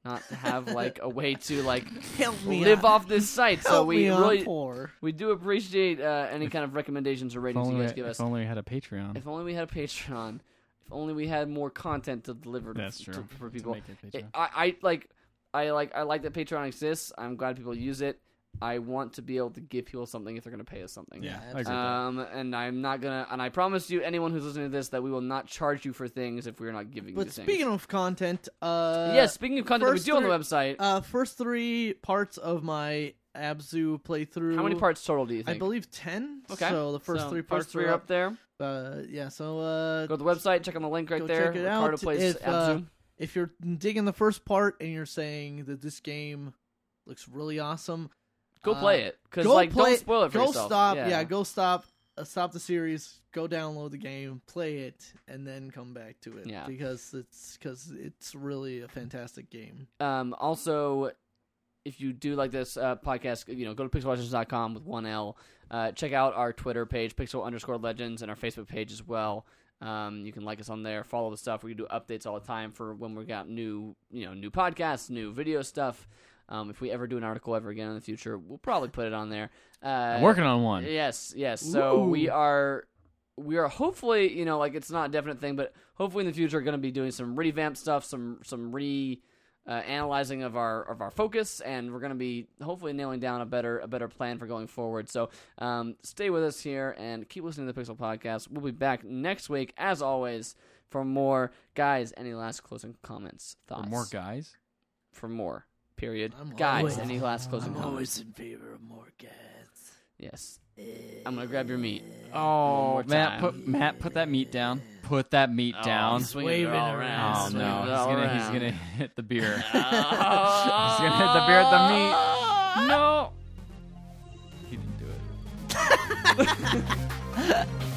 [SPEAKER 1] not have like a way to like
[SPEAKER 2] help me
[SPEAKER 1] live
[SPEAKER 2] out.
[SPEAKER 1] off this site, so
[SPEAKER 2] Help
[SPEAKER 1] we
[SPEAKER 2] me out,
[SPEAKER 1] really
[SPEAKER 2] poor.
[SPEAKER 1] we do appreciate uh, any kind of recommendations or
[SPEAKER 3] If
[SPEAKER 1] ratings you
[SPEAKER 3] only,
[SPEAKER 1] guys give
[SPEAKER 3] if
[SPEAKER 1] us.
[SPEAKER 3] only we had a Patreon.
[SPEAKER 1] If only we had a Patreon. If only we had more content to deliver to,
[SPEAKER 3] That's
[SPEAKER 1] to-
[SPEAKER 3] true.
[SPEAKER 1] for
[SPEAKER 3] To
[SPEAKER 1] people.
[SPEAKER 3] make it
[SPEAKER 1] It-
[SPEAKER 3] Patreon.
[SPEAKER 1] I, I like I like I like that Patreon exists. I'm glad people use it. I want to be able to give people something if they're going to pay us something.
[SPEAKER 2] Yeah,
[SPEAKER 3] yeah, I agree with that.
[SPEAKER 1] Um, and I'm not gonna. And I promise you, anyone who's listening to this, that we will not charge you for things if we're not giving you
[SPEAKER 2] But
[SPEAKER 1] things.
[SPEAKER 2] speaking of content, uh,
[SPEAKER 1] yes, speaking of content that we
[SPEAKER 2] first
[SPEAKER 1] do on the
[SPEAKER 2] three-
[SPEAKER 1] website,
[SPEAKER 2] uh, first three parts of my Abzu playthrough.
[SPEAKER 1] how many parts total do you
[SPEAKER 2] I
[SPEAKER 1] think?
[SPEAKER 2] believe ten.
[SPEAKER 1] Okay.
[SPEAKER 2] So the first
[SPEAKER 1] So,
[SPEAKER 2] three parts
[SPEAKER 1] first three
[SPEAKER 2] are
[SPEAKER 1] are up there.
[SPEAKER 2] Uh, yeah. So uh,
[SPEAKER 1] Go to the website. Check on the link right
[SPEAKER 2] Go
[SPEAKER 1] there.
[SPEAKER 2] check it out.
[SPEAKER 1] Ricardo plays
[SPEAKER 2] If, uh,
[SPEAKER 1] Abzu.
[SPEAKER 2] if you're digging the first part and you're saying that this game looks really awesome,
[SPEAKER 1] Go
[SPEAKER 2] uh,
[SPEAKER 1] play it because
[SPEAKER 2] go
[SPEAKER 1] like
[SPEAKER 2] play-
[SPEAKER 1] don't spoil it for
[SPEAKER 2] go
[SPEAKER 1] yourself.
[SPEAKER 2] stop.
[SPEAKER 1] Yeah.
[SPEAKER 2] Yeah, go stop. Uh, stop the series. Go download the game, play it, and then come back to it.
[SPEAKER 1] Yeah.
[SPEAKER 2] because it's because it's really a fantastic game.
[SPEAKER 1] Um, also, if you do like this uh, podcast, you know, go to pixelwatchers.com with one L. Uh, check out our Twitter page, pixel underscore legends, and our Facebook page as well. Um, you can like us on there, follow the stuff. We do updates all the time for when we got new, you know, new podcasts, new video stuff. Um, if we ever do an article ever again in the future, we'll probably put it on there. Uh,
[SPEAKER 3] I'm working on one.
[SPEAKER 1] Yes, yes. So
[SPEAKER 2] Ooh.
[SPEAKER 1] we are we are hopefully, you know, like it's not a definite thing, but hopefully in the future going to be doing some revamp stuff, some some re uh, analyzing of our of our focus, and we're going to be hopefully nailing down a better a better plan for going forward. So um, stay with us here and keep listening to the Pixel Podcast. We'll be back next week, as always, for more guys. Any last closing comments,
[SPEAKER 3] For
[SPEAKER 1] thoughts
[SPEAKER 3] more guys.
[SPEAKER 1] For more, Period.
[SPEAKER 2] I'm
[SPEAKER 1] guys,
[SPEAKER 2] always-
[SPEAKER 1] any last closing
[SPEAKER 2] I'm
[SPEAKER 1] comments?
[SPEAKER 2] always in favor of more cats.
[SPEAKER 1] yes. I'm gonna grab your meat.
[SPEAKER 3] Oh,
[SPEAKER 1] more time.
[SPEAKER 3] Matt, put Matt, put that meat down. Put that meat
[SPEAKER 1] Oh,
[SPEAKER 3] down.
[SPEAKER 1] swinging it
[SPEAKER 2] Waving
[SPEAKER 1] all
[SPEAKER 2] around,
[SPEAKER 1] around.
[SPEAKER 3] Oh
[SPEAKER 2] swing
[SPEAKER 3] no,
[SPEAKER 1] swinging
[SPEAKER 2] it
[SPEAKER 1] it
[SPEAKER 3] he's
[SPEAKER 1] all
[SPEAKER 3] gonna he's
[SPEAKER 1] around.
[SPEAKER 3] gonna hit the beer.
[SPEAKER 1] he's gonna
[SPEAKER 3] hit the beer at the meat. no, he didn't do it.